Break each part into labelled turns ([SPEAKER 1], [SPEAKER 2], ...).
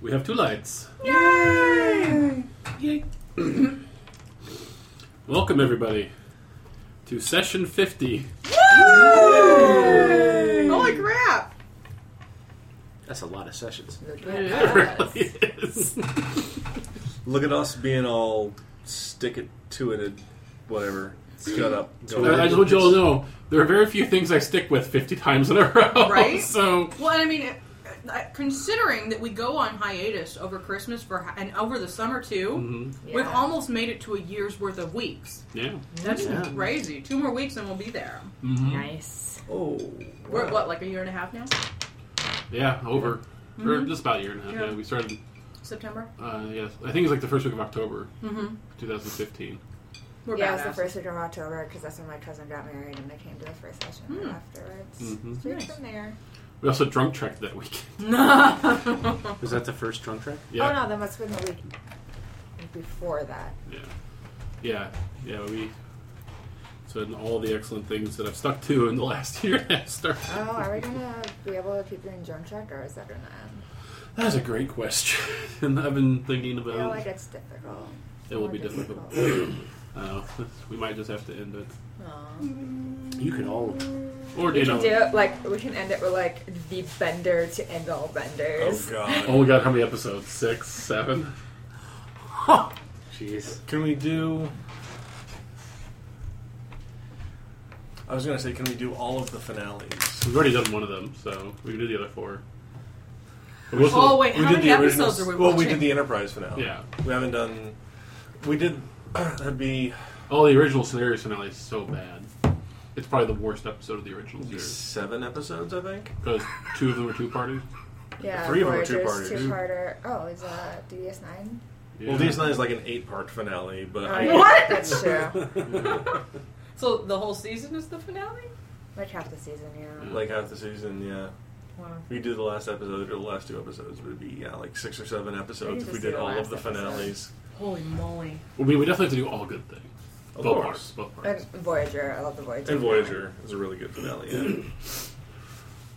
[SPEAKER 1] We have two lights.
[SPEAKER 2] Yay!
[SPEAKER 1] Yay! Welcome everybody to session 50.
[SPEAKER 2] Holy crap!
[SPEAKER 3] That's a lot of sessions.
[SPEAKER 1] It really is.
[SPEAKER 4] Look at us being all stick it to it, whatever. Shut up. Go
[SPEAKER 1] I I just want you all to know there are very few things I stick with 50 times in a row.
[SPEAKER 2] Right?
[SPEAKER 1] So
[SPEAKER 2] Well, I mean, uh, uh, considering that we go on hiatus over Christmas for hi- and over the summer too, we've
[SPEAKER 5] Yeah.
[SPEAKER 2] almost made it to a year's worth of weeks.
[SPEAKER 1] mm-hmm. yeah. Mm-hmm.
[SPEAKER 2] That's
[SPEAKER 3] Yeah.
[SPEAKER 2] crazy. Two more weeks and we'll be there.
[SPEAKER 5] Nice.
[SPEAKER 4] Oh,
[SPEAKER 2] We're at what, like a year and a half now?
[SPEAKER 1] Yeah, over. Or just about a year and a half.
[SPEAKER 2] Mm-hmm. Yeah.
[SPEAKER 1] Yeah, we started
[SPEAKER 2] September.
[SPEAKER 1] uh yes. I think it's like the first week of October,
[SPEAKER 2] Mhm.
[SPEAKER 1] 2015.
[SPEAKER 2] We're
[SPEAKER 5] yeah, it was
[SPEAKER 2] badass.
[SPEAKER 5] the first week of October because that's when my cousin got married and I came to the first session
[SPEAKER 2] Hmm.
[SPEAKER 5] afterwards.
[SPEAKER 1] Mhm.
[SPEAKER 4] Mm-hmm.
[SPEAKER 5] So it's
[SPEAKER 2] Nice.
[SPEAKER 5] from there.
[SPEAKER 1] We also drunk trekked that weekend.
[SPEAKER 3] Was that the first drunk track?
[SPEAKER 1] Yeah.
[SPEAKER 5] Oh no, that must have been the week before that.
[SPEAKER 2] Oh,
[SPEAKER 1] Yeah, yeah, we. So in all the excellent things that I've stuck to in the last year and a half started.
[SPEAKER 5] Oh, are we gonna be able to keep doing junk check or is that gonna end?
[SPEAKER 1] That's a great question. and I've been thinking
[SPEAKER 5] I feel
[SPEAKER 1] about
[SPEAKER 5] like
[SPEAKER 1] it.
[SPEAKER 5] it's difficult.
[SPEAKER 1] It will
[SPEAKER 5] more
[SPEAKER 1] be difficult. I know. We might just have to end it.
[SPEAKER 3] You could all.
[SPEAKER 1] Or,
[SPEAKER 5] We
[SPEAKER 1] you
[SPEAKER 5] can
[SPEAKER 1] know.
[SPEAKER 5] do like we can end it with like the bender to end all
[SPEAKER 4] oh
[SPEAKER 5] benders.
[SPEAKER 4] god.
[SPEAKER 1] Oh my god, how many episodes? Six, seven?
[SPEAKER 3] Jeez.
[SPEAKER 4] Can we do? I was gonna say, can we do all of the finales?
[SPEAKER 1] We've already done one of them, so we can do the other four. But most of
[SPEAKER 2] Oh wait,
[SPEAKER 4] we
[SPEAKER 2] how
[SPEAKER 4] did
[SPEAKER 2] many
[SPEAKER 4] the
[SPEAKER 2] episodes
[SPEAKER 4] original.
[SPEAKER 2] are we watching?
[SPEAKER 4] well, we did the Enterprise finale.
[SPEAKER 1] Yeah.
[SPEAKER 4] We haven't done. We did. That'd be
[SPEAKER 1] All Oh, the original scenario finale is so bad. It's probably the worst episode of the original series.
[SPEAKER 4] seven episodes, I think.
[SPEAKER 1] Because two of them are two parties.
[SPEAKER 5] Yeah,
[SPEAKER 4] Oh, Three of them are
[SPEAKER 5] Voyager's
[SPEAKER 4] two-parters.
[SPEAKER 5] two-parter. Oh, is that DDS nine?
[SPEAKER 1] Yeah.
[SPEAKER 4] Well, DS9 is like an eight-part finale, but
[SPEAKER 5] Oh,
[SPEAKER 4] I-
[SPEAKER 5] yeah,
[SPEAKER 2] What?
[SPEAKER 5] That's true.
[SPEAKER 2] So the whole season is the finale?
[SPEAKER 5] Like half the season, yeah.
[SPEAKER 4] like half the season, yeah.
[SPEAKER 5] Wow.
[SPEAKER 4] If we did the last episode or the last two episodes, it would be yeah, like six or seven episodes if
[SPEAKER 5] just
[SPEAKER 4] we
[SPEAKER 5] do
[SPEAKER 4] did
[SPEAKER 5] the
[SPEAKER 4] all of
[SPEAKER 5] last
[SPEAKER 4] the
[SPEAKER 5] episode.
[SPEAKER 4] finales.
[SPEAKER 2] Holy moly.
[SPEAKER 1] Well, we would definitely have to do all good things.
[SPEAKER 4] Of
[SPEAKER 1] both
[SPEAKER 4] course.
[SPEAKER 1] parts. Both parts.
[SPEAKER 5] And Voyager, I love the Voyager.
[SPEAKER 4] And Voyager is a really good finale. Yeah.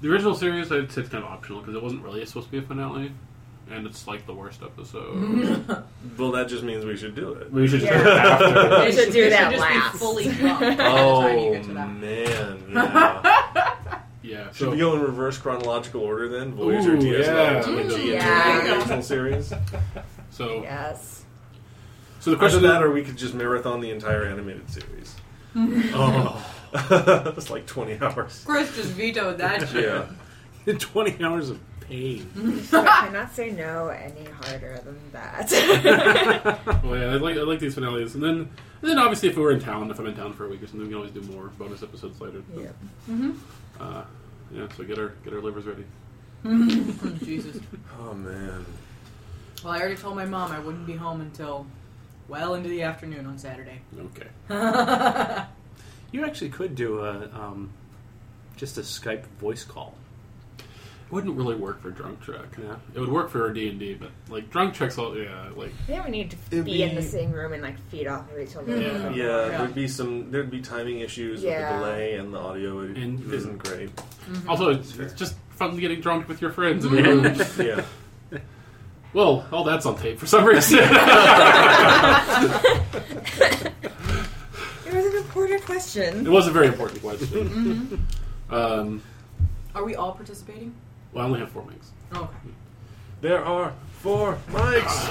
[SPEAKER 1] The original series, I'd say it's kind of optional because it wasn't really supposed to be a finale, and it's like the worst episode.
[SPEAKER 4] well, that just means we should do it.
[SPEAKER 1] we should just do it
[SPEAKER 5] Yeah.
[SPEAKER 1] after.
[SPEAKER 5] We should do
[SPEAKER 2] you
[SPEAKER 5] that
[SPEAKER 2] should just
[SPEAKER 5] last.
[SPEAKER 2] Be fully drunk by the time you
[SPEAKER 4] Oh
[SPEAKER 2] get to that.
[SPEAKER 4] man, yeah.
[SPEAKER 1] Yeah.
[SPEAKER 4] should
[SPEAKER 1] So
[SPEAKER 4] we go in reverse chronological order then? Voyager,
[SPEAKER 1] Ooh,
[SPEAKER 4] DS9,
[SPEAKER 1] yeah.
[SPEAKER 4] TNG,
[SPEAKER 5] Mm,
[SPEAKER 4] and
[SPEAKER 5] yeah.
[SPEAKER 4] the original series.
[SPEAKER 1] so
[SPEAKER 5] Yes.
[SPEAKER 1] so the
[SPEAKER 4] Question
[SPEAKER 1] question
[SPEAKER 4] that, or we could just marathon the entire animated series. oh, that's like twenty hours.
[SPEAKER 2] Chris just vetoed that shit.
[SPEAKER 4] Yeah.
[SPEAKER 3] 20 hours of pain.
[SPEAKER 5] So I cannot say no any harder than that.
[SPEAKER 1] Well, yeah, I like I like these finales, and then and then obviously if we were in town, if I'm in town for a week or something, we can always do more bonus episodes later.
[SPEAKER 5] yeah.
[SPEAKER 2] Mm-hmm.
[SPEAKER 1] Uh, yeah. So get our get our livers ready.
[SPEAKER 2] Jesus.
[SPEAKER 4] Oh man.
[SPEAKER 2] Well, I already told my mom I wouldn't be home until well into the afternoon on Saturday.
[SPEAKER 1] Okay.
[SPEAKER 3] You actually could do a um, just a Skype voice call.
[SPEAKER 1] It wouldn't really work for drunk trek.
[SPEAKER 3] Yeah.
[SPEAKER 1] It would work for D and D, but like drunk trek's all yeah like
[SPEAKER 5] They don't need to
[SPEAKER 4] It'd
[SPEAKER 5] be, Mm-hmm. in the
[SPEAKER 4] be-
[SPEAKER 5] same room and like feed off of each other.
[SPEAKER 1] Yeah.
[SPEAKER 4] Yeah,
[SPEAKER 2] Yeah.
[SPEAKER 4] there'd be some. There'd be timing issues
[SPEAKER 5] Yeah.
[SPEAKER 4] with the delay, and the audio it
[SPEAKER 1] And-
[SPEAKER 4] isn't great.
[SPEAKER 1] also it's, it's just fun getting drunk with your friends and
[SPEAKER 4] Yeah,
[SPEAKER 1] Well, all that's on tape for some reason.
[SPEAKER 5] It was an important
[SPEAKER 1] it
[SPEAKER 5] question.
[SPEAKER 1] was a very important question. um,
[SPEAKER 2] Are we all participating?
[SPEAKER 1] well, I only have four mics.
[SPEAKER 2] Oh,
[SPEAKER 4] there are four mics.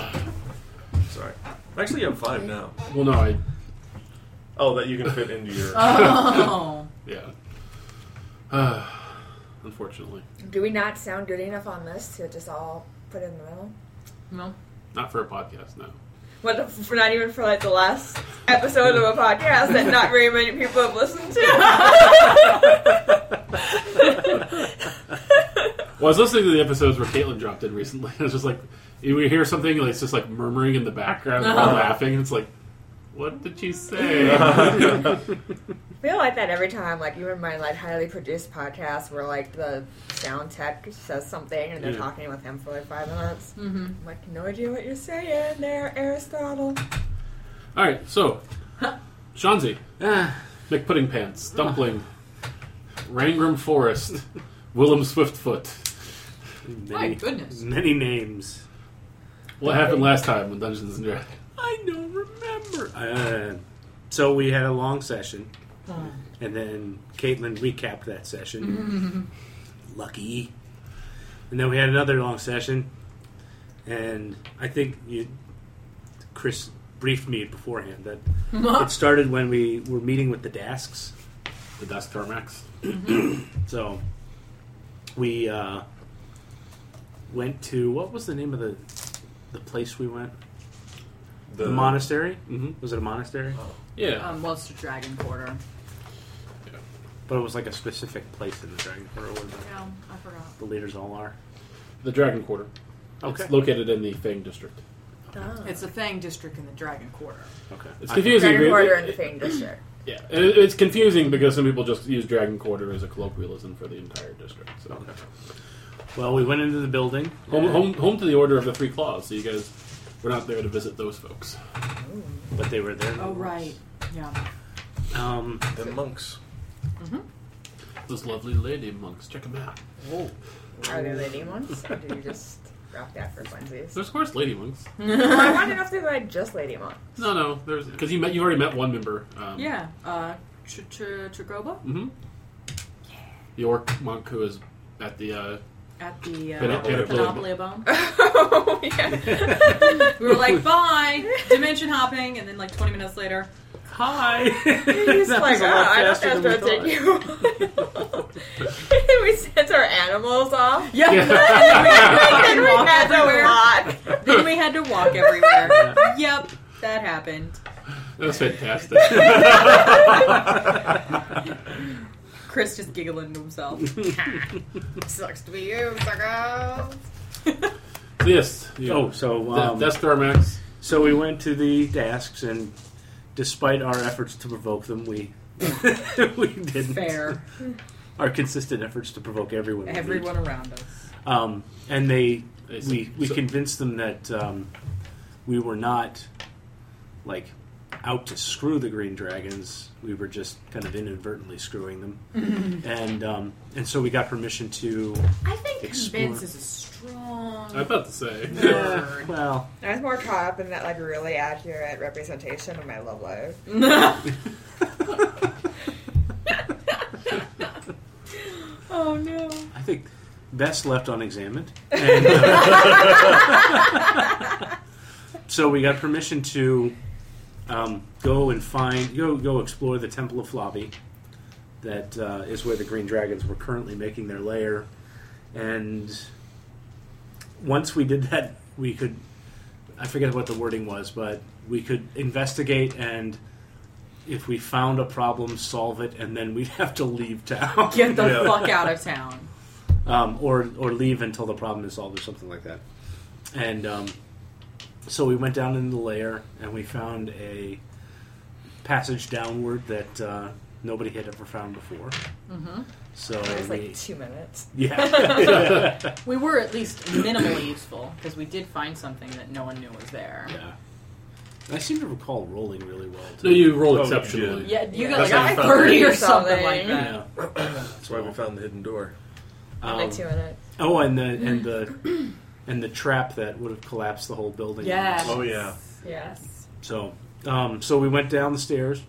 [SPEAKER 4] Sorry, actually, I'm five now.
[SPEAKER 1] Well, no, I
[SPEAKER 4] Oh, that you can fit into your.
[SPEAKER 2] oh.
[SPEAKER 1] yeah. Uh, unfortunately,
[SPEAKER 5] Do we not sound good enough on this to just all put in the middle?
[SPEAKER 2] no.
[SPEAKER 1] not for a podcast. No.
[SPEAKER 5] What the, for not even for like the last episode of a podcast that not very many people have listened to.
[SPEAKER 1] Well, I was listening to the episodes where Caitlin dropped in recently. and It's just like you would hear something, like it's just like murmuring in the background, and we're all laughing. It's like, what did she say?
[SPEAKER 5] I feel like that every time, like even my like highly produced podcasts where like the sound tech says something and they're
[SPEAKER 1] Yeah.
[SPEAKER 5] talking with him for like five minutes. Mm-hmm. I'm like, no idea what you're saying there, Aristotle.
[SPEAKER 1] all right, so Shanzi,
[SPEAKER 3] Ah,
[SPEAKER 1] McPudding Pants, Dumpling, Rangram Forest, Willem Swiftfoot.
[SPEAKER 2] My goodness.
[SPEAKER 3] Many names.
[SPEAKER 1] What happened last time with Dungeons and Dragons?
[SPEAKER 3] I don't remember. Uh, so we had a long session, and then Caitlin recapped that session. Lucky. And then we had another long session, and I think you, Chris, briefed me beforehand that it started when we were meeting with the Dasks.
[SPEAKER 1] The Dust Tarmacs.
[SPEAKER 3] So we uh, went to what was the name of the the place we went? The, monastery.
[SPEAKER 1] Mhm.
[SPEAKER 3] Was it a monastery?
[SPEAKER 1] Yeah.
[SPEAKER 2] Um, well, it's the Dragon Quarter.
[SPEAKER 3] But it was like a specific place in the Dragon Quarter where the,
[SPEAKER 2] Yeah, I forgot.
[SPEAKER 3] the leaders all are.
[SPEAKER 5] Oh.
[SPEAKER 1] the Dragon Quarter.
[SPEAKER 3] Okay.
[SPEAKER 1] It's located in the Fang District.
[SPEAKER 2] It's the Fang District in the Dragon Quarter.
[SPEAKER 3] okay.
[SPEAKER 1] It's
[SPEAKER 3] I-
[SPEAKER 1] confusing.
[SPEAKER 5] Dragon
[SPEAKER 1] because-
[SPEAKER 5] Quarter and the Fang District.
[SPEAKER 1] Yeah, and it- it's confusing because some people just use Dragon Quarter as a colloquialism for the entire district. So,
[SPEAKER 3] Okay. Well, we went into the building.
[SPEAKER 1] home,
[SPEAKER 3] and-
[SPEAKER 1] home, home to the Order of the Three Claws. So you guys, we're not there to visit those folks.
[SPEAKER 3] But they were there.
[SPEAKER 2] Oh, right. Yeah.
[SPEAKER 3] Um,
[SPEAKER 4] The monks.
[SPEAKER 1] Those lovely lady monks. Check them out.
[SPEAKER 5] Are there lady ones? Or do you just rock that for funsies?
[SPEAKER 1] There's of course lady monks.
[SPEAKER 5] well, I want to know if they like just lady ones.
[SPEAKER 1] No, no. There's because you met. You already met one member. Um,
[SPEAKER 2] Yeah. Uh, Tr- Tr- Tragoba
[SPEAKER 1] Mm-hmm. The orc monk who is at the uh,
[SPEAKER 2] at the uh,
[SPEAKER 1] Panop- Panoply of
[SPEAKER 2] Panoply of Bone.
[SPEAKER 5] oh, yeah.
[SPEAKER 2] We were like, bye, dimension hopping, and then like 20 minutes later,
[SPEAKER 3] hi.
[SPEAKER 5] He's
[SPEAKER 3] That was
[SPEAKER 5] like,
[SPEAKER 3] a lot
[SPEAKER 5] oh, I don't
[SPEAKER 3] faster
[SPEAKER 5] have
[SPEAKER 3] than
[SPEAKER 5] to take
[SPEAKER 3] we thought.
[SPEAKER 5] you. we sent our animals off.
[SPEAKER 2] yeah.
[SPEAKER 5] And we had
[SPEAKER 2] everywhere.
[SPEAKER 5] to walk.
[SPEAKER 2] then we had to walk everywhere.
[SPEAKER 3] Yeah.
[SPEAKER 2] Yep, that happened.
[SPEAKER 1] that was fantastic.
[SPEAKER 2] Chris just giggling to himself.
[SPEAKER 5] Sucks to be you, suckers.
[SPEAKER 1] So yes. You,
[SPEAKER 3] Oh, so um,
[SPEAKER 1] that's Thermax.
[SPEAKER 3] so we went to the desks, and despite our efforts to provoke them, we we didn't.
[SPEAKER 2] Fair.
[SPEAKER 3] Our consistent efforts to provoke everyone. we meet.
[SPEAKER 2] Everyone around us.
[SPEAKER 3] Um, and they,
[SPEAKER 1] They said-
[SPEAKER 3] we, we
[SPEAKER 1] so-
[SPEAKER 3] convinced them that um, we were not like out to screw the green dragons. We were just kind of inadvertently screwing them, and um, and so we got permission to.
[SPEAKER 2] I think
[SPEAKER 3] Explore.
[SPEAKER 2] convince is a strong.
[SPEAKER 1] I'm about to say.
[SPEAKER 2] Nerd.
[SPEAKER 3] well,
[SPEAKER 5] I was more caught up in that like really accurate representation of my love life.
[SPEAKER 2] oh no.
[SPEAKER 3] I think best left unexamined. And, uh, so we got permission to um, go and find, go go explore the Temple of Flavi. That uh, is where the green dragons were currently making their lair, and once we did that, we could. I forget what the wording was, but we could investigate and. If we found a problem, solve it, and then we'd have to leave town.
[SPEAKER 2] Get the
[SPEAKER 4] Yeah.
[SPEAKER 2] fuck out of town.
[SPEAKER 3] um, or or leave until the problem is solved or something like that. And um, so we went down in the lair and we found a passage downward that uh, nobody had ever found before. Mm-hmm. So
[SPEAKER 5] It was
[SPEAKER 3] we-
[SPEAKER 5] like two minutes.
[SPEAKER 3] yeah,
[SPEAKER 2] We were at least minimally useful because we did find something that no one knew was there.
[SPEAKER 3] yeah. I seem to recall rolling really well.
[SPEAKER 1] No, you roll
[SPEAKER 4] Oh, you
[SPEAKER 1] exceptionally.
[SPEAKER 4] did.
[SPEAKER 2] Yeah, you
[SPEAKER 5] Yeah.
[SPEAKER 2] got
[SPEAKER 4] That's
[SPEAKER 2] like a
[SPEAKER 4] how we found
[SPEAKER 2] 30
[SPEAKER 5] it.
[SPEAKER 2] or something like that.
[SPEAKER 3] Yeah.
[SPEAKER 4] That's why we found the hidden door.
[SPEAKER 3] Um,
[SPEAKER 5] like two minutes.
[SPEAKER 3] oh, and the and the and the trap that would have collapsed the whole building.
[SPEAKER 2] Yes.
[SPEAKER 4] Oh, yeah.
[SPEAKER 5] Yes.
[SPEAKER 3] So, um, so we went down the stairs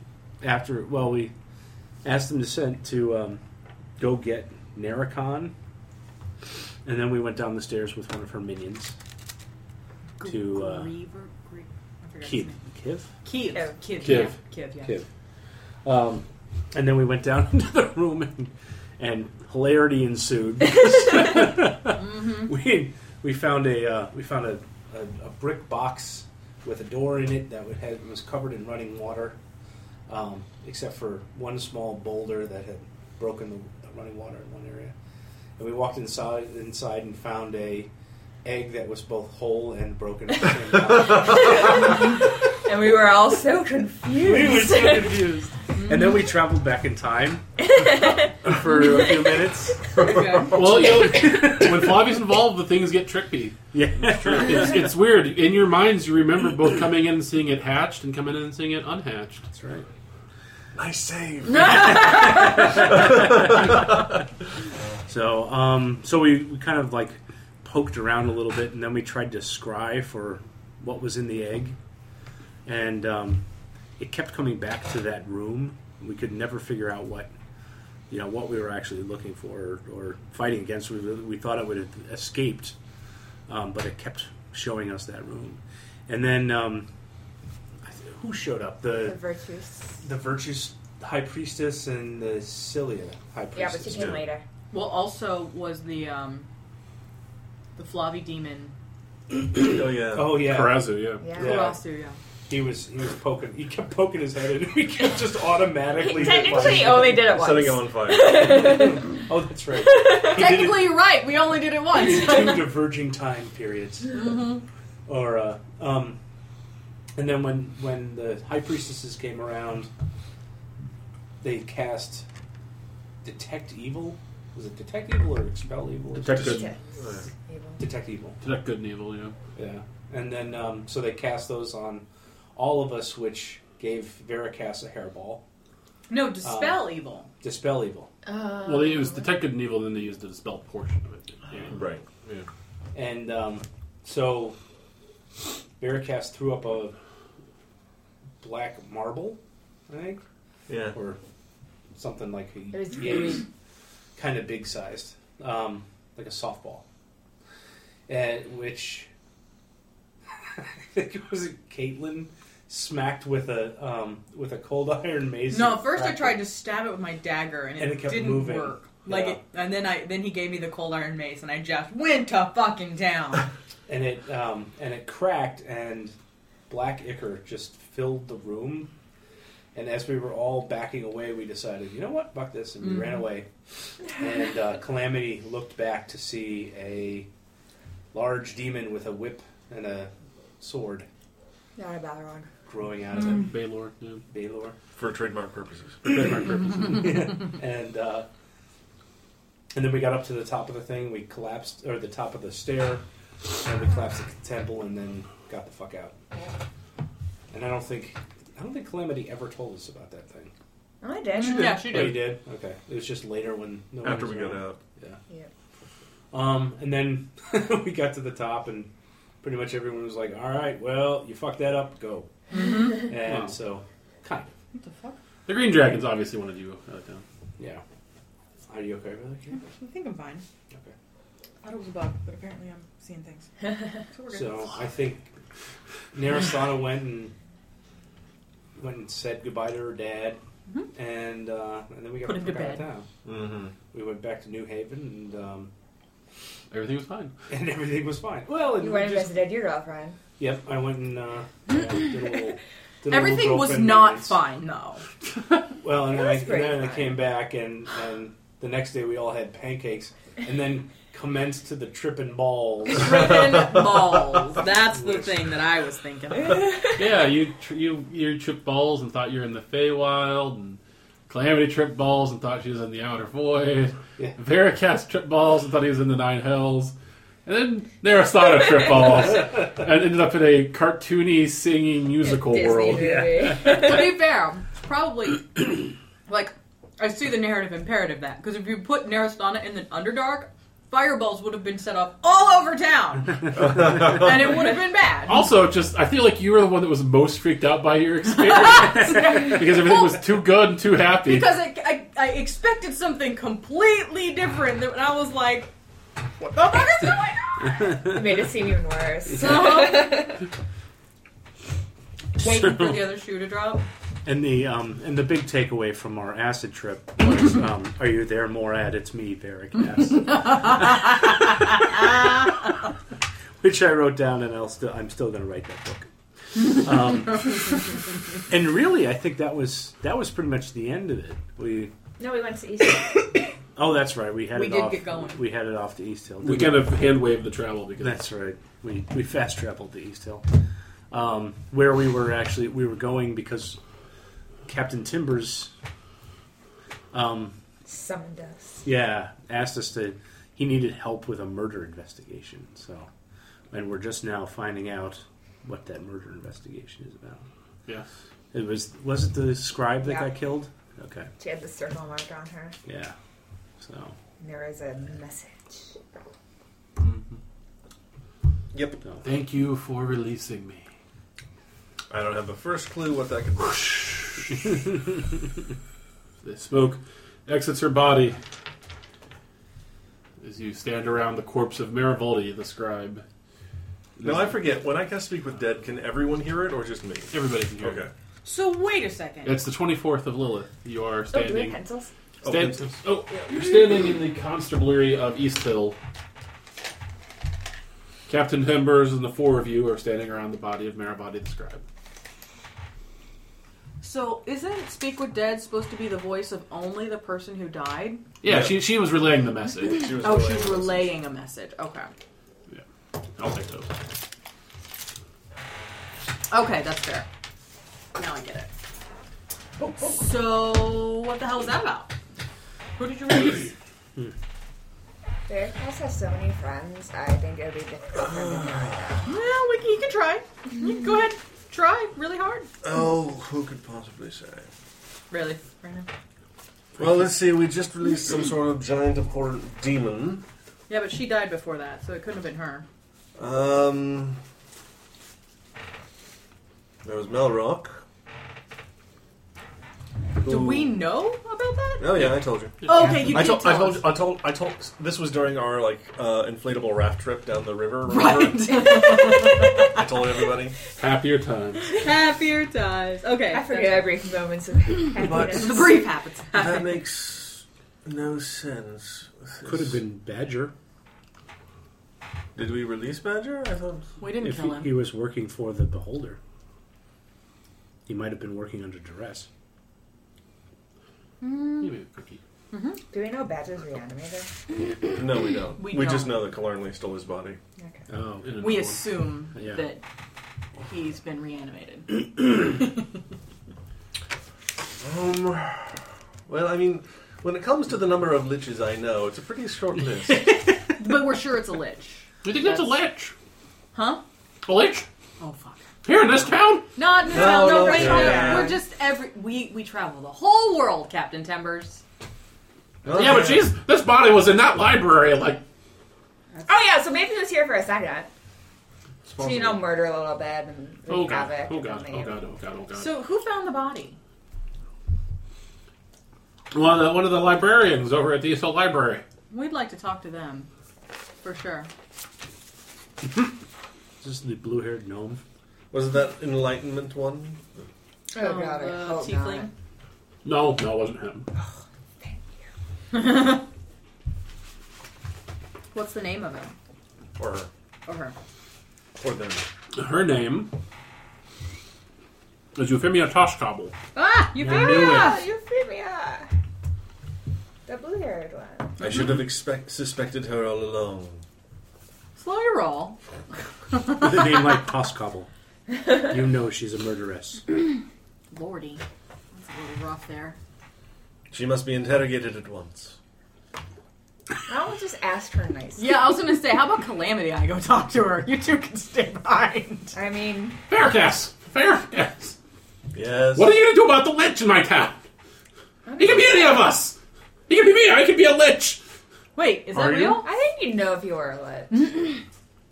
[SPEAKER 3] after. Well, we asked them to send to um, go get Naracon, and then we went down the stairs with one of her minions. To, uh,
[SPEAKER 2] Griever- Grie- I forgot his
[SPEAKER 3] Kiv,
[SPEAKER 2] name.
[SPEAKER 3] Kiv,
[SPEAKER 2] Kiev.
[SPEAKER 5] Kiv.
[SPEAKER 2] Kiv.
[SPEAKER 1] Kiv.
[SPEAKER 2] Yeah. Kiv. Yeah.
[SPEAKER 3] Um, and then we went down into the room, and, and hilarity ensued. We we found a uh, we found a, a, a brick box with a door in it that would had, was covered in running water, um, except for one small boulder that had broken the running water in one area. And we walked inside inside and found a egg that was both whole and broken. At the same time.
[SPEAKER 5] And we were all so
[SPEAKER 3] we were
[SPEAKER 5] confused.
[SPEAKER 3] so confused. And then we traveled back in time for a few minutes.
[SPEAKER 2] Okay.
[SPEAKER 1] Well, you know, when Flavi's involved, the things get tricky.
[SPEAKER 3] Yeah,
[SPEAKER 1] It's, it's weird. In your minds, you remember both coming in and seeing it hatched and coming in and seeing it unhatched.
[SPEAKER 3] That's right.
[SPEAKER 4] Nice save.
[SPEAKER 3] So, um, so we, we kind of like poked around a little bit, and then we tried to scry for what was in the egg, and um, it kept coming back to that room. We could never figure out what you know what we were actually looking for or, or fighting against. We, we thought it would have escaped, um, but it kept showing us that room. And then um, I th- who showed up?
[SPEAKER 5] The
[SPEAKER 3] The
[SPEAKER 5] virtues.
[SPEAKER 3] the virtues high priestess and the Cilia high
[SPEAKER 5] Yeah, but she
[SPEAKER 3] priestess.
[SPEAKER 5] came later.
[SPEAKER 2] Well, also was the um, the Flavi demon
[SPEAKER 4] Oh yeah.
[SPEAKER 3] Oh yeah,
[SPEAKER 1] Karazu, yeah.
[SPEAKER 5] Yeah.
[SPEAKER 3] Yeah.
[SPEAKER 2] Karasu, yeah.
[SPEAKER 3] he was he was poking. He kept poking his head, and we kept just automatically.
[SPEAKER 5] He
[SPEAKER 3] hit by
[SPEAKER 5] technically
[SPEAKER 3] him.
[SPEAKER 5] only did it once.
[SPEAKER 4] Setting him on fire.
[SPEAKER 3] Oh, that's right. He did it
[SPEAKER 2] Technically, you're right. We only did it once.
[SPEAKER 3] in two diverging time periods.
[SPEAKER 5] Mm-hmm.
[SPEAKER 3] Or, uh, um, and then when when the high priestesses came around, they cast detect evil. Was it detect evil or expel evil?
[SPEAKER 1] Detect good.
[SPEAKER 5] Yeah. Evil.
[SPEAKER 3] detect evil.
[SPEAKER 1] Detect good and evil, yeah.
[SPEAKER 3] Yeah, and then um, so they cast those on all of us, which gave Veracast a hairball.
[SPEAKER 2] no,
[SPEAKER 3] Uh,
[SPEAKER 2] dispel evil.
[SPEAKER 3] Dispel evil,
[SPEAKER 5] Uh,
[SPEAKER 1] Well, they used detect good and evil, then they used the dispel portion of it. Yeah.
[SPEAKER 4] right.
[SPEAKER 1] yeah.
[SPEAKER 3] and um, so Veracast threw up a black marble, I think,
[SPEAKER 4] Yeah.
[SPEAKER 3] or something like a
[SPEAKER 5] It was
[SPEAKER 3] yay, kind of big sized, um, like a softball, and which I think it was Caitlin smacked with a um, with a cold iron mace.
[SPEAKER 2] No, at first I tried to stab it with my dagger, and it,
[SPEAKER 3] And it kept
[SPEAKER 2] didn't
[SPEAKER 3] moving.
[SPEAKER 2] work. Like,
[SPEAKER 3] Yeah.
[SPEAKER 2] it, and then I then he gave me the cold iron mace, and I just went to fucking town.
[SPEAKER 3] and it um, and it cracked and black ichor just filled the room and as we were all backing away we decided you know what fuck this and we ran away and uh, calamity looked back to see a large demon with a whip and a sword
[SPEAKER 5] Not a Balrog.
[SPEAKER 3] growing out of him
[SPEAKER 1] Baylor, yeah.
[SPEAKER 3] Baylor
[SPEAKER 4] For trademark purposes.
[SPEAKER 1] Trademark purposes.
[SPEAKER 3] and uh, and then we got up to the top of the thing we collapsed or the top of the stair and we collapsed the temple and then got the fuck out and i don't think i don't think calamity ever told us about that thing
[SPEAKER 5] Oh, I did.
[SPEAKER 2] yeah, she
[SPEAKER 3] Oh, you
[SPEAKER 2] did.
[SPEAKER 3] did okay it was just later when no one
[SPEAKER 4] After
[SPEAKER 3] was
[SPEAKER 4] we got
[SPEAKER 3] around.
[SPEAKER 4] out.
[SPEAKER 3] yeah
[SPEAKER 5] Yeah.
[SPEAKER 3] um, and then we got to the top, and pretty much everyone was like, "All right, well, you fucked that up, go." And
[SPEAKER 1] Wow.
[SPEAKER 3] so, kind of,
[SPEAKER 2] What the fuck?
[SPEAKER 1] the Green Dragons obviously wanted you out of town.
[SPEAKER 3] yeah. Are you okay with that?
[SPEAKER 2] I think I'm fine.
[SPEAKER 3] Okay.
[SPEAKER 2] I thought it was a bug, but apparently I'm seeing things. So we're good.
[SPEAKER 3] So I think Narasana went and went and said goodbye to her dad, and uh, and then we got
[SPEAKER 2] Mm-hmm. Put him to
[SPEAKER 3] back out
[SPEAKER 2] bed.
[SPEAKER 3] of town.
[SPEAKER 4] Mm-hmm.
[SPEAKER 3] We went back to New Haven, and um,
[SPEAKER 1] Everything was fine.
[SPEAKER 3] and everything was fine. Well, and
[SPEAKER 5] You
[SPEAKER 3] we
[SPEAKER 5] went and
[SPEAKER 3] just,
[SPEAKER 5] visited your girlfriend.
[SPEAKER 3] yep, I went and uh, yeah, did a little. did a little
[SPEAKER 2] Everything was
[SPEAKER 3] girlfriend
[SPEAKER 2] not
[SPEAKER 3] maintenance.
[SPEAKER 2] fine though.
[SPEAKER 3] Well, and
[SPEAKER 5] It
[SPEAKER 3] then, I,
[SPEAKER 5] was
[SPEAKER 3] and
[SPEAKER 5] pretty
[SPEAKER 3] then I
[SPEAKER 5] fun.
[SPEAKER 3] came back, and, and the next day we all had pancakes, and then commenced to the tripping balls.
[SPEAKER 2] Tripping balls. That's the
[SPEAKER 3] Wish.
[SPEAKER 2] thing that I was thinking. of.
[SPEAKER 1] yeah, you tr- you you tripped balls and thought you were in the Feywild, and Calamity tripped balls and thought she was in the Outer Void.
[SPEAKER 3] Yeah.
[SPEAKER 1] Veracast tripped balls and thought he was in the Nine Hells. And then Narasana tripped balls and ended up in a cartoony singing musical
[SPEAKER 5] Disney
[SPEAKER 1] world.
[SPEAKER 5] movie.
[SPEAKER 2] to be fair, probably like I see the narrative imperative that because if you put Narasana in the Underdark, fireballs would have been set off all over town, and it would have been bad.
[SPEAKER 1] Also, just I feel like you were the one that was most freaked out by your experience because everything was too good and too happy.
[SPEAKER 2] because I, I, I expected something completely different, and I was like, "What the fuck is going on?"
[SPEAKER 5] It made it seem even worse.
[SPEAKER 2] Waiting for the other shoe to drop.
[SPEAKER 3] And the um, and the big takeaway from our acid trip was, um, are you there, Morad? It's me, Varric. Which I wrote down, and I'll still I'm still going to write that book. Um, and really, I think that was that was pretty much the end of it. We
[SPEAKER 5] no, we went to East.
[SPEAKER 3] oh, that's right, we had
[SPEAKER 2] We
[SPEAKER 3] it
[SPEAKER 2] did
[SPEAKER 3] off.
[SPEAKER 2] get going.
[SPEAKER 3] We had it off to East Hill.
[SPEAKER 1] we
[SPEAKER 3] Did
[SPEAKER 1] kind of hand waved the travel because
[SPEAKER 3] That's right. We we fast traveled to East Hill, um, where we were actually we were going because Captain Timbers, um,
[SPEAKER 5] Summoned us.
[SPEAKER 3] yeah, asked us to. He needed help with a murder investigation. So, and we're just now finding out what that murder investigation is about.
[SPEAKER 1] yeah.
[SPEAKER 3] It was was it the scribe that
[SPEAKER 5] Yeah.
[SPEAKER 3] got killed? Okay,
[SPEAKER 5] She had the circle mark on her.
[SPEAKER 3] yeah. So
[SPEAKER 5] And there was a message.
[SPEAKER 4] Yep.
[SPEAKER 1] Thank you for releasing me.
[SPEAKER 4] I don't have the first clue what that could be.
[SPEAKER 1] The smoke exits her body as you stand around the corpse of Marivoldi, the scribe.
[SPEAKER 4] Now I forget. When I cast Speak with Dead, can everyone hear it or just me?
[SPEAKER 1] Everybody can hear. it.
[SPEAKER 4] Okay.
[SPEAKER 2] So wait a second.
[SPEAKER 1] It's the 24th of Lilith. You are
[SPEAKER 5] Oh, do we
[SPEAKER 1] standing.
[SPEAKER 5] have pencils?
[SPEAKER 1] Stand-
[SPEAKER 4] Open-
[SPEAKER 1] oh, you're standing in the constabulary of East Hill. Captain Hembers and the four of you are standing around the body of Marivoldi, the scribe.
[SPEAKER 2] So isn't Speak with Dead supposed to be the voice of only the person who died?
[SPEAKER 1] Yeah,
[SPEAKER 4] Yeah.
[SPEAKER 1] She, she was relaying the message.
[SPEAKER 4] She was
[SPEAKER 2] Oh,
[SPEAKER 4] delaying
[SPEAKER 2] she's
[SPEAKER 4] this.
[SPEAKER 2] relaying a message. Okay.
[SPEAKER 1] I'll take those.
[SPEAKER 2] Okay, that's fair. Now I get it. So what the hell was that about? Who did you release?
[SPEAKER 5] Derek has has so many friends. I think it would be difficult for him to know
[SPEAKER 2] well, we can, you can try. You can go ahead, try really hard.
[SPEAKER 4] Oh, who could possibly say?
[SPEAKER 2] Really, right now.
[SPEAKER 4] Well, let's see. We just released some sort of giant abhorrent demon.
[SPEAKER 2] Yeah, but she died before that, so it couldn't have been her.
[SPEAKER 4] Um, there was Melrock.
[SPEAKER 2] Do we know about that?
[SPEAKER 4] Oh yeah, I told you.
[SPEAKER 2] Oh, okay, you
[SPEAKER 4] I
[SPEAKER 2] did
[SPEAKER 4] told,
[SPEAKER 2] tell
[SPEAKER 4] I told,
[SPEAKER 2] us.
[SPEAKER 4] I told, I told. This was during our like uh, inflatable raft trip down the river. remember?
[SPEAKER 2] Right.
[SPEAKER 4] I told everybody.
[SPEAKER 1] Happier times.
[SPEAKER 2] Happier times. Okay.
[SPEAKER 5] that. I forget brief moments of happiness.
[SPEAKER 2] The brief happens.
[SPEAKER 4] makes no sense.
[SPEAKER 3] Could have been Badger.
[SPEAKER 4] Did we release Badger? I thought.
[SPEAKER 2] We didn't
[SPEAKER 3] If
[SPEAKER 2] kill
[SPEAKER 3] he,
[SPEAKER 2] him.
[SPEAKER 3] he was working for the Beholder, he might have been working under duress.
[SPEAKER 1] Give me a cookie.
[SPEAKER 5] Do we know Badger's reanimator?
[SPEAKER 4] No, we don't.
[SPEAKER 2] We
[SPEAKER 4] We, just
[SPEAKER 2] don't.
[SPEAKER 4] know that Killarney stole his body.
[SPEAKER 5] Okay.
[SPEAKER 3] Oh,
[SPEAKER 1] In another
[SPEAKER 2] we
[SPEAKER 1] one.
[SPEAKER 2] assume
[SPEAKER 3] Yeah.
[SPEAKER 2] that he's been reanimated.
[SPEAKER 4] Um. Well, I mean, when it comes to the number of liches I know, it's a pretty short list.
[SPEAKER 2] but we're sure it's a lich.
[SPEAKER 1] You think that's a lich?
[SPEAKER 2] Huh?
[SPEAKER 1] A lich?
[SPEAKER 2] Oh, fuck.
[SPEAKER 1] Here in this town?
[SPEAKER 2] Not no,
[SPEAKER 4] No,
[SPEAKER 2] no, no,
[SPEAKER 4] no,
[SPEAKER 2] right
[SPEAKER 4] no.
[SPEAKER 2] now. We're just every we we travel the whole world, Captain Timbers.
[SPEAKER 1] Yeah, but she's this body was in that library. Like,
[SPEAKER 5] Oh yeah, so maybe he was here for a second. So you know,
[SPEAKER 4] Possible.
[SPEAKER 5] murder a little bit and
[SPEAKER 1] oh
[SPEAKER 5] wreak
[SPEAKER 1] god,
[SPEAKER 5] havoc
[SPEAKER 1] oh
[SPEAKER 5] and
[SPEAKER 1] god,
[SPEAKER 5] then
[SPEAKER 1] oh
[SPEAKER 5] they-
[SPEAKER 1] god, oh god, oh god.
[SPEAKER 2] So who found the body?
[SPEAKER 1] one of the one of the librarians over at the Eastville Library.
[SPEAKER 2] We'd like to talk to them, for sure.
[SPEAKER 3] is this the blue-haired gnome?
[SPEAKER 4] Was that Enlightenment one?
[SPEAKER 5] Oh god, I
[SPEAKER 1] uh,
[SPEAKER 2] the
[SPEAKER 5] hope
[SPEAKER 2] uh, tiefling.
[SPEAKER 5] not.
[SPEAKER 1] No, no, it wasn't him.
[SPEAKER 2] What's the name of him
[SPEAKER 4] Or
[SPEAKER 2] or her?
[SPEAKER 4] or them?
[SPEAKER 1] Her name is Euphemia Toshkabel.
[SPEAKER 2] Ah, you
[SPEAKER 1] I knew
[SPEAKER 2] ah!
[SPEAKER 5] Oh, Euphemia! The blue haired one.
[SPEAKER 4] I should have expect, suspected her all along.
[SPEAKER 2] Slow your roll.
[SPEAKER 3] With a name like Poscobble. You know she's a murderess.
[SPEAKER 2] Lordy, that's a little rough there.
[SPEAKER 4] She must be interrogated at once.
[SPEAKER 5] I almost just asked her nicely.
[SPEAKER 2] Yeah, I was gonna say, how about Calamity? I go talk to her. You two can stay behind.
[SPEAKER 5] I mean,
[SPEAKER 1] Fair guess. Fair guess.
[SPEAKER 4] Yes.
[SPEAKER 1] What are you gonna do about the lich in my town? He can be any of us. He can be me. I can be a lich.
[SPEAKER 2] Wait, is that
[SPEAKER 1] Are you?
[SPEAKER 2] real?
[SPEAKER 5] I think you'd know if you were a lich.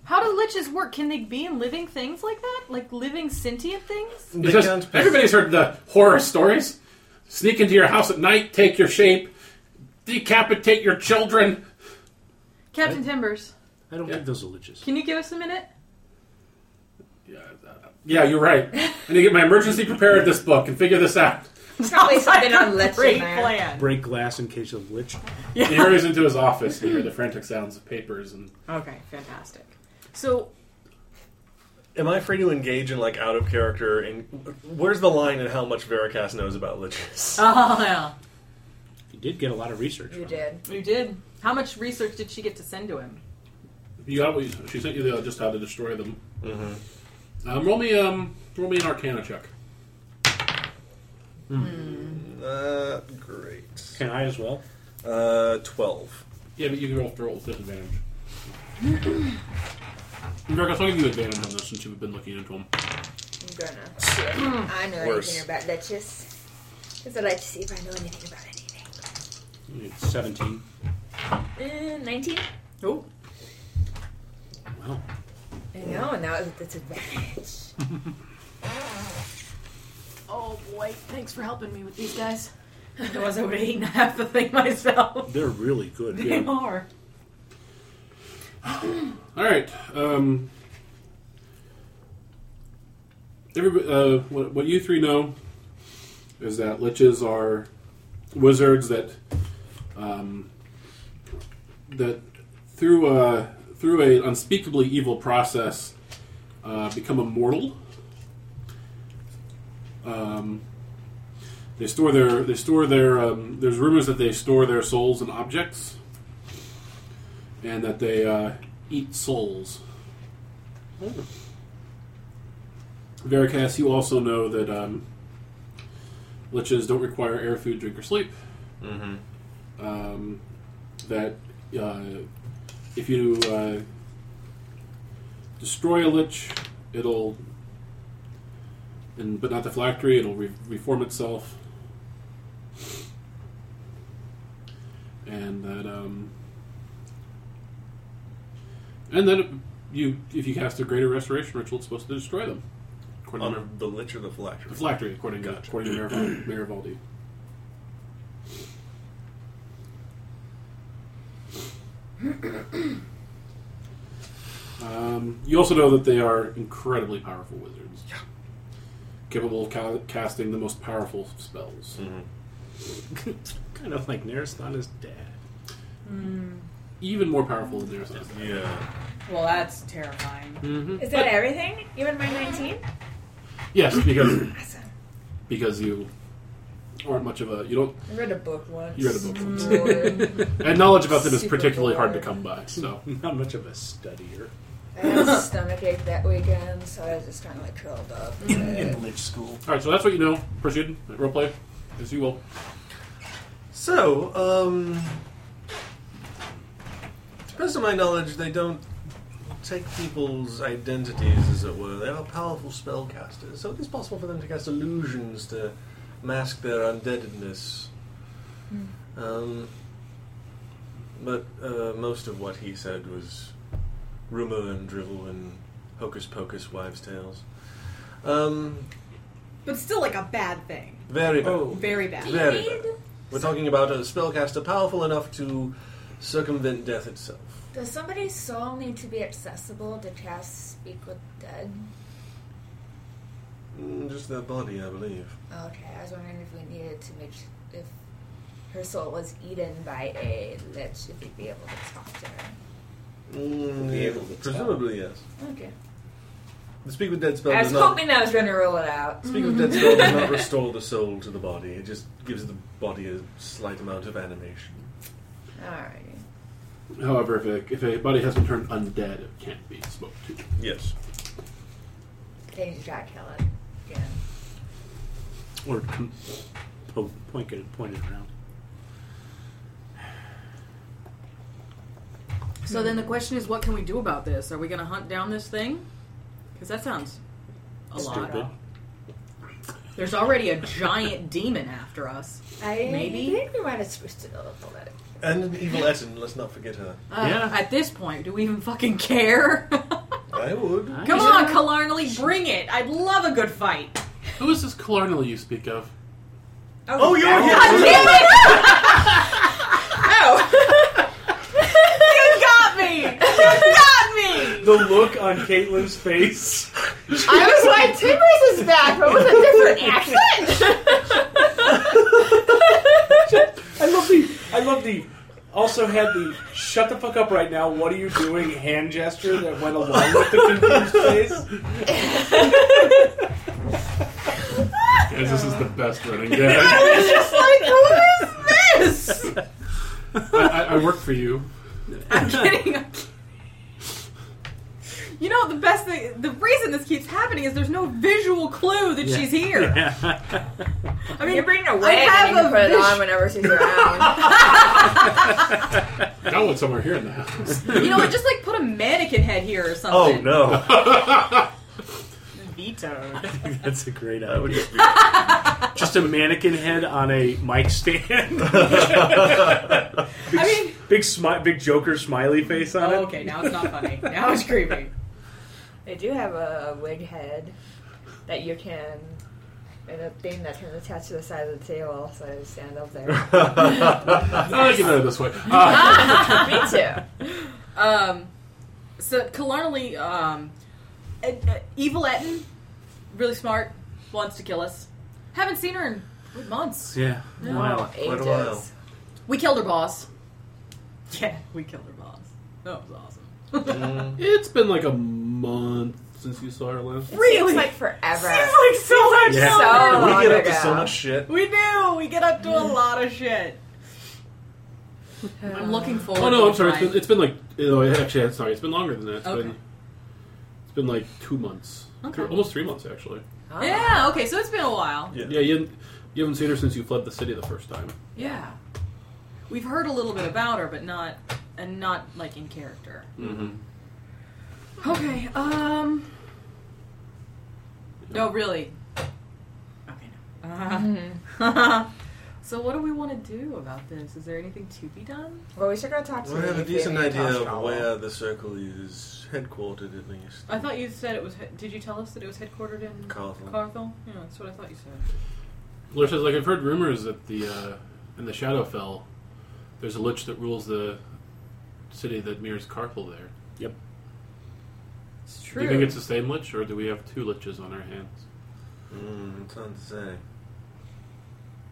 [SPEAKER 2] How do liches work? Can they be in living things like that? Like living sentient things?
[SPEAKER 4] They
[SPEAKER 1] Because
[SPEAKER 4] can't-
[SPEAKER 1] everybody's heard the horror stories. Sneak into your house at night, take your shape, decapitate your children.
[SPEAKER 2] Captain Timbers,
[SPEAKER 3] I don't
[SPEAKER 1] Yeah.
[SPEAKER 3] think those are liches.
[SPEAKER 2] can you give us a minute?
[SPEAKER 1] Yeah, yeah, you're right. I need to get my emergency preparedness book and figure this out.
[SPEAKER 5] Probably something on lich
[SPEAKER 2] Great
[SPEAKER 5] in there.
[SPEAKER 2] plan.
[SPEAKER 3] Break glass in case of lich.
[SPEAKER 1] He hurries into his office and you hear the frantic sounds of papers and
[SPEAKER 2] Okay, fantastic. So,
[SPEAKER 4] Am I free to engage in like out of character? And where's the line in how much Veracast knows about liches?
[SPEAKER 2] oh yeah,
[SPEAKER 3] You did get a lot of research.
[SPEAKER 5] You
[SPEAKER 3] from
[SPEAKER 5] did.
[SPEAKER 2] you did. How much research did she get to send to him?
[SPEAKER 1] you got what you- she sent you the, just how to destroy them. Mm-hmm. Um, roll me um roll me an arcana check.
[SPEAKER 4] Uh, great.
[SPEAKER 3] it. Can I as well?
[SPEAKER 4] Uh, twelve.
[SPEAKER 1] Yeah, but you can roll throw with disadvantage. Marcus, I'll give you advantage on this since you've been looking into them.
[SPEAKER 5] I'm gonna. I know
[SPEAKER 4] Worse.
[SPEAKER 5] anything about liches. Because I'd like to see if I know anything about anything.
[SPEAKER 3] It's 17.
[SPEAKER 5] Uh, 19?
[SPEAKER 2] Oh,
[SPEAKER 3] Well,
[SPEAKER 5] I know, and now it's it's advantage.
[SPEAKER 6] Oh boy, thanks for helping me with these guys.
[SPEAKER 2] Otherwise, I would have eaten half the thing myself.
[SPEAKER 3] They're really good.
[SPEAKER 2] They
[SPEAKER 3] Yeah.
[SPEAKER 2] are.
[SPEAKER 1] All right. Um, everybody, uh, what, what you three know is that liches are wizards that um, that through a through a unspeakably evil process uh, become immortal. Um, they store their they store their um, there's rumors that they store their souls in objects and that they uh, eat souls. Veracast, you also know that um, liches don't require air, food, drink, or sleep.
[SPEAKER 4] Mm-hmm.
[SPEAKER 1] Um, that uh, if you uh, destroy a lich, it'll, and but not the phylactery, it'll re- reform itself. And that um, and then it- you, if you cast a greater restoration ritual, it's supposed to destroy them. According to
[SPEAKER 4] On the lich or the phylactery?
[SPEAKER 1] the phylactery, according to,
[SPEAKER 4] Gotcha.
[SPEAKER 1] according to Marivaldi. Marivaldi. um, you also know that they are incredibly powerful wizards. Capable of ca- casting the most powerful spells.
[SPEAKER 4] Mm-hmm.
[SPEAKER 3] kind of like Narasana's dad.
[SPEAKER 1] Even more powerful than theirs. Yeah.
[SPEAKER 4] Yeah.
[SPEAKER 2] Well, that's terrifying.
[SPEAKER 1] Mm-hmm.
[SPEAKER 5] Is that everything? Even my 19?
[SPEAKER 1] Yes, because
[SPEAKER 5] Awesome.
[SPEAKER 1] because you aren't much of a you don't
[SPEAKER 5] I read a book once.
[SPEAKER 1] you read a book once.
[SPEAKER 5] Lord.
[SPEAKER 1] and knowledge about them is
[SPEAKER 5] Super
[SPEAKER 1] particularly hard to
[SPEAKER 5] bored.
[SPEAKER 1] come by. So
[SPEAKER 3] Not much of a studier.
[SPEAKER 5] I had a stomachache that weekend, so I was just kind of like curled up.
[SPEAKER 3] In Lich School.
[SPEAKER 1] All right, so that's what you know. Proceed, roleplay, as you will.
[SPEAKER 4] So, um, to the best of my knowledge, they don't take people's identities, as it were. They are powerful spellcasters, so it is possible for them to cast illusions to mask their undeadedness. Um, but uh, most of what he said was rumor and drivel and hocus pocus wives' tales. Um,
[SPEAKER 6] But still, like a bad thing.
[SPEAKER 4] very bad.
[SPEAKER 6] Very bad.
[SPEAKER 4] Very bad. We're talking about a spellcaster powerful enough to circumvent death itself.
[SPEAKER 5] Does somebody's soul need to be accessible to cast Speak with Dead?
[SPEAKER 4] Mm, Just their body, I believe.
[SPEAKER 5] Okay, I was wondering if we needed to make if her soul was eaten by a lich, if we'd be able to talk to her.
[SPEAKER 4] Mm,
[SPEAKER 7] Be
[SPEAKER 4] yeah,
[SPEAKER 7] able to tell.
[SPEAKER 4] presumably, yes.
[SPEAKER 5] Okay.
[SPEAKER 4] The speak with dead spell
[SPEAKER 5] I
[SPEAKER 4] does
[SPEAKER 5] was
[SPEAKER 4] not.
[SPEAKER 5] hoping I was going to rule it out.
[SPEAKER 4] Speak with dead spell does not restore the soul to the body. It just gives the body a slight amount of animation.
[SPEAKER 5] Alrighty.
[SPEAKER 1] However, if a, if a body has been turned undead, it can't be spoke to.
[SPEAKER 4] Yes.
[SPEAKER 5] They need to try to kill it. Yeah.
[SPEAKER 3] Or com- po- point it, point it around.
[SPEAKER 2] So then the question is, what can we do about this? Are we going to hunt down this thing? Because that sounds a
[SPEAKER 3] Stupid.
[SPEAKER 2] lot. There's already a giant demon after us.
[SPEAKER 5] I
[SPEAKER 2] Maybe?
[SPEAKER 5] think we might have switched it up a bit.
[SPEAKER 4] And an evil Etten, let's not forget her.
[SPEAKER 2] Uh,
[SPEAKER 3] Yeah.
[SPEAKER 2] At this point, do we even fucking care?
[SPEAKER 4] I would.
[SPEAKER 2] Come on, Killarnley, bring it! I'd love a good fight.
[SPEAKER 1] Who is this Killarnley you speak of?
[SPEAKER 4] Oh, you're here!
[SPEAKER 2] You got me! You got me!
[SPEAKER 3] The look on Caitlin's face.
[SPEAKER 5] I was like, Timbers is back, but with a different accent!
[SPEAKER 3] I love the. I love the. Also had the shut the fuck up right now. What are you doing? Hand gesture that went along with the confused face.
[SPEAKER 1] Guys, this is the best running gag.
[SPEAKER 2] Just like, who is this?
[SPEAKER 1] I, I, I work for you.
[SPEAKER 2] I'm kidding. I'm kidding. You know the best thing. The reason this keeps happening is there's no visual clue that she's here. I mean,
[SPEAKER 5] You're bringing a
[SPEAKER 2] I
[SPEAKER 5] wig
[SPEAKER 2] have
[SPEAKER 5] and you can
[SPEAKER 2] a
[SPEAKER 5] put it
[SPEAKER 2] vis-
[SPEAKER 5] on whenever she's around.
[SPEAKER 1] That one's somewhere here in the house.
[SPEAKER 2] you know, what, just like put a mannequin head here or
[SPEAKER 4] Oh,
[SPEAKER 2] something.
[SPEAKER 4] no.
[SPEAKER 2] Vetoed.
[SPEAKER 3] That's a great
[SPEAKER 4] I would
[SPEAKER 3] idea.
[SPEAKER 4] just be.
[SPEAKER 3] Just a mannequin head on a mic stand.
[SPEAKER 2] I mean,
[SPEAKER 3] big smi- big Joker smiley face on it.
[SPEAKER 2] oh, okay, now it's not funny. Now it's creepy.
[SPEAKER 5] They do have a, a wig head that you can, and a thing that can attach to the side of the table, so I stand up there.
[SPEAKER 1] I like it better this way. Ah,
[SPEAKER 5] Me too.
[SPEAKER 2] Um, so Killarney, um, Ed- uh, Evil Etten, really smart, wants to kill us. Haven't seen her in what, months.
[SPEAKER 3] Yeah.
[SPEAKER 5] Wow,
[SPEAKER 4] quite a
[SPEAKER 5] ages.
[SPEAKER 4] while.
[SPEAKER 2] We killed her boss. Yeah, we killed her boss. That was awesome.
[SPEAKER 7] Mm.
[SPEAKER 1] it's been like a month since you saw her last.
[SPEAKER 5] Seems
[SPEAKER 2] Really?
[SPEAKER 5] like forever.
[SPEAKER 2] like so much.
[SPEAKER 3] Yeah.
[SPEAKER 5] So
[SPEAKER 4] we get up to
[SPEAKER 5] long
[SPEAKER 4] so
[SPEAKER 5] ago.
[SPEAKER 4] much shit.
[SPEAKER 2] We do. We get up to a lot of shit. I'm looking forward.
[SPEAKER 1] Oh no, I'm
[SPEAKER 2] to
[SPEAKER 1] sorry.
[SPEAKER 2] the
[SPEAKER 1] It's been,
[SPEAKER 2] time.
[SPEAKER 1] it's been like no, actually, I'm sorry. It's been longer than that. It's
[SPEAKER 2] Okay.
[SPEAKER 1] been it's been like two months,
[SPEAKER 2] Okay.
[SPEAKER 1] almost three months actually.
[SPEAKER 5] Oh.
[SPEAKER 2] Yeah. Okay. So it's been a while.
[SPEAKER 4] Yeah.
[SPEAKER 1] Yeah, you, hadn't- you haven't seen her since you fled the city the first time.
[SPEAKER 2] Yeah. We've heard a little bit about her, but not and not like in character.
[SPEAKER 1] Mm-hmm.
[SPEAKER 2] Okay. Um. No, really. Okay. No. Mm-hmm. so, what do we want to do about this? Is there anything to be done?
[SPEAKER 5] Well, we should go talk to
[SPEAKER 4] We have
[SPEAKER 5] the
[SPEAKER 4] a decent
[SPEAKER 5] Fabian
[SPEAKER 4] idea of
[SPEAKER 5] Tosh
[SPEAKER 4] where the circle is headquartered, at least.
[SPEAKER 2] I thought you said it was. Did you tell us that it was headquartered in
[SPEAKER 4] Carthel.
[SPEAKER 2] Carthel? Yeah, that's what I thought you said.
[SPEAKER 1] Lur says, like I've heard rumors that the uh, in the Shadowfell, there's a lich that rules the city that mirrors Carthel there.
[SPEAKER 2] It's
[SPEAKER 1] Do you think it's the same lich, or do we have two liches on our hands?
[SPEAKER 4] Mm, it's hard to say.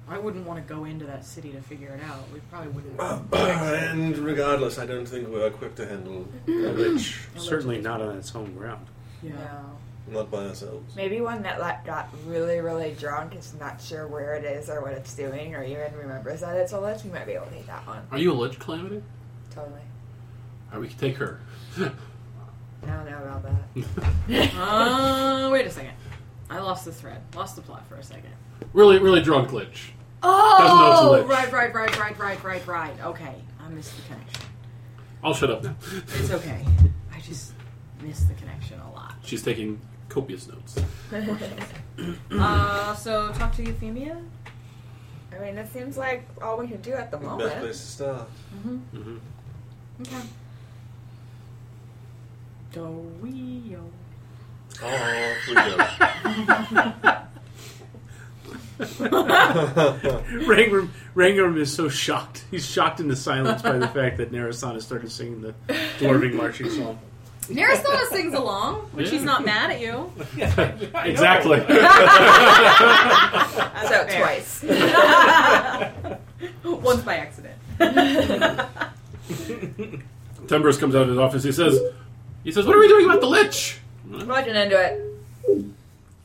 [SPEAKER 2] I wouldn't want to go into that city to figure it out. We probably wouldn't.
[SPEAKER 4] and regardless, I don't think we're equipped to handle
[SPEAKER 1] Mm.
[SPEAKER 4] a witch,
[SPEAKER 3] Certainly not on its home ground.
[SPEAKER 2] Yeah.
[SPEAKER 5] No.
[SPEAKER 4] not by ourselves.
[SPEAKER 5] Maybe one that like, got really, really drunk is not sure where it is or what it's doing, or even remembers that it's a lich. We might be able to take that one.
[SPEAKER 1] Are you a lich, Calamity?
[SPEAKER 5] Totally.
[SPEAKER 1] Or we could take her.
[SPEAKER 5] I don't know about that.
[SPEAKER 2] Uh, wait a second. I lost the thread. Lost the plot for a second.
[SPEAKER 1] really, really drunk lich. know
[SPEAKER 2] Oh,
[SPEAKER 1] it's a lich.
[SPEAKER 2] right, right, right, right, right, right, right. Okay, I missed the connection.
[SPEAKER 1] I'll shut up now.
[SPEAKER 2] It's okay. I just missed the connection a lot.
[SPEAKER 1] She's taking copious notes.
[SPEAKER 2] Uh, so talk to Euphemia.
[SPEAKER 5] I mean, it seems like all we can do at the
[SPEAKER 4] Best
[SPEAKER 5] moment.
[SPEAKER 4] place to start.
[SPEAKER 1] Mm-hmm.
[SPEAKER 2] Okay. Dorio.
[SPEAKER 4] Off we go.
[SPEAKER 3] Rangram, Rangram is so shocked. He's shocked into silence by the fact that Narasana started singing the dwarven marching song.
[SPEAKER 2] Narasana sings along, but she's not mad at you.
[SPEAKER 1] exactly.
[SPEAKER 5] so twice.
[SPEAKER 2] Once by accident.
[SPEAKER 1] Timbers comes out of his office. He says, "He says, what are we doing about the lich?
[SPEAKER 5] Looking into it.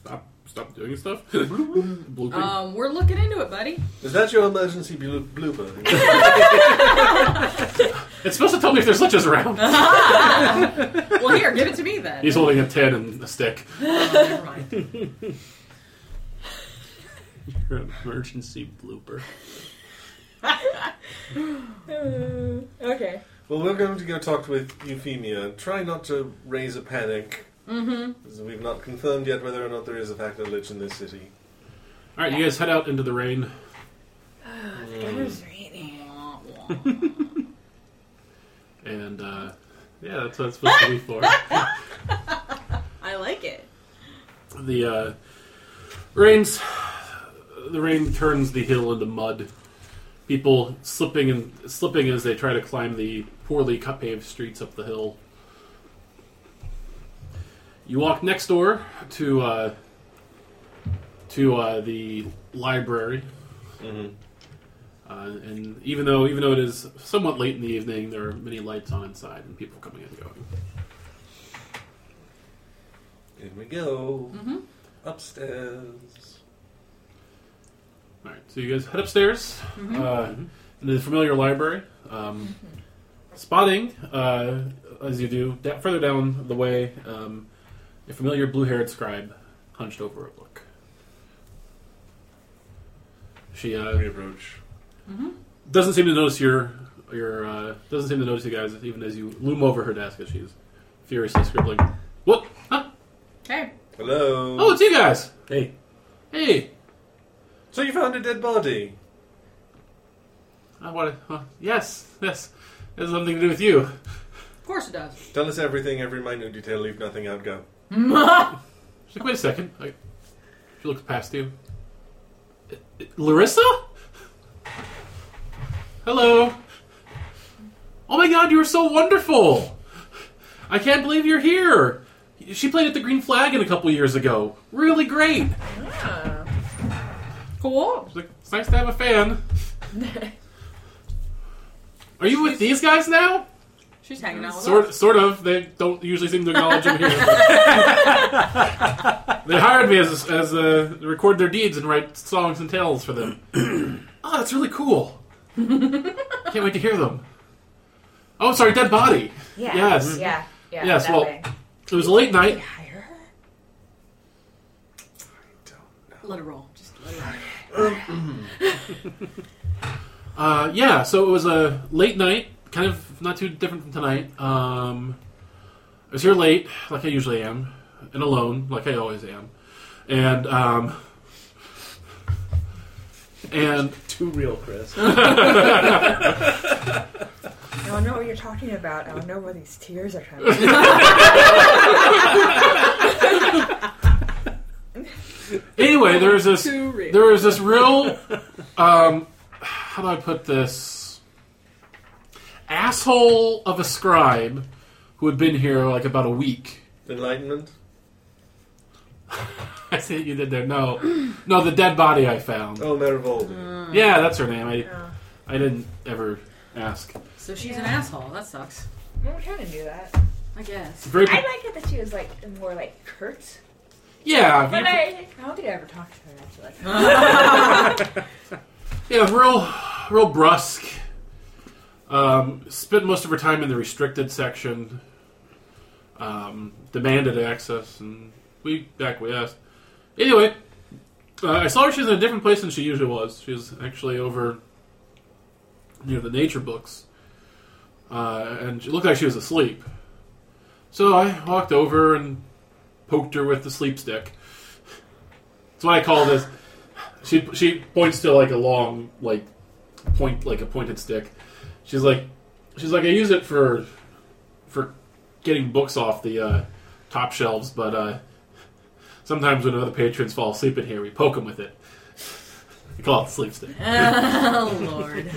[SPEAKER 1] Stop, stop doing stuff. Blooping.
[SPEAKER 2] Um, we're looking into it, buddy.
[SPEAKER 4] Is that your emergency blo- blooper?
[SPEAKER 1] it's supposed to tell me if there's liches around.
[SPEAKER 2] Well, here, give it to me then.
[SPEAKER 1] He's holding a tin and a stick.
[SPEAKER 2] Oh, never mind.
[SPEAKER 3] Your emergency blooper.
[SPEAKER 5] Uh, okay.
[SPEAKER 4] Well, we're going to go talk with Euphemia. Try not to raise a panic. Mm-hmm. We've not confirmed yet whether or not there is a fact of lich in this city.
[SPEAKER 1] All right, you guys head out into the rain. And uh, yeah, that's what it's supposed to be for.
[SPEAKER 2] I like it.
[SPEAKER 1] The uh, rains, the rain turns the hill into mud. People slipping and slipping as they try to climb the poorly cut paved streets up the hill. You walk next door to uh, to uh, the library, uh, and even though even though it is somewhat late in the evening, there are many lights on inside and people coming and going.
[SPEAKER 4] In we go.
[SPEAKER 2] Mm-hmm.
[SPEAKER 4] Upstairs.
[SPEAKER 1] All right, so you guys head upstairs uh, into the familiar library. Um, Spotting, uh, as you do, da- further down the way, um, a familiar blue-haired scribe hunched over a book. She uh,
[SPEAKER 4] We approach.
[SPEAKER 1] doesn't seem to notice your your uh, doesn't seem to notice you guys even as you loom over her desk as she's furiously scribbling. What? Huh?
[SPEAKER 2] Hey,
[SPEAKER 4] Hello.
[SPEAKER 1] Oh, it's you guys!
[SPEAKER 3] Hey,
[SPEAKER 1] Hey,
[SPEAKER 4] so you found a dead body.
[SPEAKER 1] I want to. Huh? Yes, yes. It has something to do with you.
[SPEAKER 2] of course it does.
[SPEAKER 4] Tell us everything, every minute detail, leave nothing out, go.
[SPEAKER 1] She's like, wait a second. Like, she looks past you. "I- I- Larissa? Hello. Oh my god, you are so wonderful. I can't believe you're here. She played at the Green Flag in a couple years ago. Really great.
[SPEAKER 2] Cool.
[SPEAKER 1] She's like, it's nice to have a fan. Are you with these guys now?
[SPEAKER 2] She's hanging out with us.
[SPEAKER 1] Sort, sort of. They don't usually seem to acknowledge them here. they hired me as as uh, to record their deeds and write songs and tales for them. oh, that's really cool. Can't wait to hear them. Oh, sorry, Dead Body.
[SPEAKER 5] Yeah.
[SPEAKER 1] Yes.
[SPEAKER 5] Yeah. Yeah.
[SPEAKER 1] Yes,
[SPEAKER 5] that
[SPEAKER 1] well-
[SPEAKER 5] way.
[SPEAKER 1] It was a late night.
[SPEAKER 5] Hire her?
[SPEAKER 2] Let her roll. Just let her roll.
[SPEAKER 1] Uh, yeah, so it was a late night, kind of not too different from tonight. Um, I was here late, like I usually am, and alone, like I always am, and um, and
[SPEAKER 3] Too real, Chris.
[SPEAKER 5] I don't know what you're talking about. I don't know where these tears are coming. from.
[SPEAKER 1] anyway, there was this
[SPEAKER 2] Too real.
[SPEAKER 1] there was this real um, how do I put this asshole of a scribe who had been here like about a week.
[SPEAKER 4] Enlightenment.
[SPEAKER 1] I see what you did there. No, no, the dead body I found.
[SPEAKER 4] Oh, Merivoldi.
[SPEAKER 5] Uh.
[SPEAKER 1] Yeah, that's her name. I, I didn't ever ask.
[SPEAKER 2] So she's an asshole. That sucks.
[SPEAKER 5] I'm trying to do that.
[SPEAKER 2] I guess.
[SPEAKER 1] Very,
[SPEAKER 5] I like it that she was like more like curt,
[SPEAKER 1] yeah,
[SPEAKER 5] but
[SPEAKER 1] you-
[SPEAKER 5] I, I don't think I ever talked to her actually.
[SPEAKER 1] yeah, real, real brusque. Um, spent most of her time in the restricted section. Um, demanded access, and we acquiesced. Anyway, uh, I saw her. She's in a different place than she usually was. She's actually over near the nature books, uh, and she looked like she was asleep. So I walked over and poked her with the sleep stick. That's what I call this. She she points to like a long like point like a pointed stick. She's like she's like I use it for for getting books off the uh, top shelves, but uh, sometimes when other patrons fall asleep in here, we poke them with it. We call it the sleep stick.
[SPEAKER 2] Oh, Lord.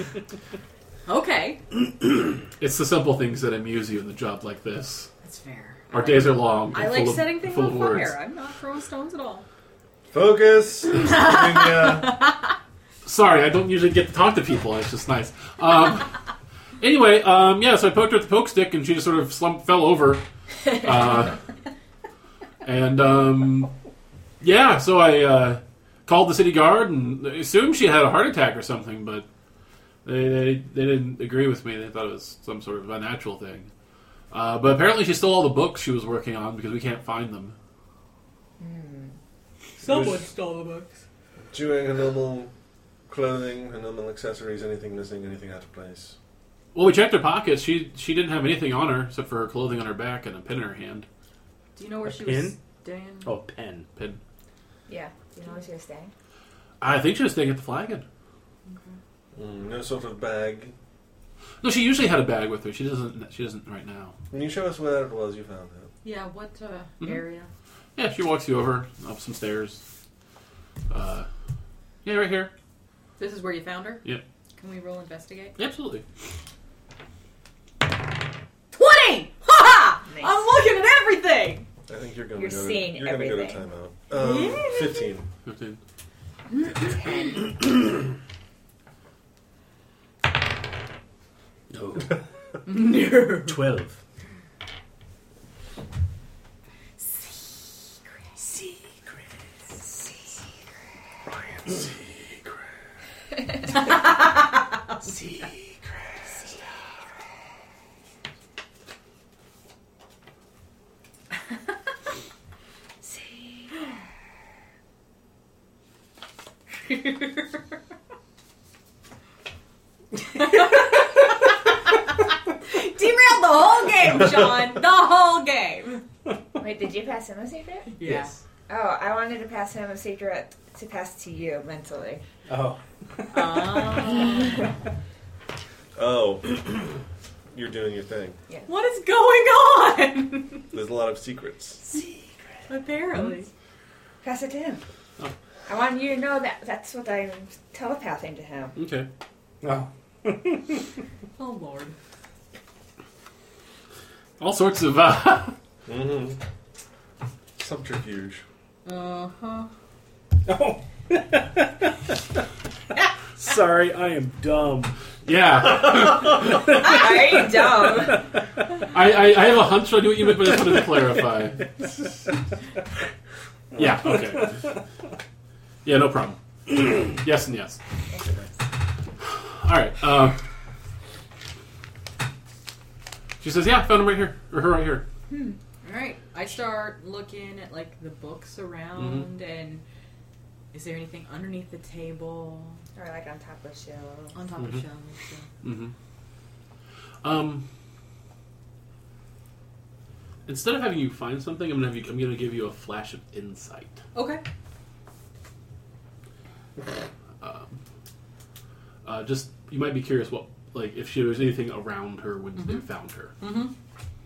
[SPEAKER 2] Okay.
[SPEAKER 1] It's the simple things that amuse you in a job like this.
[SPEAKER 2] That's fair.
[SPEAKER 1] Our days are long. and
[SPEAKER 2] I like
[SPEAKER 1] full of-
[SPEAKER 2] setting things
[SPEAKER 1] full
[SPEAKER 2] on
[SPEAKER 1] of
[SPEAKER 2] fire.
[SPEAKER 1] words.
[SPEAKER 2] I'm not throwing stones at all.
[SPEAKER 4] Focus. yeah.
[SPEAKER 1] Sorry, I don't usually get to talk to people. It's just nice. Um, anyway, um, yeah, so I poked her with the poke stick, and she just sort of slumped, fell over. Uh, and um, yeah, so I uh, called the city guard and assumed she had a heart attack or something, but they, they, they didn't agree with me. They thought it was some sort of unnatural thing. Uh, but apparently, she stole all the books she was working on because we can't find them.
[SPEAKER 4] Someone
[SPEAKER 2] stole the books.
[SPEAKER 4] Doing her normal clothing, her normal accessories, anything missing, anything out of place.
[SPEAKER 1] Well, we checked her pockets. She she didn't have anything on her except for her clothing on her back and a pin in her hand.
[SPEAKER 2] Do you know where
[SPEAKER 3] A
[SPEAKER 2] she was
[SPEAKER 3] pin?
[SPEAKER 2] staying?
[SPEAKER 3] Oh, pen.
[SPEAKER 1] Pin.
[SPEAKER 5] Yeah, you know where she was staying.
[SPEAKER 1] I think she was staying at the Flagon.
[SPEAKER 4] Mm, no sort of bag.
[SPEAKER 1] No, she usually had a bag with her. She doesn't. She doesn't right now.
[SPEAKER 4] Can you show us where it was you found it?
[SPEAKER 2] Yeah, what uh,
[SPEAKER 1] Mhm.
[SPEAKER 2] area?
[SPEAKER 1] Yeah, she walks you over up some stairs. Uh, yeah, right here.
[SPEAKER 2] This is where you found her?
[SPEAKER 1] Yep.
[SPEAKER 2] Can we roll investigate?
[SPEAKER 1] Absolutely.
[SPEAKER 2] 20! Ha ha!
[SPEAKER 5] Nice.
[SPEAKER 2] I'm looking at everything!
[SPEAKER 4] I think you're going
[SPEAKER 5] You're
[SPEAKER 4] to go to,
[SPEAKER 5] seeing
[SPEAKER 4] you're gonna
[SPEAKER 5] everything.
[SPEAKER 4] go to timeout. Um, 15.
[SPEAKER 1] Fifteen.
[SPEAKER 3] No.
[SPEAKER 2] No.
[SPEAKER 3] Twelve.
[SPEAKER 2] Derailed the whole game, Sean! The whole game!
[SPEAKER 5] Wait, did you pass him a secret?
[SPEAKER 2] Yeah.
[SPEAKER 5] Oh, I wanted to pass him a secret to pass to you mentally.
[SPEAKER 3] Oh.
[SPEAKER 2] Oh.
[SPEAKER 4] Oh. you're doing your thing.
[SPEAKER 2] what is going on?
[SPEAKER 4] There's a lot of secrets.
[SPEAKER 5] Secret.
[SPEAKER 2] Apparently.
[SPEAKER 5] Pass it to him.
[SPEAKER 1] Oh.
[SPEAKER 5] I want you to know that that's what I'm telepathing to him.
[SPEAKER 1] Okay.
[SPEAKER 7] Oh.
[SPEAKER 2] Oh lord.
[SPEAKER 1] All sorts of. Uh,
[SPEAKER 4] Mm-hmm. Subterfuge.
[SPEAKER 2] Uh huh.
[SPEAKER 7] Oh. Sorry, I am dumb.
[SPEAKER 1] yeah.
[SPEAKER 5] Are you dumb?
[SPEAKER 1] I, I, I have a hunch I knew what you meant, but I just wanted to clarify. yeah, okay. Yeah, no problem. yes and yes. All right. Uh, she says, yeah, found him right here. Or her right here.
[SPEAKER 2] Alright. I start looking at like the books around and is there anything underneath the table?
[SPEAKER 5] or like on top of shelves.
[SPEAKER 2] On top of the shelves? yeah.
[SPEAKER 1] Mm-hmm. Um, instead of having you find something, I'm gonna have you, I'm gonna give you a flash of insight.
[SPEAKER 2] Okay.
[SPEAKER 1] Uh, just you might be curious what like if she, there was anything around her when they found her.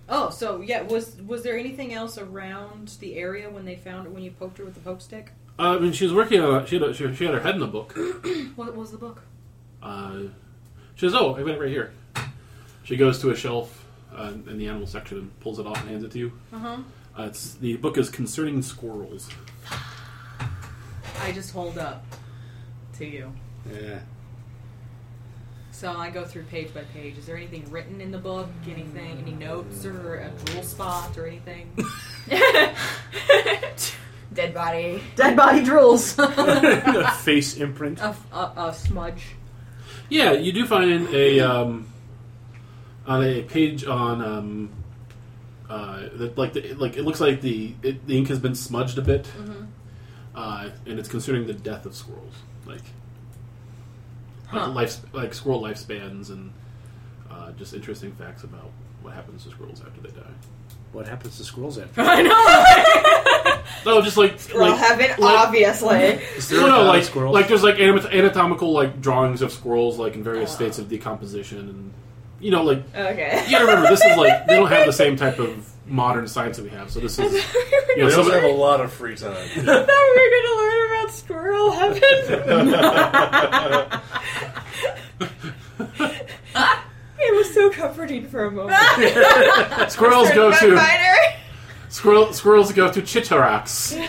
[SPEAKER 2] Oh, so yeah, was was there anything else around the area when they found it when you poked her with the poke stick?
[SPEAKER 1] Uh, I mean, she was working on. She had a, she, she had her head in a book.
[SPEAKER 2] What was the book?
[SPEAKER 1] Uh, she says, "Oh, I got it right here." She goes to a shelf uh, in the animal section and pulls it off and hands it to you.
[SPEAKER 2] Uh huh.
[SPEAKER 1] Uh, it's the book is concerning squirrels.
[SPEAKER 2] I just hold up to you.
[SPEAKER 7] Yeah.
[SPEAKER 2] So I go through page by page. Is there anything written in the book? Anything? Any notes or a drool spot or anything?
[SPEAKER 5] Dead body.
[SPEAKER 2] Dead body drools.
[SPEAKER 3] A face imprint.
[SPEAKER 2] a, a, a smudge.
[SPEAKER 1] Yeah, you do find a um, on a page on um, uh, that like the, like it looks like the it, the ink has been smudged a bit, uh, and it's concerning the death of squirrels, like
[SPEAKER 2] Huh.
[SPEAKER 1] like, life, like squirrel lifespans and uh, just interesting facts about what happens to squirrels after they die.
[SPEAKER 3] What happens to squirrels after?
[SPEAKER 2] I know.
[SPEAKER 1] No, just like
[SPEAKER 5] Well,
[SPEAKER 1] like,
[SPEAKER 5] heaven,
[SPEAKER 1] like-
[SPEAKER 5] obviously.
[SPEAKER 3] Is
[SPEAKER 1] No, no,
[SPEAKER 3] a
[SPEAKER 1] like
[SPEAKER 3] squirrel?
[SPEAKER 1] like there's like anat- anatomical like drawings of squirrels like in various states of decomposition and you know like
[SPEAKER 5] Okay.
[SPEAKER 1] you gotta remember this is like they don't have the same type of modern science that we have so this is you know,
[SPEAKER 4] They
[SPEAKER 1] some,
[SPEAKER 4] also have a lot of free time.
[SPEAKER 5] I thought we were going to learn about squirrel heaven. it was so comforting for a moment.
[SPEAKER 1] squirrels go to
[SPEAKER 5] Fighter.
[SPEAKER 1] squirrel, squirrels go to Chicharax,
[SPEAKER 2] oh,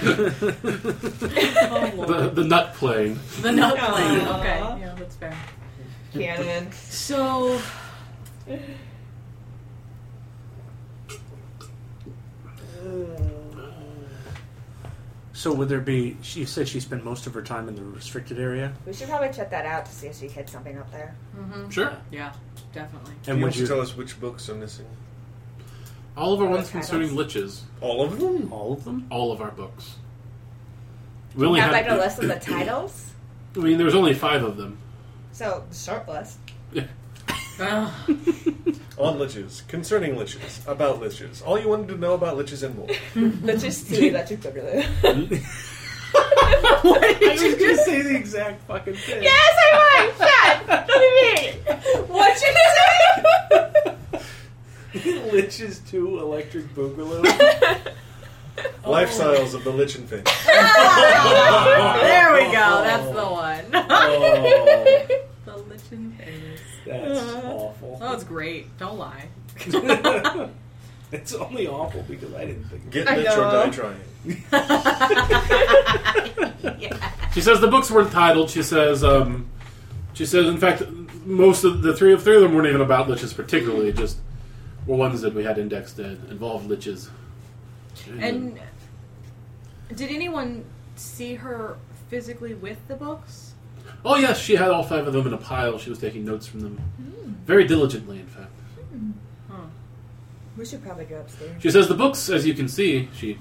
[SPEAKER 1] the,
[SPEAKER 2] Lord.
[SPEAKER 1] the nut plane.
[SPEAKER 2] The nut
[SPEAKER 5] Aw.
[SPEAKER 2] plane. Okay. Yeah, that's fair.
[SPEAKER 5] Canon.
[SPEAKER 2] Uh-huh. So
[SPEAKER 3] So would there be? She said she spent most of her time in the restricted area.
[SPEAKER 5] We should probably check that out to see if she hid something up there.
[SPEAKER 1] Sure,
[SPEAKER 2] yeah, definitely.
[SPEAKER 4] And
[SPEAKER 3] would
[SPEAKER 4] would you tell us which books are missing?
[SPEAKER 1] all of our ones
[SPEAKER 5] Okay,
[SPEAKER 1] concerning liches,
[SPEAKER 4] All of them?
[SPEAKER 3] all of them?
[SPEAKER 1] all of our books. We only
[SPEAKER 5] Have like a
[SPEAKER 1] had.
[SPEAKER 5] list of the titles?
[SPEAKER 1] I mean, there's only five of them.
[SPEAKER 5] So, short list.
[SPEAKER 2] Ah,
[SPEAKER 4] On liches, concerning liches, about liches, all you wanted to know about liches and more.
[SPEAKER 5] Let's just see that you could really.
[SPEAKER 3] I was gonna say the exact fucking thing.
[SPEAKER 5] Yes, I won! God, look at me! What you say?
[SPEAKER 3] Liches to electric boogaloo.
[SPEAKER 2] Oh.
[SPEAKER 4] Lifestyles of the lich and thing.
[SPEAKER 2] there we go. That's the one.
[SPEAKER 3] Oh,
[SPEAKER 2] the lichen phase.
[SPEAKER 3] that's
[SPEAKER 2] Oh,
[SPEAKER 3] awful.
[SPEAKER 2] that's great. Don't lie.
[SPEAKER 3] it's only awful because I didn't think. Of it.
[SPEAKER 4] Get
[SPEAKER 5] I
[SPEAKER 4] lich or
[SPEAKER 5] know.
[SPEAKER 4] die trying.
[SPEAKER 1] She says the books weren't titled. She says, um, she says, in fact, most of the three of three of them weren't even about liches particularly. Just were ones that we had indexed that involved liches.
[SPEAKER 2] And did anyone see her physically with the books?
[SPEAKER 1] Oh yes, she had all five of them in a pile. She was taking notes from them very diligently, in fact.
[SPEAKER 5] We should probably go upstairs.
[SPEAKER 1] She says the books, as you can see, she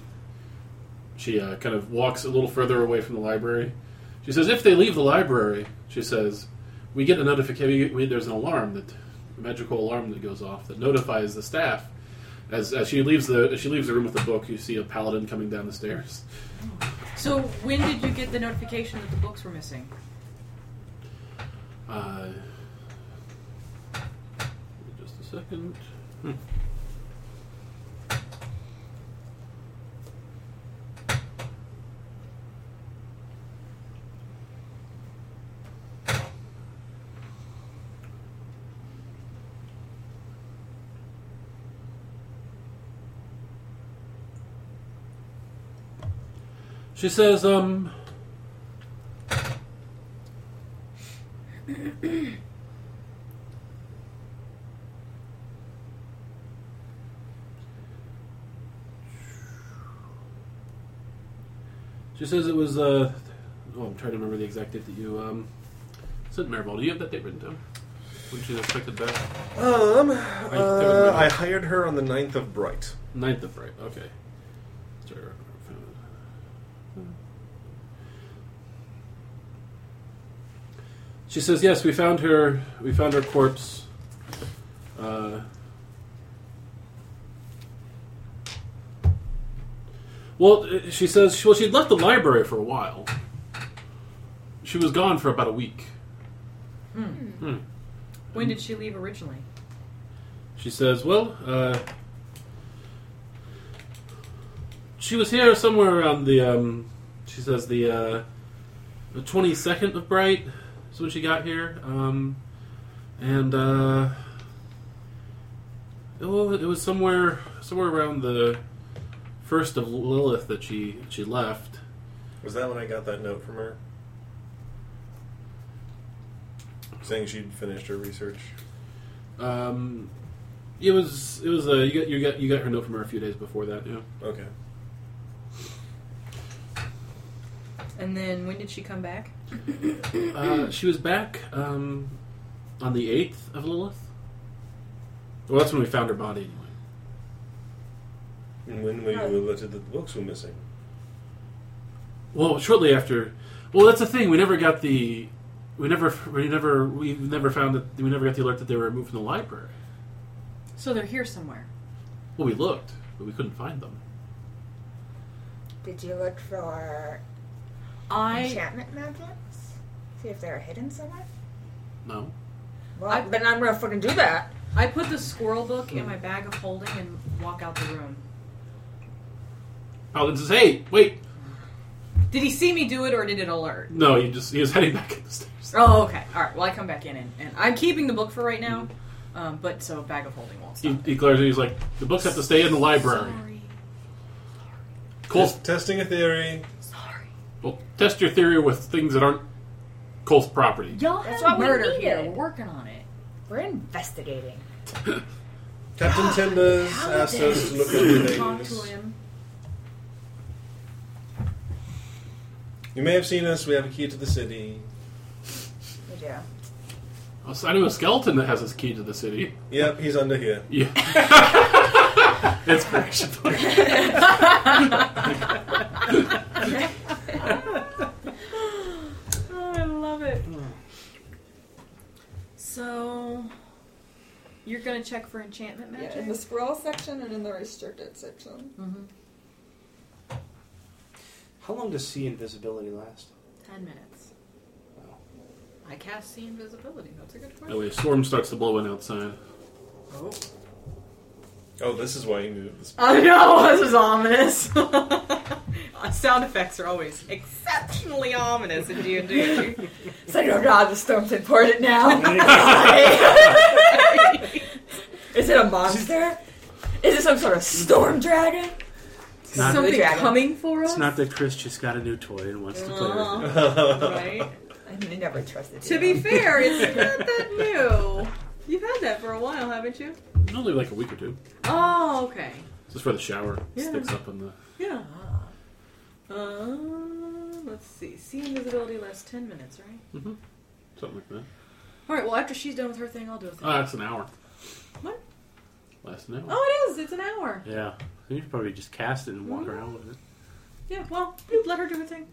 [SPEAKER 1] she uh, kind of walks a little further away from the library. She says if they leave the library, she says we get a notification. We, there's an alarm that a magical alarm that goes off that notifies the staff. As, as she leaves the as she leaves the room with the book, you see a paladin coming down the stairs.
[SPEAKER 2] So when did you get the notification that the books were missing?
[SPEAKER 1] Uh, just a second. Hmm. She says, um. She says it was, uh. Oh, I'm trying to remember the exact date that you, um. Said Maribel, do you have that date written down? When she expected that?
[SPEAKER 4] Um,
[SPEAKER 1] I-
[SPEAKER 4] uh, I hired her on the 9th of Bright.
[SPEAKER 1] Ninth of right, okay. Sure. She says, "Yes, we found her. We found her corpse. Uh, well, uh, she says, well, she'd left the library for a while. She was gone for about a week.
[SPEAKER 2] When did she leave originally?
[SPEAKER 1] She says, "Well, uh, she was here somewhere around the." Um, she says the uh, the twenty second of bright is when she got here, um, and uh, it, wa- it was somewhere somewhere around the first of Lilith that she she left.
[SPEAKER 4] Was that when I got that note from her? Saying she'd finished her research.
[SPEAKER 1] Um, it was it was uh, you got you got you got her note from her a few days before that. Yeah,
[SPEAKER 4] Okay.
[SPEAKER 2] And then when did she come back?
[SPEAKER 1] uh, she was back um, on the eighth of Lilith. Well, that's when we found her body. Anyway,
[SPEAKER 4] And when we related that the books were missing.
[SPEAKER 1] well, shortly after. Well, that's the thing. We never got the. We never. We never. We never found that. We never got the alert that they were removed from the library.
[SPEAKER 2] So they're here somewhere.
[SPEAKER 1] Well, we looked, but we couldn't find them.
[SPEAKER 5] Did you look for
[SPEAKER 2] I
[SPEAKER 5] enchantment magnets? See if they're hidden somewhere?
[SPEAKER 1] No.
[SPEAKER 5] Well,
[SPEAKER 2] I-
[SPEAKER 5] then I'm gonna fucking do that.
[SPEAKER 2] I put the squirrel book in my bag of holding and walk out the room.
[SPEAKER 1] Paladin says, "Hey, wait!
[SPEAKER 2] Did he see me do it or did it alert?
[SPEAKER 1] No, you just he was heading back up the stairs."
[SPEAKER 2] Oh, okay. All right. Well, I come back in and, and I'm keeping the book for right now. Um, but so bag of holding won't
[SPEAKER 1] He,
[SPEAKER 2] stop.
[SPEAKER 1] he glares at you. He's like, "The books have to stay in the library."
[SPEAKER 6] Sorry.
[SPEAKER 1] Cool.
[SPEAKER 4] Test- testing a theory.
[SPEAKER 6] Sorry.
[SPEAKER 1] Well, test your theory with things that aren't Cole's property.
[SPEAKER 2] Y'all
[SPEAKER 5] That's
[SPEAKER 2] have
[SPEAKER 5] what we
[SPEAKER 2] murder here.
[SPEAKER 5] needed.
[SPEAKER 2] We're working on it.
[SPEAKER 5] We're investigating.
[SPEAKER 4] Captain Timbers asked us to look into
[SPEAKER 2] Talk to
[SPEAKER 4] things.
[SPEAKER 2] him.
[SPEAKER 4] You may have seen us. We have a key to the city.
[SPEAKER 5] We do.
[SPEAKER 1] Oh, so I know a skeleton that has his key to the city.
[SPEAKER 4] Yep, he's under here.
[SPEAKER 1] Yeah. Inspiration.
[SPEAKER 2] Oh, I love it. So you're gonna check for enchantment magic.
[SPEAKER 8] Yeah, in the scroll section and in the restricted section.
[SPEAKER 7] How long does sea invisibility last?
[SPEAKER 2] Ten minutes. I cast see invisibility. That's a good
[SPEAKER 1] That
[SPEAKER 2] question.
[SPEAKER 1] way, a storm starts to blow in outside.
[SPEAKER 4] Oh, this is why he moved this.
[SPEAKER 2] I know this is ominous. Sound effects are always exceptionally ominous in D and D.
[SPEAKER 5] So oh god, the storm's important now. Is it a monster? Is it some sort of storm dragon?
[SPEAKER 3] Not-
[SPEAKER 2] Something
[SPEAKER 5] Dragon.
[SPEAKER 2] coming for us.
[SPEAKER 3] It's not that Chris just got a new toy and wants to play
[SPEAKER 5] Uh-huh.
[SPEAKER 3] with it.
[SPEAKER 2] Uh, right.
[SPEAKER 5] I never trusted
[SPEAKER 2] To be fair, it's not that new. You've had that for a while, haven't you?
[SPEAKER 1] Only like a week or two.
[SPEAKER 2] Oh, okay.
[SPEAKER 1] Just for the shower. It
[SPEAKER 2] Yeah.
[SPEAKER 1] Sticks up on the.
[SPEAKER 2] Yeah. Um, let's see. See invisibility lasts ten minutes, right?
[SPEAKER 1] Something like that.
[SPEAKER 2] All right. Well, after she's done with her thing, I'll do a thing.
[SPEAKER 3] Uh,
[SPEAKER 1] Ah, that's an hour.
[SPEAKER 2] What?
[SPEAKER 1] Last an hour.
[SPEAKER 2] oh, it is. It's an hour.
[SPEAKER 3] Yeah. You should probably just cast it and walk around with it.
[SPEAKER 2] Yeah. Well, let her do her thing.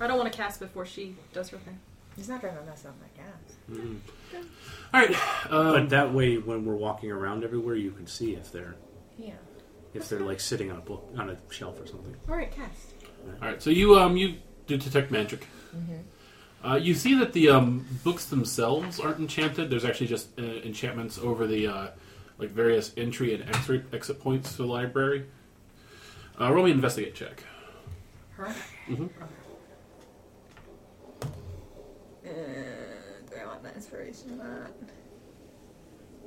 [SPEAKER 2] I don't want to cast before she does her thing.
[SPEAKER 5] He's not gonna mess up my gas.
[SPEAKER 1] All right. Um,
[SPEAKER 3] But that way, when we're walking around everywhere, you can see if they're
[SPEAKER 5] Yeah.
[SPEAKER 3] if they're like sitting on a book on a shelf or something.
[SPEAKER 2] All right, cast.
[SPEAKER 1] all right. So you um you do detect magic.
[SPEAKER 2] Mm-hmm.
[SPEAKER 1] Uh, you see that the um, books themselves aren't enchanted. There's actually just uh, enchantments over the uh, like various entry and exit exit points to the library. Uh, roll me an investigate check.
[SPEAKER 2] Her.
[SPEAKER 5] Uh, do I want that inspiration or not?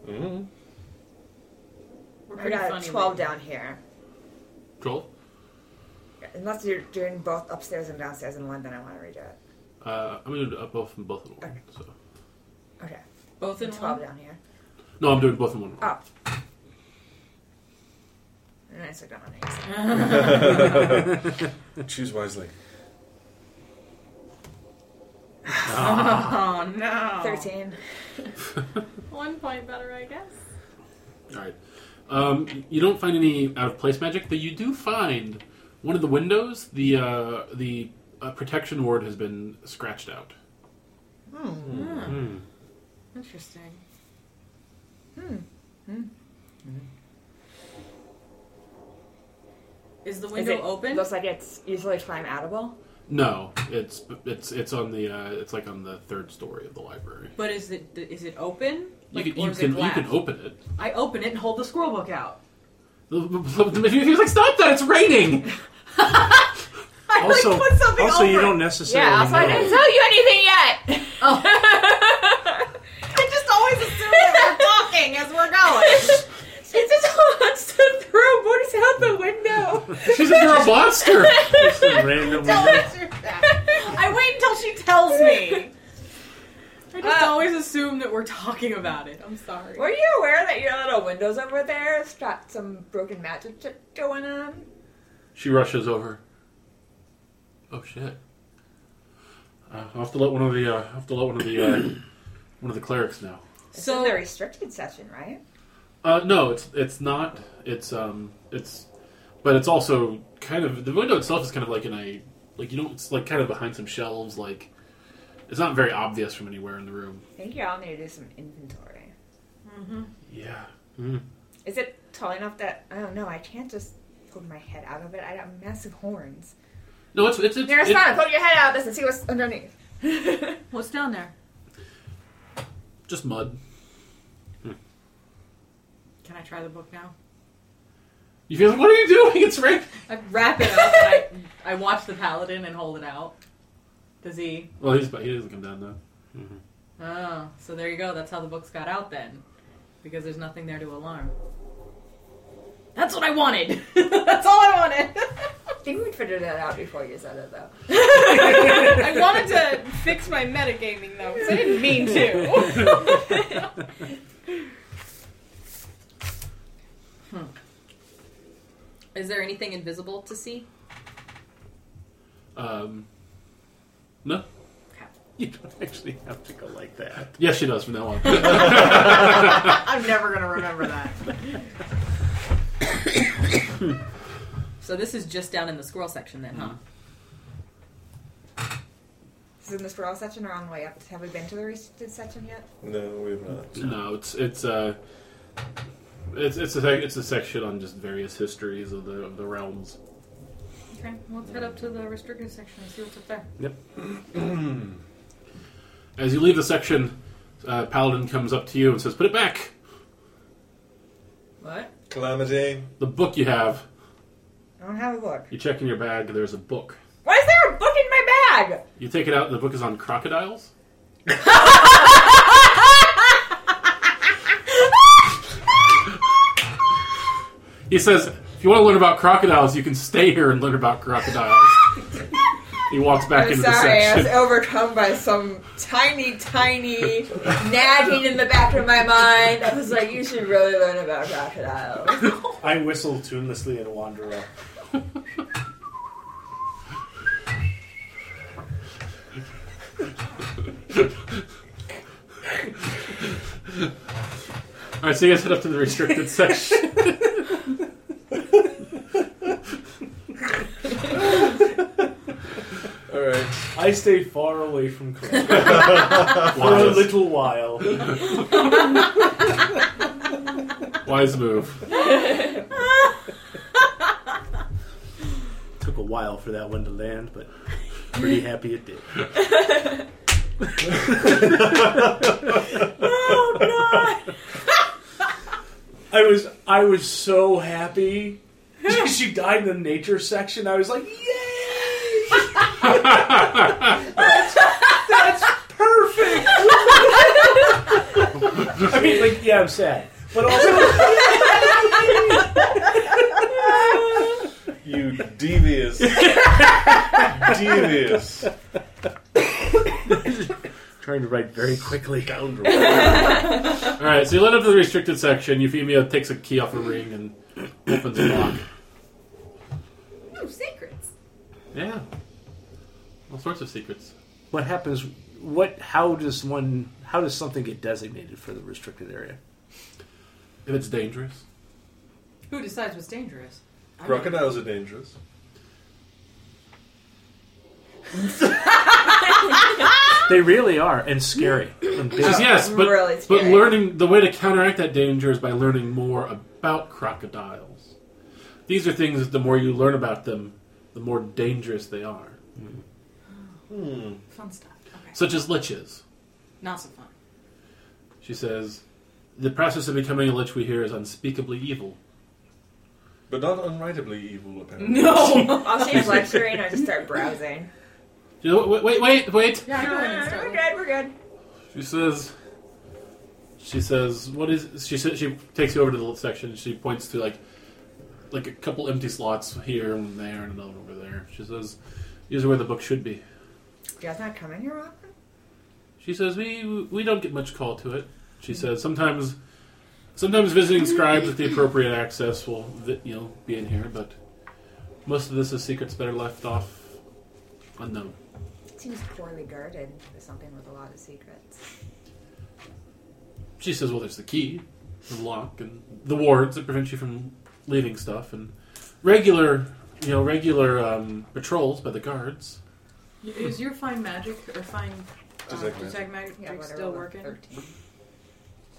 [SPEAKER 4] Mm-hmm.
[SPEAKER 2] We're
[SPEAKER 5] I got a
[SPEAKER 2] funny
[SPEAKER 5] 12
[SPEAKER 2] with-
[SPEAKER 5] down here.
[SPEAKER 1] Joel.
[SPEAKER 5] Yeah. Unless you're doing both upstairs and downstairs in one, then I want to redo it.
[SPEAKER 1] Uh, I'm going to do uh, both from both of them.
[SPEAKER 5] Okay.
[SPEAKER 1] So.
[SPEAKER 5] Okay.
[SPEAKER 2] Both in
[SPEAKER 5] Twelve
[SPEAKER 2] one.
[SPEAKER 5] down here.
[SPEAKER 1] No, I'm doing both in
[SPEAKER 2] Ah.
[SPEAKER 1] one.
[SPEAKER 5] Oh. And I still got my names.
[SPEAKER 4] Choose wisely.
[SPEAKER 2] Oh no.
[SPEAKER 5] Thirteen.
[SPEAKER 6] One point better, I guess.
[SPEAKER 1] All right. Um, you don't find any out of place magic, but you do find one of the windows. The uh, the uh, protection ward has been scratched out.
[SPEAKER 2] Interesting. Mm-hmm. Hmm. Is the
[SPEAKER 5] Is
[SPEAKER 2] window
[SPEAKER 5] it-
[SPEAKER 2] open?
[SPEAKER 5] Looks like it's easily climb outable.
[SPEAKER 1] No, it's it's it's on the uh, it's like on the third story of the library.
[SPEAKER 2] But is it is it open? Like,
[SPEAKER 1] you can
[SPEAKER 2] or
[SPEAKER 1] you
[SPEAKER 2] is
[SPEAKER 1] can,
[SPEAKER 2] it
[SPEAKER 1] you can
[SPEAKER 2] glass?
[SPEAKER 1] open it.
[SPEAKER 2] I open it and hold the scroll book out.
[SPEAKER 1] He's like, stop that! It's raining.
[SPEAKER 2] I
[SPEAKER 3] Also,
[SPEAKER 2] like put something
[SPEAKER 3] also you
[SPEAKER 2] over
[SPEAKER 3] don't
[SPEAKER 2] it.
[SPEAKER 3] necessarily
[SPEAKER 5] Yeah, also I didn't
[SPEAKER 3] know.
[SPEAKER 5] tell you anything yet.
[SPEAKER 2] Oh. I just always assume that we're talking as we're going.
[SPEAKER 5] It's just wants to throw books out the window.
[SPEAKER 1] She's like, you're a monster.
[SPEAKER 3] Just a random window.
[SPEAKER 2] I wait until she tells me. I just always assume that we're talking about it. I'm sorry.
[SPEAKER 5] Were you aware that your little windows over there got some broken magic shit going on?
[SPEAKER 1] She rushes over. Oh shit! Uh, I'll have to let one of the uh, I'll have to let one of the uh, one of the clerics know.
[SPEAKER 5] It's
[SPEAKER 2] So-
[SPEAKER 5] in the restricted session, right?
[SPEAKER 1] Uh, no, it's it's not. It's um, it's, but it's also kind of the window itself is kind of like in a like you don't. It's like kind of behind some shelves. Like it's not very obvious from anywhere in the room.
[SPEAKER 5] I think y'all need to do some inventory.
[SPEAKER 1] Yeah.
[SPEAKER 5] Is it tall enough that I don't know? I can't just poke my head out of it. I got massive horns.
[SPEAKER 1] No, it's it's it's,
[SPEAKER 5] Nearest
[SPEAKER 1] it-
[SPEAKER 5] one, poke your head out of this and see what's underneath.
[SPEAKER 2] What's down there?
[SPEAKER 1] just mud.
[SPEAKER 2] Can I try the book now?
[SPEAKER 1] You feel like what are you doing? It's right.
[SPEAKER 2] I wrap it up. and I, I watch the paladin and hold it out. Does he?
[SPEAKER 1] Well, he's but he doesn't come down though.
[SPEAKER 2] Oh, so there you go. That's how the books got out then, because there's nothing there to alarm. That's what I wanted. That's all I
[SPEAKER 5] I think we figured that out before you said it, though.
[SPEAKER 2] wanted.
[SPEAKER 6] I wanted to fix my metagaming though, because I didn't mean to.
[SPEAKER 2] Hmm. Is there anything invisible to see?
[SPEAKER 1] Um, no.
[SPEAKER 2] Okay.
[SPEAKER 3] You don't actually have to go like that.
[SPEAKER 1] Yes, she does from now on.
[SPEAKER 2] I'm never gonna remember that. so this is just down in the squirrel section then, huh?
[SPEAKER 5] So in the scroll section or on the way up? Have we been to the restricted section yet?
[SPEAKER 4] No, we have not.
[SPEAKER 1] no, it's it's uh, it's it's a sec- it's a section on just various histories of the of the realms.
[SPEAKER 2] Okay, well, let's head up to the restricted section and see what's up there.
[SPEAKER 1] As you leave the section, uh, Paladin comes up to you and says, "Put it back.
[SPEAKER 2] What?
[SPEAKER 4] Calamity.
[SPEAKER 1] The book you have.
[SPEAKER 5] I don't have a book.
[SPEAKER 1] You check in your bag. There's a book.
[SPEAKER 5] Why is there a book in my bag?
[SPEAKER 1] You take it out. and The book is on crocodiles. he says, "If you want to learn about crocodiles, you can stay here and learn about crocodiles." he walks back
[SPEAKER 5] I'm
[SPEAKER 1] into
[SPEAKER 5] sorry, I
[SPEAKER 1] the
[SPEAKER 5] was
[SPEAKER 1] section.
[SPEAKER 5] overcome by some tiny, tiny nagging in the back of my mind. I was like, you should really learn about crocodiles.
[SPEAKER 7] I whistle tunelessly and wander up.
[SPEAKER 1] All right, so you guys head up to the restricted section.
[SPEAKER 4] All right.
[SPEAKER 7] I stay far away from Claire for a
[SPEAKER 1] Wise,
[SPEAKER 7] little while.
[SPEAKER 1] wise move.
[SPEAKER 3] Took a while for that one to land, but pretty happy it did.
[SPEAKER 2] Oh,
[SPEAKER 7] I was I was so happy. she died in the nature section. I was like, yay! that's, that's perfect. I mean, like, yeah, I'm sad, but also
[SPEAKER 4] You you devious. devious.
[SPEAKER 3] Trying to write very quickly.
[SPEAKER 4] Scoundrel.
[SPEAKER 1] All right, so you let up to the restricted section. Euphemia takes a key off a ring and opens a lock.
[SPEAKER 6] Ooh, secrets.
[SPEAKER 1] Yeah, all sorts of secrets.
[SPEAKER 3] What happens? What? How does one? How does something get designated for the restricted area?
[SPEAKER 1] If it's dangerous,
[SPEAKER 2] Who decides what's dangerous? I don't-
[SPEAKER 4] Crocodiles are dangerous.
[SPEAKER 3] They really are, and scary. and big.
[SPEAKER 1] Just- yes, but
[SPEAKER 5] really
[SPEAKER 1] but
[SPEAKER 5] scary.
[SPEAKER 1] learning the way to counteract that danger is by learning more about crocodiles. These are things that the more you learn about them, the more dangerous they are.
[SPEAKER 2] Fun stuff. Okay.
[SPEAKER 1] Such as liches.
[SPEAKER 2] Not so fun.
[SPEAKER 1] She says, "The process of becoming a lich we hear is unspeakably evil."
[SPEAKER 4] But not unrightably evil, apparently.
[SPEAKER 2] No!
[SPEAKER 5] I'll change lecture and I just start browsing.
[SPEAKER 1] She says, wait, wait, wait, wait.
[SPEAKER 2] yeah, I go ahead and
[SPEAKER 5] we're
[SPEAKER 2] start.
[SPEAKER 5] good. We're good.
[SPEAKER 1] She says, she says, what is? She says she takes you over to the section. She points to like, like a couple empty slots here and there and another over there. She says, "These are where the book should be."
[SPEAKER 5] You guys not coming here often?
[SPEAKER 1] She says, "We we don't get much call to it." She says, "Sometimes, sometimes visiting scribes with the appropriate access will vi- you know be in here, but most of this is secrets that are left off unknown."
[SPEAKER 5] It seems poorly guarded. There's something with a lot of secrets.
[SPEAKER 1] She says, "Well, there's the key, the lock, and the wards that prevent you from leaving stuff, and regular, you know, regular um, patrols by the guards."
[SPEAKER 2] Is your fine magic or fine uh,
[SPEAKER 4] Detect magic.
[SPEAKER 2] detect magic
[SPEAKER 5] whatever,
[SPEAKER 2] still
[SPEAKER 5] we're
[SPEAKER 2] working?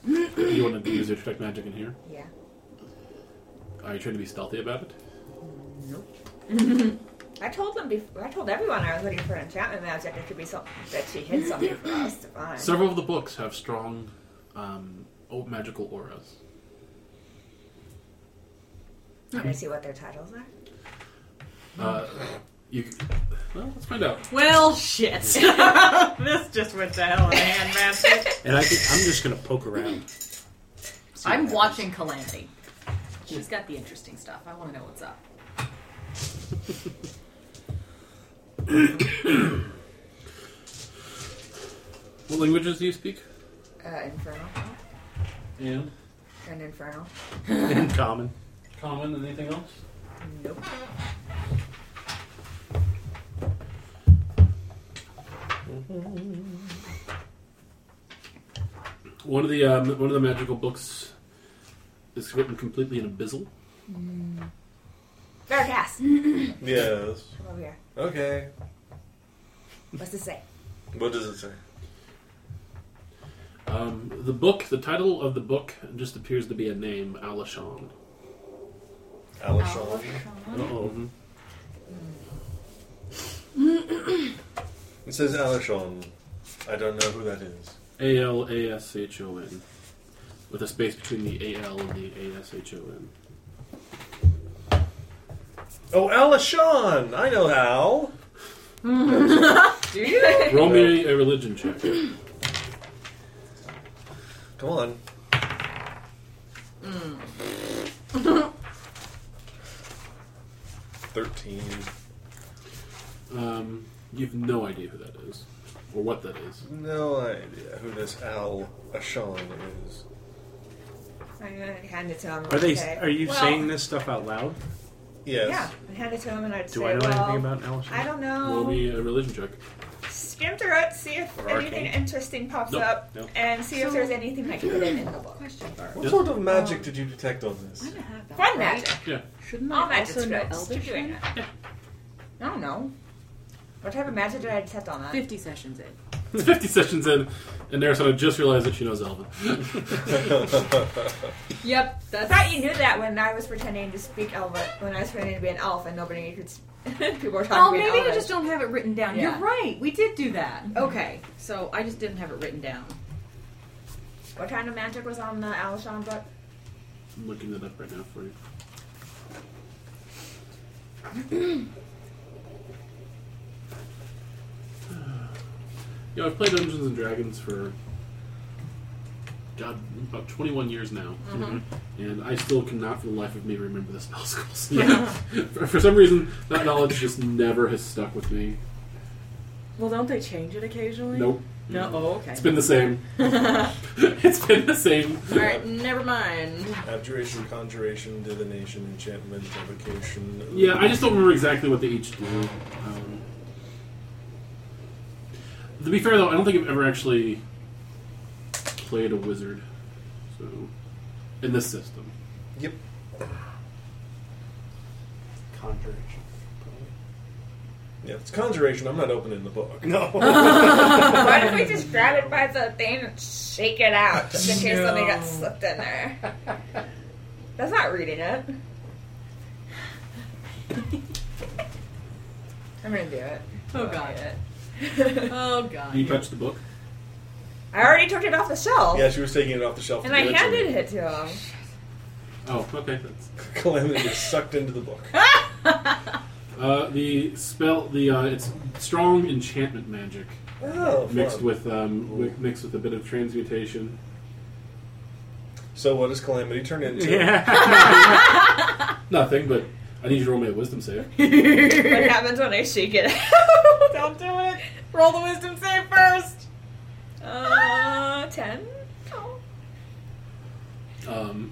[SPEAKER 5] 13.
[SPEAKER 1] you want to use your detect magic in here?
[SPEAKER 5] Yeah.
[SPEAKER 1] Are you trying to be stealthy about it?
[SPEAKER 5] Nope. I told them before. I told everyone I was looking for an enchantment magic. It could be something that she hid something for us to find.
[SPEAKER 1] Several of the books have strong, um, old magical auras.
[SPEAKER 5] Can I see what their titles are?
[SPEAKER 1] Uh, you, well, let's find out.
[SPEAKER 2] Well, shit. this just went to hell in a handbasket.
[SPEAKER 3] And I think I'm just gonna poke around. See
[SPEAKER 2] I'm
[SPEAKER 3] what
[SPEAKER 2] watching Calamity. She's got the interesting stuff. I want to know what's up.
[SPEAKER 1] What languages do you speak?
[SPEAKER 5] Uh, infernal.
[SPEAKER 1] Yeah,
[SPEAKER 5] An infernal.
[SPEAKER 3] happens. in common.
[SPEAKER 1] common. Anything else?
[SPEAKER 5] Nope.
[SPEAKER 1] One of the um, one of the magical books is written completely in abyssal.
[SPEAKER 5] Fair cast.
[SPEAKER 4] Yes.
[SPEAKER 5] Come over here.
[SPEAKER 4] Okay.
[SPEAKER 5] What's this say?
[SPEAKER 4] What does it say?
[SPEAKER 1] Um, the book, the title of the book, just appears to be a name, Alishan.
[SPEAKER 2] Oh,
[SPEAKER 4] Alishon.
[SPEAKER 3] Uh-oh.
[SPEAKER 5] Mm-hmm.
[SPEAKER 4] It says Alishon. I don't know who that is.
[SPEAKER 1] A L A S H O N, with a space between the A L and the A S H O N.
[SPEAKER 4] Oh, Alishon! I know Al!
[SPEAKER 5] Do you?
[SPEAKER 1] Roll me a religion check.
[SPEAKER 4] Come on.
[SPEAKER 2] Hmm.
[SPEAKER 4] Thirteen.
[SPEAKER 1] Um, you have no idea who that is, or what that is.
[SPEAKER 4] No idea who this Al Ashon is.
[SPEAKER 5] I'm gonna hand it to him.
[SPEAKER 3] Are they?
[SPEAKER 5] Okay.
[SPEAKER 3] Are you
[SPEAKER 5] Well,
[SPEAKER 3] saying this stuff out loud?
[SPEAKER 4] Yes.
[SPEAKER 5] Yeah. I hand it to him and I'd
[SPEAKER 3] Do
[SPEAKER 5] say,
[SPEAKER 3] I know
[SPEAKER 5] well,
[SPEAKER 3] anything about Alice?
[SPEAKER 5] I don't
[SPEAKER 1] Roll
[SPEAKER 5] know.
[SPEAKER 1] me a religion check.
[SPEAKER 5] Skim through it, see if
[SPEAKER 3] Or
[SPEAKER 5] anything
[SPEAKER 3] arcane.
[SPEAKER 5] interesting pops
[SPEAKER 1] Nope,
[SPEAKER 5] up,
[SPEAKER 3] nope.
[SPEAKER 5] and see if there's anything like hidden in the book.
[SPEAKER 2] Question.
[SPEAKER 4] What sort of magic did you detect on this?
[SPEAKER 5] Fun magic.
[SPEAKER 1] Yeah.
[SPEAKER 2] Shouldn't
[SPEAKER 5] All
[SPEAKER 2] I
[SPEAKER 5] magic's
[SPEAKER 2] also
[SPEAKER 5] good.
[SPEAKER 2] know
[SPEAKER 5] Just keep
[SPEAKER 2] Elvish?
[SPEAKER 5] doing
[SPEAKER 2] then?
[SPEAKER 5] it. I don't know. What type of magic did I detect on that?
[SPEAKER 2] 50 sessions in.
[SPEAKER 1] It's 50 sessions in, and Narasana just realized that she knows Elvin.
[SPEAKER 2] Yep,
[SPEAKER 5] I
[SPEAKER 2] that's.
[SPEAKER 5] thought you knew that when I was pretending to speak elf, when I was pretending to be an elf, and nobody could. s- people were talking
[SPEAKER 2] Oh,
[SPEAKER 5] to me.
[SPEAKER 2] maybe
[SPEAKER 5] in
[SPEAKER 2] I
[SPEAKER 5] elvish.
[SPEAKER 2] just don't have it written down.
[SPEAKER 5] Yeah.
[SPEAKER 2] You're right. We did do that. Okay, so I just didn't have it written down.
[SPEAKER 5] What kind of magic was on the Alshon book?
[SPEAKER 1] I'm looking that up right now for you. you know, I've played Dungeons and Dragons for God, about 21 years now, and I still cannot, for the life of me, remember the spell schools. for, for some reason, that knowledge just never has stuck with me.
[SPEAKER 5] Well, don't they change it occasionally?
[SPEAKER 1] Nope,
[SPEAKER 2] No. Oh, okay.
[SPEAKER 1] it's been the same. it's been the same.
[SPEAKER 2] All right. Never mind.
[SPEAKER 4] Abjuration, conjuration, divination, enchantment, evocation.
[SPEAKER 1] Yeah, I just don't remember exactly what they each do. Um, to be fair, though, I don't think I've ever actually played a wizard. So, in this system,
[SPEAKER 4] Yep.
[SPEAKER 3] Conjuration.
[SPEAKER 4] Yeah, it's conjuration. I'm not opening the book.
[SPEAKER 3] No.
[SPEAKER 5] Why don't we just grab it by the thing and shake it out just in case something got slipped in there? That's not reading it. I'm gonna do it.
[SPEAKER 2] Oh god.
[SPEAKER 5] I
[SPEAKER 2] Oh god.
[SPEAKER 1] you touch the book.
[SPEAKER 5] already took it off the shelf,
[SPEAKER 4] Yeah, she was taking it off the shelf.
[SPEAKER 5] and
[SPEAKER 4] to
[SPEAKER 5] I
[SPEAKER 4] give it to
[SPEAKER 5] handed
[SPEAKER 4] me.
[SPEAKER 5] it to him.
[SPEAKER 1] Oh, okay. That's,
[SPEAKER 4] Calamity gets sucked into the book.
[SPEAKER 1] uh, the spell, the uh, it's strong enchantment magic
[SPEAKER 4] Oh,
[SPEAKER 1] mixed
[SPEAKER 4] fun.
[SPEAKER 1] with um, wi- mixed with a bit of transmutation.
[SPEAKER 4] So what does calamity turn into?
[SPEAKER 3] yeah.
[SPEAKER 1] Nothing, but I need you to roll me a wisdom save.
[SPEAKER 5] What happens when I shake it out? Don't do it. Roll the wisdom save first. Uh, ten. Oh.
[SPEAKER 1] Um,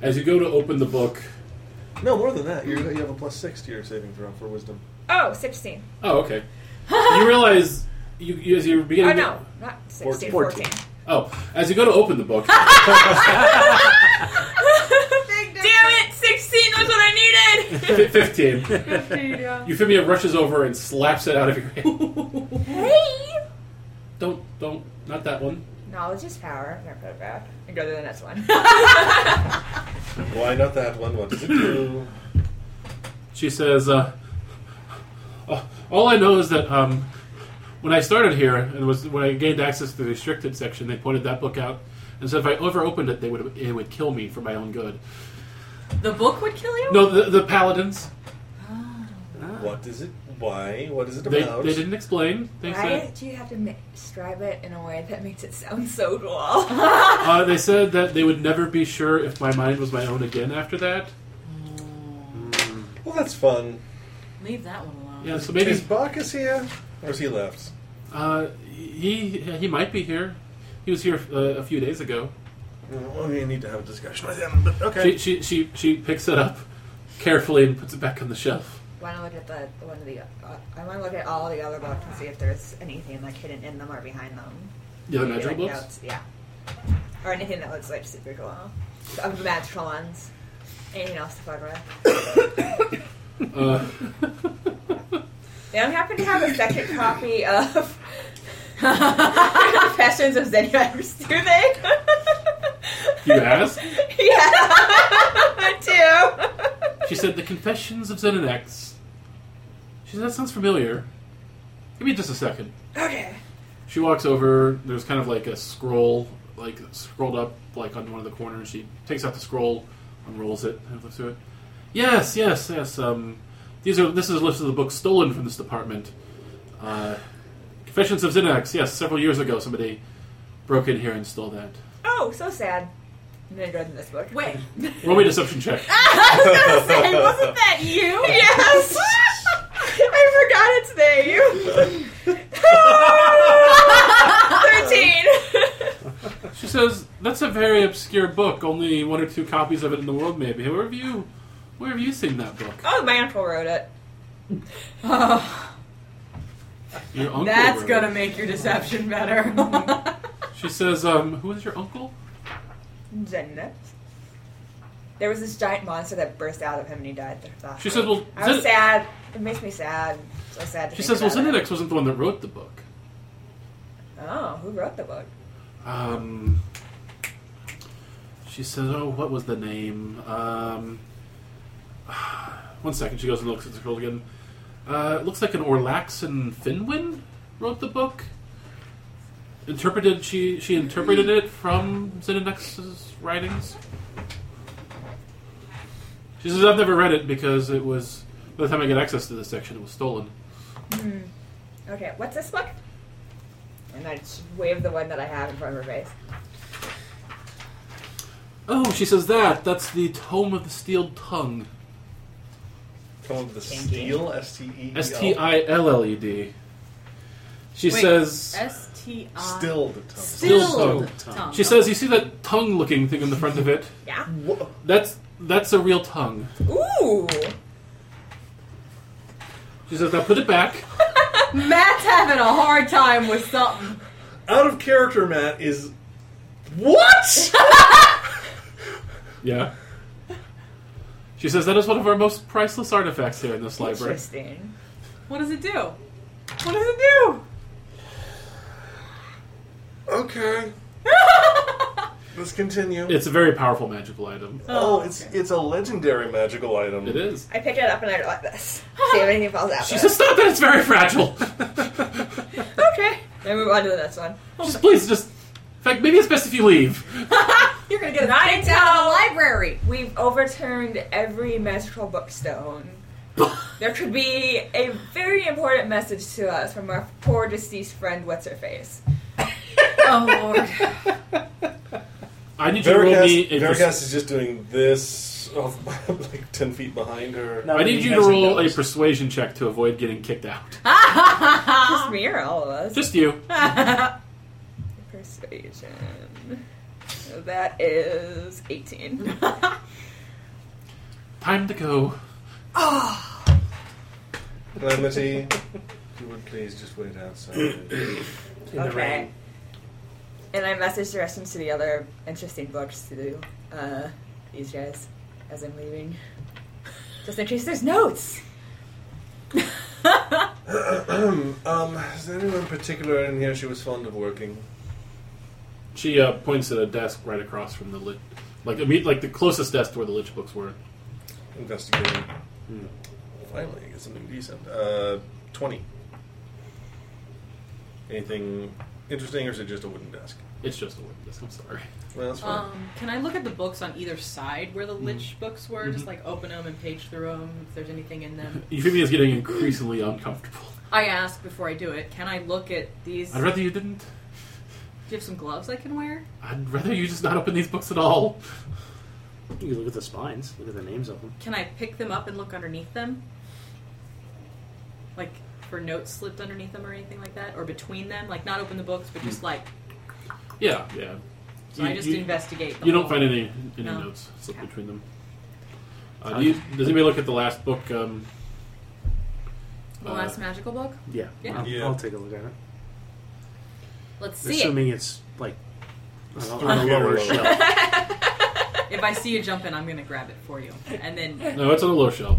[SPEAKER 1] as you go to open the book,
[SPEAKER 4] No, more than that. You're, you have a plus six to your saving throw for wisdom.
[SPEAKER 5] Oh, 16.
[SPEAKER 1] oh, okay. You realize you, you as you're
[SPEAKER 5] Oh,
[SPEAKER 1] beginning. to-
[SPEAKER 5] no. Not 16.
[SPEAKER 3] 14.
[SPEAKER 5] 14.
[SPEAKER 1] Oh, as you go to open the book,
[SPEAKER 5] Damn it! 16 was what I needed!
[SPEAKER 1] fi- fifteen, Euphemia rushes over and slaps it out of your hand.
[SPEAKER 5] Hey!
[SPEAKER 1] Don't, don't, not that one.
[SPEAKER 5] Knowledge is power. I'm gonna put it back and go to the next one.
[SPEAKER 4] Why not that one? What does it do?
[SPEAKER 1] She says, uh, "Uh, "All I know is that um, when I started here and was when I gained access to the restricted section, they pointed that book out and said if I ever opened it, they would it would kill me for my own good.
[SPEAKER 2] The book would kill you.
[SPEAKER 1] No, the, the paladins
[SPEAKER 4] What does it? Why? What is it
[SPEAKER 1] they,
[SPEAKER 4] about?
[SPEAKER 1] they didn't explain. They
[SPEAKER 5] Why
[SPEAKER 1] said
[SPEAKER 5] do you have to ma- describe it in a way that makes it sound so cool?
[SPEAKER 1] uh, they said that they would never be sure if my mind was my own again after that.
[SPEAKER 4] Well, that's fun.
[SPEAKER 2] Leave that one alone.
[SPEAKER 1] Yeah, so maybe
[SPEAKER 4] Is Bacchus here, or is he left?
[SPEAKER 1] uh, he he might be here. He was here uh, a few days ago.
[SPEAKER 4] Well, we need to have a discussion with him. But okay.
[SPEAKER 1] She, she she she picks it up carefully and puts it back on the shelf."
[SPEAKER 5] want to look at the the one of the. Uh, I want to look at all the other books and see if there's anything like hidden in them or behind them.
[SPEAKER 1] The other
[SPEAKER 5] Maybe,
[SPEAKER 1] magical
[SPEAKER 5] like,
[SPEAKER 1] books?
[SPEAKER 5] notes, yeah, or anything that looks like super cool. Of the magical ones. Anything else to fuck with?
[SPEAKER 1] Uh,
[SPEAKER 5] They don't happen to have a second copy of Confessions of Zen Universe, do they?
[SPEAKER 1] you asked?
[SPEAKER 5] yeah, I do.
[SPEAKER 1] She said, The Confessions of Zenonex. She said, That sounds familiar. Give me just a second.
[SPEAKER 5] Okay.
[SPEAKER 1] She walks over. There's kind of like a scroll, like scrolled up, like on one of the corners. She takes out the scroll, unrolls it, and looks through it. Yes, yes, yes. Um, these are this is a list of the books stolen from this department. Uh, Confessions of Zenonex. Yes, several years ago, somebody broke in here and stole that.
[SPEAKER 5] Oh, so sad. I'm gonna go to this book.
[SPEAKER 2] Wait.
[SPEAKER 1] Roll me a deception check.
[SPEAKER 5] I was gonna say, wasn't that you? Yes. I forgot it's there. You. Thirteen.
[SPEAKER 1] She says, "That's a very obscure book. Only one or two copies of it in the world, maybe. Where have you, where have you seen that book?
[SPEAKER 5] Oh, my uncle wrote it.
[SPEAKER 1] Your uncle."
[SPEAKER 2] That's
[SPEAKER 1] wrote it.
[SPEAKER 2] gonna make your deception better.
[SPEAKER 1] She says, "Um, who is your uncle?"
[SPEAKER 5] Zenith. There was this giant monster that burst out of him and he died. Last
[SPEAKER 1] She
[SPEAKER 5] week.
[SPEAKER 1] says, "Well,
[SPEAKER 5] I was
[SPEAKER 1] Zen-
[SPEAKER 5] sad. It makes me sad. So sad. To
[SPEAKER 1] She
[SPEAKER 5] think
[SPEAKER 1] says, "Well,
[SPEAKER 5] about it.
[SPEAKER 1] Zenedix wasn't the one that wrote the book.
[SPEAKER 5] Oh, who wrote the book?
[SPEAKER 1] Um." She says, "Oh, what was the name?" Um, one second. She goes and looks at the scroll again. Uh, it looks like an Orlaxan Finwin wrote the book. Interpreted she she interpreted it from Zenodex's writings. She says I've never read it because it was by the time I got access to this section it was stolen.
[SPEAKER 5] Okay, what's this book? And I just waved the one that I have in front of her face.
[SPEAKER 1] Oh, she says that. That's the Tome of the Steel Tongue.
[SPEAKER 4] Called the steel, S T E E L.
[SPEAKER 1] S T I L L E D. She
[SPEAKER 2] Wait,
[SPEAKER 1] says.
[SPEAKER 2] S T I.
[SPEAKER 4] Still the tongue.
[SPEAKER 1] Still
[SPEAKER 2] Still
[SPEAKER 3] tongue.
[SPEAKER 2] tongue.
[SPEAKER 1] She says, "You see that tongue-looking thing in the front of it?
[SPEAKER 5] Yeah.
[SPEAKER 4] Wha-
[SPEAKER 1] That's that's a real tongue."
[SPEAKER 5] Ooh.
[SPEAKER 1] She says, "Now put it back."
[SPEAKER 2] Matt's having a hard time with something.
[SPEAKER 4] Out of character, Matt is. What?
[SPEAKER 1] Yeah. She says, "That is one of our most priceless artifacts here in this library."
[SPEAKER 5] Interesting.
[SPEAKER 2] What does it do? What does it do?
[SPEAKER 4] okay. Let's continue.
[SPEAKER 1] It's a very powerful magical item.
[SPEAKER 4] oh, it's it's a legendary magical item.
[SPEAKER 1] It is.
[SPEAKER 5] I pick it up and I go like this. See if anything falls out.
[SPEAKER 1] She says, "Stop that! It's very fragile."
[SPEAKER 5] okay. Then move on to the next one.
[SPEAKER 1] just please, just. In fact, maybe it's best if you leave.
[SPEAKER 2] You're gonna get kicked out of the library.
[SPEAKER 5] We've overturned every magical bookstone. there could be a very important message to us from our poor deceased friend, what's her face?
[SPEAKER 2] Oh lord.
[SPEAKER 1] I need you to roll me a.
[SPEAKER 4] Veracast,
[SPEAKER 1] perce-
[SPEAKER 4] Veracast is just doing this, off, like ten feet behind her.
[SPEAKER 7] No.
[SPEAKER 1] I need you to
[SPEAKER 7] As he
[SPEAKER 1] roll a
[SPEAKER 7] goes.
[SPEAKER 1] persuasion check to avoid getting kicked out.
[SPEAKER 5] Just me or all of us?
[SPEAKER 1] Just you.
[SPEAKER 5] Persuasion. That is 18.
[SPEAKER 1] Time to go.
[SPEAKER 4] Calamity, if you would please just wait outside.
[SPEAKER 5] okay. And I messaged the rest of them to the other interesting books to uh, these guys as I'm leaving. Just in case there's notes.
[SPEAKER 4] um, is there anyone particular in here she was fond of working?
[SPEAKER 1] She uh, points at a desk right across from the lit, like imme- like the closest desk to where the lich books were. Hmm.
[SPEAKER 4] Investigating. Finally, I get something decent. Uh, twenty. Anything interesting, or is it just a wooden desk?
[SPEAKER 1] It's just a wooden desk. I'm sorry.
[SPEAKER 4] Well, that's fine.
[SPEAKER 2] Um, can I look at the books on either side where the lich
[SPEAKER 1] Mm.
[SPEAKER 2] books were?
[SPEAKER 1] Mm-hmm.
[SPEAKER 2] Just like open them and page through them if there's anything in them.
[SPEAKER 1] Euphemia is getting increasingly uncomfortable.
[SPEAKER 2] I ask before I do it. Can I look at these?
[SPEAKER 1] I'd
[SPEAKER 2] Do
[SPEAKER 1] rather you didn't.
[SPEAKER 2] you have some gloves I can wear?
[SPEAKER 1] I'd rather you just not open these books at all.
[SPEAKER 3] You look at the spines. Look at the names of them.
[SPEAKER 2] Can I pick them up and look underneath them? Like for notes slipped underneath them or anything like that, or between them? Like not open the books, but just like
[SPEAKER 1] Yeah, yeah.
[SPEAKER 2] so
[SPEAKER 1] Mm. you,
[SPEAKER 2] I just
[SPEAKER 1] you-
[SPEAKER 2] investigate. The
[SPEAKER 1] you don't
[SPEAKER 2] whole-
[SPEAKER 1] find any any
[SPEAKER 2] No.
[SPEAKER 1] notes slip
[SPEAKER 2] Okay.
[SPEAKER 1] between them. Uh, do you, does anybody look at the last book? Um,
[SPEAKER 2] the
[SPEAKER 1] uh,
[SPEAKER 2] last magical book.
[SPEAKER 3] Yeah.
[SPEAKER 2] Yeah.
[SPEAKER 3] I'll,
[SPEAKER 4] Yeah.
[SPEAKER 3] I'll take a look at it.
[SPEAKER 2] Let's see it.
[SPEAKER 3] Assuming it's like on a, on a
[SPEAKER 4] Yeah,
[SPEAKER 3] lower
[SPEAKER 4] lower.
[SPEAKER 3] shelf.
[SPEAKER 2] If I see you jump in, I'm gonna grab it for you, and then
[SPEAKER 1] no, it's on a low shelf.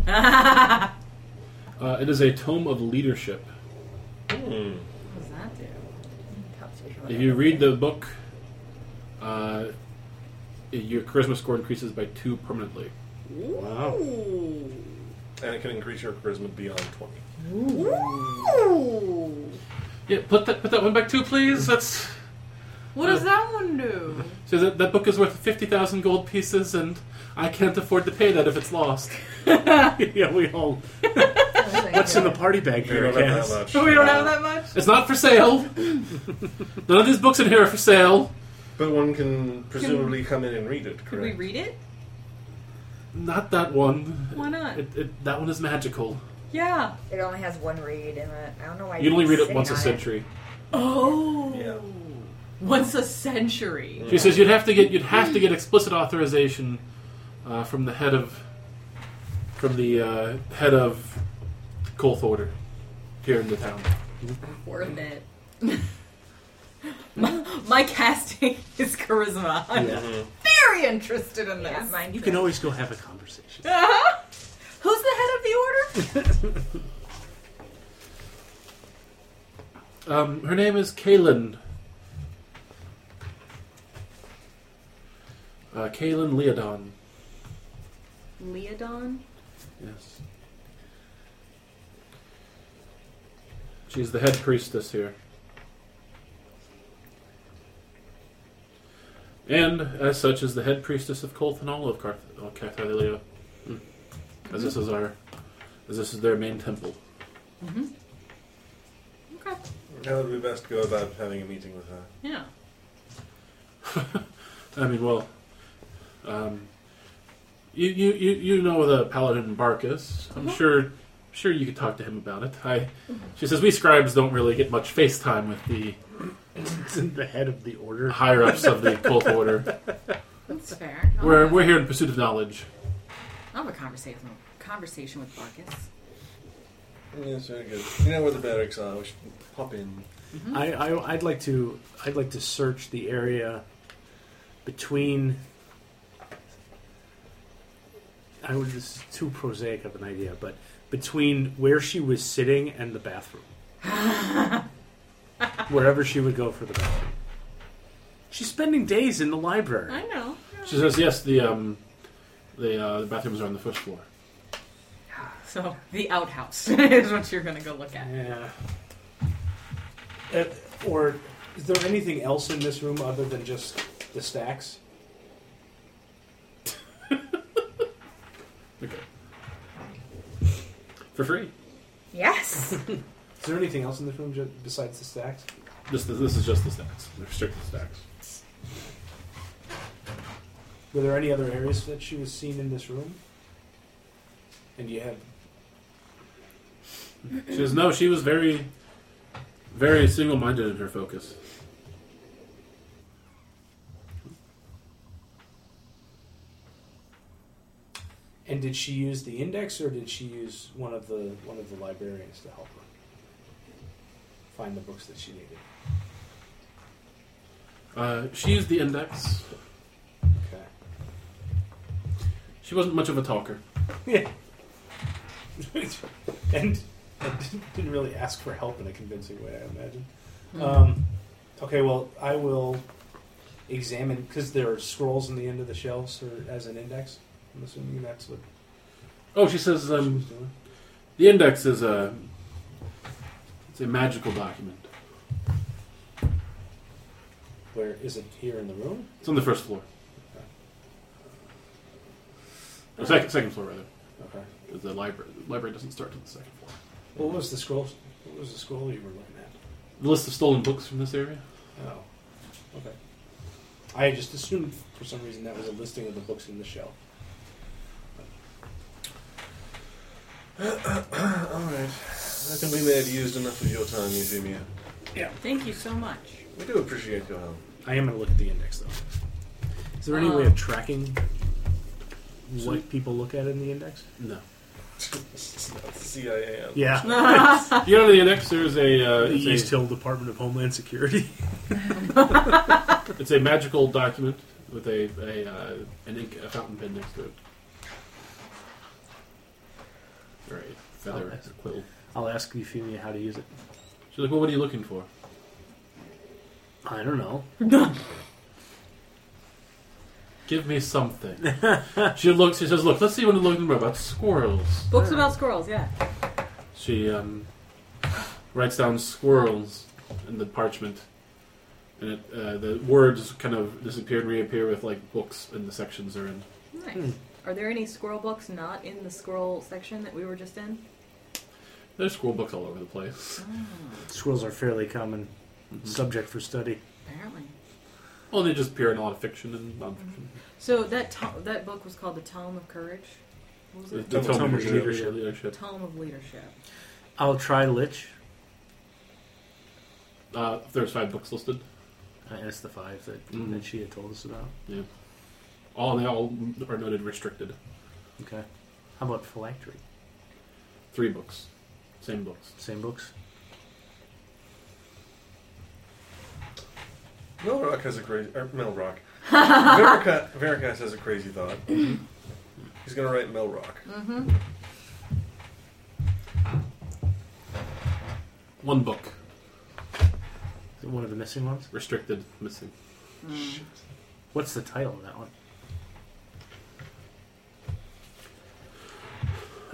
[SPEAKER 1] Uh, it is a tome of leadership.
[SPEAKER 2] Um.
[SPEAKER 4] Hmm.
[SPEAKER 2] What does that do?
[SPEAKER 1] If you read the book, uh, your charisma score increases by two permanently.
[SPEAKER 3] Wow.
[SPEAKER 4] And it can increase your charisma beyond twenty.
[SPEAKER 1] Yeah, put that put that one back too, please. That's
[SPEAKER 2] What does that one do?
[SPEAKER 1] so that, that book is worth fifty thousand gold pieces, and I can't afford to pay that if it's lost.
[SPEAKER 3] yeah, we all. What's in the party bag,
[SPEAKER 4] You don't have
[SPEAKER 3] Veracast?
[SPEAKER 4] that much.
[SPEAKER 2] We don't have that much.
[SPEAKER 1] It's not for sale. None of these books in here are for sale.
[SPEAKER 4] But one can presumably come in and read it,
[SPEAKER 2] Could we
[SPEAKER 4] correct?
[SPEAKER 2] read it?
[SPEAKER 1] Not that one.
[SPEAKER 2] Why not?
[SPEAKER 1] It, it, that one is magical.
[SPEAKER 2] Yeah.
[SPEAKER 5] It only has one read in it. I don't know why
[SPEAKER 1] You only
[SPEAKER 5] keep
[SPEAKER 1] read it
[SPEAKER 5] sitting
[SPEAKER 1] once a
[SPEAKER 5] on
[SPEAKER 1] century.
[SPEAKER 2] Oh.
[SPEAKER 4] Yeah.
[SPEAKER 2] Once a century.
[SPEAKER 1] She says you'd have to get you'd have to get explicit authorization uh, from the head of from the uh, head of Colth Order here in the town.
[SPEAKER 2] Worth it. my, my casting is charisma. I'm
[SPEAKER 3] Yeah.
[SPEAKER 2] very interested in this.
[SPEAKER 5] Yeah, mine
[SPEAKER 3] You can always go have a conversation.
[SPEAKER 2] Uh-huh. Who's the head of the order?
[SPEAKER 1] Um, her name is Kaylin. Uh, Kaylin Leodon.
[SPEAKER 2] Leodon.
[SPEAKER 1] Yes. She's the head priestess here. And, as such, is the head priestess of Colthanol of Carth- uh, Carthalia. As this is our, as this is their main temple.
[SPEAKER 2] Okay.
[SPEAKER 4] How would we best go about having a meeting with her?
[SPEAKER 2] Yeah.
[SPEAKER 1] I mean, well, Um, you, you, you, you know the paladin Barkus. I'm sure sure you could talk to him about it. I, she says we scribes don't really get much face time with the
[SPEAKER 3] the head of the order.
[SPEAKER 1] higher ups of the cult order.
[SPEAKER 2] That's fair. I'll
[SPEAKER 1] We're
[SPEAKER 2] have-
[SPEAKER 1] we're here in pursuit of knowledge.
[SPEAKER 2] I'll have a conversation conversation with Barkus.
[SPEAKER 4] Yes, very good. You know where the barracks are. We should pop in.
[SPEAKER 3] I, I I'd like to I'd like to search the area between. I would. This is too prosaic of an idea, but between where she was sitting and the bathroom, wherever she would go for the bathroom. She's spending days in the library.
[SPEAKER 6] I know.
[SPEAKER 1] She says yes. The um, the, uh, the bathrooms are on the first floor.
[SPEAKER 2] So the outhouse is what you're gonna go look at.
[SPEAKER 3] Yeah. Uh, or is there anything else in this room other than just the stacks?
[SPEAKER 1] Okay. For free.
[SPEAKER 5] Yes.
[SPEAKER 3] Is there anything else in this room ju- besides the stacks?
[SPEAKER 1] This this is just the stacks. They're restricted stacks.
[SPEAKER 3] Were there any other areas that she was seen in this room? And you have
[SPEAKER 1] She says no. She was very very single minded in her focus.
[SPEAKER 3] and did she use the index or did she use one of the one of the librarians to help her find the books that she needed?
[SPEAKER 1] Uh, she used the index.
[SPEAKER 3] Okay.
[SPEAKER 1] She wasn't much of a talker.
[SPEAKER 3] and, and didn't really ask for help in a convincing way, I imagine. Um, okay, well, I will examine because there are scrolls in the end of the shelves or as an index. I'm assuming that's what
[SPEAKER 1] Oh, she says
[SPEAKER 3] she
[SPEAKER 1] um,
[SPEAKER 3] was doing.
[SPEAKER 1] the index is a it's a magical document.
[SPEAKER 3] Where is it here in the room?
[SPEAKER 1] It's on the first floor. Or second, second floor rather.
[SPEAKER 3] Okay.
[SPEAKER 1] 'cause The library the library doesn't start till the second floor.
[SPEAKER 3] What was the scroll? What was the scroll you were looking at?
[SPEAKER 1] The list of stolen books from this area.
[SPEAKER 3] Oh, okay. I just assumed for some reason that was a listing of the books in the shelf.
[SPEAKER 4] Alright. I think we may have used enough of your time, Euphemia.
[SPEAKER 2] Thank you so much.
[SPEAKER 4] We do appreciate your help.
[SPEAKER 3] I am going to look at the index though. Is there any way
[SPEAKER 2] Um,
[SPEAKER 3] of tracking what people look at in the index?
[SPEAKER 1] No.
[SPEAKER 4] CIA.
[SPEAKER 3] Yeah.
[SPEAKER 1] You know the index. There's a uh,
[SPEAKER 3] the East
[SPEAKER 1] it's, a,
[SPEAKER 3] Hill Department of Homeland Security.
[SPEAKER 1] it's a magical document with a, a uh, an ink a fountain pen next to it. Or a feather
[SPEAKER 3] Oh, that's-
[SPEAKER 1] or quill.
[SPEAKER 3] I'll ask Euphemia how to use it.
[SPEAKER 1] She's like, well, what are you looking for?
[SPEAKER 3] I don't know.
[SPEAKER 1] Give me something. she looks. She says, look. Let's see what you're looking for about squirrels.
[SPEAKER 2] Books about squirrels, yeah.
[SPEAKER 1] She um, writes down squirrels in the parchment, and it, uh, the words kind of disappear and reappear with like books and the sections are in.
[SPEAKER 2] Nice. Are there any squirrel books not in the squirrel section that we were just in?
[SPEAKER 1] There's squirrel books all over the
[SPEAKER 2] Ah,
[SPEAKER 1] place.
[SPEAKER 3] Squirrels are fairly common subject for study.
[SPEAKER 2] Apparently.
[SPEAKER 1] Well, they just appear in a lot of fiction and nonfiction.
[SPEAKER 2] So that to- that book was called The Tome of Courage. What was
[SPEAKER 1] The,
[SPEAKER 2] it?
[SPEAKER 1] the
[SPEAKER 4] Tome
[SPEAKER 1] Tome of
[SPEAKER 4] of
[SPEAKER 1] leadership.
[SPEAKER 3] Leadership.
[SPEAKER 2] The
[SPEAKER 1] leadership.
[SPEAKER 2] Tome of Leadership.
[SPEAKER 3] I'll try Lich.
[SPEAKER 1] Uh, there's five books listed.
[SPEAKER 3] I asked the five that,
[SPEAKER 1] Mm.
[SPEAKER 3] that she had told us about.
[SPEAKER 1] All they all are noted restricted.
[SPEAKER 3] Okay. How about Phylactery?
[SPEAKER 1] Three books, same books.
[SPEAKER 3] Same books?
[SPEAKER 4] Mel Rock has a crazy. Or Mel Rock. Verica, Veracast has a crazy thought. He's going to write Mel Rock.
[SPEAKER 1] One book
[SPEAKER 3] Is it one of the missing ones?
[SPEAKER 1] restricted, missing.
[SPEAKER 3] What's the title of that one?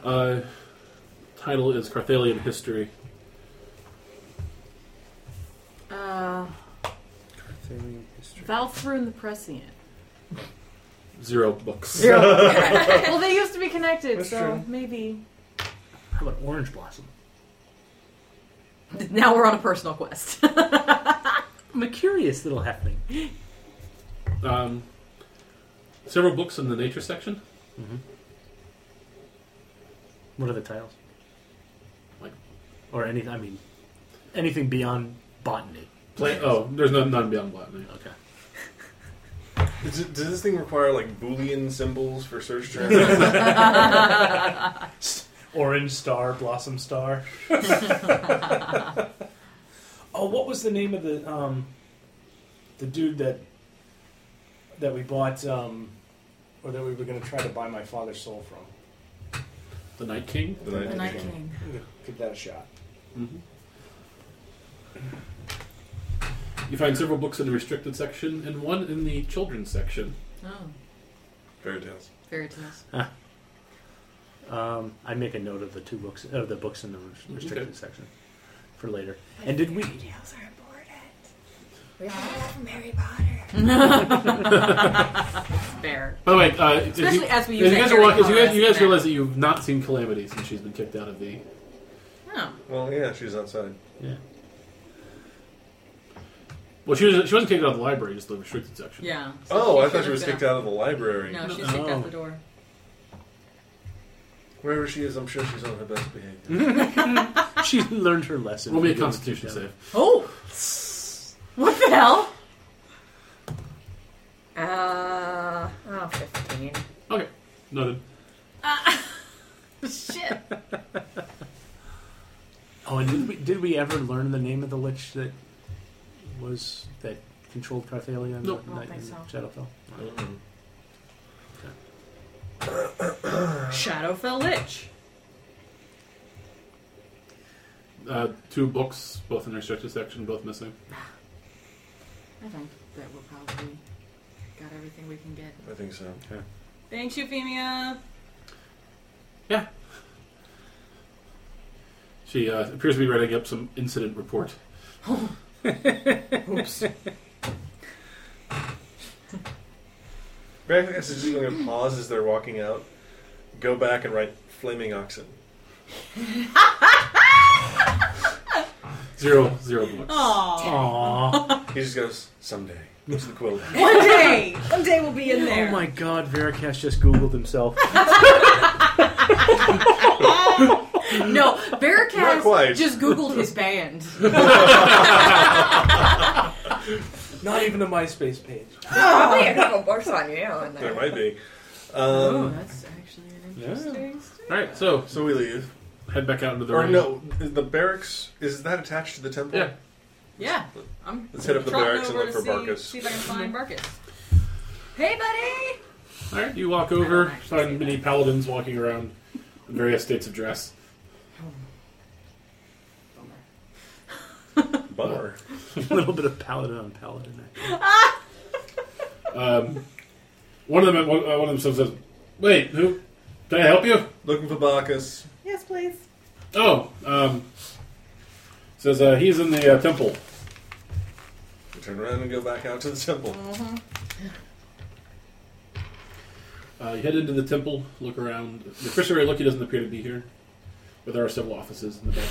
[SPEAKER 1] Uh, title is Carthalian History.
[SPEAKER 2] Uh, Valfrun the Prescient.
[SPEAKER 1] Zero books.
[SPEAKER 2] well, they used to be connected,
[SPEAKER 4] That's
[SPEAKER 2] so
[SPEAKER 4] true.
[SPEAKER 2] maybe.
[SPEAKER 3] How about Orange Blossom?
[SPEAKER 2] Now we're on a personal quest.
[SPEAKER 3] I'm a curious little happening.
[SPEAKER 1] Um, Several books in the nature section,
[SPEAKER 3] What are the titles?
[SPEAKER 1] Like-
[SPEAKER 3] or anything? I mean, anything beyond botany.
[SPEAKER 1] Plant. Oh, there's none, none beyond botany.
[SPEAKER 3] Okay.
[SPEAKER 4] Does, it, does this thing require like Boolean symbols for search terms?
[SPEAKER 7] Orange Star, Blossom Star. oh, what was the name of the um, the dude that that we bought um, or that we were going to try to buy my father's soul from?
[SPEAKER 1] The Night King. Mm-hmm.
[SPEAKER 2] The
[SPEAKER 4] Then I-
[SPEAKER 2] Night King.
[SPEAKER 7] Give that a shot.
[SPEAKER 1] You find several books in the restricted section and one in the children's section.
[SPEAKER 2] Oh,
[SPEAKER 4] Fairy tales.
[SPEAKER 2] fairy tales.
[SPEAKER 3] Um, I make a note of the two books of the books in the res- restricted
[SPEAKER 1] Okay.
[SPEAKER 3] section for later. And did we?
[SPEAKER 5] Tales are important. We all have from Harry Potter.
[SPEAKER 2] Fair.
[SPEAKER 1] By the way, uh, if
[SPEAKER 2] Especially
[SPEAKER 1] you,
[SPEAKER 2] as we
[SPEAKER 1] if
[SPEAKER 2] use
[SPEAKER 1] you
[SPEAKER 2] that
[SPEAKER 1] guys
[SPEAKER 2] Harry
[SPEAKER 1] are walking, if you
[SPEAKER 2] Potter
[SPEAKER 1] guys, you
[SPEAKER 2] as
[SPEAKER 1] guys
[SPEAKER 2] a
[SPEAKER 1] realize that you've not seen Calamity since she's been kicked out of the.
[SPEAKER 2] Oh.
[SPEAKER 4] Well, yeah, she's outside.
[SPEAKER 3] Yeah.
[SPEAKER 1] Well, she was she wasn't kicked out of the library, just the restricted section.
[SPEAKER 2] Yeah. so
[SPEAKER 4] Oh, I
[SPEAKER 2] should
[SPEAKER 4] thought she
[SPEAKER 2] have
[SPEAKER 4] was
[SPEAKER 2] been
[SPEAKER 4] kicked
[SPEAKER 2] out.
[SPEAKER 4] out of the library.
[SPEAKER 2] No, she's kicked
[SPEAKER 3] Oh.
[SPEAKER 2] out the door.
[SPEAKER 4] Wherever she is, I'm sure she's on her best behavior.
[SPEAKER 3] She learned her lesson.
[SPEAKER 1] Roll me a
[SPEAKER 3] She didn't
[SPEAKER 1] Constitution
[SPEAKER 3] do
[SPEAKER 1] save.
[SPEAKER 2] Oh! What the hell?
[SPEAKER 5] Uh, oh, 15.
[SPEAKER 1] Okay, noted.
[SPEAKER 2] Shit.
[SPEAKER 3] Oh, and did we, did we ever learn the name of the lich that was that controlled Carthalia? in the-
[SPEAKER 1] Nope.
[SPEAKER 3] in
[SPEAKER 2] I don't
[SPEAKER 3] the- in
[SPEAKER 2] think
[SPEAKER 3] Shadowfell.
[SPEAKER 4] Mm-mm.
[SPEAKER 2] Shadowfell Lich.
[SPEAKER 1] Uh, two books, both in the restricted section, both missing.
[SPEAKER 2] I think that we're probably got everything we can get.
[SPEAKER 4] I think so.
[SPEAKER 2] Thanks, Euphemia.
[SPEAKER 1] She uh, appears to be writing up some incident report.
[SPEAKER 2] Oops.
[SPEAKER 4] Gracchus is just going to pause as they're walking out, go back and write flaming oxen.
[SPEAKER 1] Zero, zero books.
[SPEAKER 2] Aww.
[SPEAKER 3] Aww.
[SPEAKER 4] He just goes, someday. Goes to the quill.
[SPEAKER 2] One day, one day we'll be in
[SPEAKER 3] Oh my God! Veracast just googled himself.
[SPEAKER 2] No,
[SPEAKER 4] Not quite. Oh,
[SPEAKER 2] Bearcat just Googled his band.
[SPEAKER 7] Not even a MySpace page.
[SPEAKER 5] Probably a couple books on you in
[SPEAKER 4] There
[SPEAKER 5] there.
[SPEAKER 4] might be.
[SPEAKER 2] oh,
[SPEAKER 4] Um,
[SPEAKER 2] that's actually an
[SPEAKER 3] Yeah.
[SPEAKER 2] interesting. story.
[SPEAKER 1] All right, so
[SPEAKER 4] so we leave.
[SPEAKER 1] head back out into the
[SPEAKER 4] Or
[SPEAKER 1] rain.
[SPEAKER 4] no, is the barracks, is that attached to the temple?
[SPEAKER 1] Yeah.
[SPEAKER 2] Yeah, I'm
[SPEAKER 4] Let's hit up the
[SPEAKER 2] trotting
[SPEAKER 4] barracks and
[SPEAKER 2] over
[SPEAKER 4] look
[SPEAKER 2] to
[SPEAKER 4] for Barkus.
[SPEAKER 2] See, see if I can find Barkus. Hey, buddy.
[SPEAKER 1] All right, you walk over,
[SPEAKER 2] actually
[SPEAKER 1] find many paladins walking around in various states of dress.
[SPEAKER 4] Bummer.
[SPEAKER 3] a little bit of paladin on paladin.
[SPEAKER 1] Um, one of them, one, uh, one of them says, "Wait, who? Can I help you?"
[SPEAKER 4] Looking for Barkus.
[SPEAKER 6] Yes, please.
[SPEAKER 1] Oh, um, says uh, he's in the uh, temple.
[SPEAKER 4] We turn around and go back out to the temple.
[SPEAKER 1] Uh, you head into the temple, look around. The first area look, he doesn't appear to be here, but there are several offices in the back.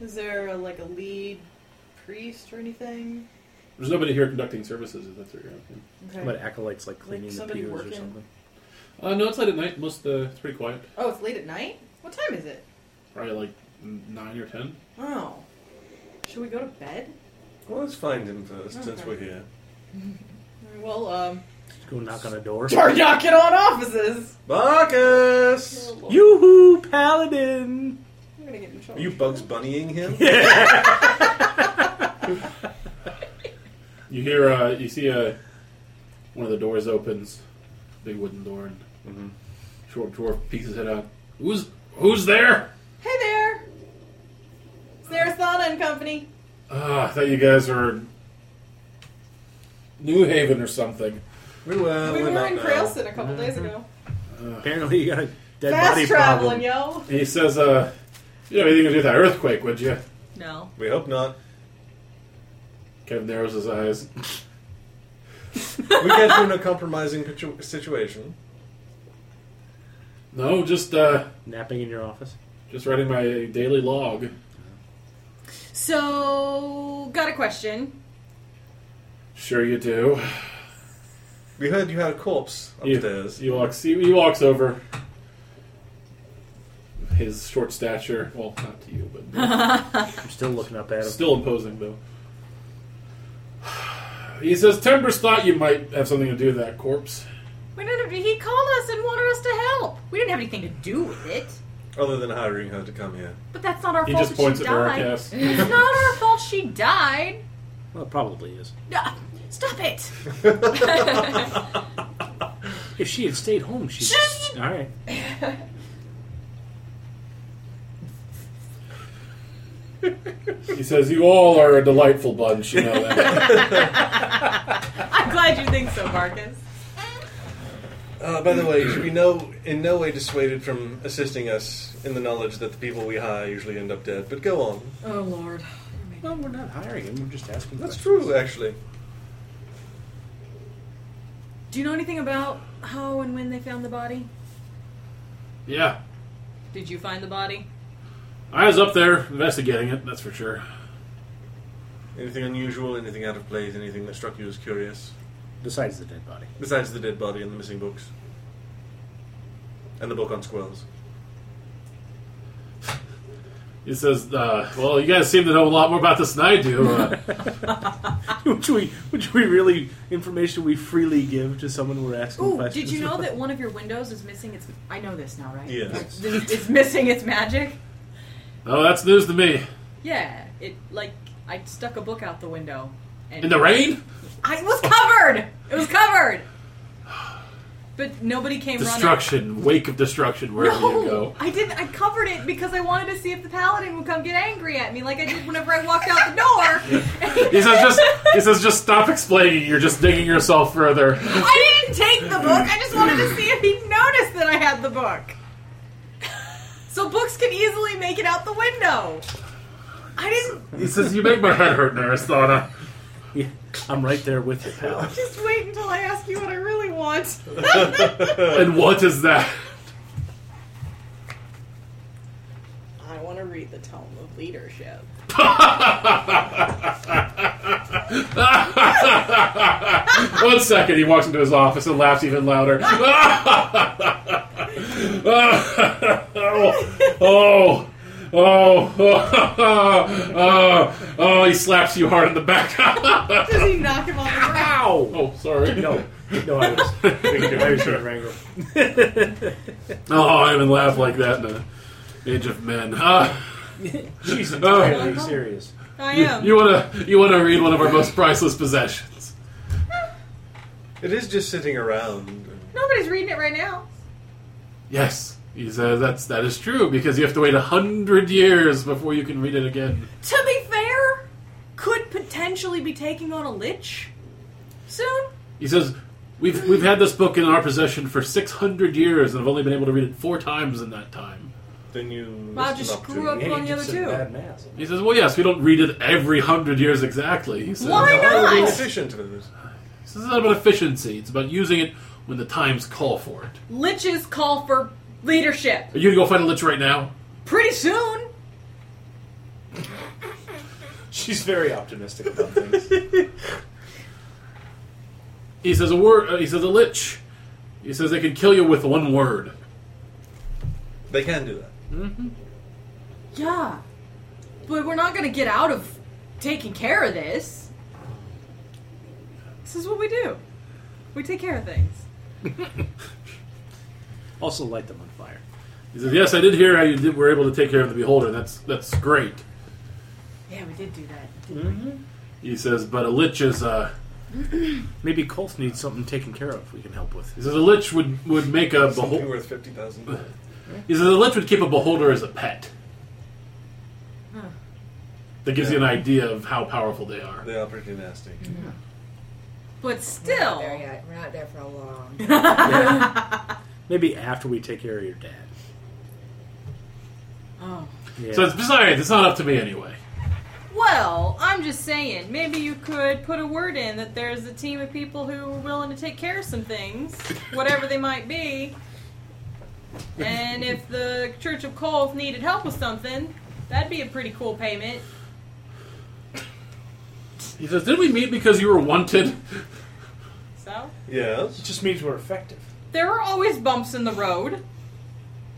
[SPEAKER 6] Is there a, like a lead priest or anything?
[SPEAKER 1] There's nobody here conducting services. If that's what you're asking.
[SPEAKER 6] Okay.
[SPEAKER 3] What acolytes like cleaning the
[SPEAKER 6] somebody
[SPEAKER 3] pews or
[SPEAKER 6] working.
[SPEAKER 3] something?
[SPEAKER 1] Uh, no, it's late at night. Most uh, it's pretty quiet.
[SPEAKER 6] Oh, it's late at night. What time is it?
[SPEAKER 1] Probably like n- nine or ten.
[SPEAKER 6] Oh, should we go to bed?
[SPEAKER 4] Well, let's find him first, since
[SPEAKER 6] Okay.
[SPEAKER 4] we're here.
[SPEAKER 6] Alright, Well, um,
[SPEAKER 3] Just go knock on a door.
[SPEAKER 6] start knocking on offices.
[SPEAKER 4] Barkus!
[SPEAKER 3] Yoo-hoo, paladin!
[SPEAKER 6] I'm gonna get in
[SPEAKER 4] Are
[SPEAKER 6] trouble.
[SPEAKER 4] you Bugs Bunnying him?
[SPEAKER 1] You hear, uh, you see, uh, one of the doors opens, big wooden door, and
[SPEAKER 4] Mhm.
[SPEAKER 1] short dwarf peeks his head out. Who's who's there?
[SPEAKER 6] Hey there. It's Narasana and Company.
[SPEAKER 1] Ah, I thought you guys were New Haven or something.
[SPEAKER 4] We were.
[SPEAKER 6] we
[SPEAKER 4] we're
[SPEAKER 6] were
[SPEAKER 4] not
[SPEAKER 6] in
[SPEAKER 4] now.
[SPEAKER 6] Crailston a couple
[SPEAKER 1] Mm.
[SPEAKER 6] days ago.
[SPEAKER 3] Apparently, you got a dead body
[SPEAKER 6] Fast
[SPEAKER 3] problem.
[SPEAKER 6] traveling, yo.
[SPEAKER 1] And he says, uh, you know, anything to do with that earthquake, would you?
[SPEAKER 2] No.
[SPEAKER 4] We hope not.
[SPEAKER 1] Kevin narrows his eyes.
[SPEAKER 4] We get you in a compromising pitu- situation.
[SPEAKER 1] No, just, uh,
[SPEAKER 3] Napping in your office.
[SPEAKER 1] just writing my daily log.
[SPEAKER 2] So, got a question.
[SPEAKER 1] Sure you do.
[SPEAKER 4] We heard you had a corpse upstairs.
[SPEAKER 1] He walks. He, he walks over. His short stature. Well, not to you, but
[SPEAKER 3] I'm still looking up at him.
[SPEAKER 1] still imposing, though. He says, "Timbers thought you might have something to do with that corpse."
[SPEAKER 2] We didn't. He called us and wanted us to help. We didn't have anything to do with it.
[SPEAKER 4] Other than hiring her to come here.
[SPEAKER 2] But that's not our
[SPEAKER 1] He
[SPEAKER 2] fault.
[SPEAKER 1] just
[SPEAKER 2] that
[SPEAKER 1] points
[SPEAKER 2] Oh, she
[SPEAKER 1] at
[SPEAKER 2] died.
[SPEAKER 1] Veracast.
[SPEAKER 2] It's not our fault she died.
[SPEAKER 3] Well, it probably is.
[SPEAKER 2] No, stop it.
[SPEAKER 3] If she had stayed home, she's all right.
[SPEAKER 1] He says, "You all are a delightful bunch, you know that."
[SPEAKER 2] I'm glad you think so, Marcus.
[SPEAKER 4] Uh, by the way, should be no in no way dissuaded from assisting us in the knowledge that the people we hire usually end up dead. But go on.
[SPEAKER 2] Oh Lord.
[SPEAKER 3] Well, we're not hiring him. We're just asking.
[SPEAKER 4] That's
[SPEAKER 3] questions.
[SPEAKER 4] true, actually.
[SPEAKER 2] Do you know anything about how and when they found the body?
[SPEAKER 1] yeah,
[SPEAKER 2] Did you find the body?
[SPEAKER 1] I was up there investigating it. That's for sure.
[SPEAKER 4] Anything unusual? Anything out of place? Anything that struck you as curious?
[SPEAKER 3] Besides the dead body.
[SPEAKER 4] Besides the dead body and the missing books, and the book on squirrels.
[SPEAKER 1] He says, uh, "Well, you guys seem to know a lot more about this than I do." Uh,
[SPEAKER 3] which we, which we really information we freely give to someone we're asking
[SPEAKER 2] Ooh,
[SPEAKER 3] questions.
[SPEAKER 2] did you know
[SPEAKER 3] about.
[SPEAKER 2] that one of your windows is missing its I know this now, right?
[SPEAKER 4] Yes.
[SPEAKER 2] It's it's missing its magic?
[SPEAKER 1] oh, that's news to me.
[SPEAKER 2] Yeah. It like I stuck a book out the window and
[SPEAKER 1] In the rain,
[SPEAKER 2] I it was covered! It was covered. But nobody came running.
[SPEAKER 1] destruction, wake of destruction, wherever
[SPEAKER 2] No,
[SPEAKER 1] you go.
[SPEAKER 2] I didn't. I covered it because I wanted to see if the paladin would come get angry at me, like I did whenever I walked out the door.
[SPEAKER 1] He says, "Just," he says, "Just stop explaining. You're just digging yourself further."
[SPEAKER 2] I didn't take the book. I just wanted to see if he noticed that I had the book. So books can easily make it out the window. I didn't
[SPEAKER 1] He says, "You make my head hurt, Narasthana."
[SPEAKER 3] Yeah, I'm right there with you, pal.
[SPEAKER 2] just wait until I ask you what I really want.
[SPEAKER 1] And what is that?
[SPEAKER 6] I want to read the Tome of Leadership.
[SPEAKER 1] One second, he walks into his office and laughs even louder. oh, oh, oh, oh, oh, oh, he slaps you hard in the back.
[SPEAKER 6] Does he knock him on the ground?
[SPEAKER 3] Ow!
[SPEAKER 1] oh, sorry.
[SPEAKER 3] No, no, I was, I was trying to wrangle.
[SPEAKER 1] Oh, I haven't laughed like that in the age of men. Ah,
[SPEAKER 3] She's
[SPEAKER 1] Uh-huh.
[SPEAKER 3] entirely
[SPEAKER 2] Uh-huh.
[SPEAKER 3] serious.
[SPEAKER 2] I
[SPEAKER 1] you,
[SPEAKER 2] am.
[SPEAKER 1] you wanna, you wanna read one of our most priceless possessions?
[SPEAKER 4] It is just sitting around.
[SPEAKER 2] Nobody's reading it right now.
[SPEAKER 1] Yes, he says that's that is true because you have to wait a hundred years before you can read it again.
[SPEAKER 2] To be fair, could potentially be taking on a lich soon.
[SPEAKER 1] He says, "We've we've had this book in our possession for six hundred years, and I've only been able to read it four times in that time."
[SPEAKER 4] Then you.
[SPEAKER 2] Wow,
[SPEAKER 4] listen
[SPEAKER 2] just
[SPEAKER 4] up to
[SPEAKER 2] screw
[SPEAKER 4] it.
[SPEAKER 2] up. Put on the other
[SPEAKER 3] Yeah, you did some
[SPEAKER 2] two.
[SPEAKER 3] Bad math.
[SPEAKER 1] He says, "Well, yes, we don't read it every hundred years exactly." He says,
[SPEAKER 2] Why
[SPEAKER 4] How are we
[SPEAKER 2] not?
[SPEAKER 4] efficient with it?
[SPEAKER 1] He says, "It's not about efficiency; it's about using it when the times call for it."
[SPEAKER 2] Liches call for leadership.
[SPEAKER 1] Are you gonna go find a lich right now?
[SPEAKER 2] Pretty soon.
[SPEAKER 3] She's very optimistic about things.
[SPEAKER 1] He says, "A word." Uh, he says, "A lich." He says, "They can kill you with one word."
[SPEAKER 4] They can do that.
[SPEAKER 2] Yeah. But we're not gonna get out of taking care of this. This is what we do. We take care of things.
[SPEAKER 3] also, light them on fire.
[SPEAKER 1] He says, "Yes, I did hear how you did, were able to take care of the beholder. That's that's great."
[SPEAKER 2] Yeah, we did do that.
[SPEAKER 1] He says, "But a lich is uh,
[SPEAKER 3] Maybe Colf needs something taken care of. We can help with.
[SPEAKER 1] he says a lich would would make a beholder."
[SPEAKER 4] Something worth fifty thousand.
[SPEAKER 1] He says the lich would keep a beholder as a pet. That gives you an idea of how powerful they are.
[SPEAKER 4] They are pretty nasty.
[SPEAKER 2] But
[SPEAKER 5] We're not
[SPEAKER 2] still,
[SPEAKER 5] there yet. We're not there for a long.
[SPEAKER 3] Maybe after we take care of your dad.
[SPEAKER 2] oh.
[SPEAKER 3] Yeah.
[SPEAKER 1] So it's besides, it's not up to me anyway.
[SPEAKER 2] Well, I'm just saying, maybe you could put a word in that there's a team of people who are willing to take care of some things, whatever they might be. And if the Church of Colf needed help with something, that'd be a pretty cool payment.
[SPEAKER 1] He says, "Didn't we meet because you were wanted?"
[SPEAKER 2] so.
[SPEAKER 4] Yes.
[SPEAKER 7] It just means we're effective.
[SPEAKER 2] There are always bumps in the road.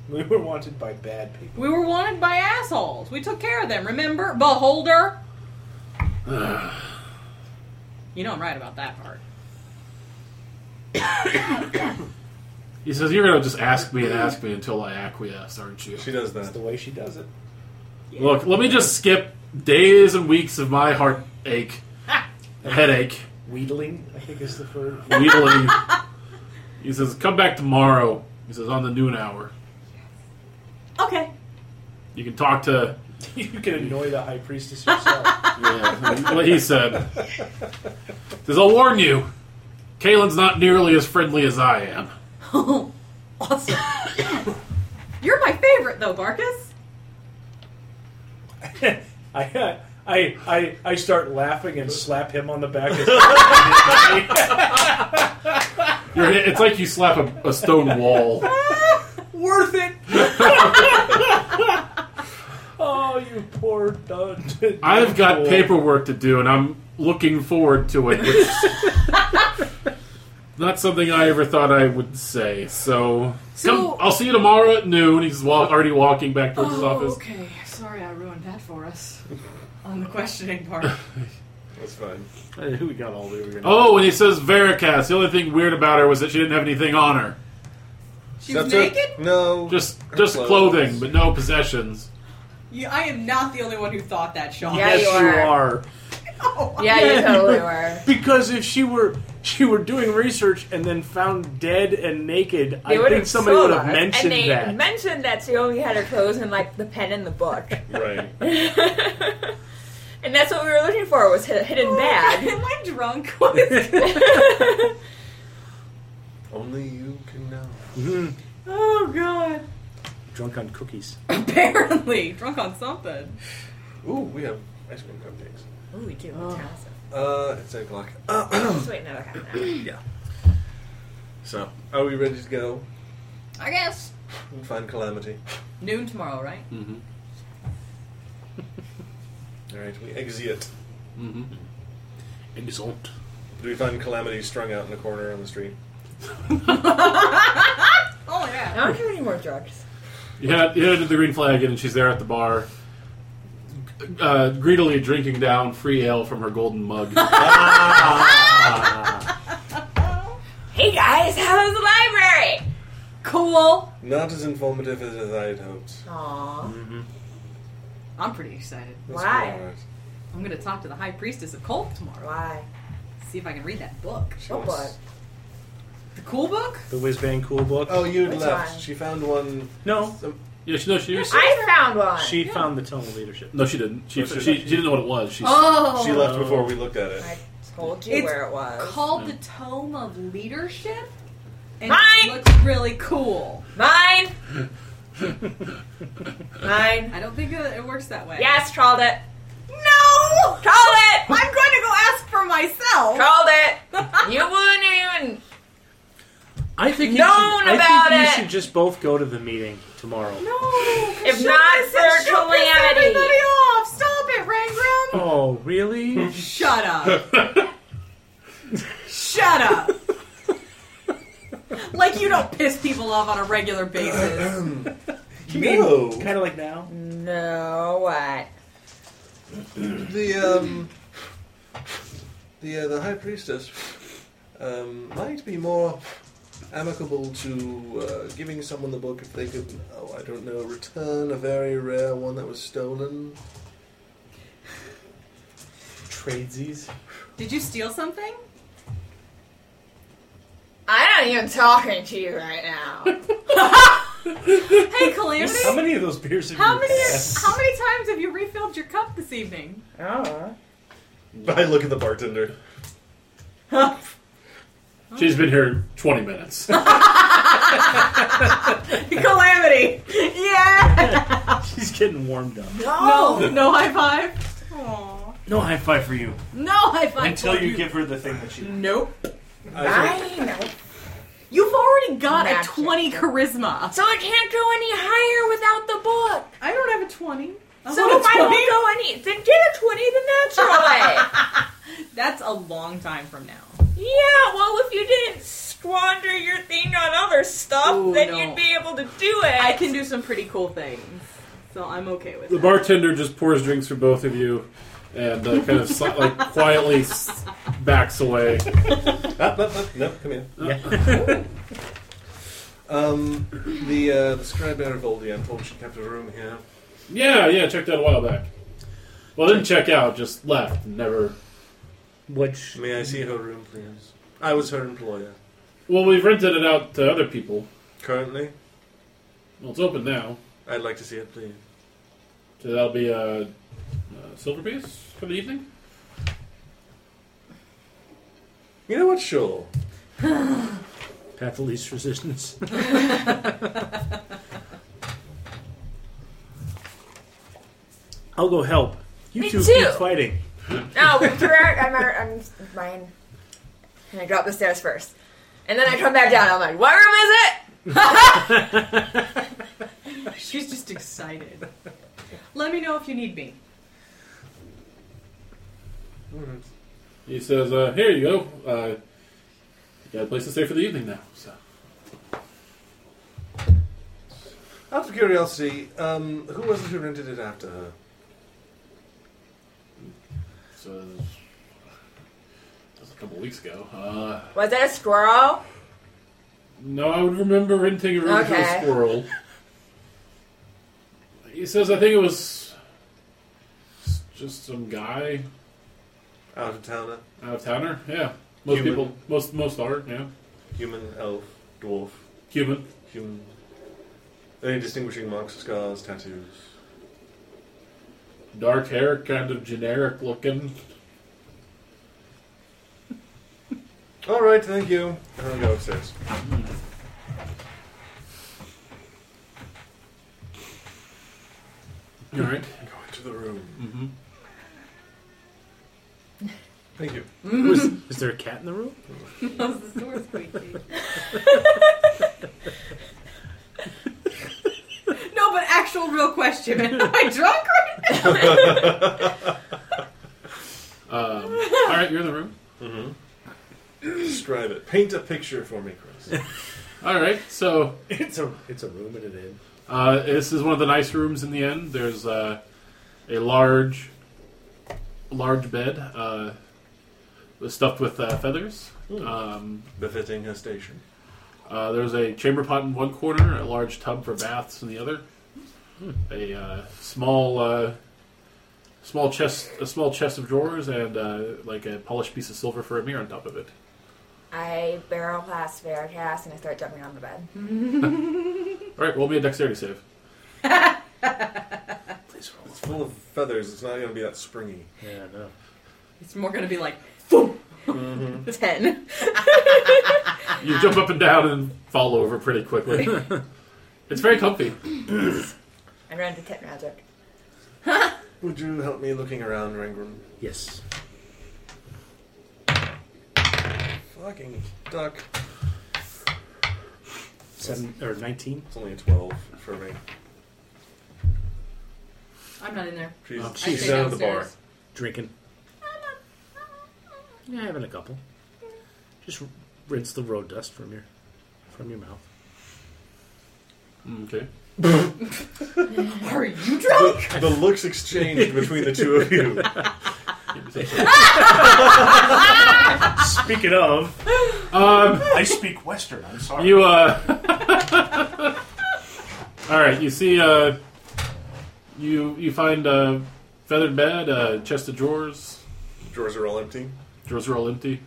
[SPEAKER 7] We were wanted by bad people.
[SPEAKER 2] We were wanted by assholes. We took care of them, remember? Beholder! you know I'm right about that part.
[SPEAKER 1] He says, You're going to just ask me and ask me until I acquiesce, aren't you?
[SPEAKER 4] She does
[SPEAKER 7] That's
[SPEAKER 4] that.
[SPEAKER 7] the way she does it.
[SPEAKER 1] Look, let me just skip days and weeks of my heartache, headache,
[SPEAKER 7] Wheedling, I think, is the word.
[SPEAKER 1] wheedling. he says, Come back tomorrow. He says, On the noon hour.
[SPEAKER 2] Okay.
[SPEAKER 1] You can talk to.
[SPEAKER 7] you can annoy the high priestess yourself.
[SPEAKER 1] Yeah, what he said. He says, I'll warn you, Kalen's not nearly as friendly as I am.
[SPEAKER 2] awesome. You're my favorite, though, Barkus.
[SPEAKER 7] I, I, I, I start laughing and slap him on the back.
[SPEAKER 1] You're, it's like you slap a, a stone wall.
[SPEAKER 7] Worth it. oh, you poor dud.
[SPEAKER 1] I've got paperwork to do, and I'm looking forward to it. Which is not something I ever thought I would say. So,
[SPEAKER 2] So- Oh,
[SPEAKER 1] come, I'll see you tomorrow at noon. He's wa- already walking back towards his office.
[SPEAKER 2] okay. Sorry I ruined that for us. On the questioning part.
[SPEAKER 4] That's fine.
[SPEAKER 3] Uh, who we got all we were gonna
[SPEAKER 1] Oh, and he says Veracast. The only thing weird about her was that she didn't have anything on her.
[SPEAKER 2] She's
[SPEAKER 4] That's it?
[SPEAKER 2] naked?
[SPEAKER 4] No.
[SPEAKER 1] Just
[SPEAKER 4] Her
[SPEAKER 1] just
[SPEAKER 4] clothes.
[SPEAKER 1] clothing, but no possessions.
[SPEAKER 2] Yeah, I am not the only one who thought that, Sean.
[SPEAKER 5] Yeah,
[SPEAKER 3] Yes,
[SPEAKER 5] you are. Yeah, you totally were.
[SPEAKER 3] Because if she were she were doing research and then found dead and naked,
[SPEAKER 5] They
[SPEAKER 3] I think
[SPEAKER 5] would've
[SPEAKER 3] somebody
[SPEAKER 5] told
[SPEAKER 3] would have
[SPEAKER 5] us,
[SPEAKER 3] mentioned
[SPEAKER 5] and they
[SPEAKER 3] that.
[SPEAKER 5] mentioned that she only had her clothes and like the pen and the book,
[SPEAKER 4] Right.
[SPEAKER 5] and that's what we were looking for was hid- hidden bag.
[SPEAKER 2] Am I drunk? What is
[SPEAKER 4] Only you can know.
[SPEAKER 3] Mhm.
[SPEAKER 2] Oh, God.
[SPEAKER 3] Drunk on cookies.
[SPEAKER 2] Apparently. Drunk on something.
[SPEAKER 4] Ooh, we have ice cream cupcakes.
[SPEAKER 5] Ooh, we do.
[SPEAKER 4] Uh, it's eight o'clock.
[SPEAKER 5] Just wait another half an hour.
[SPEAKER 4] yeah. So, are we ready to go
[SPEAKER 2] I guess.
[SPEAKER 4] and find Calamity?
[SPEAKER 2] Noon tomorrow, right?
[SPEAKER 1] Mm-hmm.
[SPEAKER 4] All right, we exit.
[SPEAKER 1] Mm-hmm.
[SPEAKER 3] Exalt.
[SPEAKER 4] Do we find Calamity strung out in the corner on the street?
[SPEAKER 2] Oh, yeah.
[SPEAKER 5] I don't have any more drugs.
[SPEAKER 1] You head, you head to the green flag Inn, and she's there at the bar, uh, greedily drinking down free ale from her golden mug.
[SPEAKER 5] Hey guys, how was the library? Cool.
[SPEAKER 4] Not as informative as I had hoped.
[SPEAKER 5] Aww.
[SPEAKER 2] I'm pretty excited.
[SPEAKER 4] Mm, That's
[SPEAKER 5] Why?
[SPEAKER 4] all right.
[SPEAKER 2] I'm going to talk to the High Priestess of Cult tomorrow.
[SPEAKER 5] Why?
[SPEAKER 2] See if I can read that book.
[SPEAKER 4] She
[SPEAKER 5] What
[SPEAKER 4] wants-
[SPEAKER 2] The cool book?
[SPEAKER 3] The whiz bang cool book.
[SPEAKER 4] Oh, you
[SPEAKER 5] Which
[SPEAKER 4] left.
[SPEAKER 5] one?
[SPEAKER 4] She found one.
[SPEAKER 3] no,
[SPEAKER 1] yeah, she, no, she was,
[SPEAKER 5] I found one.
[SPEAKER 3] she
[SPEAKER 2] Yeah.
[SPEAKER 3] found the tone of leadership.
[SPEAKER 1] no, she didn't. She,
[SPEAKER 4] No,
[SPEAKER 1] she,
[SPEAKER 4] she-
[SPEAKER 1] she didn't know what it was. She's,
[SPEAKER 2] Oh.
[SPEAKER 4] She left before we looked at it.
[SPEAKER 5] I told you
[SPEAKER 2] It's
[SPEAKER 5] where it was.
[SPEAKER 2] called the Tome of Leadership. And
[SPEAKER 5] Mine!
[SPEAKER 2] it looks really cool.
[SPEAKER 5] Mine. Mine.
[SPEAKER 2] I don't think it, it works that way.
[SPEAKER 5] Yes, crawled it.
[SPEAKER 2] No!
[SPEAKER 5] Crawled it.
[SPEAKER 2] I'm going to go ask for myself.
[SPEAKER 5] Crawled it. You wouldn't even.
[SPEAKER 3] I think you
[SPEAKER 5] Known
[SPEAKER 3] should, I
[SPEAKER 5] about
[SPEAKER 3] think
[SPEAKER 5] it!
[SPEAKER 3] you should just both go to the meeting tomorrow.
[SPEAKER 2] No.
[SPEAKER 5] If
[SPEAKER 2] shut
[SPEAKER 5] not
[SPEAKER 2] this-
[SPEAKER 5] for
[SPEAKER 2] shut this
[SPEAKER 5] calamity.
[SPEAKER 2] everybody off. Stop it, Rangram.
[SPEAKER 3] Oh, really?
[SPEAKER 2] Shut up. Shut up. like you don't piss people off on a regular basis.
[SPEAKER 4] No.
[SPEAKER 7] Kind of like now.
[SPEAKER 5] No, what?
[SPEAKER 4] The um, the uh, the high priestess um, might be more amicable to uh, giving someone the book if they could, oh, I don't know, return a very rare one that was stolen.
[SPEAKER 7] Tradesies.
[SPEAKER 2] Did you steal something?
[SPEAKER 5] I ain't even talking to you right now.
[SPEAKER 2] Hey, Calamity.
[SPEAKER 7] How many of those beers have
[SPEAKER 2] How
[SPEAKER 7] you
[SPEAKER 2] many
[SPEAKER 7] had?
[SPEAKER 2] how many times have you refilled your cup this evening?
[SPEAKER 5] oh.
[SPEAKER 4] I look at the bartender.
[SPEAKER 1] she's been here 20 minutes.
[SPEAKER 2] Calamity. Yeah.
[SPEAKER 3] She's getting warmed up.
[SPEAKER 5] No.
[SPEAKER 2] No, no high five. Aw.
[SPEAKER 3] No high five for you
[SPEAKER 2] No high five.
[SPEAKER 3] until
[SPEAKER 2] for
[SPEAKER 3] you give her the thing that she.
[SPEAKER 2] Nope.
[SPEAKER 5] Mine.
[SPEAKER 2] You've already got
[SPEAKER 5] Magic.
[SPEAKER 2] a 20 charisma.
[SPEAKER 5] So it can't go any higher without the book.
[SPEAKER 2] I don't have a 20.
[SPEAKER 5] So if I don't go any, then get a twenty the natural way.
[SPEAKER 2] That's a long time from now.
[SPEAKER 5] yeah, well, well, if you didn't squander your thing on other stuff,
[SPEAKER 2] Ooh,
[SPEAKER 5] then
[SPEAKER 2] no.
[SPEAKER 5] you'd be able to do it.
[SPEAKER 2] I can do some pretty cool things, so I'm okay with
[SPEAKER 1] The
[SPEAKER 2] that.
[SPEAKER 1] bartender just pours drinks for both of you, and uh, kind of si- like quietly s- backs away.
[SPEAKER 4] Up, up, up. No, come in. um, the, uh, the scribe Arivaldi, I'm told she kept a room here.
[SPEAKER 1] Yeah, yeah, checked out a while back. Well, didn't check out, just left, and never.
[SPEAKER 3] Which
[SPEAKER 4] May I see her room, please? I was her employer.
[SPEAKER 1] Well, we've rented it out to other people.
[SPEAKER 4] Currently,
[SPEAKER 1] Well, it's open now,
[SPEAKER 4] I'd like to see it, please.
[SPEAKER 1] so that'll be a, a silver piece for the evening.
[SPEAKER 4] You know what? Sure.
[SPEAKER 3] path of least resistance? I'll go help. You
[SPEAKER 5] Me
[SPEAKER 3] two
[SPEAKER 5] too.
[SPEAKER 3] keep fighting.
[SPEAKER 5] No, Gerard, I'm, out- I'm mine. And I drop the stairs first. And then I come back down. I'm like, what room is it?
[SPEAKER 2] She's just excited. Let me know if you need me.
[SPEAKER 4] Mm-hmm.
[SPEAKER 1] He says, uh, "Here you go. Uh, you got a place to stay for the evening now." So
[SPEAKER 4] Out of curiosity, um, who was it who rented it after her?
[SPEAKER 1] So that was a couple weeks ago. Uh,
[SPEAKER 5] Was that a squirrel?
[SPEAKER 1] no, I would remember renting a room to
[SPEAKER 5] Okay.
[SPEAKER 1] a squirrel. He says, "I think it was s- just some guy
[SPEAKER 4] Out of towner,
[SPEAKER 1] out of towner." Yeah, most
[SPEAKER 4] Human.
[SPEAKER 1] people, most most are. Yeah,
[SPEAKER 4] human, elf, dwarf,
[SPEAKER 1] Cuban.
[SPEAKER 4] human. Any distinguishing marks, scars, tattoos?
[SPEAKER 1] Dark hair, kind of generic looking.
[SPEAKER 4] All right, thank you. And I'll go upstairs.
[SPEAKER 1] All right.
[SPEAKER 4] Go into the room. Mm-hmm. Thank you.
[SPEAKER 3] Was, is there a cat in the room?
[SPEAKER 6] How's the door squeaky?
[SPEAKER 2] No, but actual real question. Am I drunk right now?
[SPEAKER 1] Um, all right, you're in the room.
[SPEAKER 4] Describe it. Paint a picture for me, Chris.
[SPEAKER 1] All right, so
[SPEAKER 3] It's a it's a room in an inn.
[SPEAKER 1] Uh, this is one of the nice rooms in the end. There's uh, a large, large bed uh, was stuffed with uh, feathers. Um,
[SPEAKER 4] Befitting her station.
[SPEAKER 1] uh, there's a chamber pot in one corner, a large tub for baths in the other, a uh, small, uh, small chest, a small chest of drawers, and uh, like a polished piece of silver for a mirror on top of it.
[SPEAKER 5] I barrel past Veritas and I start jumping on the bed.
[SPEAKER 1] All right, roll me a dexterity save.
[SPEAKER 3] Please roll.
[SPEAKER 4] It's full of feathers. It's not going to be that springy.
[SPEAKER 3] Yeah, no.
[SPEAKER 2] It's more gonna be like, Mm-hmm.
[SPEAKER 5] Ten.
[SPEAKER 1] You jump up and down and fall over pretty quickly. it's very comfy.
[SPEAKER 5] I run to Tit Magic.
[SPEAKER 4] Would you help me looking around, Rangram?
[SPEAKER 3] Yes.
[SPEAKER 4] Fucking duck.
[SPEAKER 3] Seven or nineteen.
[SPEAKER 4] It's only a 12 for me.
[SPEAKER 2] I'm not in there.
[SPEAKER 4] She's,
[SPEAKER 3] Oh,
[SPEAKER 2] I
[SPEAKER 4] she's
[SPEAKER 2] stay
[SPEAKER 4] out of the bar.
[SPEAKER 2] downstairs.
[SPEAKER 3] Drinking. Yeah, having a couple. Just rinse the road dust from your from your mouth.
[SPEAKER 1] Okay.
[SPEAKER 2] Are you drunk?
[SPEAKER 4] The, the looks exchanged between the two of you.
[SPEAKER 3] Speaking of,
[SPEAKER 1] Um,
[SPEAKER 3] I speak Western. I'm sorry.
[SPEAKER 1] you uh. All right, you see, uh, you you find uh, feathered bed, uh, chest of drawers.
[SPEAKER 4] Drawers are all empty.
[SPEAKER 1] Drawers are all empty.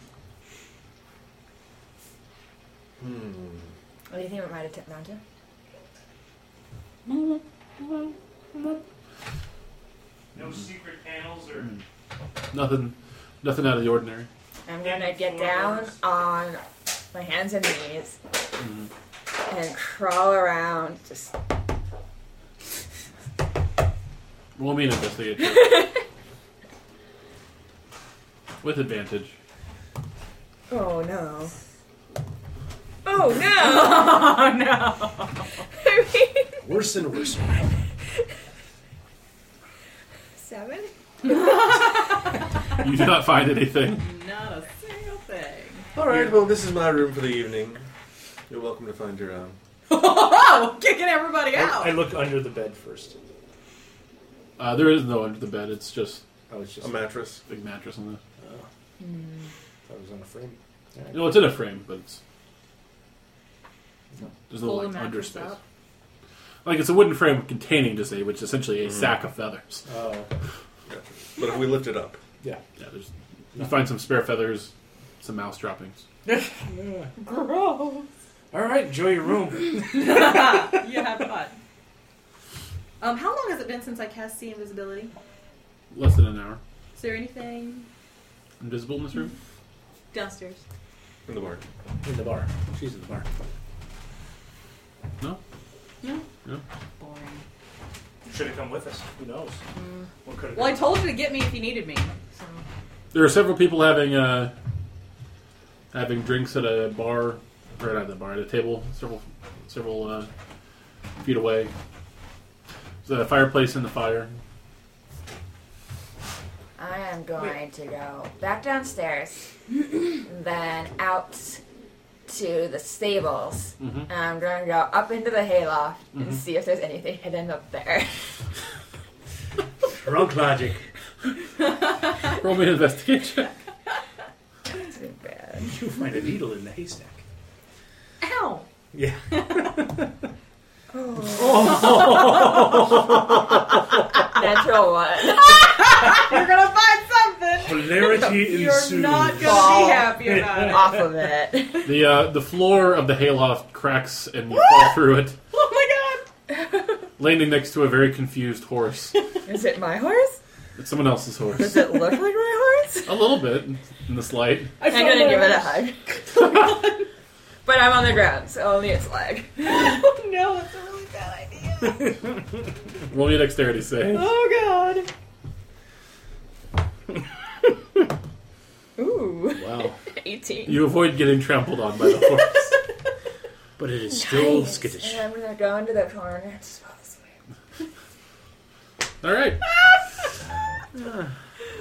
[SPEAKER 5] What do you think about my Tit Magic?
[SPEAKER 9] No secret panels or
[SPEAKER 1] Nothing, nothing out of the ordinary.
[SPEAKER 5] I'm gonna get down on my hands and knees
[SPEAKER 1] Mm-hmm.
[SPEAKER 5] and crawl around. Just
[SPEAKER 1] Roll me an investigate check. with advantage.
[SPEAKER 5] oh no. Oh no!
[SPEAKER 2] Oh no.
[SPEAKER 5] I mean,
[SPEAKER 3] Worse and worse.
[SPEAKER 5] seven.
[SPEAKER 1] You do not find anything.
[SPEAKER 2] Not a single thing.
[SPEAKER 4] All right. Well, this is my room for the evening. You're welcome to find your uh, own.
[SPEAKER 2] Oh, kicking everybody out.
[SPEAKER 7] I, I look under the bed first.
[SPEAKER 1] Uh, there is no under the bed. It's just
[SPEAKER 7] Oh, it's just uh,
[SPEAKER 4] A mattress.
[SPEAKER 1] a big mattress on
[SPEAKER 6] Mm.
[SPEAKER 7] I was on a frame.
[SPEAKER 1] the. No, it's in a frame, but it's. There's no
[SPEAKER 2] Pull the
[SPEAKER 1] like under
[SPEAKER 2] mattress
[SPEAKER 1] space.
[SPEAKER 2] up.
[SPEAKER 1] Like it's a wooden frame containing just a, which is essentially a sack of feathers.
[SPEAKER 7] Oh, okay.
[SPEAKER 4] But if we lift it up,
[SPEAKER 7] yeah.
[SPEAKER 1] Yeah, there's. You find some spare feathers, some mouse droppings.
[SPEAKER 7] yeah.
[SPEAKER 2] Gross.
[SPEAKER 7] Uh, All right, enjoy your room.
[SPEAKER 6] you have fun. Um, how long has it been since I cast see invisibility?
[SPEAKER 1] Less than an hour.
[SPEAKER 6] Is there anything
[SPEAKER 1] Invisible in this room.
[SPEAKER 6] downstairs?
[SPEAKER 4] in the bar.
[SPEAKER 7] in the bar. She's in the bar.
[SPEAKER 1] No.
[SPEAKER 2] Boring.
[SPEAKER 9] Should have come with us.
[SPEAKER 7] Who knows?
[SPEAKER 6] Mm.
[SPEAKER 9] What could have
[SPEAKER 2] Well, I told you to get me if you needed me. So.
[SPEAKER 1] There are several people having uh, having drinks at a bar, right at the bar, at a table, several several uh, feet away. There's a fireplace in the fire.
[SPEAKER 5] I am going to go back downstairs, then out to the stables.
[SPEAKER 1] Mhm.
[SPEAKER 5] And I'm going to go up into the hayloft and see if there's anything hidden up there.
[SPEAKER 3] Drunk logic.
[SPEAKER 1] Roll me an investigation.
[SPEAKER 5] Too bad.
[SPEAKER 3] You find a needle in the haystack.
[SPEAKER 2] Ow!
[SPEAKER 3] Yeah.
[SPEAKER 5] Natural one.
[SPEAKER 6] You're gonna find something.
[SPEAKER 3] Polarity
[SPEAKER 6] You're not gonna
[SPEAKER 5] Fall.
[SPEAKER 6] be happy about it.
[SPEAKER 5] Off of it.
[SPEAKER 1] the uh, The floor of the hayloft cracks, and you fall through it,
[SPEAKER 6] Oh my god!
[SPEAKER 1] landing next to a very confused horse.
[SPEAKER 5] Is it my horse?
[SPEAKER 1] It's someone else's
[SPEAKER 5] Does
[SPEAKER 1] horse.
[SPEAKER 5] it look like my horse?
[SPEAKER 1] A little bit in this light.
[SPEAKER 6] I
[SPEAKER 5] I'm gonna give it a hug. but I'm on the ground, so only its leg.
[SPEAKER 6] Oh no, it's a really bad idea.
[SPEAKER 1] Roll me a dexterity save.
[SPEAKER 6] Oh god.
[SPEAKER 5] Ooh,
[SPEAKER 1] Wow.
[SPEAKER 5] 18.
[SPEAKER 1] You avoid getting trampled on by the horse.
[SPEAKER 3] But it is still
[SPEAKER 5] Nice.
[SPEAKER 3] skittish.
[SPEAKER 5] And I'm gonna go into the corner and just fall asleep.
[SPEAKER 1] All right.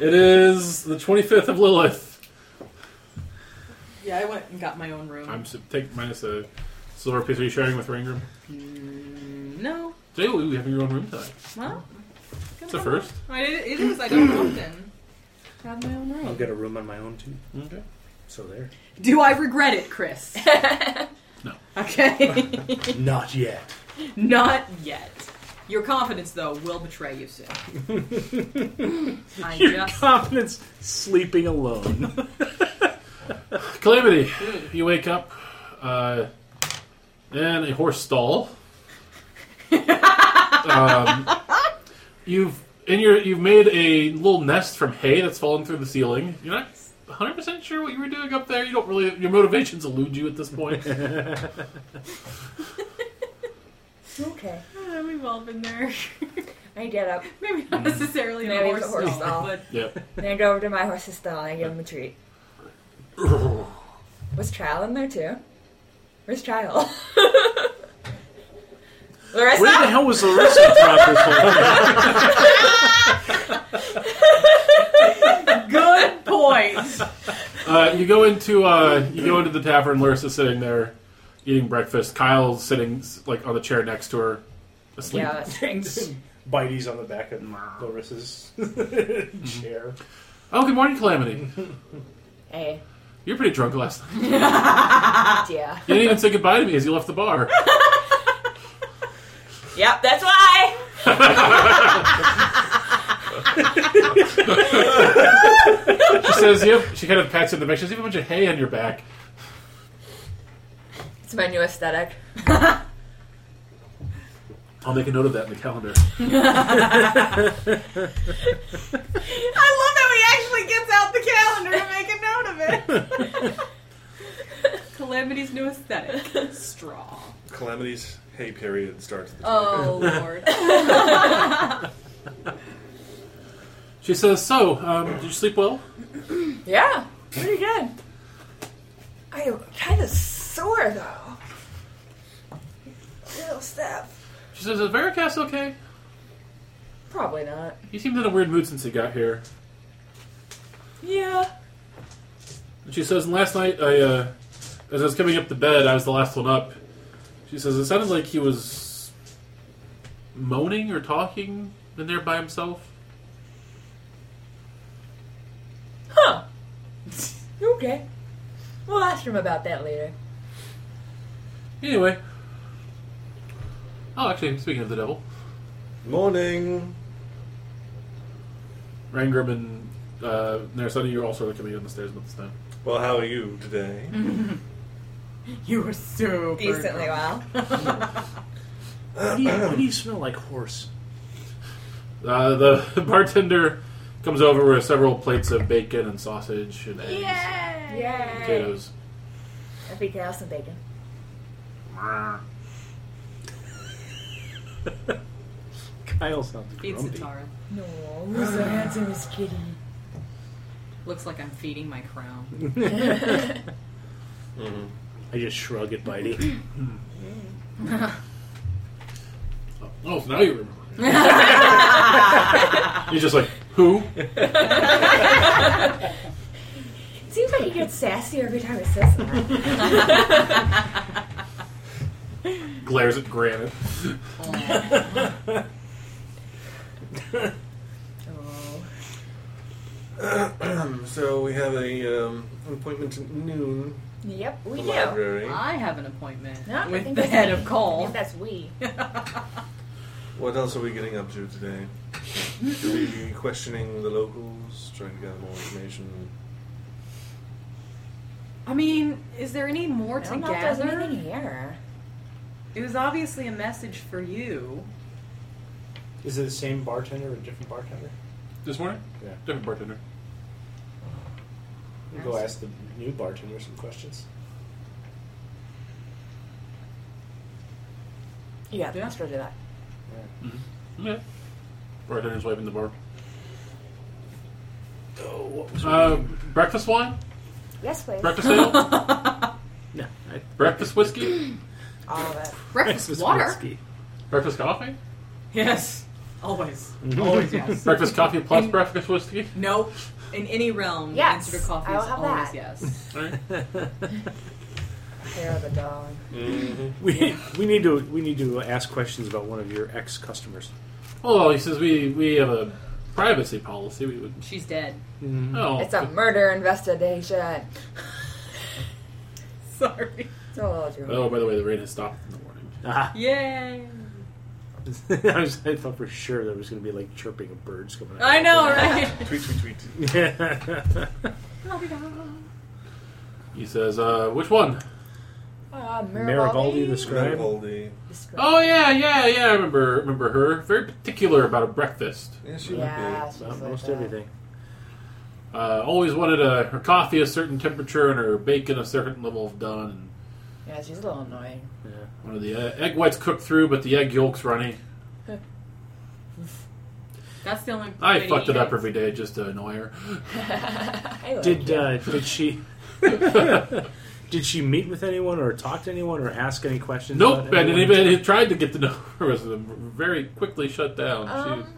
[SPEAKER 1] It is the 25th of Lilith.
[SPEAKER 6] Yeah, I went.
[SPEAKER 2] And got my own room.
[SPEAKER 1] I'm su- take minus a silver piece. Are you sharing with Rangram?
[SPEAKER 2] Mm, no.
[SPEAKER 1] Today we have your own room tonight.
[SPEAKER 2] Well,
[SPEAKER 1] It's a first.
[SPEAKER 6] I did, it is. I don't often have my own
[SPEAKER 3] I'll
[SPEAKER 6] room.
[SPEAKER 3] get a room on my own too.
[SPEAKER 1] Okay.
[SPEAKER 3] So there.
[SPEAKER 2] do I regret it, Chris?
[SPEAKER 1] No.
[SPEAKER 2] Okay.
[SPEAKER 3] Not yet.
[SPEAKER 2] Not yet. Your confidence, though, will betray you soon. I
[SPEAKER 3] Your
[SPEAKER 2] just.
[SPEAKER 3] confidence sleeping alone.
[SPEAKER 1] Calamity. You wake up uh, in a horse stall. um, you've in your you've made a little nest from hay that's fallen through the ceiling. You're not 100 percent sure what you were doing up there. You don't really your motivations elude you at this point.
[SPEAKER 5] Okay.
[SPEAKER 2] Yeah, we've all been there.
[SPEAKER 5] I get up
[SPEAKER 2] Maybe
[SPEAKER 1] Mm.
[SPEAKER 2] not necessarily in a
[SPEAKER 5] Maybe
[SPEAKER 2] horse,
[SPEAKER 5] the horse
[SPEAKER 2] stall,
[SPEAKER 5] stall.
[SPEAKER 2] but
[SPEAKER 1] yep.
[SPEAKER 5] and I go over to my horse's stall and I give him a treat. Was Trial in there too? Where's Trial? Larissa?
[SPEAKER 3] Where the hell was Larissa throughout this whole thing?
[SPEAKER 2] good point.
[SPEAKER 1] Uh, you go into uh, you go into the tavern. Larissa's sitting there eating breakfast. Kyle's sitting like on the chair next to her, asleep.
[SPEAKER 5] yeah, it drinks.
[SPEAKER 7] Bitey's on the back of Larissa's chair.
[SPEAKER 1] Oh, good morning, Calamity.
[SPEAKER 5] Hey,
[SPEAKER 1] You're pretty drunk last night.
[SPEAKER 5] yeah.
[SPEAKER 1] You didn't even say goodbye to me as you left the bar.
[SPEAKER 5] Yep, that's why!
[SPEAKER 1] She says, "Yep." She kind of pats you on the back. She says, "You have a bunch of hay on your back."
[SPEAKER 5] It's my new aesthetic.
[SPEAKER 1] I'll make a note of that in the calendar.
[SPEAKER 6] I love how he actually gets out the calendar to make a note of it.
[SPEAKER 2] Calamity's new aesthetic. Straw.
[SPEAKER 4] Calamity's hay period starts. At the
[SPEAKER 6] Oh lord.
[SPEAKER 1] She says, "So, um, did you sleep well?"
[SPEAKER 5] Yeah, pretty good. I am kind of sore though. Little stuff.
[SPEAKER 1] She says, "Is Veracast okay?
[SPEAKER 5] Probably not.
[SPEAKER 1] He seems in a weird mood since he got here."
[SPEAKER 5] Yeah.
[SPEAKER 1] And she says, last night, I, uh, as I was coming up the bed, I was the last one up. She says, it sounded like he was moaning or talking in there by himself.
[SPEAKER 5] Huh. okay. We'll ask him about that later.
[SPEAKER 1] Anyway. Oh, actually, speaking of the devil,
[SPEAKER 4] Morning.
[SPEAKER 1] Rangram and uh, Narasani, you're all sort of coming down the stairs about this time.
[SPEAKER 4] Well, how are you today?
[SPEAKER 2] You were so
[SPEAKER 5] Decently well.
[SPEAKER 3] What do you, what do you smell like horse?
[SPEAKER 1] Uh, the bartender comes over with several plates of bacon and sausage and eggs, and
[SPEAKER 5] Yay!
[SPEAKER 1] potatoes.
[SPEAKER 5] I think I have some bacon.
[SPEAKER 3] Kyle sounds
[SPEAKER 2] Feeds
[SPEAKER 3] grumpy.
[SPEAKER 2] it, Tara.
[SPEAKER 5] No, who's so handsome as kitty?
[SPEAKER 2] Looks like I'm feeding my crown.
[SPEAKER 4] Mm-hmm.
[SPEAKER 3] I just shrug at Bitey.
[SPEAKER 1] Oh, so now you remember. He's just like, who?
[SPEAKER 5] Seems like he gets sassy every time he says that.
[SPEAKER 1] Glares at Granite.
[SPEAKER 5] oh.
[SPEAKER 4] so we have a um, an appointment at noon.
[SPEAKER 5] Yep, we
[SPEAKER 4] at
[SPEAKER 5] do.
[SPEAKER 4] the library.
[SPEAKER 2] I have an appointment
[SPEAKER 5] No, I
[SPEAKER 2] with
[SPEAKER 5] think
[SPEAKER 2] the
[SPEAKER 5] that's
[SPEAKER 2] head
[SPEAKER 5] me.
[SPEAKER 2] of call.
[SPEAKER 5] If that's we.
[SPEAKER 4] What else are we getting up to today? Are we questioning the locals, trying to gather more information?
[SPEAKER 6] I mean, is there any more
[SPEAKER 5] No,
[SPEAKER 6] to
[SPEAKER 5] not there's
[SPEAKER 6] gather?
[SPEAKER 5] anything here.
[SPEAKER 6] It was obviously a message for you.
[SPEAKER 7] Is it the same bartender or a different bartender?
[SPEAKER 1] This morning?
[SPEAKER 7] Yeah.
[SPEAKER 1] Different bartender.
[SPEAKER 7] We'll go ask the new bartender some questions.
[SPEAKER 5] Yeah,
[SPEAKER 2] Yeah.
[SPEAKER 5] let's go do that.
[SPEAKER 1] Yeah. Bartender's waving the bar.
[SPEAKER 3] Oh, what was
[SPEAKER 1] Uh, breakfast wine?
[SPEAKER 5] Yes, please.
[SPEAKER 1] Breakfast ale?
[SPEAKER 3] no, I,
[SPEAKER 1] breakfast whiskey?
[SPEAKER 5] All of it.
[SPEAKER 2] Breakfast water.
[SPEAKER 3] whiskey.
[SPEAKER 1] Breakfast coffee?
[SPEAKER 2] Yes. Always.
[SPEAKER 3] Always,
[SPEAKER 2] yes.
[SPEAKER 1] Breakfast coffee plus
[SPEAKER 5] Mm.
[SPEAKER 1] breakfast whiskey?
[SPEAKER 2] Nope. In any realm,
[SPEAKER 5] Yes,
[SPEAKER 2] consider coffee
[SPEAKER 5] I will
[SPEAKER 2] is
[SPEAKER 5] have
[SPEAKER 2] always
[SPEAKER 5] that.
[SPEAKER 2] yes.
[SPEAKER 1] All right.
[SPEAKER 5] Hair of the dog.
[SPEAKER 4] Mm-hmm.
[SPEAKER 3] We, we need to we need to ask questions about one of your ex customers.
[SPEAKER 1] Well, he says we, we have a privacy policy. We would.
[SPEAKER 2] She's dead. Mm-hmm.
[SPEAKER 1] Oh,
[SPEAKER 5] It's a murder investigation.
[SPEAKER 2] Sorry.
[SPEAKER 5] So
[SPEAKER 1] oh, by the way, the rain has stopped in the morning.
[SPEAKER 3] Ah,
[SPEAKER 2] Yay.
[SPEAKER 3] I, was, I thought for sure there was going to be like chirping of birds coming. out.
[SPEAKER 2] I know, right?
[SPEAKER 9] Tweet, tweet, tweet.
[SPEAKER 3] Yeah.
[SPEAKER 1] He says, uh, which one?
[SPEAKER 5] uh,
[SPEAKER 3] Marivaldi the
[SPEAKER 4] Describe
[SPEAKER 3] scribe.
[SPEAKER 4] all the.
[SPEAKER 1] Oh yeah, yeah, yeah. I remember, remember her. Very particular about a breakfast.
[SPEAKER 4] Yeah, she
[SPEAKER 5] yeah,
[SPEAKER 4] would
[SPEAKER 5] she's
[SPEAKER 3] About
[SPEAKER 5] like
[SPEAKER 3] most
[SPEAKER 5] that.
[SPEAKER 3] everything.
[SPEAKER 1] Uh, always wanted uh her coffee a certain temperature and her bacon a certain level of done. And
[SPEAKER 5] Yeah, she's a little annoying.
[SPEAKER 1] one of the uh, egg whites cooked through, but the egg yolk's runny.
[SPEAKER 2] That's the only. way
[SPEAKER 1] I
[SPEAKER 2] to
[SPEAKER 1] fucked
[SPEAKER 2] eat
[SPEAKER 1] it up every day just to annoy her.
[SPEAKER 5] I like
[SPEAKER 3] Did
[SPEAKER 5] it.
[SPEAKER 3] uh, did she did she meet with anyone or talk to anyone or ask any questions?
[SPEAKER 1] Nope,
[SPEAKER 3] about
[SPEAKER 1] and
[SPEAKER 3] anyone?
[SPEAKER 1] anybody who tried to get to know her was um, very quickly shut down.
[SPEAKER 5] Um,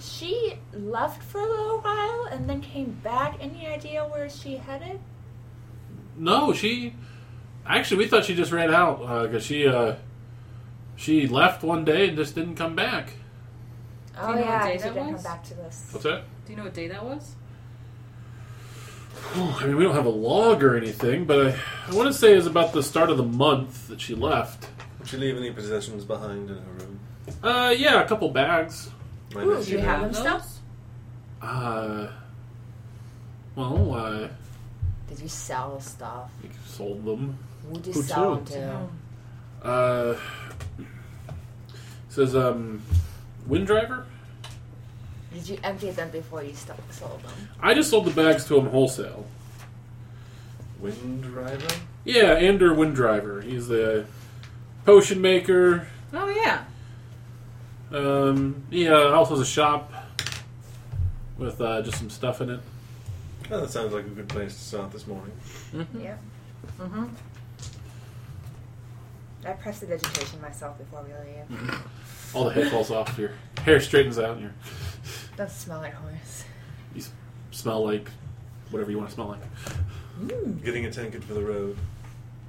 [SPEAKER 5] she left for a little while and then came back. Any idea where she headed?
[SPEAKER 1] she, no, she actually we thought she just ran out because she uh, she left one day and just didn't come back.
[SPEAKER 5] Oh
[SPEAKER 2] know what
[SPEAKER 5] yeah,
[SPEAKER 2] day
[SPEAKER 5] she
[SPEAKER 2] that
[SPEAKER 5] didn't come
[SPEAKER 2] was?
[SPEAKER 5] back to this.
[SPEAKER 1] What's that?
[SPEAKER 2] Do you know what day that was?
[SPEAKER 1] I mean, we don't have a log or anything, but I, I want to say it's about the start of the month that she left.
[SPEAKER 4] be. Would she leave any possessions behind in her room?
[SPEAKER 1] Uh, yeah, a couple bags.
[SPEAKER 4] My
[SPEAKER 5] Ooh,
[SPEAKER 4] nephew
[SPEAKER 5] you
[SPEAKER 4] had-
[SPEAKER 5] have them
[SPEAKER 2] Those?
[SPEAKER 5] still?
[SPEAKER 1] Uh, well, uh,
[SPEAKER 5] Did you sell stuff?
[SPEAKER 1] I think I sold them.
[SPEAKER 5] Would you
[SPEAKER 3] Who
[SPEAKER 5] sell
[SPEAKER 3] to?
[SPEAKER 5] them
[SPEAKER 1] Uh, says um, wind driver.
[SPEAKER 5] to? Did you empty them before you st- sold them?
[SPEAKER 1] I just sold the bags to him wholesale.
[SPEAKER 4] Wind driver?
[SPEAKER 1] Yeah, Ander wind driver. He's the potion maker.
[SPEAKER 2] Oh yeah.
[SPEAKER 1] Um, he uh, also has a shop with uh, just some stuff in it.
[SPEAKER 4] Oh, that sounds like a good place to start this morning.
[SPEAKER 5] Yeah. Mm-hmm. I pressed the vegetation myself before we
[SPEAKER 4] Mm.
[SPEAKER 5] leave.
[SPEAKER 1] All the hair falls off. Your hair straightens out. And you're
[SPEAKER 5] Doesn't smell like horse.
[SPEAKER 1] smell like whatever you want to smell like.
[SPEAKER 4] Getting a tankard for the road.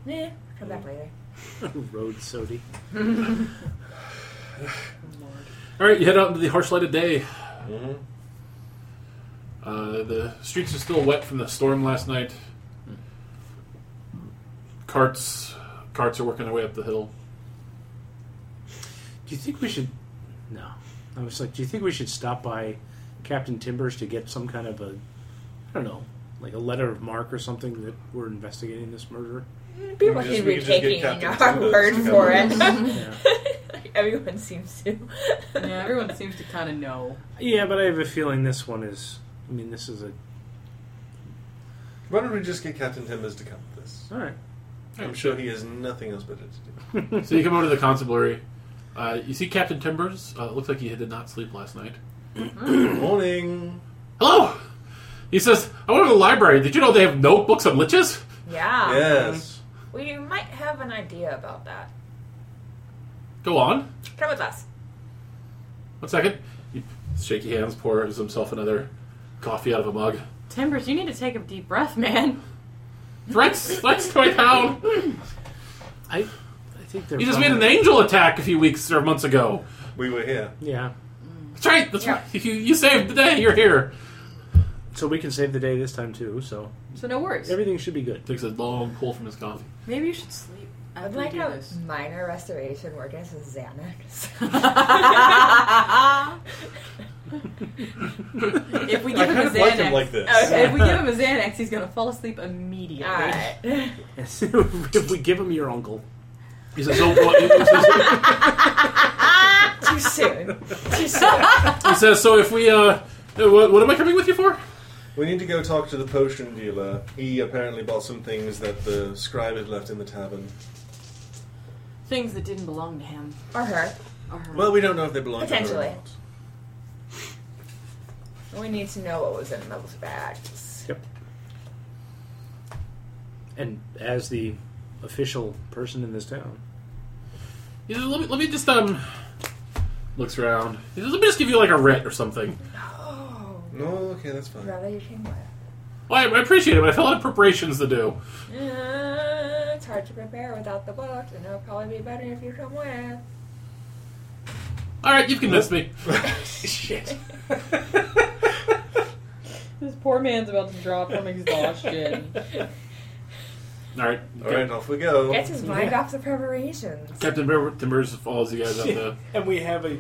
[SPEAKER 5] Yeah, come back later.
[SPEAKER 3] Road sody.
[SPEAKER 1] All right, you head out into the harsh light of day.
[SPEAKER 4] Mm-hmm.
[SPEAKER 1] Uh, the streets are still wet from the storm last night. Carts, carts are working their way up the hill.
[SPEAKER 3] Do you think we should? No, I was like, do you think we should stop by Captain Timbers to get some kind of a, I don't know, like a letter of mark or something that we're investigating this murder?
[SPEAKER 5] Be
[SPEAKER 4] We
[SPEAKER 5] lucky
[SPEAKER 4] just- we
[SPEAKER 5] we're
[SPEAKER 4] can just get
[SPEAKER 5] taking
[SPEAKER 4] Captain
[SPEAKER 5] our
[SPEAKER 4] Timbers
[SPEAKER 5] word
[SPEAKER 4] to come
[SPEAKER 5] for
[SPEAKER 4] with
[SPEAKER 5] it.
[SPEAKER 3] Yeah.
[SPEAKER 5] Everyone seems to.
[SPEAKER 2] Yeah, everyone seems to kind of know.
[SPEAKER 3] yeah, but I have a feeling this one is. I mean, this is a
[SPEAKER 4] Why don't we just get Captain Timbers to come with us?
[SPEAKER 3] all right.
[SPEAKER 4] I'm sure he has nothing else better to do.
[SPEAKER 1] So you come over to the constabulary. Uh, you see Captain Timbers. Uh, looks like he did not sleep last night.
[SPEAKER 4] Morning.
[SPEAKER 1] Hello. He says, "I went to the library. Did you know they have notebooks on liches?"
[SPEAKER 2] Ah.
[SPEAKER 5] Yeah.
[SPEAKER 4] yes.
[SPEAKER 5] We might have an idea about that.
[SPEAKER 1] Go on.
[SPEAKER 5] Come with us.
[SPEAKER 1] One second. He- Shaky hands pours himself another coffee out of a mug.
[SPEAKER 2] Timbers, you need to take a deep breath, man.
[SPEAKER 1] Threats, threats going down.
[SPEAKER 3] I, I think they're.
[SPEAKER 1] You just made
[SPEAKER 3] probably-
[SPEAKER 1] an angel attack a few weeks or months ago.
[SPEAKER 4] We were here.
[SPEAKER 3] Yeah,
[SPEAKER 1] That's right. That's
[SPEAKER 5] Yeah.
[SPEAKER 1] right. You, you saved the day. You're here.
[SPEAKER 3] so we can save the day this time too. So
[SPEAKER 2] So no worries.
[SPEAKER 3] everything should be good.
[SPEAKER 1] Takes a long pull from his coffee.
[SPEAKER 2] Maybe you should sleep.
[SPEAKER 5] I'd
[SPEAKER 2] after
[SPEAKER 5] like
[SPEAKER 2] we do
[SPEAKER 5] a
[SPEAKER 2] this.
[SPEAKER 5] minor restoration working us with Xanax.
[SPEAKER 2] if we
[SPEAKER 4] I
[SPEAKER 2] give him
[SPEAKER 4] kind
[SPEAKER 2] a
[SPEAKER 4] of like him
[SPEAKER 2] Xanax, Oh,
[SPEAKER 4] like this.
[SPEAKER 5] Okay.
[SPEAKER 2] if we give him a Xanax, he's gonna fall asleep immediately.
[SPEAKER 5] Alright.
[SPEAKER 3] if we give him your uncle,
[SPEAKER 1] He says, "So what?" He says,
[SPEAKER 5] Too soon. Too soon.
[SPEAKER 1] he says, "So if we, uh, what, what am I coming with you for?"
[SPEAKER 4] We need to go talk to the potion dealer. He apparently bought some things that the scribe had left in the tavern.
[SPEAKER 2] Things that didn't belong to him
[SPEAKER 5] or her.
[SPEAKER 2] or her.
[SPEAKER 4] Well, we don't know if they belong
[SPEAKER 5] Potentially.
[SPEAKER 4] to her.
[SPEAKER 5] We need to know what was in those bags.
[SPEAKER 3] and as the official person in this town,
[SPEAKER 1] He says, "Let me, let me just um." Looks around. He says, "Let me just give you like a writ or something."
[SPEAKER 4] Or
[SPEAKER 5] Oh.
[SPEAKER 4] not. No, okay, that's fine.
[SPEAKER 5] Rather you came with.
[SPEAKER 1] Well, I, I appreciate it, but I have a lot of preparations to do.
[SPEAKER 5] Uh, it's hard to prepare without the book, and it'll probably be better if you come with.
[SPEAKER 1] All right, you've convinced me.
[SPEAKER 2] This poor man's about to drop from exhaustion.
[SPEAKER 1] All right,
[SPEAKER 4] All right, off we go.
[SPEAKER 5] Gets his mind off the preparations.
[SPEAKER 1] Captain Timber- Timbers follows you guys up the.
[SPEAKER 7] and we have a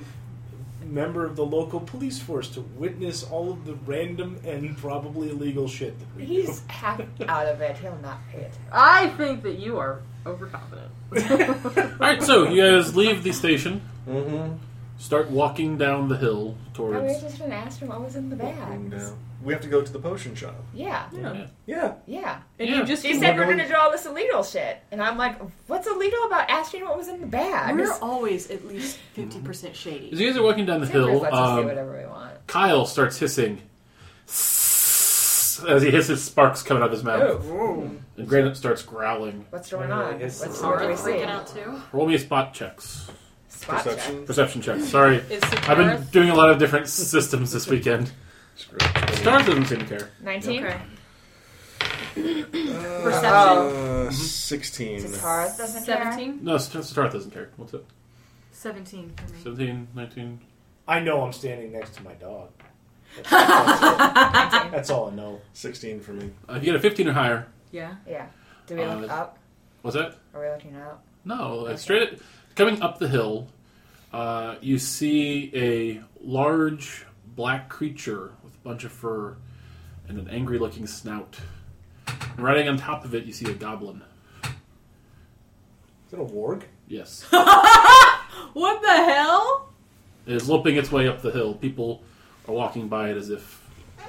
[SPEAKER 7] member of the local police force to witness all of the random and probably illegal shit that we
[SPEAKER 5] He's half out of it. He'll not pay attention.
[SPEAKER 2] I think that you are overconfident.
[SPEAKER 1] All right, so you guys leave the station,
[SPEAKER 4] Mm-hmm.
[SPEAKER 1] start walking down the hill
[SPEAKER 5] I
[SPEAKER 1] towards.
[SPEAKER 5] was just gonna ask him what was in the bags.
[SPEAKER 4] We have to go to the potion shop.
[SPEAKER 5] Yeah,
[SPEAKER 1] Yeah.
[SPEAKER 4] Yeah.
[SPEAKER 5] yeah.
[SPEAKER 2] And
[SPEAKER 1] Yeah.
[SPEAKER 2] you just
[SPEAKER 5] She said we're gonna do all this illegal shit, and I'm like, what's illegal about asking what was in the bags?
[SPEAKER 2] We're always at least fifty percent shady.
[SPEAKER 1] As you guys are walking down the
[SPEAKER 5] Timbers
[SPEAKER 1] hill,
[SPEAKER 5] lets us do
[SPEAKER 1] um,
[SPEAKER 5] whatever we want.
[SPEAKER 1] Kyle starts hissing as he hisses sparks coming out of his mouth, and Granite starts growling.
[SPEAKER 5] What's going
[SPEAKER 7] Yeah,
[SPEAKER 5] on?
[SPEAKER 7] it's-
[SPEAKER 5] What's
[SPEAKER 7] it's
[SPEAKER 5] what do we see?
[SPEAKER 2] too.
[SPEAKER 1] Roll me spot checks,
[SPEAKER 5] Spot check.
[SPEAKER 4] Perception.
[SPEAKER 1] perception checks. Sorry,
[SPEAKER 2] Is
[SPEAKER 1] I've been doing a lot of different systems this weekend.
[SPEAKER 4] Screw it.
[SPEAKER 1] Stars doesn't seem to care.
[SPEAKER 5] Nineteen.
[SPEAKER 2] Okay.
[SPEAKER 4] Uh,
[SPEAKER 5] Perception.
[SPEAKER 4] uh, Sixteen.
[SPEAKER 5] Tara doesn't care.
[SPEAKER 2] Seventeen.
[SPEAKER 1] No, Star- Starth doesn't care. What's it?
[SPEAKER 2] Seventeen for me.
[SPEAKER 1] 17, 19.
[SPEAKER 7] I know I'm standing next to my dog. That's all I know.
[SPEAKER 4] Sixteen for me.
[SPEAKER 1] Uh, if you get a 15 or higher,
[SPEAKER 2] Yeah.
[SPEAKER 5] Yeah. Do we look
[SPEAKER 1] Uh,
[SPEAKER 5] up?
[SPEAKER 1] what's that?
[SPEAKER 5] Are we looking up?
[SPEAKER 1] No, uh, straight at, coming up the hill, uh, you see a large black creature with a bunch of fur and an angry looking snout. And riding on top of it, you see a goblin.
[SPEAKER 7] Is it a warg?
[SPEAKER 1] Yes.
[SPEAKER 2] What the hell?
[SPEAKER 1] it is loping its way up the hill. People are walking by it as if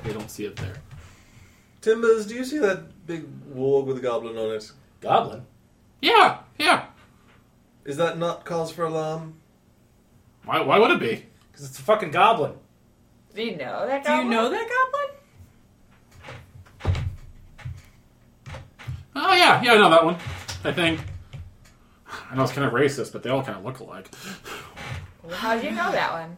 [SPEAKER 1] they don't see it there.
[SPEAKER 4] Timbers, do you see that big warg with a goblin on it?
[SPEAKER 7] Goblin?
[SPEAKER 1] Yeah, yeah.
[SPEAKER 4] Is that not cause for alarm?
[SPEAKER 1] Why, why would it be?
[SPEAKER 7] Because it's a fucking goblin.
[SPEAKER 5] Do you know that?
[SPEAKER 2] Do you
[SPEAKER 5] goblin?
[SPEAKER 2] know that goblin?
[SPEAKER 1] Oh, yeah, yeah, I know that one. I think. I know it's kind of racist, but they all kind of look alike.
[SPEAKER 5] Well, How do you know that one?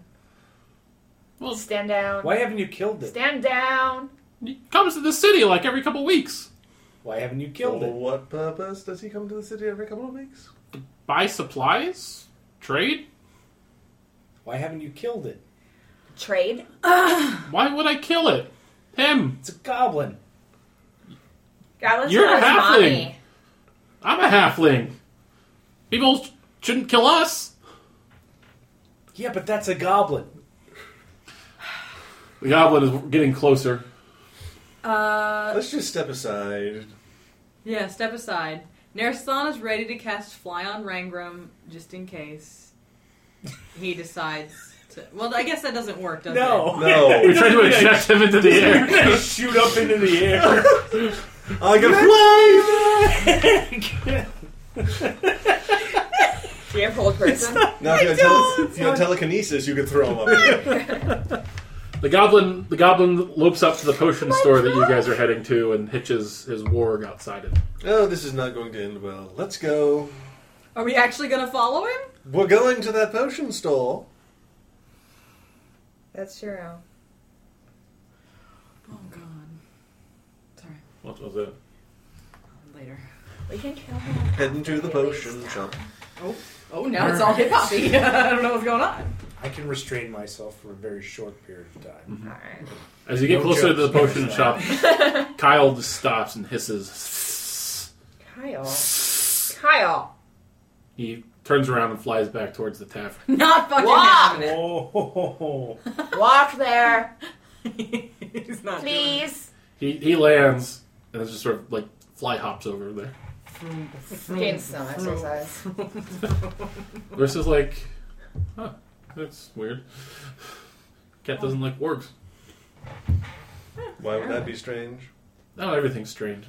[SPEAKER 1] Well,
[SPEAKER 5] Stand down.
[SPEAKER 7] Why haven't you killed it?
[SPEAKER 5] Stand down.
[SPEAKER 1] He comes to the city like every couple weeks.
[SPEAKER 7] Why haven't you killed
[SPEAKER 4] For
[SPEAKER 7] it?
[SPEAKER 4] what purpose does he come to the city every couple of weeks?
[SPEAKER 10] Buy supplies? Trade?
[SPEAKER 7] Why haven't you killed it?
[SPEAKER 5] Trade?
[SPEAKER 10] Why would I kill it? Him.
[SPEAKER 7] It's a goblin.
[SPEAKER 5] Goblins
[SPEAKER 10] You're
[SPEAKER 5] are
[SPEAKER 10] a
[SPEAKER 5] his
[SPEAKER 10] halfling.
[SPEAKER 5] mommy.
[SPEAKER 10] I'm a halfling. People sh- shouldn't kill us.
[SPEAKER 7] Yeah, but that's a goblin.
[SPEAKER 1] The goblin is getting closer.
[SPEAKER 2] Uh,
[SPEAKER 4] Let's just step aside.
[SPEAKER 2] yeah, step aside. Narasana's ready to cast Fly on Rangram just in case he decides to. Well, I guess that doesn't work, does it?
[SPEAKER 7] No.
[SPEAKER 4] No.
[SPEAKER 10] We tried to eject him into the
[SPEAKER 7] You're
[SPEAKER 10] air.
[SPEAKER 7] gonna shoot up into the air.
[SPEAKER 4] I get fly!
[SPEAKER 5] Do you have hold person?
[SPEAKER 4] Now, if you, had tele- if you had telekinesis, you could throw him up.
[SPEAKER 1] The goblin, the goblin lopes up to the potion store that you guys are heading to and hitches his warg outside it.
[SPEAKER 4] oh, this is not going to end well. Let's go.
[SPEAKER 2] Are we actually gonna follow him?
[SPEAKER 4] We're going to that potion store.
[SPEAKER 5] That's true.
[SPEAKER 2] Oh God. Sorry.
[SPEAKER 1] What was it?
[SPEAKER 2] Later.
[SPEAKER 5] We can kill him.
[SPEAKER 4] Heading to the potion shop.
[SPEAKER 2] Oh, now it's all hip hoppy. I don't know what's going on.
[SPEAKER 7] I can restrain myself for a very short period of time.
[SPEAKER 5] Alright.
[SPEAKER 1] As you get
[SPEAKER 7] No
[SPEAKER 1] closer to the
[SPEAKER 7] jokes,
[SPEAKER 1] potion
[SPEAKER 7] no
[SPEAKER 1] shop, Kyle just stops and hisses.
[SPEAKER 5] Kyle. Oh. Kyle.
[SPEAKER 1] He turns around and flies back towards the tavern.
[SPEAKER 2] Not fucking
[SPEAKER 5] Wow.
[SPEAKER 2] happening.
[SPEAKER 7] Oh, ho, ho, ho.
[SPEAKER 5] Walk there.
[SPEAKER 2] He's not doing
[SPEAKER 5] Please.
[SPEAKER 1] He he lands and it's just sort of like fly hops over there.
[SPEAKER 2] Mm.
[SPEAKER 5] Gain some exercise.
[SPEAKER 1] This is like, huh, that's weird. Cat doesn't like wargs.
[SPEAKER 4] Why would that be strange?
[SPEAKER 1] Now everything's strange.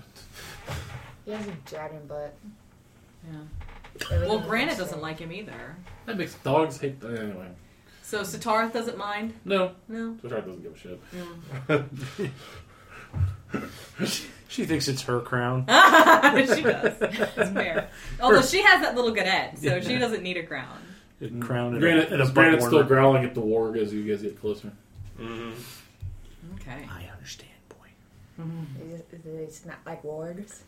[SPEAKER 5] He has a dragon butt.
[SPEAKER 2] Yeah.
[SPEAKER 5] Everything
[SPEAKER 2] Well, Granite
[SPEAKER 5] is
[SPEAKER 2] doesn't
[SPEAKER 5] strange.
[SPEAKER 2] like him either.
[SPEAKER 1] That makes dogs hate. Anyway,
[SPEAKER 2] So Sitarth doesn't mind.
[SPEAKER 1] no,
[SPEAKER 2] No.
[SPEAKER 1] Twitchard doesn't give a shit.
[SPEAKER 3] She thinks it's her crown.
[SPEAKER 2] she does. It's fair. Although she has that little godet, so she doesn't need a crown.
[SPEAKER 3] A crown and
[SPEAKER 1] Granite,
[SPEAKER 3] a, and a butt
[SPEAKER 1] Granite's still
[SPEAKER 3] warmer.
[SPEAKER 1] growling at the warg as you guys get closer.
[SPEAKER 4] Mm-hmm.
[SPEAKER 2] Okay.
[SPEAKER 3] I understand, boy.
[SPEAKER 5] Is it- is it- It's not like wargs.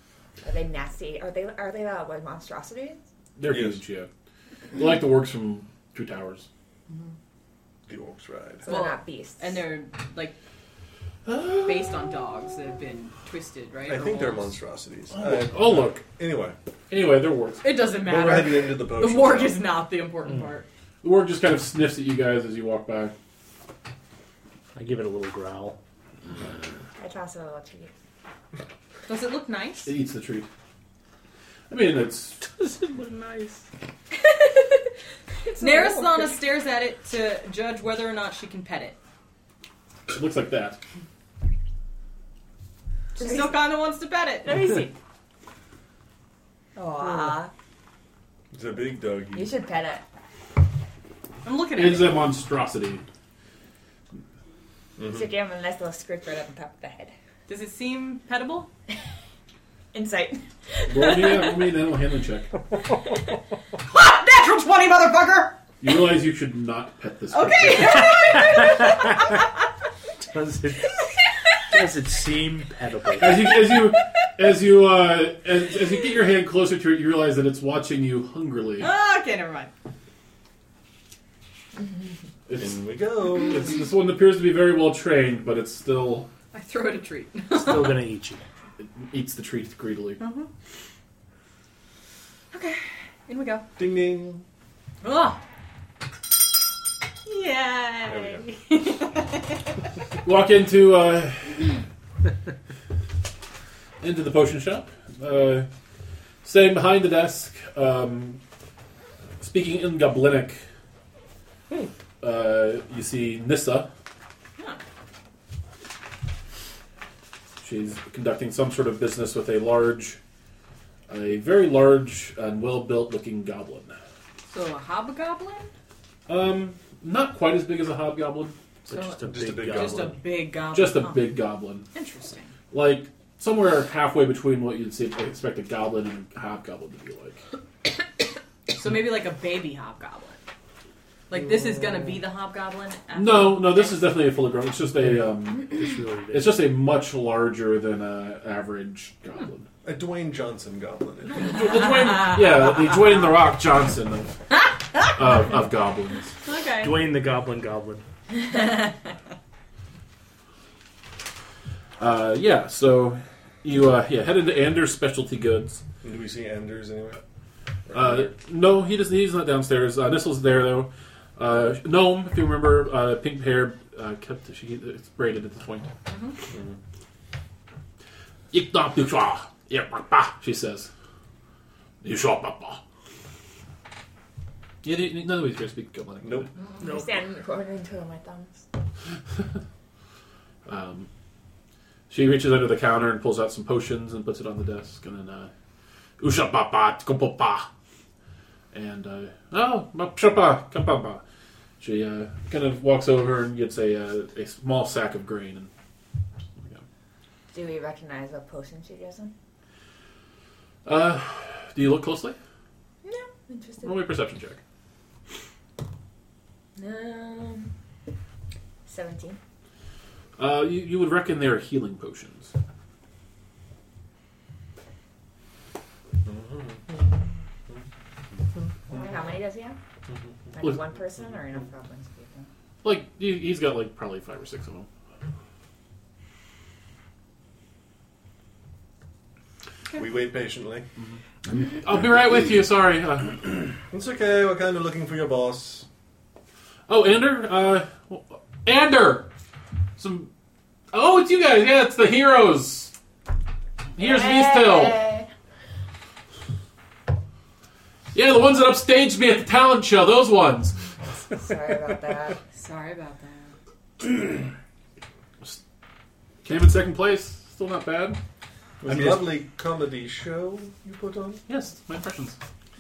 [SPEAKER 5] Are they nasty? Are they are they uh, like monstrosities?
[SPEAKER 1] They're
[SPEAKER 4] Yes.
[SPEAKER 1] huge, yeah. They're like the wargs from Two Towers.
[SPEAKER 4] The orcs ride.
[SPEAKER 5] So
[SPEAKER 2] Well,
[SPEAKER 5] they're not beasts.
[SPEAKER 2] And they're like based on dogs that have been twisted, right?
[SPEAKER 4] I
[SPEAKER 2] Or
[SPEAKER 4] think they're
[SPEAKER 2] wolves.
[SPEAKER 4] monstrosities. Uh,
[SPEAKER 1] Oh look.
[SPEAKER 4] anyway,
[SPEAKER 1] Anyway, they're wargs.
[SPEAKER 2] It doesn't
[SPEAKER 4] but we're
[SPEAKER 2] matter.
[SPEAKER 4] heading into the
[SPEAKER 2] The
[SPEAKER 4] potion
[SPEAKER 2] warg
[SPEAKER 4] shop.
[SPEAKER 2] is not the important part.
[SPEAKER 1] The warg just kind of sniffs at you guys as you walk by.
[SPEAKER 3] I give it a little growl.
[SPEAKER 5] I toss it a little treat.
[SPEAKER 2] Does it look nice?
[SPEAKER 1] It eats the treat. I mean, it's
[SPEAKER 3] Does it look nice?
[SPEAKER 2] Narasana stares at it to judge whether or not she can pet it.
[SPEAKER 1] it looks like that.
[SPEAKER 2] She still kind of wants to pet
[SPEAKER 5] Let
[SPEAKER 2] it.
[SPEAKER 5] me see. Aw.
[SPEAKER 4] It's a big doggy.
[SPEAKER 5] You should pet it.
[SPEAKER 2] I'm looking at
[SPEAKER 1] It's
[SPEAKER 2] it.
[SPEAKER 1] a monstrosity.
[SPEAKER 5] So give him a nice little scritch right up on top of the head.
[SPEAKER 2] Does it seem petable?
[SPEAKER 5] Insight.
[SPEAKER 1] Roll me, a- roll me uh, an animal handling check.
[SPEAKER 2] Ah! Natural 20, motherfucker!
[SPEAKER 1] You realize you should not pet this. creature.
[SPEAKER 2] Okay!
[SPEAKER 3] Does it? does it seem petable?
[SPEAKER 1] As you as you as you uh, as, as you get your hand closer to it, you realize that it's watching you hungrily.
[SPEAKER 2] Ah, okay, never mind.
[SPEAKER 1] It's,
[SPEAKER 4] In we go.
[SPEAKER 1] it's this one appears to be very well trained, but it still
[SPEAKER 2] I throw it a treat.
[SPEAKER 3] Still gonna eat you.
[SPEAKER 1] eats the treat greedily.
[SPEAKER 2] In we go.
[SPEAKER 4] Ding ding.
[SPEAKER 2] Ugh.
[SPEAKER 4] There
[SPEAKER 2] Yay!
[SPEAKER 1] Walk into uh, into the potion shop. Uh, standing behind the desk, um, speaking in Goblinic.
[SPEAKER 4] Hmm.
[SPEAKER 1] Uh, you see Nissa. She's conducting some sort of business with a large, a very large and well-built-looking goblin.
[SPEAKER 2] So a hobgoblin?
[SPEAKER 1] Um, not quite as big as a hobgoblin,
[SPEAKER 2] So
[SPEAKER 3] Just a
[SPEAKER 4] Just a
[SPEAKER 3] big,
[SPEAKER 4] big
[SPEAKER 3] goblin.
[SPEAKER 2] just a big goblin.
[SPEAKER 1] just a
[SPEAKER 2] Huh.
[SPEAKER 1] big goblin.
[SPEAKER 2] Interesting.
[SPEAKER 1] like somewhere halfway between what you'd see, expect a goblin and a hobgoblin to be like.
[SPEAKER 2] So maybe like a baby hobgoblin. Like this is gonna be the hobgoblin? after-
[SPEAKER 1] No, no, this is definitely a fully grown. It's just a, um,
[SPEAKER 3] It's really big.
[SPEAKER 1] it's just a much larger than a average goblin.
[SPEAKER 4] A Dwayne Johnson goblin.
[SPEAKER 1] The Dwayne, yeah, the Dwayne the Rock Johnson of, of, of goblins.
[SPEAKER 2] Okay.
[SPEAKER 3] Dwayne the Goblin Goblin.
[SPEAKER 1] Uh, yeah, so you uh, yeah head into Anders Specialty Goods.
[SPEAKER 4] Do we see Anders anywhere?
[SPEAKER 1] Uh, no, he doesn't. He's not downstairs. Uh, Nistle's there though. Uh, Gnome, if you remember, uh, pink hair uh, kept she it's braided at this point. Mm-hmm. Yikdop Dutra. Yikpa, She says. You shop, papa. Yeah, they- none of these guys speak Goblin.
[SPEAKER 4] Nope.
[SPEAKER 5] I'm standing in the corner and twiddling my thumbs.
[SPEAKER 1] Um, she reaches under the counter and pulls out some potions and puts it on the desk, and then uh, usha papa tkopopa, and uh, oh mapshapa kapapa. She uh, kind of walks over and gets a uh, a small sack of grain. And
[SPEAKER 5] Do we recognize what potion she gives him?
[SPEAKER 1] uh, do you look closely?
[SPEAKER 5] No, interested.
[SPEAKER 1] Roll me a perception check.
[SPEAKER 5] Um, seventeen.
[SPEAKER 1] Uh, you, you would reckon they are healing potions.
[SPEAKER 5] How many does he have? Like
[SPEAKER 1] Look-
[SPEAKER 5] one person or enough goblins? to keep him?
[SPEAKER 1] Like he- he's got like probably five or six of them.
[SPEAKER 4] We wait patiently.
[SPEAKER 1] I'll be right with you. Sorry. Uh,
[SPEAKER 4] It's okay. We're kind of looking for your boss.
[SPEAKER 1] Oh, Ander? Uh, Ander! Some. Oh, it's you guys! Yeah, it's the heroes! Here's me still!
[SPEAKER 5] Hey!
[SPEAKER 1] Yeah, the ones that upstaged me at the talent show, those ones!
[SPEAKER 5] Sorry about that.
[SPEAKER 2] Sorry about that.
[SPEAKER 1] Came in second place, still not bad.
[SPEAKER 4] It was
[SPEAKER 1] I'm
[SPEAKER 4] a
[SPEAKER 1] just-
[SPEAKER 4] lovely comedy show you put on.
[SPEAKER 1] Yes, my impressions.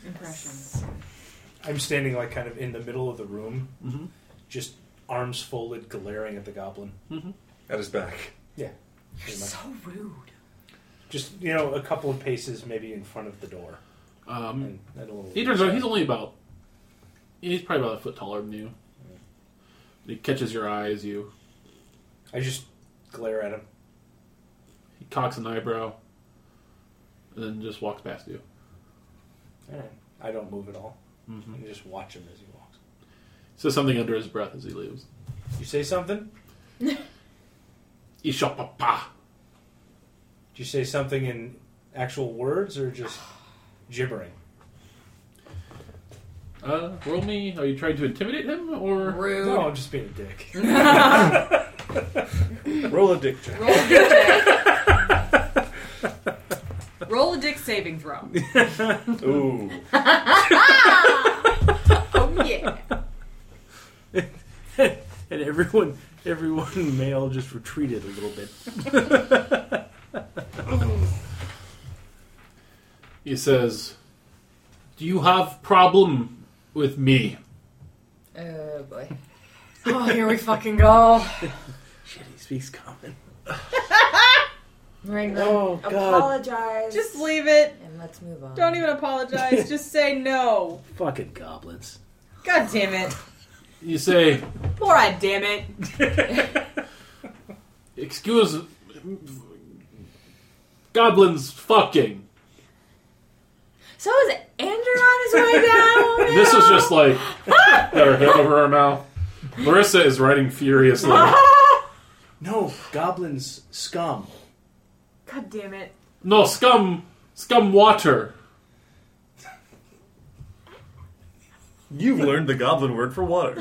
[SPEAKER 2] Impressions.
[SPEAKER 7] I'm standing like kind of in the middle of the room,
[SPEAKER 3] Mm-hmm.
[SPEAKER 1] Mhm.
[SPEAKER 7] just arms folded, glaring at the goblin.
[SPEAKER 4] At his back.
[SPEAKER 7] pretty much.
[SPEAKER 2] rude.
[SPEAKER 7] Just you know, a couple of paces maybe in front of the door.
[SPEAKER 1] Um,
[SPEAKER 3] Mm-hmm.
[SPEAKER 7] And at a little
[SPEAKER 1] he turns out he's only about. He's probably about a foot taller than you. He catches your eye as you.
[SPEAKER 7] I just glare at him.
[SPEAKER 1] He cocks an eyebrow. And then just walks past you.
[SPEAKER 7] All right. I don't move at all.
[SPEAKER 3] Mm-hmm.
[SPEAKER 1] Mhm.
[SPEAKER 7] I just watch him as he walks.
[SPEAKER 1] Says something under his breath as he leaves.
[SPEAKER 7] You say something? Did
[SPEAKER 1] Ishapapa!
[SPEAKER 7] you say something in actual words or just gibbering?
[SPEAKER 1] Uh, roll me. Are you trying to intimidate him or?
[SPEAKER 2] Rude.
[SPEAKER 7] No, I'm just being a dick.
[SPEAKER 4] Roll a dick check.
[SPEAKER 2] Roll a dick check. Roll a dick saving throw.
[SPEAKER 4] Ooh.
[SPEAKER 5] oh yeah.
[SPEAKER 3] And everyone, everyone male just retreated a little bit.
[SPEAKER 1] He says, "Do you have problem with me?"
[SPEAKER 5] Oh boy.
[SPEAKER 2] Oh, here we fucking go.
[SPEAKER 3] Shit, he speaks common.
[SPEAKER 5] Ringling,
[SPEAKER 3] Oh, God.
[SPEAKER 5] um, apologize.
[SPEAKER 6] Just leave it.
[SPEAKER 5] and let's move on.
[SPEAKER 6] Don't even apologize. Just say no.
[SPEAKER 3] Fucking goblins.
[SPEAKER 6] God damn it.
[SPEAKER 1] You say,
[SPEAKER 2] Poor I damn it.
[SPEAKER 1] "Excuse, goblins fucking."
[SPEAKER 5] e- So is Andrew on his way down?
[SPEAKER 1] This is just like got her head over her mouth. Larissa is writing furiously.
[SPEAKER 7] No, goblins scum.
[SPEAKER 2] God damn it.
[SPEAKER 1] No scum, scum water.
[SPEAKER 4] You've learned the goblin word for water.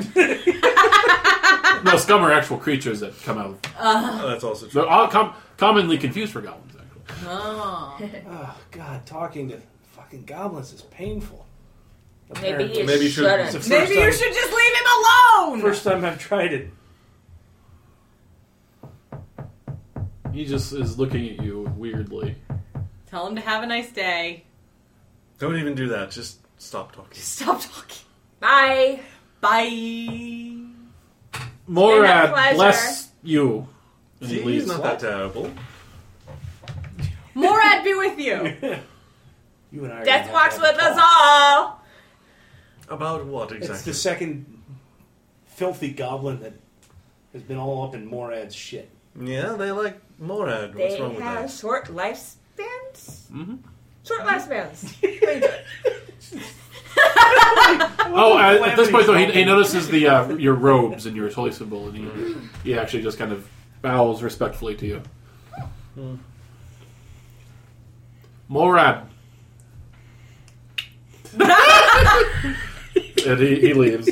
[SPEAKER 1] No scum are actual creatures that come out. Of,
[SPEAKER 4] Oh, that's also
[SPEAKER 1] they're
[SPEAKER 4] true.
[SPEAKER 1] all com- commonly confused for goblins. Actually,
[SPEAKER 2] Oh.
[SPEAKER 7] Oh God, talking to fucking goblins is painful.
[SPEAKER 5] Maybe he
[SPEAKER 4] Maybe you should-
[SPEAKER 5] shouldn't.
[SPEAKER 7] It's the
[SPEAKER 2] Maybe
[SPEAKER 7] first
[SPEAKER 2] you
[SPEAKER 7] time-
[SPEAKER 2] should just leave him alone.
[SPEAKER 7] First time I've tried it.
[SPEAKER 1] he just is looking at you weirdly.
[SPEAKER 2] Tell him to have a nice day.
[SPEAKER 4] Don't even do that. Just stop talking.
[SPEAKER 2] Stop talking.
[SPEAKER 5] Bye.
[SPEAKER 2] Bye.
[SPEAKER 1] Morad,
[SPEAKER 5] pleasure.
[SPEAKER 1] bless you. And he
[SPEAKER 4] He's
[SPEAKER 1] leaves.
[SPEAKER 4] not that terrible.
[SPEAKER 2] Morad be with you.
[SPEAKER 7] You and I. are gonna have
[SPEAKER 5] Death
[SPEAKER 7] to
[SPEAKER 5] walks
[SPEAKER 7] have
[SPEAKER 5] with
[SPEAKER 7] a
[SPEAKER 5] us
[SPEAKER 7] talk.
[SPEAKER 5] all.
[SPEAKER 4] About what
[SPEAKER 7] It's the
[SPEAKER 4] exactly?
[SPEAKER 7] second filthy goblin that has been all up in Morad's shit.
[SPEAKER 4] Yeah, they like Morad. What's
[SPEAKER 5] they
[SPEAKER 4] wrong with
[SPEAKER 5] have
[SPEAKER 4] that? Mm-hmm.
[SPEAKER 5] short lifespans. bands?
[SPEAKER 1] Mhm.
[SPEAKER 5] Short last bands.
[SPEAKER 1] Oh, uh, at this point though, he, he notices the uh, your robes and your holy symbol, and he, he actually just kind of bows respectfully to you. Morad, and he, he leaves.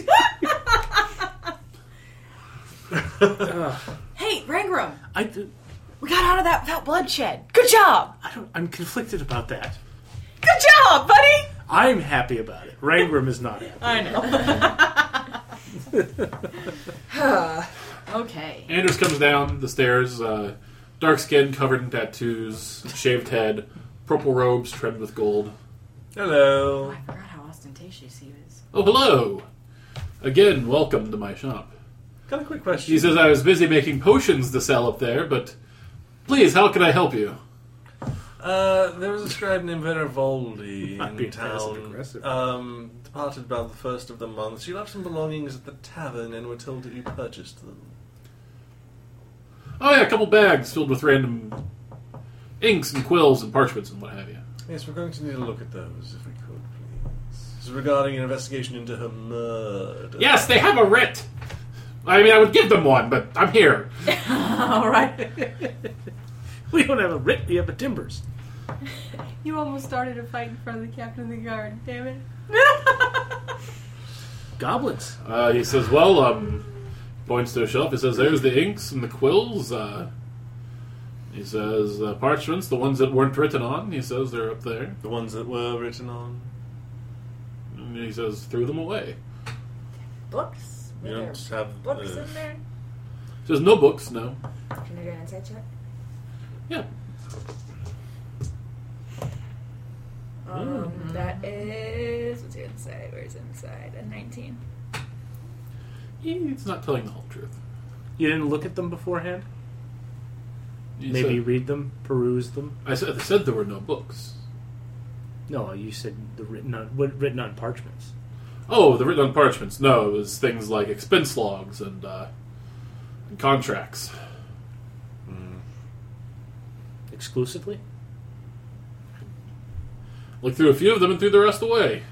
[SPEAKER 2] Hey, Rangram,
[SPEAKER 3] I, d-
[SPEAKER 5] we got out of that without bloodshed. Good job.
[SPEAKER 3] I don't, I'm conflicted about that.
[SPEAKER 5] Good job, buddy.
[SPEAKER 3] I'm happy about it. Rangram is not happy.
[SPEAKER 2] I know. okay.
[SPEAKER 1] Anders comes down the stairs, uh, dark skin covered in tattoos, shaved head, purple robes trimmed with gold.
[SPEAKER 4] Hello.
[SPEAKER 2] Oh, I forgot how ostentatious he was.
[SPEAKER 1] Oh, hello! Again, welcome to my shop.
[SPEAKER 4] Got a quick question.
[SPEAKER 1] He says I was busy making potions to sell up there, but please, how can I help you?
[SPEAKER 4] Uh, there was a scribe named Vera Voldi
[SPEAKER 3] Might be
[SPEAKER 4] in town.
[SPEAKER 3] passive-aggressive.
[SPEAKER 4] Um, departed about the first of the month. She left some belongings at the tavern, and we're told that you purchased them.
[SPEAKER 1] Oh yeah, a couple bags filled with random inks and quills and parchments and what have you.
[SPEAKER 4] Yes, we're going to need a look at those if we could, please. This is regarding an investigation into her murder.
[SPEAKER 1] Yes, they have a writ. I mean, I would give them one, but I'm here.
[SPEAKER 2] All right.
[SPEAKER 3] We don't have a writ, we have a timbers.
[SPEAKER 11] You almost started a fight in front of the captain of the guard. Damn it.
[SPEAKER 3] Goblins.
[SPEAKER 1] Uh, he says, "Well, um, points to a shelf. He says, "There's the inks and the quills." Uh, he says, uh, "Parchments, the ones that weren't written on." He says, "They're up there."
[SPEAKER 4] The ones that were written on.
[SPEAKER 1] And he says, "Threw them away."
[SPEAKER 5] Books.
[SPEAKER 4] You
[SPEAKER 5] Were there
[SPEAKER 4] don't have
[SPEAKER 5] books
[SPEAKER 4] uh,
[SPEAKER 5] in there.
[SPEAKER 1] He says, "No books, no."
[SPEAKER 5] Can I do an insight check?
[SPEAKER 1] Yeah.
[SPEAKER 4] Mm.
[SPEAKER 5] Um, that is what's your insight? Where's inside? A nineteen.
[SPEAKER 1] He's not telling the whole truth.
[SPEAKER 3] You didn't look at them beforehand?
[SPEAKER 1] He
[SPEAKER 3] Maybe
[SPEAKER 1] said-
[SPEAKER 3] read them, peruse them?
[SPEAKER 1] I said, I said there were no books.
[SPEAKER 3] No, you said the written on, what, written on parchments.
[SPEAKER 1] Oh, the written on parchments. No, it was things like expense logs and uh, contracts.
[SPEAKER 4] Hmm.
[SPEAKER 3] Exclusively?
[SPEAKER 1] Looked through a few of them and threw the rest away.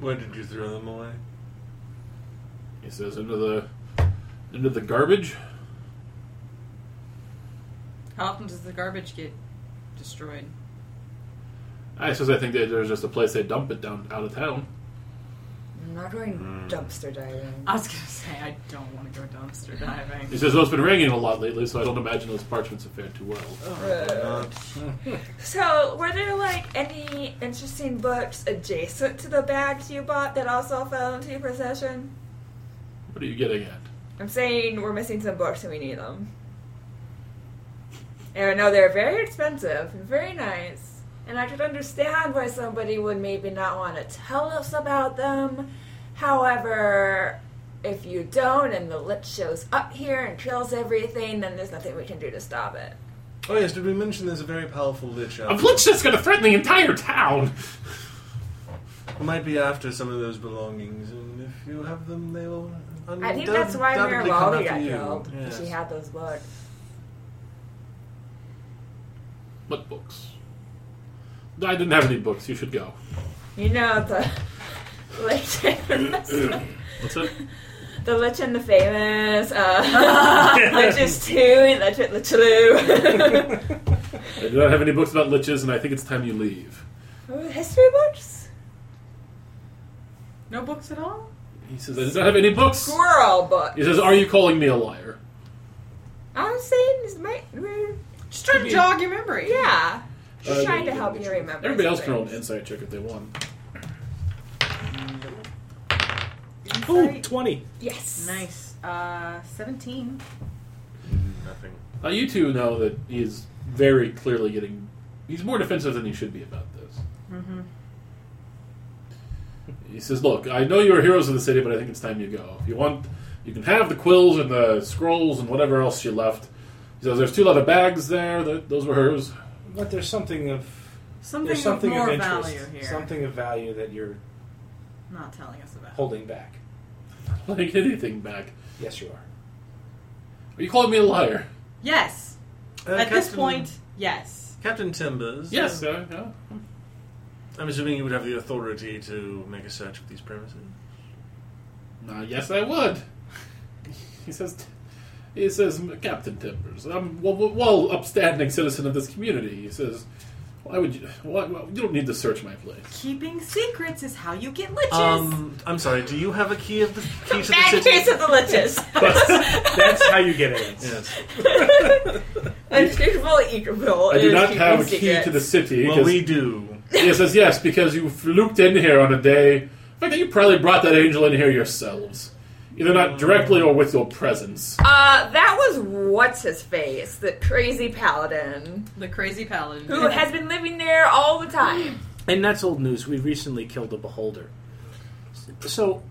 [SPEAKER 4] Where did you throw them away?
[SPEAKER 1] He says, into the into the garbage.
[SPEAKER 2] How often does the garbage get destroyed?
[SPEAKER 1] I suppose I think that there's just a place they dump it down out of town.
[SPEAKER 5] I'm not going
[SPEAKER 4] Mm.
[SPEAKER 5] dumpster diving.
[SPEAKER 2] I was gonna say I don't want to go dumpster diving.
[SPEAKER 1] He says, well, it's been raining a lot lately, so I don't imagine those parchments have fared too well.
[SPEAKER 5] Uh, So, were there like any interesting books adjacent to the bags you bought that also fell into your possession?
[SPEAKER 1] What are you getting at?
[SPEAKER 5] I'm saying we're missing some books and we need them. And I know they're very expensive and very nice, and I could understand why somebody would maybe not want to tell us about them. However, if you don't and the lich shows up here and kills everything, then there's nothing we can do to stop it.
[SPEAKER 4] Oh yes, did we mention there's a very powerful lich
[SPEAKER 1] A
[SPEAKER 4] out
[SPEAKER 1] blitz that's going to threaten the entire town!
[SPEAKER 4] We might be after some of those belongings, and if you have them, they will.
[SPEAKER 5] I think that's why
[SPEAKER 4] undoubtedly come
[SPEAKER 5] Mirwaldi
[SPEAKER 4] after
[SPEAKER 5] got
[SPEAKER 4] you.
[SPEAKER 5] killed.
[SPEAKER 4] Yes.
[SPEAKER 5] She had those books.
[SPEAKER 1] What books? I didn't have any books. You should go.
[SPEAKER 5] You know the Lich and the,
[SPEAKER 1] What's it?
[SPEAKER 5] the Lich and the Famous, uh, Liches Two, Lich at Lichaloo.
[SPEAKER 1] I do not have any books about liches, and I think it's time you leave.
[SPEAKER 5] History books?
[SPEAKER 2] No books at all.
[SPEAKER 1] He says, I do not have any books!
[SPEAKER 5] Squirrel books.
[SPEAKER 1] He says, are you calling me a liar?
[SPEAKER 5] I'm saying this might. we're-
[SPEAKER 2] Just trying to jog your memory.
[SPEAKER 5] Yeah.
[SPEAKER 1] Uh,
[SPEAKER 5] Just trying to
[SPEAKER 1] yeah,
[SPEAKER 5] help
[SPEAKER 1] yeah,
[SPEAKER 5] you
[SPEAKER 1] sure.
[SPEAKER 5] remember.
[SPEAKER 1] Everybody else can
[SPEAKER 5] something.
[SPEAKER 1] roll an insight check if they want.
[SPEAKER 3] Ooh, 20.
[SPEAKER 5] Yes.
[SPEAKER 2] Nice. Uh, seventeen.
[SPEAKER 4] Nothing.
[SPEAKER 1] Now, you two know that he is very clearly getting. He's more defensive than he should be about this.
[SPEAKER 2] Mm-hmm.
[SPEAKER 1] He says, Look, I know you're heroes of the city, but I think it's time you go. If you want, you can have the quills and the scrolls and whatever else she left. He says, There's two leather bags there. Th those were hers.
[SPEAKER 12] But there's something of
[SPEAKER 2] Something,
[SPEAKER 12] there's something
[SPEAKER 2] of more
[SPEAKER 12] interest,
[SPEAKER 2] value here.
[SPEAKER 12] something of value that you're
[SPEAKER 2] Not telling us about.
[SPEAKER 12] holding back.
[SPEAKER 1] Like anything back.
[SPEAKER 12] Yes, you are.
[SPEAKER 1] Are you calling me a liar?
[SPEAKER 2] Yes.
[SPEAKER 4] Uh,
[SPEAKER 2] At this
[SPEAKER 4] Captain-
[SPEAKER 2] point, yes.
[SPEAKER 4] Captain Timbers.
[SPEAKER 1] Yes, sir. Yeah.
[SPEAKER 4] I'm assuming you would have the authority to make a search of these premises.
[SPEAKER 1] Uh, yes, I would. He says, he says, Captain Timbers, I'm well, well upstanding citizen of this community. He says, why would you? Why, why, you don't need to search my place.
[SPEAKER 13] Keeping secrets is how you get liches.
[SPEAKER 4] Um, I'm sorry. Do you have a key of the key to the
[SPEAKER 5] Back
[SPEAKER 4] city?
[SPEAKER 5] to the liches.
[SPEAKER 3] That's how you get AIDS.
[SPEAKER 4] Yes.
[SPEAKER 5] Unscrutable equal.
[SPEAKER 1] I do not have a key to the city.
[SPEAKER 4] Well,
[SPEAKER 1] 'cause-
[SPEAKER 4] we do.
[SPEAKER 1] he says, yes, because you fluked in here on a day. In fact, you probably brought that angel in here yourselves, either not directly or with your presence.
[SPEAKER 5] Uh, that was what's his face, the crazy paladin
[SPEAKER 2] The crazy paladin.
[SPEAKER 5] who has been living there all the time.
[SPEAKER 3] And that's old news. We recently killed a beholder. So,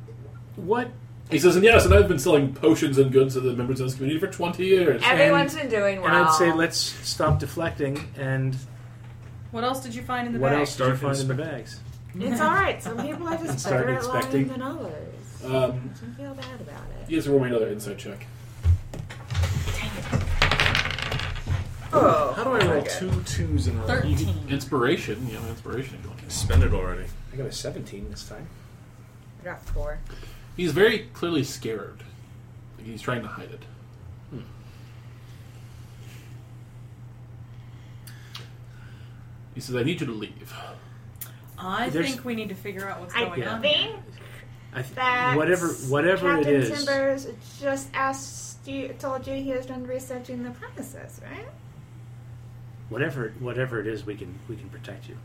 [SPEAKER 3] what?
[SPEAKER 1] He says, and yes, and I've been selling potions and goods to the members of this community for twenty years.
[SPEAKER 5] Everyone's been doing well.
[SPEAKER 3] And I'd say let's stop deflecting. And
[SPEAKER 2] What else did you find in the
[SPEAKER 3] what
[SPEAKER 2] bag?
[SPEAKER 3] else did you
[SPEAKER 4] Start
[SPEAKER 3] find in the
[SPEAKER 4] inspecting.
[SPEAKER 3] bags?
[SPEAKER 5] It's all right. Some people are just
[SPEAKER 3] Start
[SPEAKER 5] better at lying
[SPEAKER 3] inspecting.
[SPEAKER 5] than others.
[SPEAKER 1] Um,
[SPEAKER 5] Don't feel bad about it.
[SPEAKER 1] he has to roll me another insight check.
[SPEAKER 5] Oh,
[SPEAKER 4] How do I roll two twos in a row?
[SPEAKER 2] Thirteen.
[SPEAKER 1] Inspiration, you have inspiration going.
[SPEAKER 4] Spend it already.
[SPEAKER 3] I got a 17 this time.
[SPEAKER 5] I got four.
[SPEAKER 1] He's very clearly scared. Like he's trying to hide it. Hmm. He says, "I need you to leave."
[SPEAKER 2] I
[SPEAKER 3] There's-
[SPEAKER 2] think we need to figure out what's
[SPEAKER 5] I
[SPEAKER 2] going on.
[SPEAKER 5] think
[SPEAKER 3] I th-
[SPEAKER 5] that
[SPEAKER 3] whatever, whatever
[SPEAKER 5] Captain
[SPEAKER 3] it is.
[SPEAKER 5] Timbers just asked you, told you he was done researching the premises, right?
[SPEAKER 3] whatever whatever it is, we can we can protect you.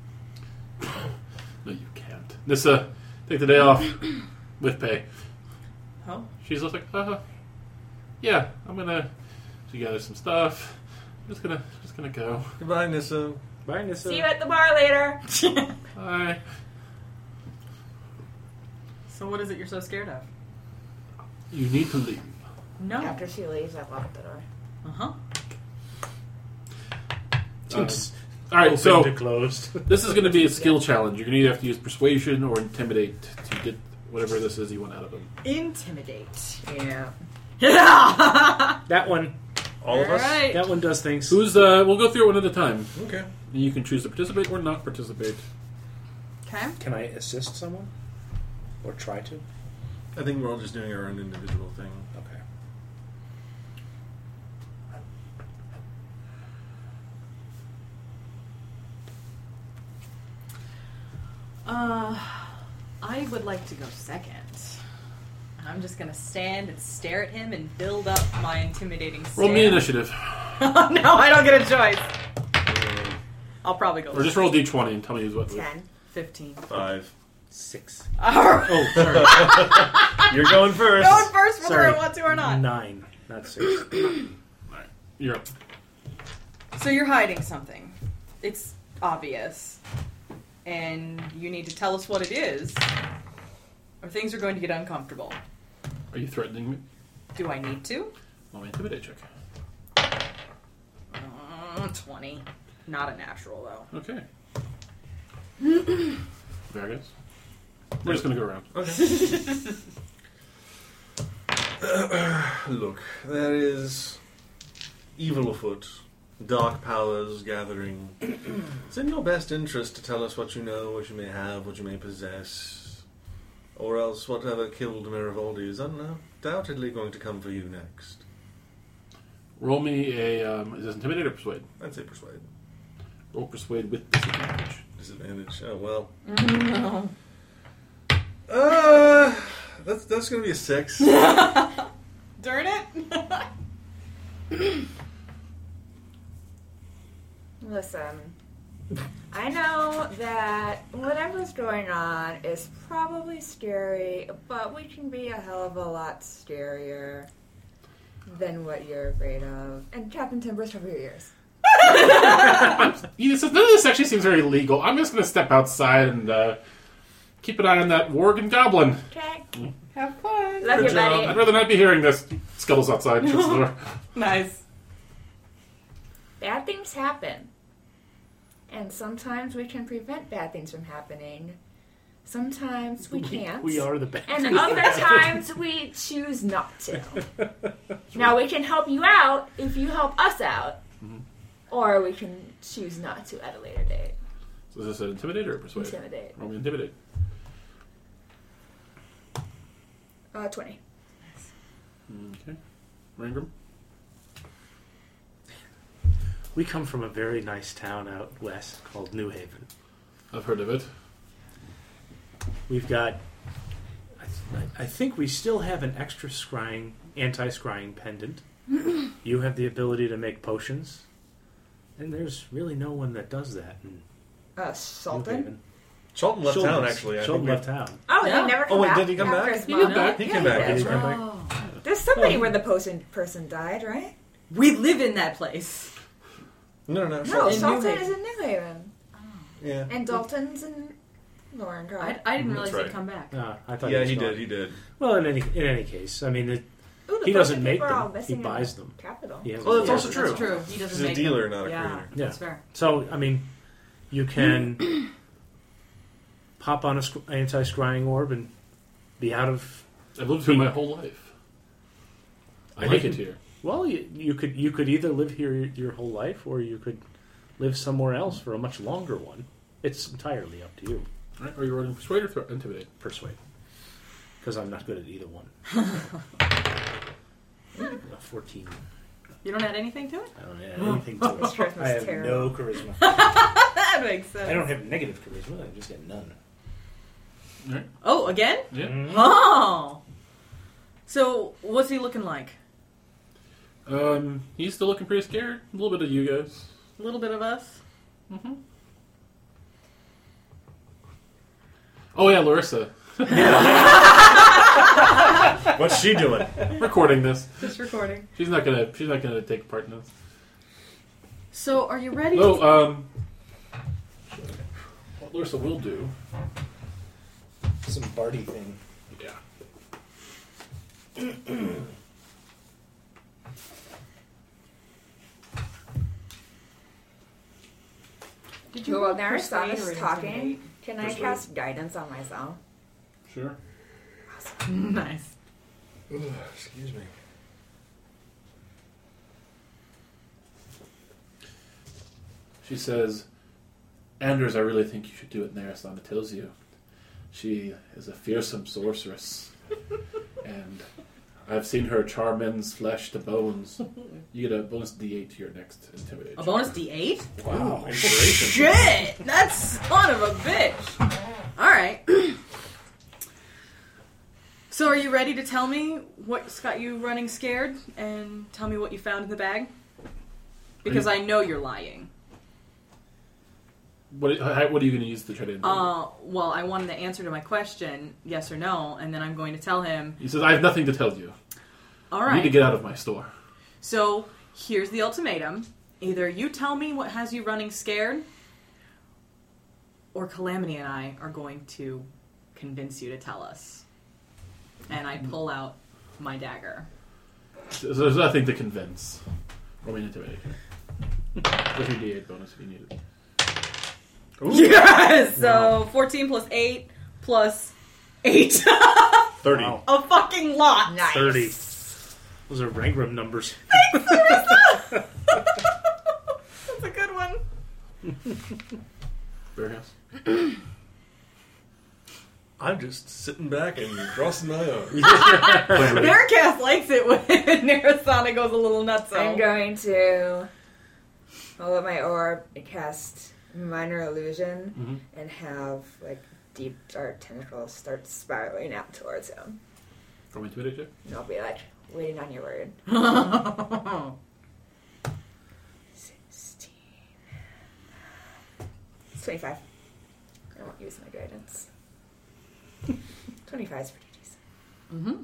[SPEAKER 1] No, you can't. This uh, take the day off with pay.
[SPEAKER 2] Oh.
[SPEAKER 1] She's just like, uh, yeah, I'm gonna. She gathers some stuff. I'm just gonna, just gonna go.
[SPEAKER 4] Goodbye, Nissa.
[SPEAKER 3] Bye, Nissa.
[SPEAKER 5] See you at the bar later.
[SPEAKER 1] Bye.
[SPEAKER 2] So what is it you're so scared of?
[SPEAKER 1] You need to leave.
[SPEAKER 2] No.
[SPEAKER 5] After she leaves, I lock the door.
[SPEAKER 2] Uh huh.
[SPEAKER 3] Um,
[SPEAKER 1] Oops. All right, so
[SPEAKER 3] closed.
[SPEAKER 1] This is going to be a skill challenge. You're going to either have to use persuasion or intimidate to get whatever this is you want out of them.
[SPEAKER 2] Intimidate.
[SPEAKER 5] Yeah.
[SPEAKER 2] Yeah.
[SPEAKER 3] that one,
[SPEAKER 4] All of us.
[SPEAKER 2] Alright.
[SPEAKER 3] that one does things.
[SPEAKER 1] Who's uh? We'll go through it one at a time.
[SPEAKER 4] Okay.
[SPEAKER 1] And you can choose to participate or not participate.
[SPEAKER 2] Okay.
[SPEAKER 3] Can I assist someone or try to?
[SPEAKER 4] I think we're all just doing our own individual thing.
[SPEAKER 3] Okay.
[SPEAKER 2] Uh, I would like to go second. And I'm just gonna stand and stare at him and build up my intimidating. Stare. Oh,
[SPEAKER 1] Roll me initiative,
[SPEAKER 2] no, I don't get a choice. I'll probably go.
[SPEAKER 1] or just roll d20 and tell me what.
[SPEAKER 5] Ten.
[SPEAKER 2] fifteen.
[SPEAKER 4] Five.
[SPEAKER 3] Six.
[SPEAKER 2] Alright.
[SPEAKER 3] Oh, sorry.
[SPEAKER 4] You're going first.
[SPEAKER 2] Going first, whether
[SPEAKER 3] Sorry.
[SPEAKER 2] I want to or not.
[SPEAKER 3] Nine, not six.
[SPEAKER 1] You're up.
[SPEAKER 2] So you're hiding something. It's obvious. And you need to tell us what it is, or things are going to get uncomfortable.
[SPEAKER 1] Are you threatening me?
[SPEAKER 2] Do I need to?
[SPEAKER 1] Roll me intimidate check.
[SPEAKER 2] Uh, 20. Not a natural, though.
[SPEAKER 1] Okay. There it goes. We're just going to go around.
[SPEAKER 4] Look, there is evil afoot, dark powers gathering. it's in your best interest to tell us what you know, what you may have, what you may possess, or else whatever killed Miravaldi is undoubtedly going to come for you next.
[SPEAKER 1] Roll me a. Um, is this intimidate or persuade?
[SPEAKER 4] I'd say persuade.
[SPEAKER 1] Roll persuade with disadvantage.
[SPEAKER 4] Disadvantage. Oh well. Uh, that's that's gonna be a six.
[SPEAKER 2] Darn it!
[SPEAKER 5] Listen, I know that whatever's going on is probably scary, but we can be a hell of a lot scarier than what you're afraid of. And Captain Timbers, cover your ears.
[SPEAKER 1] He says, "No, this actually seems very legal. I'm just going to step outside and uh, keep an eye on that warg and goblin.
[SPEAKER 5] Okay.
[SPEAKER 2] Have fun!
[SPEAKER 5] Love you,
[SPEAKER 1] Good job. I'd
[SPEAKER 5] buddy.
[SPEAKER 1] rather not be hearing this. Scuttles outside, shuts the door.
[SPEAKER 2] Nice.
[SPEAKER 5] Bad things happen. And sometimes we can prevent bad things from happening. Sometimes we can't.
[SPEAKER 3] We are the best.
[SPEAKER 5] And other times we choose not to. Now we can help you out if you help us out. Or we can choose not to at a later date.
[SPEAKER 1] So is this an intimidate or a persuade?
[SPEAKER 5] Intimidate.
[SPEAKER 1] Roll me intimidate.
[SPEAKER 5] Uh, 20.
[SPEAKER 1] Okay. Rangram?
[SPEAKER 3] We come from a very nice town out west called New Haven.
[SPEAKER 1] I've heard of it.
[SPEAKER 3] We've got. I, th- I think we still have an extra scrying, anti scrying pendant. you have the ability to make potions. And there's really no one that does that in New
[SPEAKER 5] Uh, Sultan?
[SPEAKER 3] Haven.
[SPEAKER 4] Cholton left town,
[SPEAKER 3] Shulman's-
[SPEAKER 4] actually. I
[SPEAKER 3] Shulman
[SPEAKER 4] think
[SPEAKER 3] left town.
[SPEAKER 5] Oh,
[SPEAKER 2] Yeah.
[SPEAKER 5] he never came
[SPEAKER 4] Oh, wait,
[SPEAKER 5] back.
[SPEAKER 4] did he come
[SPEAKER 5] after
[SPEAKER 4] back?
[SPEAKER 5] his
[SPEAKER 2] He
[SPEAKER 5] mom.
[SPEAKER 2] came back.
[SPEAKER 4] we- he
[SPEAKER 2] Yeah,
[SPEAKER 4] came
[SPEAKER 2] he
[SPEAKER 4] back.
[SPEAKER 2] did.
[SPEAKER 4] That's
[SPEAKER 3] Yeah.
[SPEAKER 4] right.
[SPEAKER 2] Oh.
[SPEAKER 5] There's somebody where the potion person died, right?
[SPEAKER 2] We live in that place.
[SPEAKER 4] No, no, no.
[SPEAKER 5] No,
[SPEAKER 2] in New
[SPEAKER 4] Shulman.
[SPEAKER 5] Sultan
[SPEAKER 2] Haven.
[SPEAKER 5] is in New Haven.
[SPEAKER 4] Yeah.
[SPEAKER 5] And Dalton's in Lauren
[SPEAKER 2] I,
[SPEAKER 5] Grove.
[SPEAKER 2] I didn't realize
[SPEAKER 4] That's
[SPEAKER 2] he'd
[SPEAKER 4] right.
[SPEAKER 2] come back.
[SPEAKER 3] Ah, I thought
[SPEAKER 4] Yeah,
[SPEAKER 3] was
[SPEAKER 4] he
[SPEAKER 3] gone.
[SPEAKER 4] did. He did.
[SPEAKER 3] Well, in any in any case, I mean, it,
[SPEAKER 5] Ooh, the
[SPEAKER 3] he doesn't
[SPEAKER 5] potion
[SPEAKER 3] make
[SPEAKER 5] people are all
[SPEAKER 3] them; he
[SPEAKER 5] missing in
[SPEAKER 3] buys them.
[SPEAKER 5] Capital.
[SPEAKER 3] He has
[SPEAKER 4] Well,
[SPEAKER 3] a-
[SPEAKER 4] that's
[SPEAKER 3] yeah.
[SPEAKER 4] also true.
[SPEAKER 2] That's true. He doesn't
[SPEAKER 4] He's
[SPEAKER 2] make them.
[SPEAKER 4] a dealer, not a
[SPEAKER 2] yeah,
[SPEAKER 4] creator.
[SPEAKER 2] That's
[SPEAKER 3] Yeah.
[SPEAKER 2] fair.
[SPEAKER 3] So, I mean, you can pop on a sc- anti-scrying orb and be out of.
[SPEAKER 1] I've lived here my whole life. I like it here.
[SPEAKER 3] Well, you, you could you could either live here your, your whole life, or you could live somewhere else for a much longer one. It's entirely up to you.
[SPEAKER 1] All right, are you rolling persuade or thro- intimidate?
[SPEAKER 3] Persuade, because I'm not good at either one. A Fourteen.
[SPEAKER 2] You don't add anything to it?
[SPEAKER 3] I don't add anything to
[SPEAKER 5] This
[SPEAKER 3] it.
[SPEAKER 5] trip was
[SPEAKER 3] I have
[SPEAKER 5] terrible.
[SPEAKER 3] no charisma.
[SPEAKER 2] That makes sense.
[SPEAKER 3] I don't have negative charisma. I just get none.
[SPEAKER 2] Oh, again?
[SPEAKER 1] Yeah.
[SPEAKER 2] Oh. So, what's he looking like?
[SPEAKER 1] Um, he's still looking pretty scared. A little bit of you guys.
[SPEAKER 2] A little bit of us.
[SPEAKER 1] Oh yeah, Larissa,
[SPEAKER 4] What's she doing?
[SPEAKER 1] recording this.
[SPEAKER 2] Just recording.
[SPEAKER 1] She's not gonna. She's not gonna take part in this.
[SPEAKER 2] So, are you ready?
[SPEAKER 1] No, um, what Larissa will do.
[SPEAKER 7] Some Barty thing.
[SPEAKER 1] Yeah.
[SPEAKER 2] Did
[SPEAKER 5] Well,
[SPEAKER 2] roll
[SPEAKER 5] now our son
[SPEAKER 2] persuade
[SPEAKER 5] is
[SPEAKER 2] or
[SPEAKER 5] talking.
[SPEAKER 2] intimidate?
[SPEAKER 5] Can I
[SPEAKER 1] Persuade.
[SPEAKER 5] cast guidance on myself?
[SPEAKER 1] Sure.
[SPEAKER 2] Nice.
[SPEAKER 4] Excuse me.
[SPEAKER 1] She says, Anders, I really think you should do what Narasana tells you. She is a fearsome sorceress. and I've seen her char men's flesh to bones. You get a bonus D8 to your next intimidation.
[SPEAKER 2] A bonus D8?
[SPEAKER 7] Wow.
[SPEAKER 4] Inspiration.
[SPEAKER 2] Shit! That's son of a bitch! Alright. so, are you ready to tell me what's got you running scared and tell me what you found in the bag? Because I know you're lying.
[SPEAKER 1] What, how, what are you going to use to try to intimidate?
[SPEAKER 2] Uh, well, I wanted the answer to my question, yes or no, and then I'm going to tell him,
[SPEAKER 1] he says, I have nothing to tell you.
[SPEAKER 2] all
[SPEAKER 1] You need to
[SPEAKER 2] right,
[SPEAKER 1] get out of my store.
[SPEAKER 2] so here's the ultimatum. Either you tell me what has you running scared, or Calamity and I are going to convince you to tell us. And I pull out my dagger.
[SPEAKER 1] So there's nothing to convince. Roll me an intimidation. With your D8 bonus if you need it.
[SPEAKER 2] Yes! So 14 plus 8 plus 8.
[SPEAKER 4] Thirty.
[SPEAKER 3] Wow.
[SPEAKER 2] A fucking lot.
[SPEAKER 5] Nice.
[SPEAKER 3] Thirty. Those are Rangram numbers.
[SPEAKER 2] That's a good one.
[SPEAKER 1] Warehouse.
[SPEAKER 4] I'm just sitting back and crossing my arms.
[SPEAKER 2] Bearcast likes it when Narasana goes a little nuts.
[SPEAKER 5] I'm going to hold up my orb and cast minor illusion
[SPEAKER 1] Mm-hmm.
[SPEAKER 5] and have like deep dark tentacles start spiraling out towards him.
[SPEAKER 1] Roll me an intimidate check.
[SPEAKER 5] And I'll be like, waiting on your word. 16. It's 25. I won't use my guidance. 25 is pretty decent.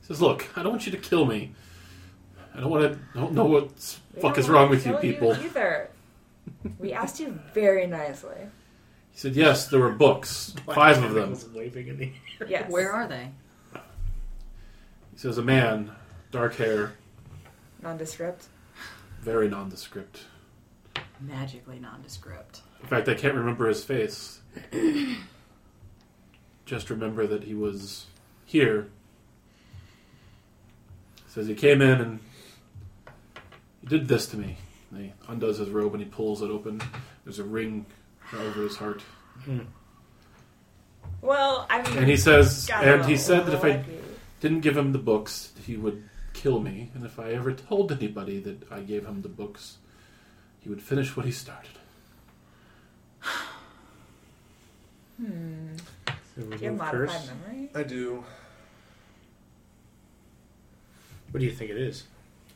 [SPEAKER 1] He says, "Look, I don't want you to kill me. I don't want to. I don't know what s-
[SPEAKER 5] We
[SPEAKER 1] fuck
[SPEAKER 5] don't
[SPEAKER 1] is wrong
[SPEAKER 5] wanna
[SPEAKER 1] with you
[SPEAKER 5] kill
[SPEAKER 1] people."
[SPEAKER 5] either. We asked you very nicely.
[SPEAKER 1] He said, "Yes, there were books, five of them."
[SPEAKER 7] Waving in the
[SPEAKER 5] Yes.
[SPEAKER 2] Where are they?
[SPEAKER 1] He says, "A man, dark hair,
[SPEAKER 5] Nondescript.
[SPEAKER 1] very nondescript.
[SPEAKER 2] Magically nondescript.
[SPEAKER 1] In fact, I can't remember his face. Just remember that he was here." He says he came in and did this to me. And he undoes his robe and he pulls it open. There's a ring over his heart.
[SPEAKER 5] Well, I mean,
[SPEAKER 1] And he says,
[SPEAKER 5] gotta
[SPEAKER 1] and he said that if I
[SPEAKER 5] like you.
[SPEAKER 1] didn't give him the books, he would kill me. And if I ever told anybody that I gave him the books, he would finish what he started.
[SPEAKER 5] Do you Hmm. have modified memory?
[SPEAKER 4] I do.
[SPEAKER 3] What do you think it is?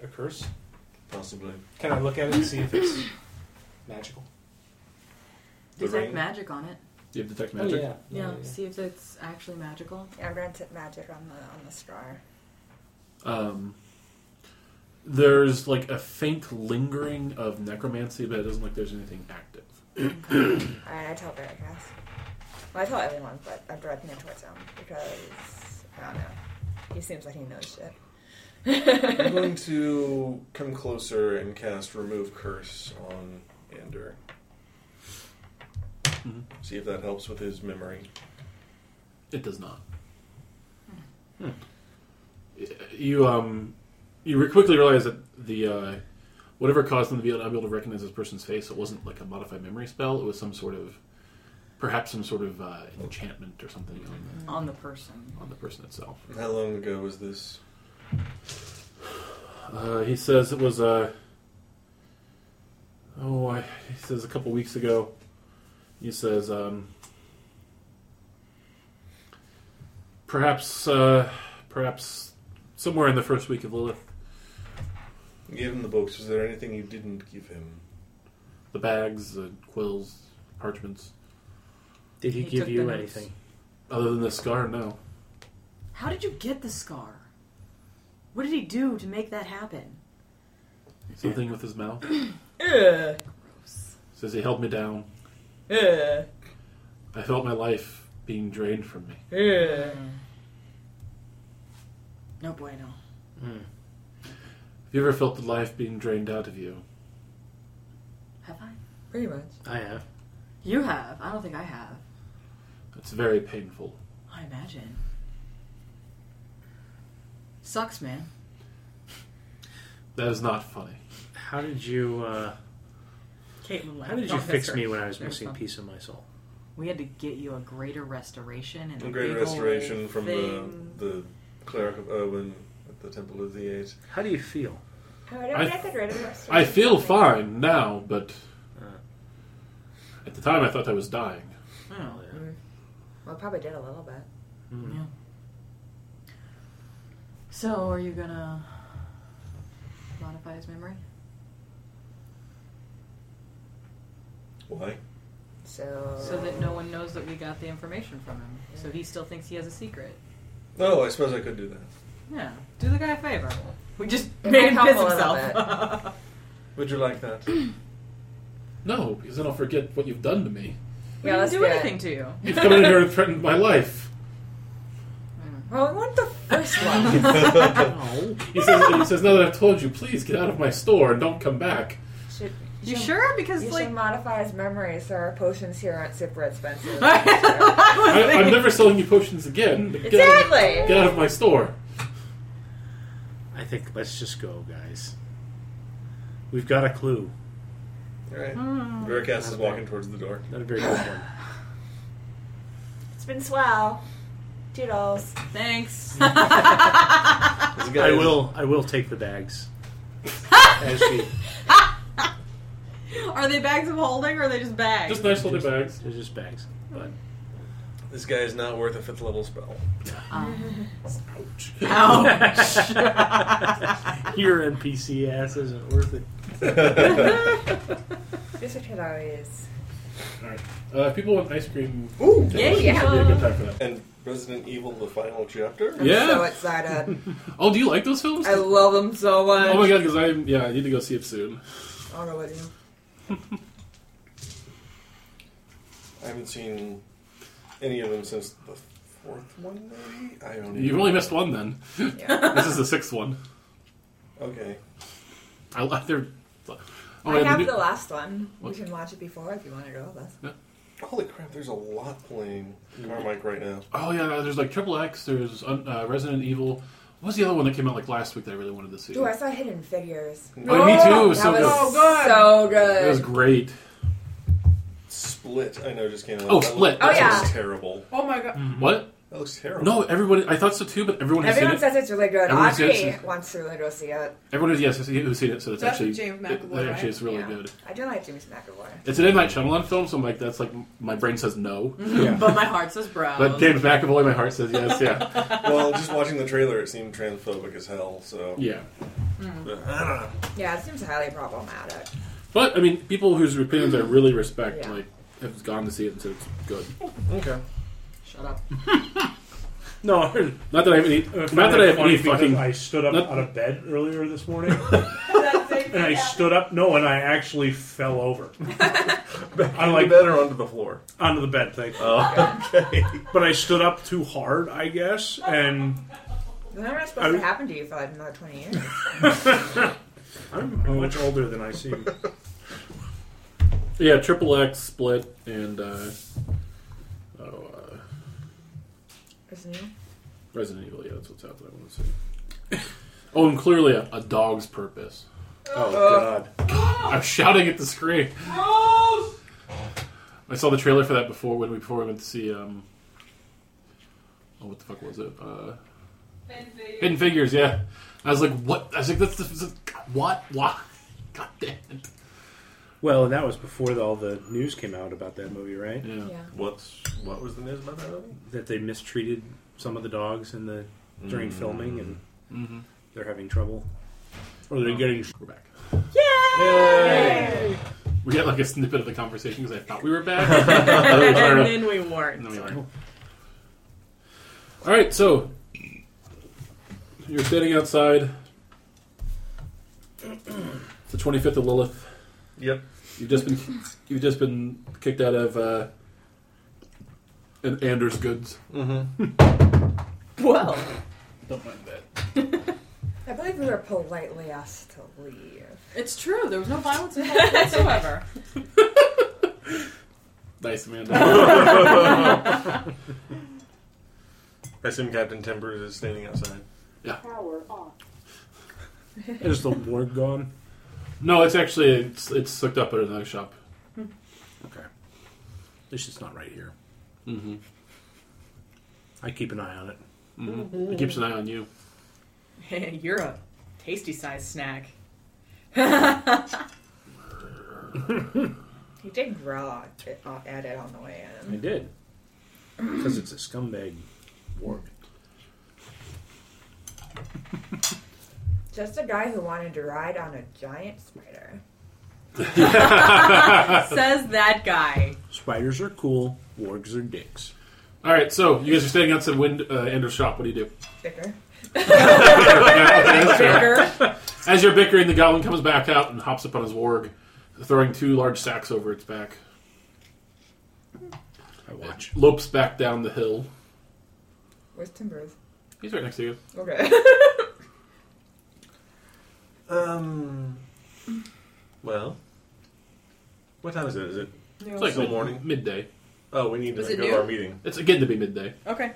[SPEAKER 7] A curse?
[SPEAKER 4] Possibly.
[SPEAKER 7] Can I look at it and see if it's magical?
[SPEAKER 2] Detect magic on it.
[SPEAKER 1] You have detect magic.
[SPEAKER 7] Oh, yeah.
[SPEAKER 2] Yeah, see if it's actually magical.
[SPEAKER 5] Yeah, I'm gonna tip magic on the on the star.
[SPEAKER 1] Um, there's like a faint lingering of necromancy, but it doesn't look there's anything active.
[SPEAKER 5] All right, I tell Barrett, I guess. Well, I tell everyone, but I'm directing it towards him because I don't know. He seems like he knows shit.
[SPEAKER 4] I'm going to come closer and cast Remove Curse on Ander.
[SPEAKER 1] Mhm.
[SPEAKER 4] See if that helps with his memory.
[SPEAKER 1] It does not. Hmm. You um, you re- quickly realize that the uh, whatever caused them to be unable to recognize this person's face, it wasn't like a modified memory spell. It was some sort of, perhaps some sort of uh, enchantment or something on
[SPEAKER 2] On the person.
[SPEAKER 1] the, on the person itself.
[SPEAKER 4] How long ago was this?
[SPEAKER 1] Uh, he says it was Uh, oh, I, he says a couple weeks ago. He says, um, perhaps, uh, perhaps somewhere in the first week of Lilith,
[SPEAKER 4] You gave him the books. Was there anything you didn't give him?
[SPEAKER 1] the bags, the quills, parchments.
[SPEAKER 3] Did he,
[SPEAKER 2] He took
[SPEAKER 3] give
[SPEAKER 2] the
[SPEAKER 3] you
[SPEAKER 2] notes.
[SPEAKER 3] anything?
[SPEAKER 1] Other than the scar, no.
[SPEAKER 2] How did you get the scar? What did he do to make that happen?
[SPEAKER 1] Something with his mouth.
[SPEAKER 5] Ugh.
[SPEAKER 1] Says he held me down.
[SPEAKER 5] Ugh.
[SPEAKER 1] I felt my life being drained from me.
[SPEAKER 5] Ugh.
[SPEAKER 2] No bueno.
[SPEAKER 3] Hmm,
[SPEAKER 1] Have you ever felt the life being drained out of you?
[SPEAKER 2] Have I?
[SPEAKER 5] Pretty much.
[SPEAKER 3] I have.
[SPEAKER 2] You have. I don't think I have.
[SPEAKER 1] It's very painful.
[SPEAKER 2] I imagine. Sucks, man.
[SPEAKER 1] That is not funny.
[SPEAKER 3] How did you? Uh,
[SPEAKER 2] Caitlin,
[SPEAKER 3] how did you
[SPEAKER 2] Don't
[SPEAKER 3] fix
[SPEAKER 2] her.
[SPEAKER 3] me when I was
[SPEAKER 2] There's
[SPEAKER 3] missing
[SPEAKER 2] some.
[SPEAKER 3] piece of my soul?
[SPEAKER 2] We had to get you a greater restoration and
[SPEAKER 4] A
[SPEAKER 2] a
[SPEAKER 4] great
[SPEAKER 2] big old
[SPEAKER 4] restoration from the,
[SPEAKER 2] thing.
[SPEAKER 4] the cleric of Owen at the Temple of the Eight.
[SPEAKER 3] How do you feel?
[SPEAKER 5] Oh, did
[SPEAKER 1] I-
[SPEAKER 5] we get the greater restoration?
[SPEAKER 1] I feel fine now, but at the time I thought I was dying.
[SPEAKER 2] Oh,
[SPEAKER 5] Well, it probably did a little bit.
[SPEAKER 3] Hmm.
[SPEAKER 2] yeah. So, are you gonna modify his memory?
[SPEAKER 4] Why?
[SPEAKER 5] So.
[SPEAKER 2] So that no one knows that we got the information from him. So he still thinks he has a secret.
[SPEAKER 4] No, Oh, I suppose I could do that.
[SPEAKER 2] Yeah. Do the guy a favor. We just
[SPEAKER 5] It
[SPEAKER 2] made him
[SPEAKER 5] might help
[SPEAKER 2] piss
[SPEAKER 5] a little
[SPEAKER 2] himself.
[SPEAKER 4] Would you like that?
[SPEAKER 1] No, because then I'll forget what you've done to me.
[SPEAKER 2] we
[SPEAKER 5] Yeah,
[SPEAKER 2] didn't
[SPEAKER 5] let's
[SPEAKER 2] do
[SPEAKER 5] do it.
[SPEAKER 2] anything to you.
[SPEAKER 1] You've come in here and threatened my life.
[SPEAKER 5] Well, we want the first one.
[SPEAKER 3] Oh,
[SPEAKER 1] He says, he says, now that I've told you, please get out of my store and don't come back.
[SPEAKER 5] should,
[SPEAKER 2] You sure? Because
[SPEAKER 5] You
[SPEAKER 2] like
[SPEAKER 5] should modify his memory so our potions here aren't super expensive.
[SPEAKER 1] I, I'm never selling you potions again. Get out, of,
[SPEAKER 5] exactly.
[SPEAKER 1] get out of my store.
[SPEAKER 3] I think let's just go, guys. We've got a clue.
[SPEAKER 4] Alright. Veracast is walking towards the door.
[SPEAKER 3] Not a very good one.
[SPEAKER 5] It's been swell. Toodles.
[SPEAKER 2] thanks.
[SPEAKER 4] There's a guy
[SPEAKER 3] I
[SPEAKER 4] in-
[SPEAKER 3] will. I will take the bags. As she,
[SPEAKER 2] are they bags of holding or are they just bags?
[SPEAKER 1] Just nice little bags.
[SPEAKER 3] they're just bags. But
[SPEAKER 4] This guy is not worth a fifth level spell.
[SPEAKER 7] Oh.
[SPEAKER 3] your NPC ass isn't worth it.
[SPEAKER 2] Um,
[SPEAKER 5] This we could always.
[SPEAKER 1] Uh, if people want ice cream,
[SPEAKER 5] Ooh,
[SPEAKER 1] this should be a good time for that.
[SPEAKER 4] And Resident Evil, the final chapter?
[SPEAKER 5] I'm
[SPEAKER 1] Yeah.
[SPEAKER 5] so excited.
[SPEAKER 1] Oh, do you like those films?
[SPEAKER 5] I love them so much.
[SPEAKER 1] oh my god, because I yeah, I need to go see it soon.
[SPEAKER 5] I don't know what to do.
[SPEAKER 4] I haven't seen any of them since the fourth one, maybe? I don't
[SPEAKER 1] You've
[SPEAKER 4] even-
[SPEAKER 1] only missed one then.
[SPEAKER 5] Yeah.
[SPEAKER 1] This is the sixth one.
[SPEAKER 4] Okay.
[SPEAKER 1] I love their. Oh,
[SPEAKER 5] I
[SPEAKER 1] yeah, the
[SPEAKER 5] have
[SPEAKER 1] new-
[SPEAKER 5] the last one.
[SPEAKER 1] What?
[SPEAKER 5] You can watch it before if you want to go with us.
[SPEAKER 4] Holy crap, there's a lot playing Carmike right now.
[SPEAKER 1] Oh yeah, there's like Triple X, there's uh, Resident Evil, What was the other one that came out like last week that I really wanted to see?
[SPEAKER 5] Ooh, I saw Hidden Figures.
[SPEAKER 1] Oh, me too. It was
[SPEAKER 5] that
[SPEAKER 1] so
[SPEAKER 5] was
[SPEAKER 1] good. Oh,
[SPEAKER 2] good.
[SPEAKER 5] so good.
[SPEAKER 1] It was great.
[SPEAKER 4] Split. I know. Just came out.
[SPEAKER 1] Oh,
[SPEAKER 4] That
[SPEAKER 1] Split.
[SPEAKER 4] Looks, that
[SPEAKER 5] Oh,
[SPEAKER 4] looks terrible.
[SPEAKER 2] Oh my god.
[SPEAKER 1] What?
[SPEAKER 4] That looks terrible.
[SPEAKER 1] No, everybody. I thought so too, but everyone has
[SPEAKER 5] Everyone
[SPEAKER 1] seen it.
[SPEAKER 5] says it's really good.
[SPEAKER 1] Everyone says
[SPEAKER 5] Audrey
[SPEAKER 1] it's-
[SPEAKER 5] wants to really go see it.
[SPEAKER 1] Everyone has yes, has seen- who's seen it. So it's
[SPEAKER 14] That's
[SPEAKER 1] actually
[SPEAKER 14] with James
[SPEAKER 1] it-
[SPEAKER 14] McAvoy,
[SPEAKER 1] actually, it's really
[SPEAKER 5] Yeah.
[SPEAKER 1] good.
[SPEAKER 5] I do like Jimmy McAvoy.
[SPEAKER 1] It's an M Night Shyamalan film, so I'm like, that's like my brain says no,
[SPEAKER 5] Mm-hmm.
[SPEAKER 2] But my heart says brown.
[SPEAKER 1] but James McAvoy, my heart says yes. Yeah,
[SPEAKER 4] Well, just watching the trailer, it seemed transphobic as hell. So
[SPEAKER 1] yeah.
[SPEAKER 4] But I don't know.
[SPEAKER 5] Yeah, it seems highly problematic.
[SPEAKER 1] But I mean, people whose opinions I really respect,
[SPEAKER 5] Yeah.
[SPEAKER 1] like, have gone to see it and said it's good.
[SPEAKER 4] Okay.
[SPEAKER 2] Shut up.
[SPEAKER 3] No, I heard.
[SPEAKER 1] Not that I have any.
[SPEAKER 3] I
[SPEAKER 1] Not
[SPEAKER 3] found
[SPEAKER 1] that I have
[SPEAKER 3] funny
[SPEAKER 1] any
[SPEAKER 3] because
[SPEAKER 1] fucking.
[SPEAKER 3] I stood up
[SPEAKER 1] not-
[SPEAKER 3] out of bed earlier this morning, and I
[SPEAKER 14] I
[SPEAKER 3] stood up. No, and I actually fell over
[SPEAKER 4] I
[SPEAKER 3] like-
[SPEAKER 4] like better onto the floor. Uh,
[SPEAKER 3] onto the bed. Thank you.
[SPEAKER 4] okay.
[SPEAKER 3] But I stood up too hard, I guess, and
[SPEAKER 5] Isn't that supposed
[SPEAKER 3] I-
[SPEAKER 5] to happen to you for like another 20 years?
[SPEAKER 3] I'm much older than I seem.
[SPEAKER 1] Yeah, Triple X, Split, and uh, oh, uh,
[SPEAKER 5] It's new.
[SPEAKER 1] Resident Evil. Yeah, that's what's out that I want to see. Oh, and clearly a, a dog's purpose.
[SPEAKER 3] Oh God!
[SPEAKER 1] I'm shouting at the screen. I saw the trailer for that before when we before we went to see um. Oh, what the fuck was it? Uh, Hidden Figures. Yeah, I was like, what? I was like, that's the, that's the- what? Why? God damn it!
[SPEAKER 3] Well, and that was before all the news came out about that movie, right?
[SPEAKER 1] Yeah.
[SPEAKER 5] Yeah.
[SPEAKER 4] What's what was the news about that movie?
[SPEAKER 3] That they mistreated some of the dogs in the during filming, and
[SPEAKER 1] Mm-hmm.
[SPEAKER 3] they're having trouble, or they're getting.
[SPEAKER 1] We're back.
[SPEAKER 4] Yay!
[SPEAKER 1] We got like a snippet of the conversation because I thought we were back. And we
[SPEAKER 2] and
[SPEAKER 1] were-
[SPEAKER 2] then we
[SPEAKER 1] and then
[SPEAKER 2] weren't.
[SPEAKER 1] we were. All right, so you're standing outside. It's the 25th of Lilith.
[SPEAKER 4] Yep.
[SPEAKER 1] You've just been you've just been kicked out of uh, an Anders Goods.
[SPEAKER 4] Mm-hmm.
[SPEAKER 2] Well,
[SPEAKER 1] Don't mind that.
[SPEAKER 5] I believe we were politely asked to leave.
[SPEAKER 2] it's true. There was no violence involved whatsoever.
[SPEAKER 1] Nice man.
[SPEAKER 4] I assume Captain Timbers is standing outside.
[SPEAKER 3] Is the word gone?
[SPEAKER 1] no, it's actually it's, it's sucked up at another shop.
[SPEAKER 3] Okay. At least it's not right here.
[SPEAKER 1] Mm-hmm.
[SPEAKER 3] I keep an eye on it.
[SPEAKER 1] It keeps an eye on you.
[SPEAKER 2] You're a tasty sized snack.
[SPEAKER 5] He did growl at at it on the way
[SPEAKER 3] I
[SPEAKER 5] in.
[SPEAKER 3] did. Because it's a scumbag warg.
[SPEAKER 5] Just a guy who wanted to ride on a giant spider.
[SPEAKER 2] Says that guy.
[SPEAKER 3] Spiders are cool, wargs are dicks.
[SPEAKER 1] All right, so you guys are standing outside Wind uh, Anders' shop. What do you do?
[SPEAKER 5] Bicker.
[SPEAKER 2] Bigger.
[SPEAKER 1] As you're bickering, the goblin comes back out and hops up on his warg, throwing two large sacks over its back.
[SPEAKER 3] I watch.
[SPEAKER 1] Lopes back down the hill.
[SPEAKER 5] Where's Timbers?
[SPEAKER 1] He's right next to you.
[SPEAKER 5] Okay.
[SPEAKER 4] Um. Well, what time is it? Is it?
[SPEAKER 1] It's like
[SPEAKER 4] Still
[SPEAKER 1] mid-
[SPEAKER 4] morning.
[SPEAKER 1] midday.
[SPEAKER 4] Oh, we need to
[SPEAKER 2] Is
[SPEAKER 4] go
[SPEAKER 2] it
[SPEAKER 4] to our
[SPEAKER 2] noon?
[SPEAKER 4] meeting.
[SPEAKER 1] It's again to be midday.
[SPEAKER 2] Okay.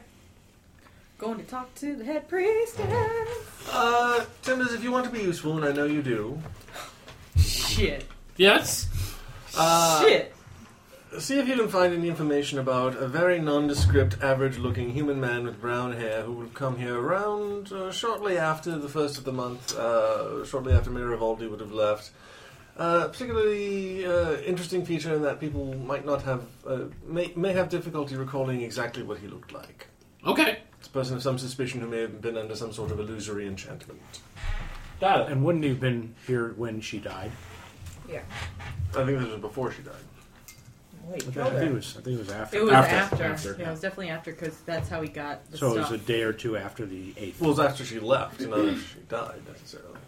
[SPEAKER 2] Going to talk to the head priestess.
[SPEAKER 4] Uh, Timbers, if you want to be useful, and I know you do,
[SPEAKER 2] Shit.
[SPEAKER 1] Yes.
[SPEAKER 4] uh,
[SPEAKER 2] Shit.
[SPEAKER 4] see if you can find any information about a very nondescript, average-looking human man with brown hair who would have come here around uh, shortly after the first of the month, uh, shortly after Miravaldi would have left. Uh, particularly uh, interesting feature in that people might not have uh, may, may have difficulty recalling exactly what he looked like.
[SPEAKER 1] Okay.
[SPEAKER 4] It's a person of some suspicion who may have been under some sort of illusory enchantment.
[SPEAKER 1] Got
[SPEAKER 3] And wouldn't he have been here when she died?
[SPEAKER 5] yeah.
[SPEAKER 4] I think this was before she died.
[SPEAKER 5] Well, he
[SPEAKER 3] I think,
[SPEAKER 5] killed
[SPEAKER 3] I think it
[SPEAKER 5] her.
[SPEAKER 3] was. I think it was after.
[SPEAKER 2] It was
[SPEAKER 1] After.
[SPEAKER 2] after.
[SPEAKER 3] After,
[SPEAKER 2] Yeah,
[SPEAKER 3] yeah.
[SPEAKER 2] it was definitely after because that's how he got the
[SPEAKER 3] so
[SPEAKER 2] stuff.
[SPEAKER 3] it was a day or two after the eighth.
[SPEAKER 4] Well, it was after she left, not after she died necessarily.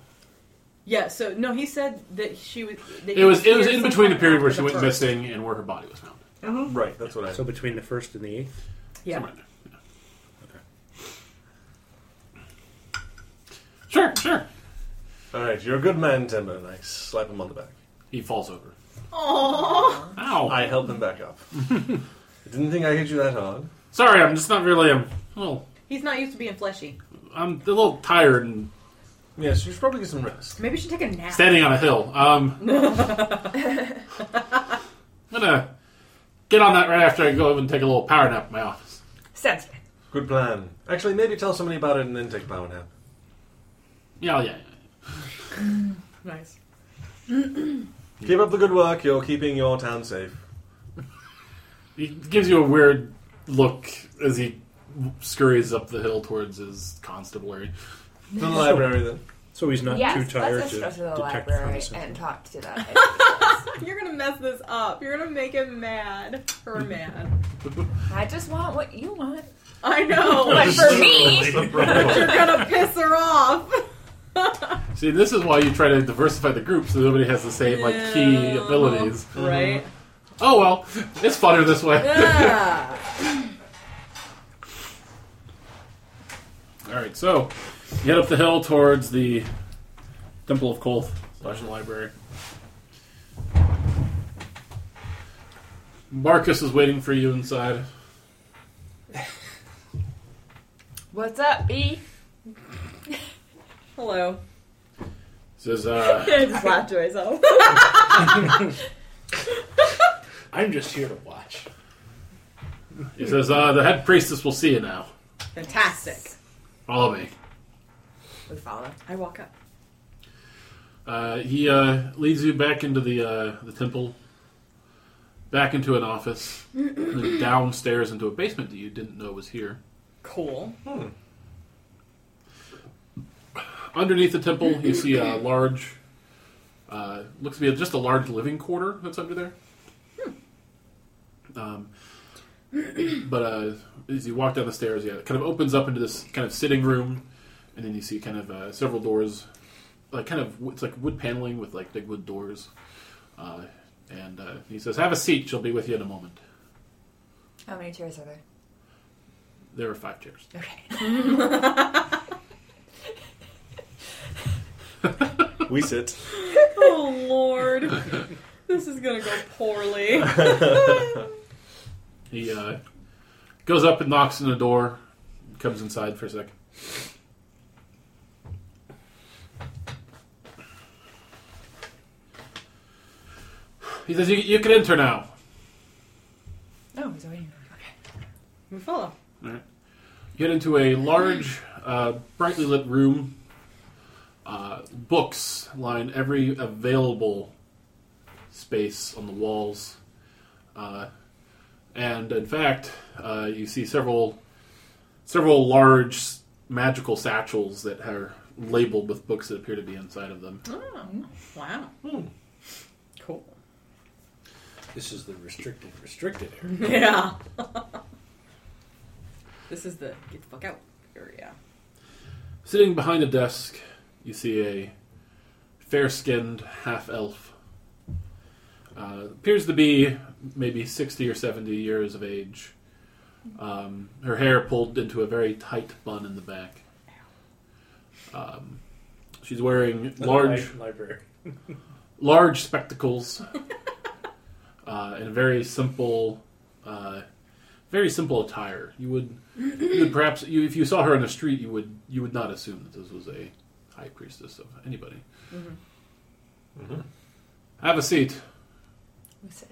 [SPEAKER 2] yeah. So no, he said that she was. That
[SPEAKER 1] It
[SPEAKER 2] he
[SPEAKER 1] was. It
[SPEAKER 2] here
[SPEAKER 1] was in
[SPEAKER 2] sometime
[SPEAKER 1] between the period where
[SPEAKER 2] after
[SPEAKER 1] she
[SPEAKER 2] the
[SPEAKER 1] went
[SPEAKER 2] first.
[SPEAKER 1] missing and where her body was found.
[SPEAKER 4] Right, that's what I.
[SPEAKER 3] so between the first and the eighth.
[SPEAKER 2] Yeah.
[SPEAKER 1] Somewhere in there. Sure. Sure.
[SPEAKER 4] All right, you're a good man, Timber, and I slap him on the back.
[SPEAKER 1] He falls over.
[SPEAKER 2] Oh.
[SPEAKER 1] Ow.
[SPEAKER 4] I help him back up. I didn't think I hit you that hard.
[SPEAKER 1] Sorry, I'm just not really. Um. Well,
[SPEAKER 2] He's not used to being fleshy.
[SPEAKER 1] I'm a little tired and
[SPEAKER 4] Yes, you should probably get some rest.
[SPEAKER 2] Maybe you should take a nap.
[SPEAKER 1] standing on a hill. Um, I'm gonna get on that right after I go and take a little power nap in my office.
[SPEAKER 5] Sounds good.
[SPEAKER 4] Good plan. Actually, maybe tell somebody about it and then take a power nap.
[SPEAKER 1] Yeah, yeah. yeah.
[SPEAKER 2] Nice.
[SPEAKER 4] Keep up the good work. You're keeping your town safe.
[SPEAKER 1] He gives you a weird look as he scurries up the hill towards his constabulary.
[SPEAKER 4] To the library then.
[SPEAKER 3] So he's not
[SPEAKER 5] yes,
[SPEAKER 3] too tired
[SPEAKER 5] let's
[SPEAKER 3] to
[SPEAKER 5] just go to the
[SPEAKER 3] detect
[SPEAKER 5] library
[SPEAKER 3] the
[SPEAKER 5] and talk to them.
[SPEAKER 6] You're gonna mess this up. You're gonna make him mad. Her
[SPEAKER 1] Mm-hmm.
[SPEAKER 6] mad.
[SPEAKER 5] I just want what you want.
[SPEAKER 6] I
[SPEAKER 1] Oh,
[SPEAKER 6] know. But
[SPEAKER 5] For me,
[SPEAKER 6] you're gonna piss her off.
[SPEAKER 1] See, this is why you try to diversify the group so nobody has the same like key
[SPEAKER 2] Yeah.
[SPEAKER 1] abilities. Mm-hmm.
[SPEAKER 2] Right?
[SPEAKER 1] Oh well, it's funner this way.
[SPEAKER 2] Yeah.
[SPEAKER 1] All right, so you head up the hill towards the Temple of Kolth slash the library. Marcus is waiting for you inside.
[SPEAKER 5] what's up, B?
[SPEAKER 2] Hello.
[SPEAKER 1] Says, uh,
[SPEAKER 8] I just laughed to myself.
[SPEAKER 7] I'm just here to watch.
[SPEAKER 1] he says, uh, the head priestess will see you now.
[SPEAKER 2] Fantastic.
[SPEAKER 1] Follow me.
[SPEAKER 5] We follow.
[SPEAKER 2] I walk up.
[SPEAKER 1] Uh, he uh, leads you back into the uh, the temple, back into an office, and then downstairs into a basement that you didn't know was here. Hmm.
[SPEAKER 2] Cool.
[SPEAKER 1] Underneath the temple, you see a large, uh, looks to be just a large living quarter that's under there. Um, but uh, as you walk down the stairs, yeah, it kind of opens up into this kind of sitting room, and then you see kind of uh, several doors, like kind of it's like wood paneling with like big wood doors. Uh, and uh, he says, "Have a seat. She'll be with you in a moment."
[SPEAKER 5] How many chairs are there?
[SPEAKER 1] There are five chairs.
[SPEAKER 5] Okay.
[SPEAKER 4] We sit.
[SPEAKER 2] Oh, Lord. This is gonna go poorly.
[SPEAKER 1] He uh, goes up and knocks on the door, comes inside for a second. He says, "You, you can enter now."
[SPEAKER 5] No, he's waiting.
[SPEAKER 2] We follow.
[SPEAKER 1] You get into a large, uh, brightly lit room. Uh, books line every available space on the walls. Uh, and in fact, uh, you see several several large s- magical satchels that are labeled with books that appear to be inside of them.
[SPEAKER 2] Oh, wow. Cool.
[SPEAKER 7] This is the restricted, restricted area.
[SPEAKER 2] Yeah. this is the get the fuck out area.
[SPEAKER 1] Sitting behind a desk, you see a fair skinned half elf. Uh, appears to be maybe 60 or 70 years of age. Um, her hair pulled into a very tight bun in the back. Um, she's wearing large,
[SPEAKER 7] Li- library.
[SPEAKER 1] large spectacles uh, and a very simple, uh, very simple attire. You would, you would perhaps, you, if you saw her on the street, you would you would not assume that this was a high priestess of anybody. Mm-hmm. Have a seat.
[SPEAKER 5] We sit.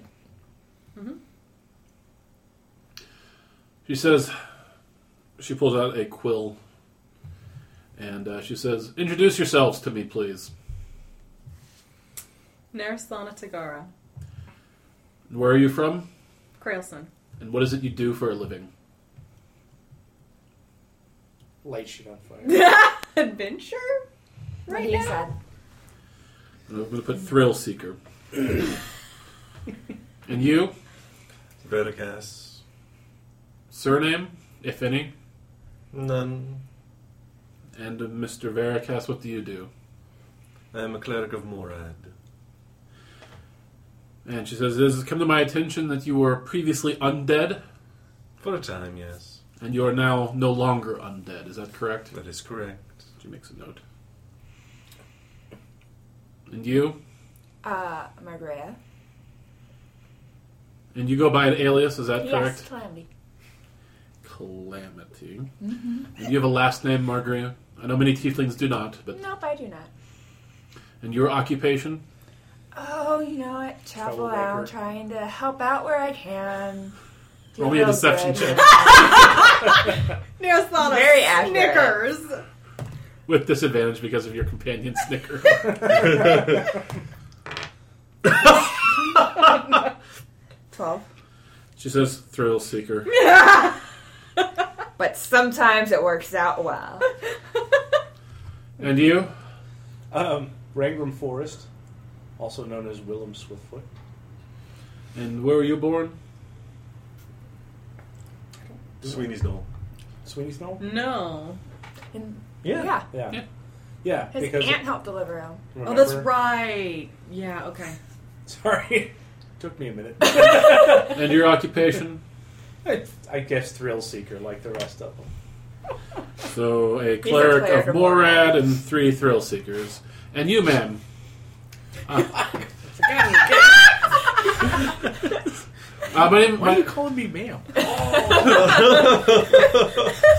[SPEAKER 1] She says, she pulls out a quill, and uh, she says, "Introduce yourselves to me, please."
[SPEAKER 6] Narasana Tagara.
[SPEAKER 1] Where are you from,
[SPEAKER 6] Krailson.
[SPEAKER 1] and what is it you do for a living?
[SPEAKER 7] Light shit on fire.
[SPEAKER 6] Adventure?
[SPEAKER 5] Right now? Said.
[SPEAKER 1] And I'm going to put thrill seeker. and you,
[SPEAKER 4] Verticas.
[SPEAKER 1] surname, if any,
[SPEAKER 4] None.
[SPEAKER 1] and uh, Mr. Veracast, what do you do?
[SPEAKER 4] I am a cleric Uh, of Morad.
[SPEAKER 1] And she says, "It has come to my attention that you were previously undead,
[SPEAKER 4] For a time, yes.
[SPEAKER 1] and you are now no longer undead. Is that correct?"
[SPEAKER 4] That is correct.
[SPEAKER 1] She makes a note. And you,
[SPEAKER 5] Uh, Margaret.
[SPEAKER 1] and you go by an alias. Is that
[SPEAKER 5] yes,
[SPEAKER 1] correct?
[SPEAKER 5] Clamby.
[SPEAKER 1] Calamity. And you have a last name, Margarita. I know many tieflings do not, but
[SPEAKER 5] Nope, I do not.
[SPEAKER 1] and your occupation?
[SPEAKER 5] Oh, you know what? Travel
[SPEAKER 7] Troublemaker.
[SPEAKER 5] out, trying to help out where I can. Do
[SPEAKER 1] Roll me a
[SPEAKER 5] real
[SPEAKER 1] deception
[SPEAKER 5] good.
[SPEAKER 1] check
[SPEAKER 6] There's not
[SPEAKER 5] Very
[SPEAKER 6] a
[SPEAKER 5] accurate.
[SPEAKER 6] Snickers.
[SPEAKER 1] with disadvantage because of your companion snicker.
[SPEAKER 5] Twelve.
[SPEAKER 1] she says, "Thrill seeker."
[SPEAKER 5] But sometimes it works out well.
[SPEAKER 1] And you?
[SPEAKER 7] Um, Rangram Forest, also known as Willem Swiftfoot.
[SPEAKER 1] And where were you born?
[SPEAKER 4] Sweeney's Knoll.
[SPEAKER 7] Sweeney's Knoll?
[SPEAKER 2] No.
[SPEAKER 5] And
[SPEAKER 7] Yeah.
[SPEAKER 5] Yeah.
[SPEAKER 7] Yeah.
[SPEAKER 1] Yeah.
[SPEAKER 7] Yeah,
[SPEAKER 5] his
[SPEAKER 7] because.
[SPEAKER 5] aunt helped deliver him.
[SPEAKER 2] Oh, that's
[SPEAKER 7] remember-
[SPEAKER 2] right. Yeah. Okay.
[SPEAKER 7] Sorry. Took me a minute.
[SPEAKER 1] And your occupation?
[SPEAKER 7] I, I guess Thrill Seeker, like the rest of them.
[SPEAKER 1] So a
[SPEAKER 5] a
[SPEAKER 1] cleric
[SPEAKER 5] cleric
[SPEAKER 1] of
[SPEAKER 5] of
[SPEAKER 1] Morad and three thrill seekers. And you, ma'am? Ah. Uh, my name, my,
[SPEAKER 3] calling me ma'am?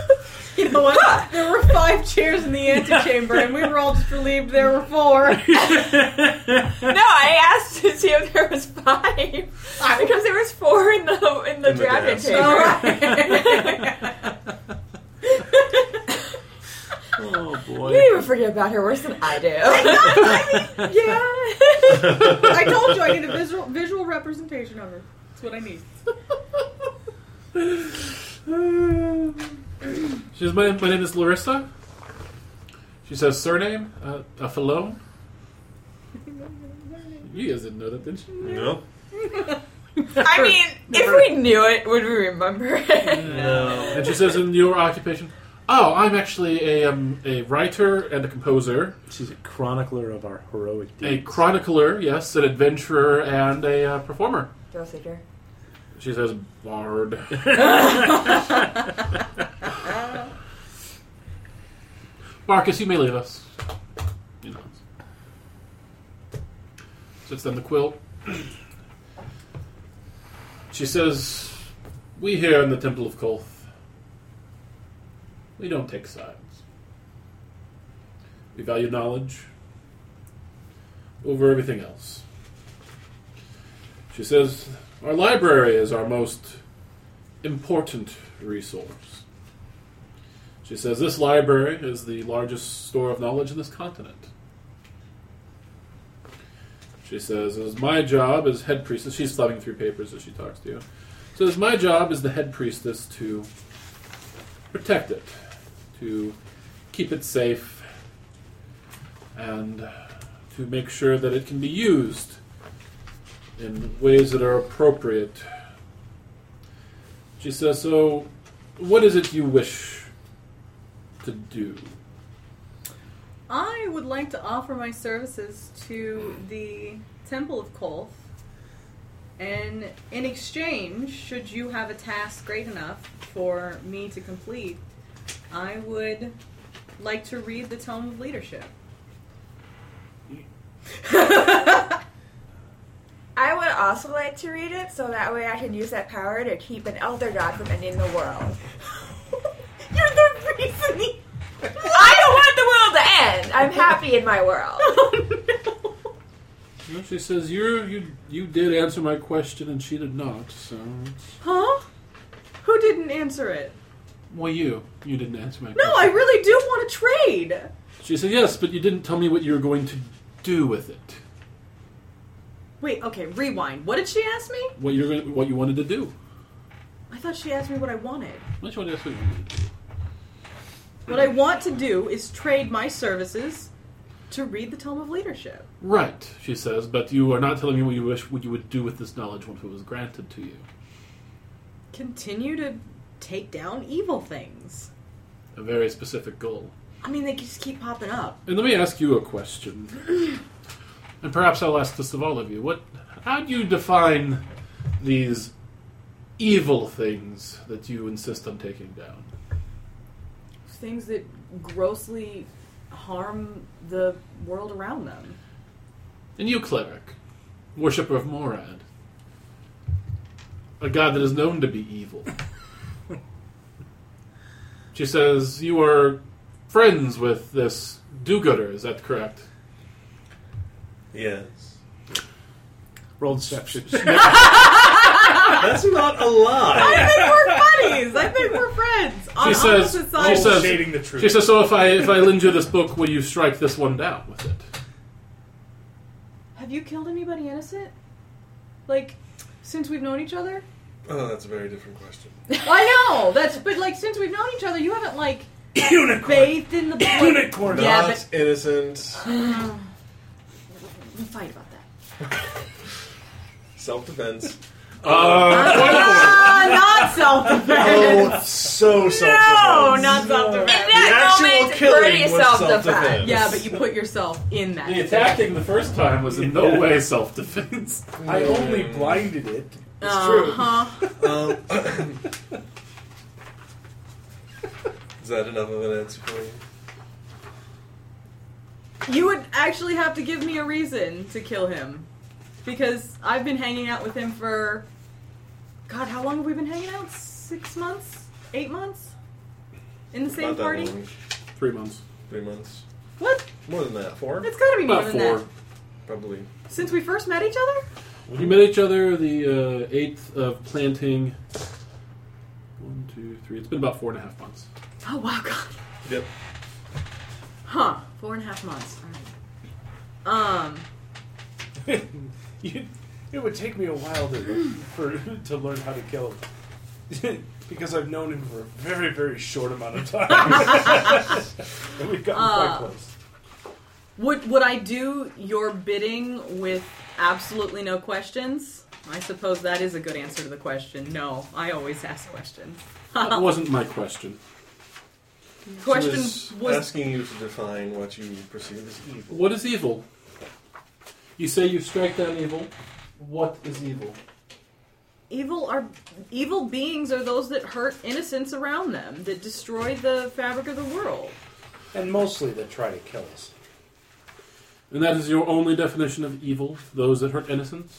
[SPEAKER 2] You know what? there were five chairs in the antechamber, and we were all just relieved there were four.
[SPEAKER 5] No, I asked to see if there was five because there was four in the in the
[SPEAKER 4] In the
[SPEAKER 5] dragon
[SPEAKER 4] dance.
[SPEAKER 2] All
[SPEAKER 5] chamber.
[SPEAKER 2] right.
[SPEAKER 3] Oh
[SPEAKER 5] You
[SPEAKER 3] boy.
[SPEAKER 5] even forget about her worse than I do. yeah.
[SPEAKER 2] I told you I need a visual visual representation of her. That's what I need.
[SPEAKER 1] she says, my, my name is Larissa. She says, surname? Uh, a fellow? You guys didn't know that, did you?
[SPEAKER 4] No.
[SPEAKER 5] I mean, if we knew it, would we remember it?
[SPEAKER 1] Mm.
[SPEAKER 4] No.
[SPEAKER 1] And she says, in your occupation? Oh, I'm actually a, um, a writer and a composer.
[SPEAKER 3] She's a chronicler of our heroic
[SPEAKER 1] A
[SPEAKER 3] deeds.
[SPEAKER 1] chronicler, yes, an adventurer, and a uh, performer.
[SPEAKER 5] Thrill seeker.
[SPEAKER 1] She says, Bard. Marcus, you may leave us. You know. Sits down the quilt. She says, We here in the Temple of Kolth, we don't take sides. We value knowledge over everything else. She says, Our library is our most important resource. She says, This library is the largest store of knowledge in this continent. She says, It is my job as head priestess. She's thumbing through papers as she talks to you. Says, My job as the head priestess to protect it, to keep it safe, and to make sure that it can be used in ways that are appropriate. She says, So, what is it you wish to do?
[SPEAKER 2] I would like to offer my services to the Temple of Kolth, and in exchange, should you have a task great enough for me to complete, I would like to read the Tome of Leadership.
[SPEAKER 5] I would also like to read it so that way I can use that power to keep an elder god from ending the world. You're the reason. he- I don't want the world to end. I'm happy in my world.
[SPEAKER 1] Well, she says, You're, you you did answer my question, and she did not. So, it's-
[SPEAKER 2] Huh? Who didn't answer it?
[SPEAKER 1] well, you you didn't answer my
[SPEAKER 2] No,
[SPEAKER 1] question.
[SPEAKER 2] I really do want to trade.
[SPEAKER 1] She said, Yes, but you didn't tell me what you were going to do with it.
[SPEAKER 2] Wait, okay, rewind. What did she ask me?
[SPEAKER 1] What you're going, what you wanted to do.
[SPEAKER 2] I thought she asked me what I wanted.
[SPEAKER 1] What you wanted to ask what you wanted to do.
[SPEAKER 2] What I want to do is trade my services to read the Tome of Leadership.
[SPEAKER 1] Right, she says, but you are not telling me what you wish what you would do with this knowledge once it was granted to you.
[SPEAKER 2] continue to take down evil things.
[SPEAKER 1] A very specific goal.
[SPEAKER 2] I mean, they just keep popping up.
[SPEAKER 1] And let me ask you a question. and perhaps I'll ask this of all of you. What how do you define these evil things that you insist on taking down?
[SPEAKER 2] Things that grossly harm the world around them.
[SPEAKER 1] And you cleric, worshipper of Morad. A god that is known to be evil. She says, You are friends with this do gooder, is that correct?
[SPEAKER 4] Yes.
[SPEAKER 3] Roll deception.
[SPEAKER 4] That's not a lie.
[SPEAKER 2] I think we're buddies. I think we're friends. On
[SPEAKER 1] She says-
[SPEAKER 2] opposite
[SPEAKER 1] she
[SPEAKER 2] sides.
[SPEAKER 1] says-
[SPEAKER 9] Shading the truth.
[SPEAKER 1] She says, So if I if I lend you this book, will you strike this one down with it?
[SPEAKER 2] Have you killed anybody innocent? Like, since we've known each other?
[SPEAKER 4] Oh, that's a very different question.
[SPEAKER 2] I know! That's, but like, since we've known each other, you haven't, like,
[SPEAKER 9] Unicorn.
[SPEAKER 2] bathed in the blood.
[SPEAKER 9] Unicorn.
[SPEAKER 2] Yeah,
[SPEAKER 4] not
[SPEAKER 2] but-
[SPEAKER 4] innocent.
[SPEAKER 2] We'll fight about that.
[SPEAKER 4] Self defense.
[SPEAKER 2] Oh.
[SPEAKER 1] Uh,
[SPEAKER 2] Ah, not self-defense.
[SPEAKER 4] Oh, so
[SPEAKER 2] no,
[SPEAKER 4] self defense.
[SPEAKER 2] not
[SPEAKER 5] In
[SPEAKER 2] self-defense.
[SPEAKER 5] that
[SPEAKER 4] actual
[SPEAKER 5] moment,
[SPEAKER 4] killing
[SPEAKER 5] Bernie
[SPEAKER 4] was
[SPEAKER 5] self-defense.
[SPEAKER 4] self-defense.
[SPEAKER 2] Yeah, but you put yourself in that.
[SPEAKER 1] The attacking the first time was in no way self defense.
[SPEAKER 7] I only blinded it.
[SPEAKER 2] Uh-huh.
[SPEAKER 4] Um, is that enough of an answer for you?
[SPEAKER 2] You would actually have to give me a reason to kill him. Because I've been hanging out with him for. God, how long have we been hanging out? Six months? Eight months? In the same
[SPEAKER 4] Not that
[SPEAKER 2] party?
[SPEAKER 4] long.
[SPEAKER 1] Three months.
[SPEAKER 4] Three months.
[SPEAKER 2] What?
[SPEAKER 4] More than that. Four?
[SPEAKER 2] It's gotta be more
[SPEAKER 1] About
[SPEAKER 2] than
[SPEAKER 1] four.
[SPEAKER 2] that.
[SPEAKER 4] Probably.
[SPEAKER 2] Since we first met each other?
[SPEAKER 1] We met each other the uh, 8th of planting. One, two, three. It's been about four and a half months.
[SPEAKER 2] Oh, wow, God.
[SPEAKER 4] Yep.
[SPEAKER 2] Huh. Four and a half months. All right. Um.
[SPEAKER 7] You, it would take me a while to for to learn how to kill him because I've known him for a very very short amount of time, and we've gotten quite
[SPEAKER 2] Uh,
[SPEAKER 7] close.
[SPEAKER 2] Would would I do your bidding with absolutely no questions? I suppose that is a good answer to the question. No, I always ask questions.
[SPEAKER 1] That wasn't my question.
[SPEAKER 2] question
[SPEAKER 4] She
[SPEAKER 2] was,
[SPEAKER 4] asking you to define what you perceive as evil.
[SPEAKER 1] What is evil? You say you strike down evil. What is evil?
[SPEAKER 2] evil are evil beings are those that hurt innocents around them, that destroy the fabric of the world.
[SPEAKER 7] And mostly they try to kill us.
[SPEAKER 1] And that is your only definition of evil, those that hurt innocents?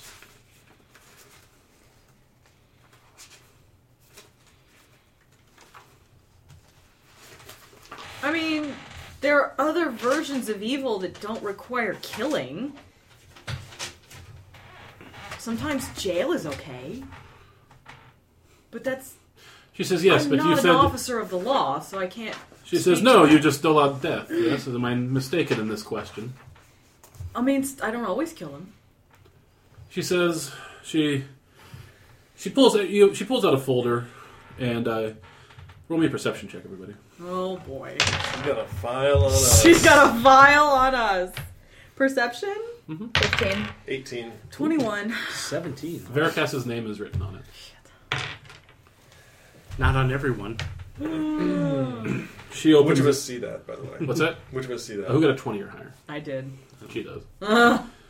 [SPEAKER 2] I mean, there are other versions of evil that don't require killing. Sometimes jail is okay. But that's
[SPEAKER 1] She says yes,
[SPEAKER 2] I'm
[SPEAKER 1] but
[SPEAKER 2] not
[SPEAKER 1] you
[SPEAKER 2] an
[SPEAKER 1] said
[SPEAKER 2] officer of the law, so I can't.
[SPEAKER 1] she says
[SPEAKER 2] speak
[SPEAKER 1] no,
[SPEAKER 2] to
[SPEAKER 1] you
[SPEAKER 2] that.
[SPEAKER 1] just dole out death. Yes, am I mistaken in this question?
[SPEAKER 2] I mean, st- I don't always kill him.
[SPEAKER 1] She says she she pulls out you she pulls out a folder and uh, roll me a perception check, everybody.
[SPEAKER 2] Oh boy,
[SPEAKER 4] You got a file on
[SPEAKER 1] uh,
[SPEAKER 4] us.
[SPEAKER 2] she's got a vial on us. Perception
[SPEAKER 5] 15.
[SPEAKER 4] 18.
[SPEAKER 2] twenty-one.
[SPEAKER 3] Seventeen.
[SPEAKER 1] Veracast's name is written on it.
[SPEAKER 3] Not on everyone.
[SPEAKER 1] She
[SPEAKER 4] Which
[SPEAKER 1] opens
[SPEAKER 4] of
[SPEAKER 1] this.
[SPEAKER 4] us see that, by the way?
[SPEAKER 1] What's that?
[SPEAKER 4] Which of us see that?
[SPEAKER 1] Uh, who got a twenty or higher?
[SPEAKER 2] I did.
[SPEAKER 1] She does.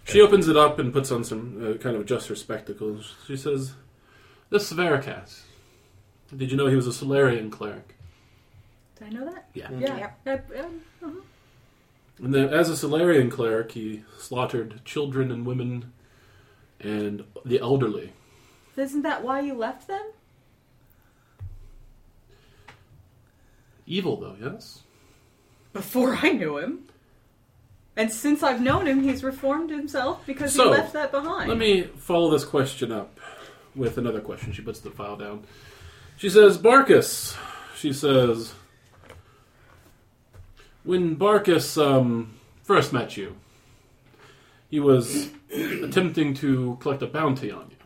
[SPEAKER 1] She opens it up and puts on some uh, kind of adjusts her spectacles. She says, "This is Veracast. Did you know he was a Solarian cleric?
[SPEAKER 2] Did I know that?
[SPEAKER 3] Yeah.
[SPEAKER 2] Yeah. I- um,
[SPEAKER 1] And then, as a Solarian cleric, he slaughtered children and women, and the elderly.
[SPEAKER 2] Isn't that why you left them?
[SPEAKER 1] Evil, though, yes.
[SPEAKER 2] Before I knew him. And since I've known him, he's reformed himself because
[SPEAKER 1] So,
[SPEAKER 2] he left that behind.
[SPEAKER 1] Let me follow this question up with another question. She puts the file down. She says, Barkus. She says, when Barkus um, first met you, he was attempting to collect a bounty on you.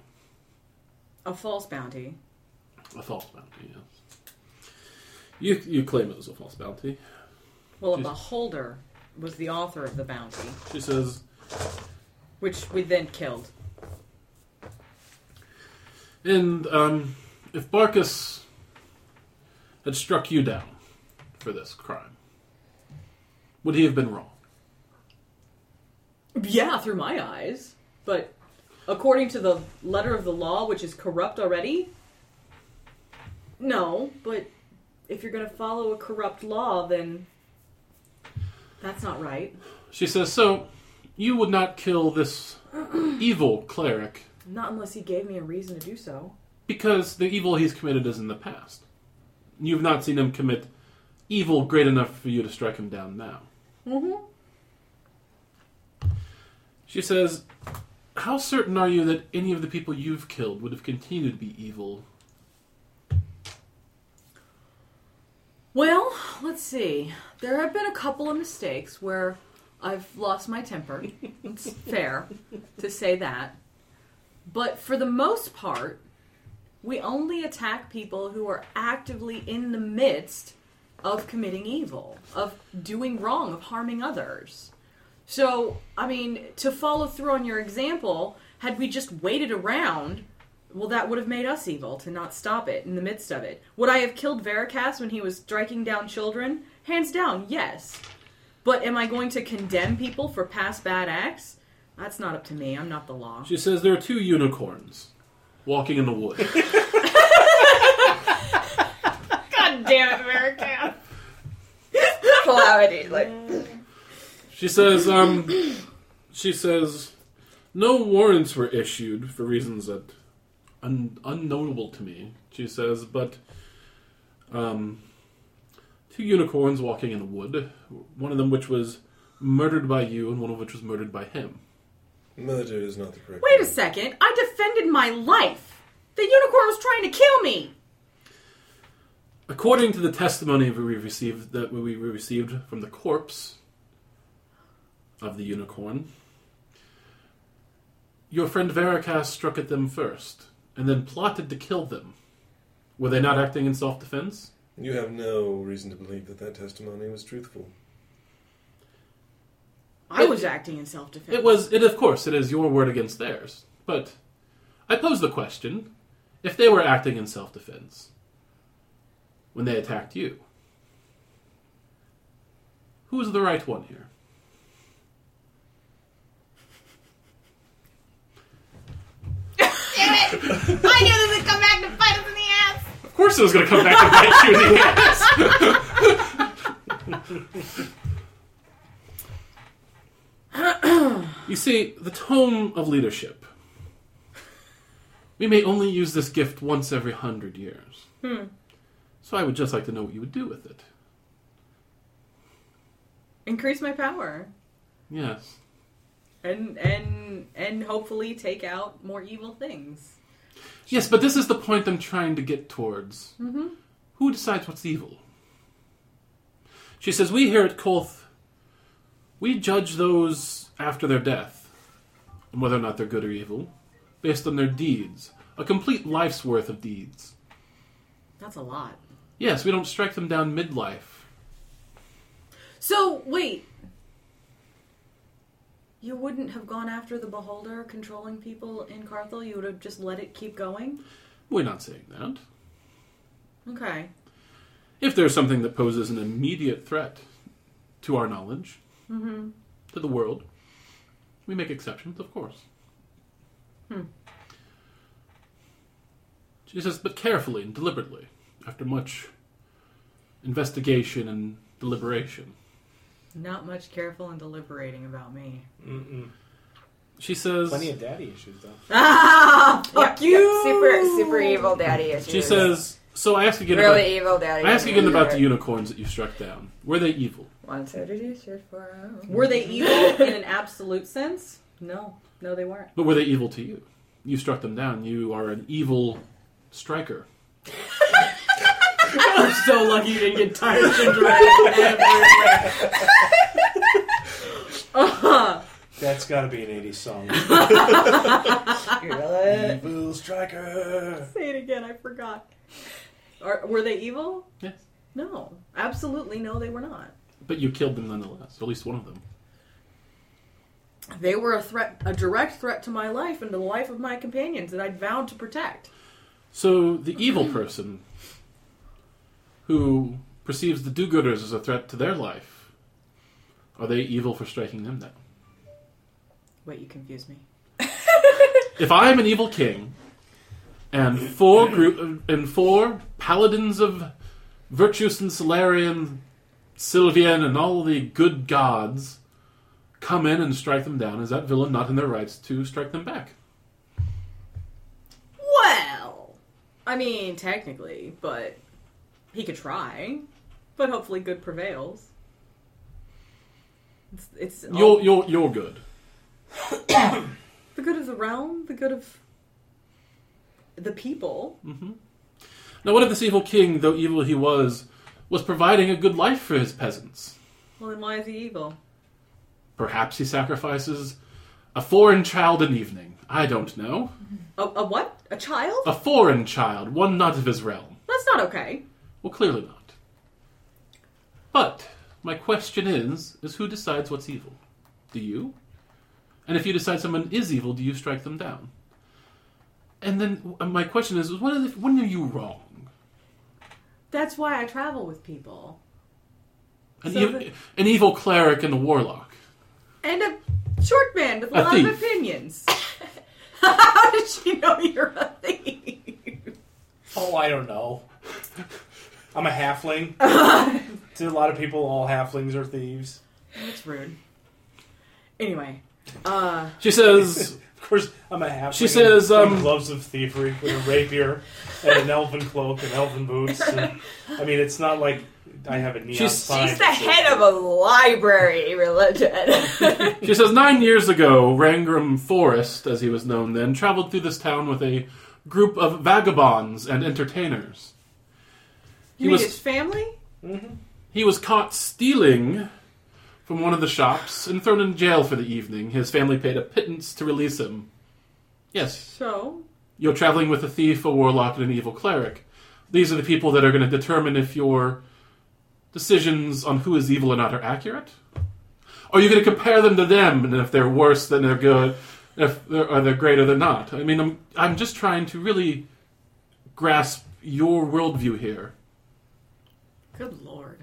[SPEAKER 2] A false bounty.
[SPEAKER 1] A false bounty, yes. You, you claim it was a false bounty.
[SPEAKER 2] Well, a
[SPEAKER 1] She's-
[SPEAKER 2] beholder was the author of the bounty,
[SPEAKER 1] She says,
[SPEAKER 2] which we then killed.
[SPEAKER 1] And um, if Barkus had struck you down for this crime, would he have been wrong?
[SPEAKER 2] Yeah, through my eyes. But according to the letter of the law, which is corrupt already, no. But if you're going to follow a corrupt law, then that's not right.
[SPEAKER 1] She says, So you would not kill this evil cleric
[SPEAKER 2] Not unless he gave me a reason to do so.
[SPEAKER 1] because the evil he's committed is in the past. You've not seen him commit evil great enough for you to strike him down now.
[SPEAKER 2] Mm-hmm.
[SPEAKER 1] She says, How certain are you that any of the people you've killed would have continued to be evil?
[SPEAKER 2] Well, let's see. There have been a couple of mistakes where I've lost my temper. it's fair to say that. But for the most part, we only attack people who are actively in the midst of committing evil, of doing wrong, of harming others. So, I mean, to follow through on your example, had we just waited around, well, that would have made us evil to not stop it in the midst of it. Would I have killed Veracast when he was striking down children? Hands down, yes. But am I going to condemn people for past bad acts? That's not up to me. I'm not the law.
[SPEAKER 1] She says, There are two unicorns walking in the wood.
[SPEAKER 2] God damn it, Veracast!
[SPEAKER 8] Calamity, like
[SPEAKER 1] She says, um, she says, no warrants were issued for reasons that un- unknowable to me. She says, but um, two unicorns walking in the wood, one of them which was murdered by you, and one of which was murdered by him.
[SPEAKER 4] Murder is not the correct.
[SPEAKER 2] Wait a
[SPEAKER 4] word.
[SPEAKER 2] second. I defended my life. The unicorn was trying to kill me.
[SPEAKER 1] According to the testimony we received that we received from the corpse of the unicorn, your friend Veracast struck at them first, and then plotted to kill them. Were they not acting in self-defense?
[SPEAKER 4] You have no reason to believe that that testimony was truthful.
[SPEAKER 2] I was acting in self defense.
[SPEAKER 1] It was. It of course it is your word against theirs. But I pose the question: if they were acting in self-defense when they attacked you, who is the right one here?
[SPEAKER 6] Damn it! I knew this would come back to bite us in the ass.
[SPEAKER 1] Of course it was going to come back to bite you in the ass. you see, the tome of leadership. We may only use this gift once every hundred years. So I would just like to know what you would do with it.
[SPEAKER 2] Increase my power.
[SPEAKER 1] Yes.
[SPEAKER 2] and and and hopefully take out more evil things.
[SPEAKER 1] Yes, but this is the point I'm trying to get towards.
[SPEAKER 2] Mm-hmm.
[SPEAKER 1] Who decides what's evil? She says, We here at Kolth, we judge those after their death, and whether or not they're good or evil, based on their deeds, a complete life's worth of deeds.
[SPEAKER 2] That's a lot.
[SPEAKER 1] Yes, we don't strike them down midlife.
[SPEAKER 2] So wait, you wouldn't have gone after the beholder controlling people in Carthel. You would have just let it keep going.
[SPEAKER 1] We're not saying that.
[SPEAKER 2] Okay.
[SPEAKER 1] If there's something that poses an immediate threat to our knowledge,
[SPEAKER 2] Mm-hmm.
[SPEAKER 1] to the world, we make exceptions, of course.
[SPEAKER 2] Hmm.
[SPEAKER 1] She says, but carefully and deliberately, after much investigation and deliberation.
[SPEAKER 2] Not much careful and deliberating about me.
[SPEAKER 7] Mm-mm.
[SPEAKER 1] She says,
[SPEAKER 7] Plenty of daddy issues, though.
[SPEAKER 2] Ah, fuck
[SPEAKER 5] Yep, yep,
[SPEAKER 2] you.
[SPEAKER 5] Super, super evil daddy issues.
[SPEAKER 1] she says, so I ask again
[SPEAKER 5] really
[SPEAKER 1] about,
[SPEAKER 5] evil daddy.
[SPEAKER 1] I ask again
[SPEAKER 5] issues.
[SPEAKER 1] about the unicorns that you struck down. Were they evil?
[SPEAKER 5] One Saturday shirt for hours.
[SPEAKER 2] Were they evil in an absolute sense? No, no, they weren't.
[SPEAKER 1] But were they evil to you? You struck them down. You are an evil striker.
[SPEAKER 2] I'm so lucky you didn't get tired of gingerbread. uh-huh.
[SPEAKER 7] That's got to be an 80s song.
[SPEAKER 4] Evil striker.
[SPEAKER 2] Say it again. I forgot. Are, were they evil?
[SPEAKER 1] Yes.
[SPEAKER 2] No, absolutely no. They were not.
[SPEAKER 1] But you killed them nonetheless, at least one of them.
[SPEAKER 2] They were a threat, a direct threat to my life and to the life of my companions that I'd vowed to protect.
[SPEAKER 1] So the evil person who perceives the do-gooders as a threat to their life, are they evil for striking them down?
[SPEAKER 2] Wait, you confuse me.
[SPEAKER 1] If I'm an evil king and four group and four paladins of Virtus and Solarian, Sylvian, and all the good gods come in and strike them down, is that villain not in their rights to strike them back?
[SPEAKER 2] Well, I mean, technically, but he could try. But hopefully, good prevails. It's, it's
[SPEAKER 1] You're
[SPEAKER 2] all-
[SPEAKER 1] you're you're good.
[SPEAKER 2] the good of the realm, the good of the people.
[SPEAKER 1] Now, what if this evil king, though evil he was, was providing a good life for his peasants?
[SPEAKER 2] Well, then why is he evil?
[SPEAKER 1] Perhaps he sacrifices a foreign child an evening. I don't know.
[SPEAKER 2] A, a what? A child?
[SPEAKER 1] A foreign child, one not of his realm.
[SPEAKER 2] That's not okay.
[SPEAKER 1] Well, clearly not. But my question is: is who decides what's evil? Do you? And if you decide someone is evil, do you strike them down? And then uh, my question is: what is, when are you wrong?
[SPEAKER 2] That's why I travel with people.
[SPEAKER 1] An,
[SPEAKER 2] So
[SPEAKER 1] ev-
[SPEAKER 2] the-
[SPEAKER 1] an evil cleric and a warlock.
[SPEAKER 2] And a short man with a
[SPEAKER 1] A
[SPEAKER 2] lot of
[SPEAKER 1] thief.
[SPEAKER 2] opinions. How did she know you're a thief?
[SPEAKER 7] Oh, I don't know. I'm a halfling.
[SPEAKER 2] That's
[SPEAKER 7] To a lot of people, all halflings are thieves.
[SPEAKER 2] rude. Anyway, uh,
[SPEAKER 1] She says,
[SPEAKER 7] Of course, I'm a halfling.
[SPEAKER 1] She says,
[SPEAKER 7] in- in
[SPEAKER 1] um,
[SPEAKER 7] gloves of thievery with a rapier and an elven cloak and elven boots. and- I mean, it's not like I have a neon
[SPEAKER 1] She's-
[SPEAKER 7] sign.
[SPEAKER 5] She's the head of a library religion.
[SPEAKER 1] She says, nine years ago, Rangram Forest, as he was known then, traveled through this town with a group of vagabonds and entertainers. He
[SPEAKER 2] you mean
[SPEAKER 1] was-
[SPEAKER 2] his family?
[SPEAKER 1] He was caught stealing from one of the shops and thrown in jail for the evening. His family paid a pittance to release him. Yes,
[SPEAKER 2] So,
[SPEAKER 1] you're traveling with a thief, a warlock, and an evil cleric. These are the people that are going to determine if your decisions on who is evil or not are accurate. Are you going to compare them to them, and if they're worse, then they're good. If they're, or they're greater, they're not. I mean, I'm I'm just trying to really grasp your worldview here.
[SPEAKER 2] good lord.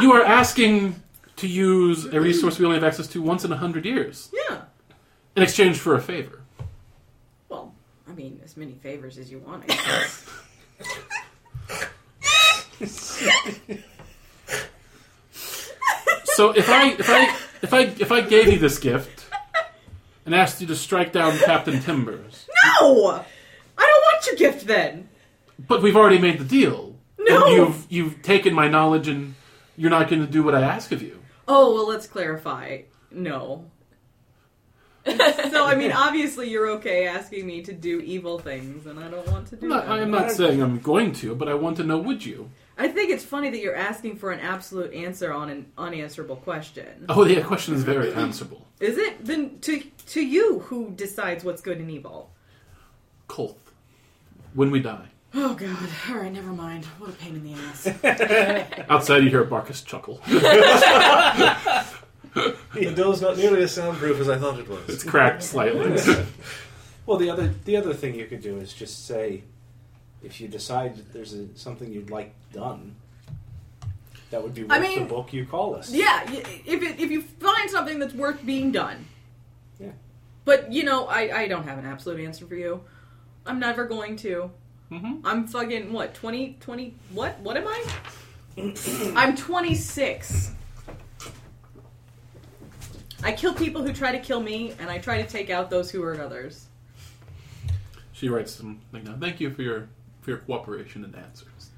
[SPEAKER 1] You are asking to use a resource we only have access to once in a hundred years
[SPEAKER 2] Yeah.
[SPEAKER 1] in exchange for a favor.
[SPEAKER 2] Well, I mean, as many favors as you want. I guess.
[SPEAKER 1] So if I if I if I if I gave you this gift and asked you to strike down Captain Timbers,
[SPEAKER 2] no, I don't want your gift then.
[SPEAKER 1] but we've already made the deal. and
[SPEAKER 2] No.
[SPEAKER 1] you've you've taken my knowledge and you're not going to do what I ask of you.
[SPEAKER 2] Oh well, let's clarify. No. so I mean, obviously you're okay asking me to do evil things, and I don't want to do
[SPEAKER 1] I'm not,
[SPEAKER 2] that.
[SPEAKER 1] I am not saying I'm going to, but I want to know would you?
[SPEAKER 2] I think it's funny that you're asking for an absolute answer on an unanswerable question.
[SPEAKER 1] Oh, the question is very answerable.
[SPEAKER 2] Is it then to to you who decides what's good and evil?
[SPEAKER 1] Kolth, when we die.
[SPEAKER 2] Oh God! All right, never mind. What a pain in the ass.
[SPEAKER 1] Outside, you hear Barkus chuckle.
[SPEAKER 4] The door's not nearly as soundproof as I thought it was.
[SPEAKER 1] It's cracked slightly.
[SPEAKER 3] Well, the other the other thing you could do is just say, if you decide that there's a, something you'd like done, that would be worth
[SPEAKER 2] I mean-
[SPEAKER 3] the book you call us.
[SPEAKER 2] Yeah, y- if it, if you find something that's worth being done.
[SPEAKER 3] Yeah.
[SPEAKER 2] But you know, I I don't have an absolute answer for you. I'm never going to.
[SPEAKER 1] Mhm.
[SPEAKER 2] I'm fucking what 20 20 what what am I? I'm 26. I kill people who try to kill me, and I try to take out those who hurt others.
[SPEAKER 1] She writes something down. Thank you for your for your cooperation and answers.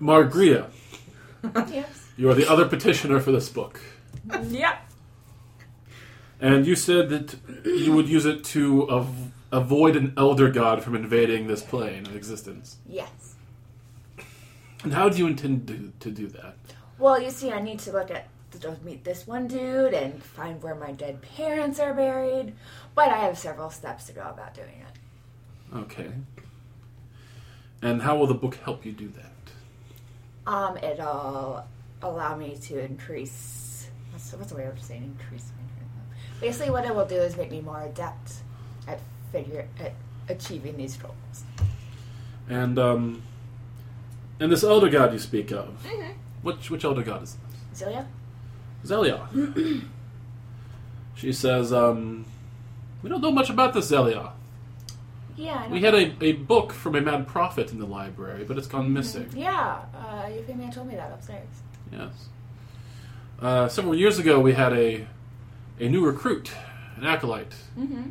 [SPEAKER 1] Margria,
[SPEAKER 5] yes.
[SPEAKER 1] you are the other petitioner for this book,
[SPEAKER 5] Yep.
[SPEAKER 1] and you said that you would use it to av- avoid an elder god from invading this plane of existence.
[SPEAKER 5] Yes.
[SPEAKER 1] And how do you intend to, to do that?
[SPEAKER 5] Well, you see, I need to look at to meet this one dude and find where my dead parents are buried. But I have several steps to go about doing it.
[SPEAKER 1] Okay. And how will the book help you do that?
[SPEAKER 5] Um, it'll allow me to increase. What's, what's the way of saying increase? my- Basically, what it will do is make me more adept at figure at achieving these goals.
[SPEAKER 1] And um, and this elder god you speak of, which which elder god is it?
[SPEAKER 5] Zillia,
[SPEAKER 1] Zelia. she says, um, We don't know much about this Zelia.
[SPEAKER 5] yeah, I
[SPEAKER 1] We
[SPEAKER 5] don't-
[SPEAKER 1] had a, a book from a mad prophet in the library, but it's gone missing.
[SPEAKER 5] yeah. Uh, you female told me that upstairs.
[SPEAKER 1] Yes. Uh, several years ago, we had a, a new recruit, an acolyte,
[SPEAKER 5] Mm-hmm.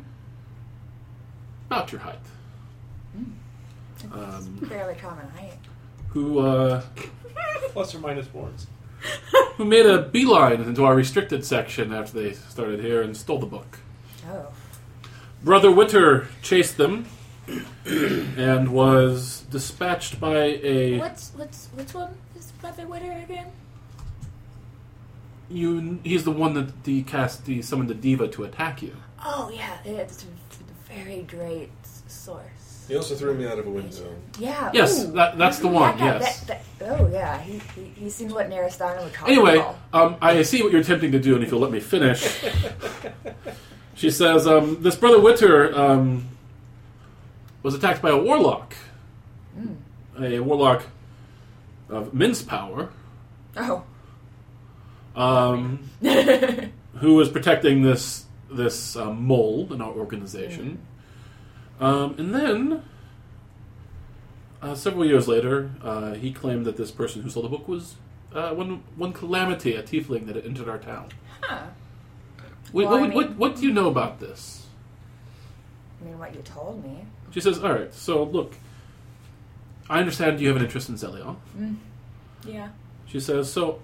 [SPEAKER 1] about your height. Um,
[SPEAKER 5] Mm. Fairly common height.
[SPEAKER 1] who uh,
[SPEAKER 7] Plus or minus ones.
[SPEAKER 1] who made a beeline into our restricted section after they started here and stole the book.
[SPEAKER 5] Oh.
[SPEAKER 1] Brother Witter chased them and was dispatched by a.
[SPEAKER 5] What's what's which one is Brother Witter again?
[SPEAKER 1] You, he's the one that the cast the summoned the diva to attack you.
[SPEAKER 5] Oh yeah, it's a very great source.
[SPEAKER 4] He also threw me out of a wind zone.
[SPEAKER 5] Yeah.
[SPEAKER 1] Yes,
[SPEAKER 5] ooh.
[SPEAKER 1] that, that's the one.
[SPEAKER 5] Yeah,
[SPEAKER 1] Yes.
[SPEAKER 5] that- that- oh yeah, he, he he seems what Narasana would call.
[SPEAKER 1] Anyway,
[SPEAKER 5] people.
[SPEAKER 1] um, I see what you're attempting to do, and if you'll let me finish. she says, um, This brother Witter um, was attacked by a warlock. A warlock of immense power,
[SPEAKER 5] Oh.
[SPEAKER 1] um, who was protecting this this uh, mole in our organization.
[SPEAKER 5] Mm-hmm.
[SPEAKER 1] Um, and then, uh, several years later, uh, he claimed that this person who sold the book was uh, one one calamity, a tiefling that had entered our town.
[SPEAKER 5] Huh.
[SPEAKER 1] Wait,
[SPEAKER 5] Well, I
[SPEAKER 1] what,
[SPEAKER 5] mean-
[SPEAKER 1] what, what do you know about this?
[SPEAKER 5] I mean, what you told me.
[SPEAKER 1] She says, All right, so look, I understand you have an interest in Zelion.
[SPEAKER 5] Yeah.
[SPEAKER 1] She says, So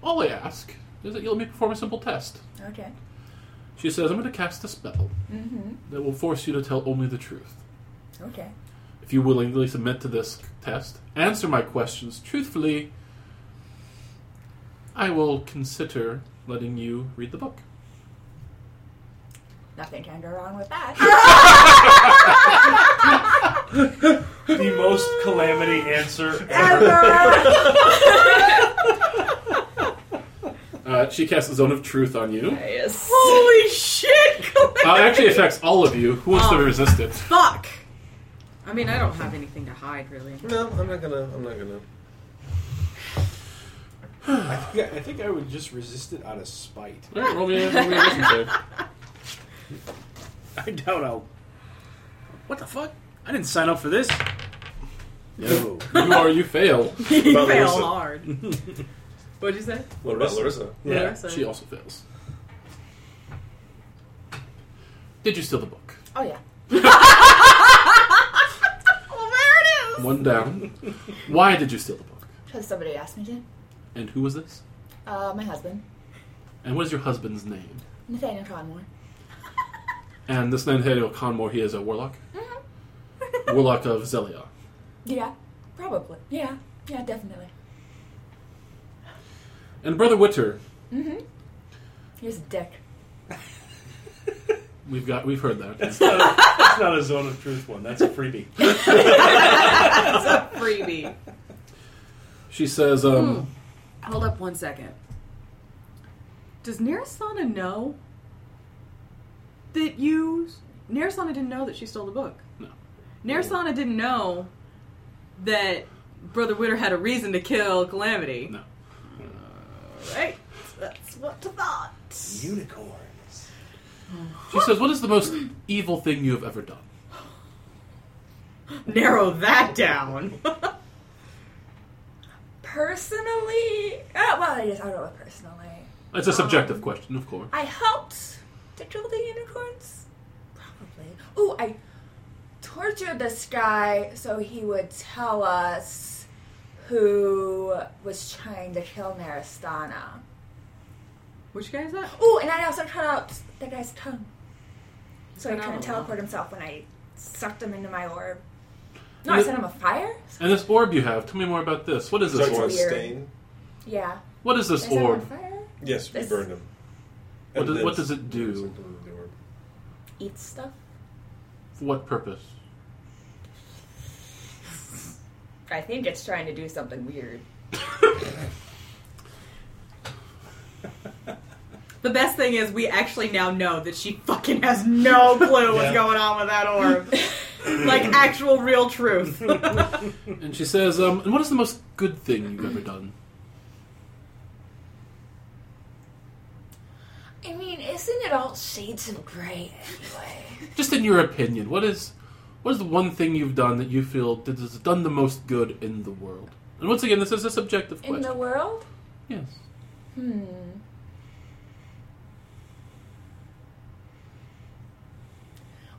[SPEAKER 1] all I ask is that you let me perform a simple test.
[SPEAKER 5] Okay.
[SPEAKER 1] She says, I'm going to cast a spell
[SPEAKER 5] Mm-hmm.
[SPEAKER 1] that will force you to tell only the truth.
[SPEAKER 5] Okay.
[SPEAKER 1] If you willingly submit to this test, answer my questions truthfully, I will consider letting you read the book.
[SPEAKER 5] Nothing can go wrong with that.
[SPEAKER 7] The most calamity answer
[SPEAKER 5] Ever.
[SPEAKER 1] Uh, she casts a zone of truth on you.
[SPEAKER 5] yes.
[SPEAKER 2] Holy shit!
[SPEAKER 1] Uh, it actually affects all of you. Who wants to
[SPEAKER 2] Oh.
[SPEAKER 1] resist it?
[SPEAKER 2] Fuck! I mean, I don't have anything to hide, really.
[SPEAKER 4] No, I'm not gonna. I'm not gonna.
[SPEAKER 7] I think I, I think I would just resist it out of spite.
[SPEAKER 1] All right, roll me a, roll me a wisdom save.
[SPEAKER 3] I doubt I'll. What the fuck? I didn't sign up for this.
[SPEAKER 1] No. you are, you fail.
[SPEAKER 2] You fail
[SPEAKER 4] But Larissa-
[SPEAKER 2] hard. What'd you say?
[SPEAKER 4] What about Larissa?
[SPEAKER 1] Yeah,
[SPEAKER 2] Larissa.
[SPEAKER 1] she also fails. Did you steal the book?
[SPEAKER 5] Oh yeah.
[SPEAKER 2] Well, there it is!
[SPEAKER 1] One down. Why did you steal the book?
[SPEAKER 5] Because somebody asked me to.
[SPEAKER 1] And who was this?
[SPEAKER 5] Uh, my husband,
[SPEAKER 1] And what is your husband's name?
[SPEAKER 5] Nathaniel Conmore.
[SPEAKER 1] And this Nathaniel Conmore, he is a warlock? warlock of Zelia.
[SPEAKER 5] Yeah. Probably. Yeah. Yeah. Definitely.
[SPEAKER 1] And Brother Witter,
[SPEAKER 5] Mm-hmm. Here's a dick.
[SPEAKER 1] we've got we've heard that.
[SPEAKER 7] That's not, a, that's not a zone of truth one. That's a freebie.
[SPEAKER 2] Freebie.
[SPEAKER 1] She says, um,
[SPEAKER 2] Hold up one second. Does Narasana know that you. Narasana didn't know that she stole the book.
[SPEAKER 1] No.
[SPEAKER 2] Narasana didn't know that Brother Witter had a reason to kill Calamity.
[SPEAKER 1] No.
[SPEAKER 2] Right? That's what I thought.
[SPEAKER 7] Unicorns.
[SPEAKER 1] she says, What is the most evil thing you have ever done?
[SPEAKER 2] Narrow that down.
[SPEAKER 5] Personally, uh, well, I guess I'll go with personally.
[SPEAKER 1] It's a subjective question, of course.
[SPEAKER 5] I helped to kill the unicorns. Probably. Ooh, I tortured this guy so he would tell us who was trying to kill Naristana.
[SPEAKER 2] Which guy is that?
[SPEAKER 5] Ooh, and I also cut out the guy's tongue. So he couldn't
[SPEAKER 2] Phenomenal.
[SPEAKER 5] teleport himself when I sucked him into my orb. No, I set him afire?
[SPEAKER 1] And this orb you have, tell me more about this. What is this
[SPEAKER 4] Sorry,
[SPEAKER 1] orb?
[SPEAKER 5] weird.
[SPEAKER 4] stain.
[SPEAKER 5] Yeah.
[SPEAKER 1] What is
[SPEAKER 5] I
[SPEAKER 1] this
[SPEAKER 5] set him on
[SPEAKER 1] orb?
[SPEAKER 5] fire?
[SPEAKER 4] Yes, we
[SPEAKER 5] This-
[SPEAKER 4] burned him.
[SPEAKER 1] What
[SPEAKER 4] And
[SPEAKER 1] does-
[SPEAKER 4] then-
[SPEAKER 1] what does it do?
[SPEAKER 5] Eat stuff?
[SPEAKER 1] For what purpose?
[SPEAKER 5] I think it's trying to do something weird.
[SPEAKER 2] The best thing is we actually now know that she fucking has no clue what's
[SPEAKER 7] Yeah.
[SPEAKER 2] going on with that orb. like actual real truth.
[SPEAKER 1] And she says, um, and what is the most good thing you've ever done?
[SPEAKER 5] I mean, isn't it all shades of gray anyway?
[SPEAKER 1] Just in your opinion, what is what is the one thing you've done that you feel that has done the most good in the world? And once again, this is a subjective
[SPEAKER 5] In
[SPEAKER 1] question.
[SPEAKER 5] the world?
[SPEAKER 1] yes.
[SPEAKER 5] Hmm.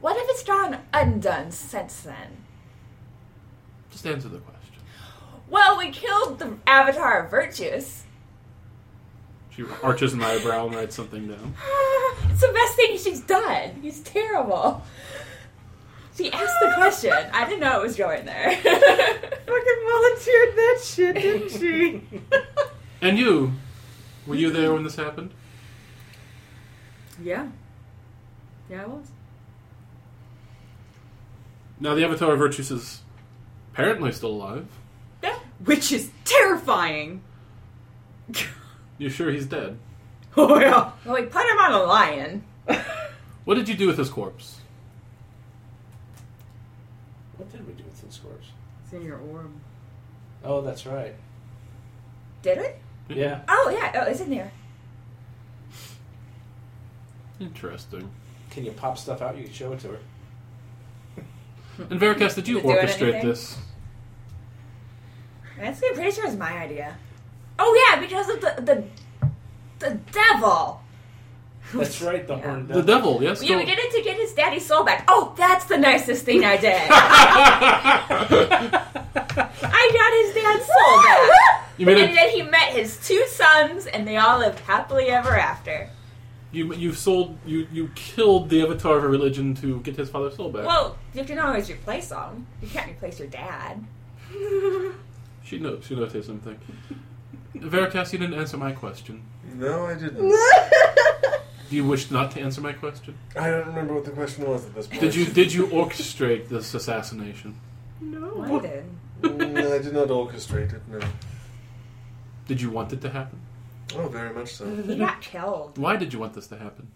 [SPEAKER 5] What if it's gone undone since then?
[SPEAKER 1] Just answer the question.
[SPEAKER 5] Well, we killed the Avatar of Virtues.
[SPEAKER 1] She arches an eyebrow and writes something down.
[SPEAKER 5] it's the best thing she's done. He's terrible. She asked the question. I didn't know it was going there.
[SPEAKER 6] Fucking volunteered that shit, didn't she?
[SPEAKER 1] And you, were you there when this happened?
[SPEAKER 2] Yeah. Yeah, I was.
[SPEAKER 1] Now the Avatar of Virtues is apparently still alive.
[SPEAKER 2] Which is terrifying.
[SPEAKER 1] You're sure he's dead?
[SPEAKER 2] oh yeah.
[SPEAKER 5] well, we put him on a lion.
[SPEAKER 1] What did you do with his corpse?
[SPEAKER 7] What did we do with those scores?
[SPEAKER 2] It's in your orb.
[SPEAKER 7] Oh, that's right.
[SPEAKER 5] Did we?
[SPEAKER 7] Yeah.
[SPEAKER 5] Oh yeah. Oh, it's in there.
[SPEAKER 1] Interesting.
[SPEAKER 7] Can you pop stuff out? You can show it to her.
[SPEAKER 1] And Veracast, did you
[SPEAKER 5] Did it do
[SPEAKER 1] orchestrate
[SPEAKER 5] anything?
[SPEAKER 1] this?
[SPEAKER 5] Honestly, I'm pretty sure it was my idea. Oh yeah, because of the the the devil.
[SPEAKER 7] That's right, the
[SPEAKER 5] Yeah.
[SPEAKER 7] horned
[SPEAKER 1] The devil, yes.
[SPEAKER 5] We
[SPEAKER 1] go-
[SPEAKER 5] were getting to get his daddy's soul back. Oh, that's the nicest thing I did. I got his dad's soul back.
[SPEAKER 1] You made
[SPEAKER 5] and
[SPEAKER 1] a,
[SPEAKER 5] then he met his two sons, and they all lived happily ever after.
[SPEAKER 1] you you sold you you killed the Avatar of a religion to get his father's soul back.
[SPEAKER 5] Well, you can always replace them. You can't replace your dad.
[SPEAKER 1] she knows she knows something. Veracast, you didn't answer my question.
[SPEAKER 4] No, I didn't.
[SPEAKER 1] Do you wish not to answer my question?
[SPEAKER 4] I don't remember what the question was at this point.
[SPEAKER 1] Did you did you orchestrate this assassination?
[SPEAKER 5] Why did?
[SPEAKER 4] no, Mm, I did not orchestrate it. No.
[SPEAKER 1] Did you want it to happen?
[SPEAKER 4] Oh, very much so.
[SPEAKER 5] He got killed.
[SPEAKER 1] Why did you want this to happen?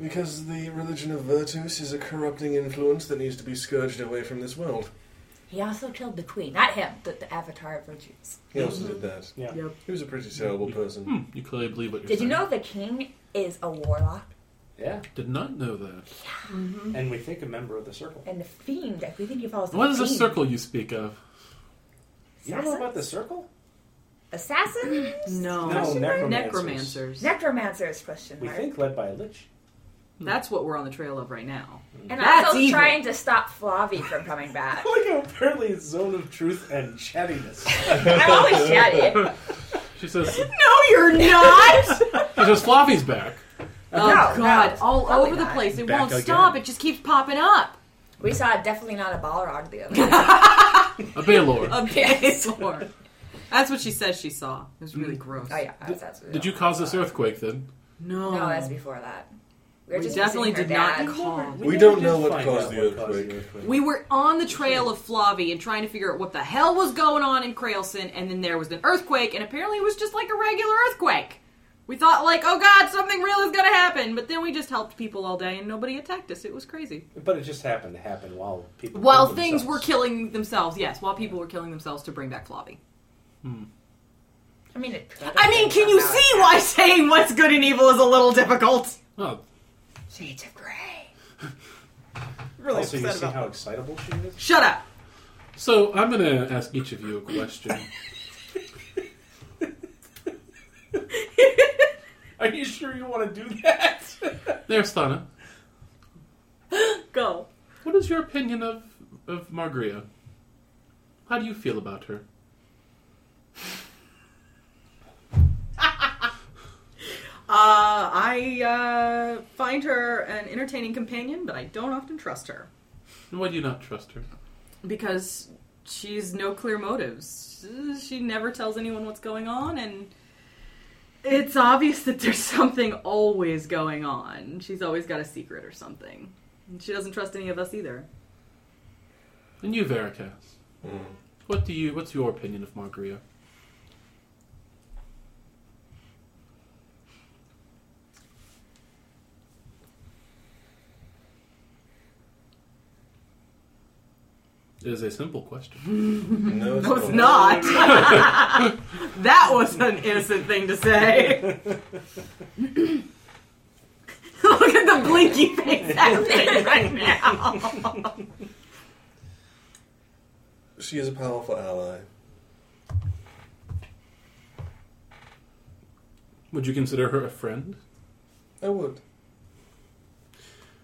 [SPEAKER 4] Because the religion of Virtus is a corrupting influence that needs to be scourged away from this world.
[SPEAKER 5] He also killed the queen, not him, the, the avatar of virtues.
[SPEAKER 4] He also did that.
[SPEAKER 7] Yeah.
[SPEAKER 2] Yep.
[SPEAKER 4] He was a pretty terrible person.
[SPEAKER 1] Hmm, you clearly believe what you're
[SPEAKER 5] Did you
[SPEAKER 1] saying.
[SPEAKER 5] know the king is a warlock?
[SPEAKER 7] Yeah.
[SPEAKER 1] Did not know that.
[SPEAKER 7] And we think a member of the circle.
[SPEAKER 5] And the fiend, I think he follows the
[SPEAKER 1] What is the
[SPEAKER 5] fiend.
[SPEAKER 1] circle you speak of?
[SPEAKER 7] You don't know about the circle?
[SPEAKER 5] Assassin?
[SPEAKER 2] No.
[SPEAKER 7] No, necromancers.
[SPEAKER 2] Necromancers.
[SPEAKER 5] Necromancer's question
[SPEAKER 7] We
[SPEAKER 5] mark.
[SPEAKER 7] think led by a lich.
[SPEAKER 2] That's what we're on the trail of right now.
[SPEAKER 5] And
[SPEAKER 2] That's
[SPEAKER 5] also
[SPEAKER 2] evil.
[SPEAKER 5] trying to stop Flavi from coming back.
[SPEAKER 7] Like apparently it's zone of truth and chattiness.
[SPEAKER 5] I'm always chatty.
[SPEAKER 1] She says. she
[SPEAKER 2] No, you're not.
[SPEAKER 1] says Floppy's back.
[SPEAKER 2] Oh
[SPEAKER 5] No,
[SPEAKER 2] God!
[SPEAKER 5] no,
[SPEAKER 2] all
[SPEAKER 5] probably
[SPEAKER 2] over the
[SPEAKER 5] not.
[SPEAKER 2] place. It
[SPEAKER 3] Back
[SPEAKER 2] won't
[SPEAKER 3] again.
[SPEAKER 2] stop. It just keeps popping up.
[SPEAKER 5] We saw definitely not a Balrog the other day. Oh,
[SPEAKER 1] A Baylor.
[SPEAKER 2] Okay, sure. That's what she says she saw. It was really gross.
[SPEAKER 5] Oh yeah, I was absolutely.
[SPEAKER 1] Did you cause this earthquake then?
[SPEAKER 2] No,
[SPEAKER 5] No, that's before that. We, were
[SPEAKER 2] we
[SPEAKER 5] just
[SPEAKER 2] definitely
[SPEAKER 5] visiting
[SPEAKER 2] did
[SPEAKER 5] her
[SPEAKER 2] not
[SPEAKER 5] dad.
[SPEAKER 2] call.
[SPEAKER 4] We
[SPEAKER 7] never
[SPEAKER 4] don't
[SPEAKER 7] did
[SPEAKER 4] know what
[SPEAKER 7] find
[SPEAKER 4] caused
[SPEAKER 7] out
[SPEAKER 4] the
[SPEAKER 7] what caused
[SPEAKER 4] earthquake.
[SPEAKER 7] the earthquake.
[SPEAKER 2] We were on the trail of Flavi and trying to figure out what the hell was going on in Krailson, and then there was an earthquake, and apparently it was just like a regular earthquake. We thought like, oh God, something real is gonna happen, but then we just helped people all day, and nobody attacked us. It was crazy.
[SPEAKER 7] But it just happened to happen while people.
[SPEAKER 2] While
[SPEAKER 7] killed
[SPEAKER 2] things were
[SPEAKER 7] themselves.
[SPEAKER 2] killing themselves, yes, while people were killing themselves to bring back Flavi.
[SPEAKER 5] I mean, it could have
[SPEAKER 2] I mean,
[SPEAKER 5] been
[SPEAKER 2] can you
[SPEAKER 5] about
[SPEAKER 2] see why saying what's good and evil is a little difficult?
[SPEAKER 1] Oh,
[SPEAKER 5] Shades of Grey.
[SPEAKER 2] Really
[SPEAKER 7] Also, you see how excitable she is?
[SPEAKER 2] Shut up.
[SPEAKER 1] so I'm going to ask each of you a question.
[SPEAKER 7] Are you sure you want to do that?
[SPEAKER 1] There's Thana.
[SPEAKER 2] Go.
[SPEAKER 1] What is your opinion of of Margria? How do you feel about her?
[SPEAKER 2] Uh, I uh, find her an entertaining companion, but I don't often trust her
[SPEAKER 1] And why do you not trust her?
[SPEAKER 2] because she's no clear motives. She never tells anyone what's going on, and it's obvious that there's something always going on. She's always got a secret or something. And she doesn't trust any of us either.
[SPEAKER 1] And you, Veracast.
[SPEAKER 4] Mm.
[SPEAKER 1] What do you? What's your opinion of Margria? It is a simple question.
[SPEAKER 4] No, it's
[SPEAKER 2] No, it's
[SPEAKER 4] not.
[SPEAKER 2] not. that was an innocent thing to say. Look at the blinky face happening right now.
[SPEAKER 4] She is a powerful ally.
[SPEAKER 1] Would you consider her a friend?
[SPEAKER 4] I would.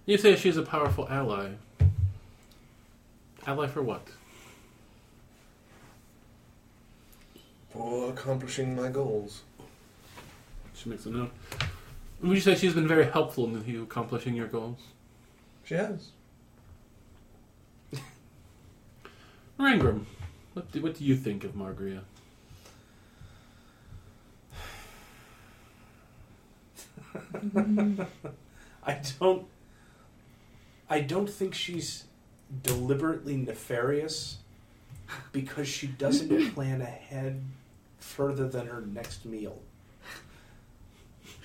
[SPEAKER 1] You say she's a powerful ally. Ally for what?
[SPEAKER 4] Or accomplishing my goals.
[SPEAKER 1] She makes a note. Would you say she's been very helpful in you accomplishing your goals?
[SPEAKER 4] She has.
[SPEAKER 1] Rangram, what do, what do you think of Margria?
[SPEAKER 3] I don't. I don't think she's deliberately nefarious because she doesn't plan ahead further than her next meal.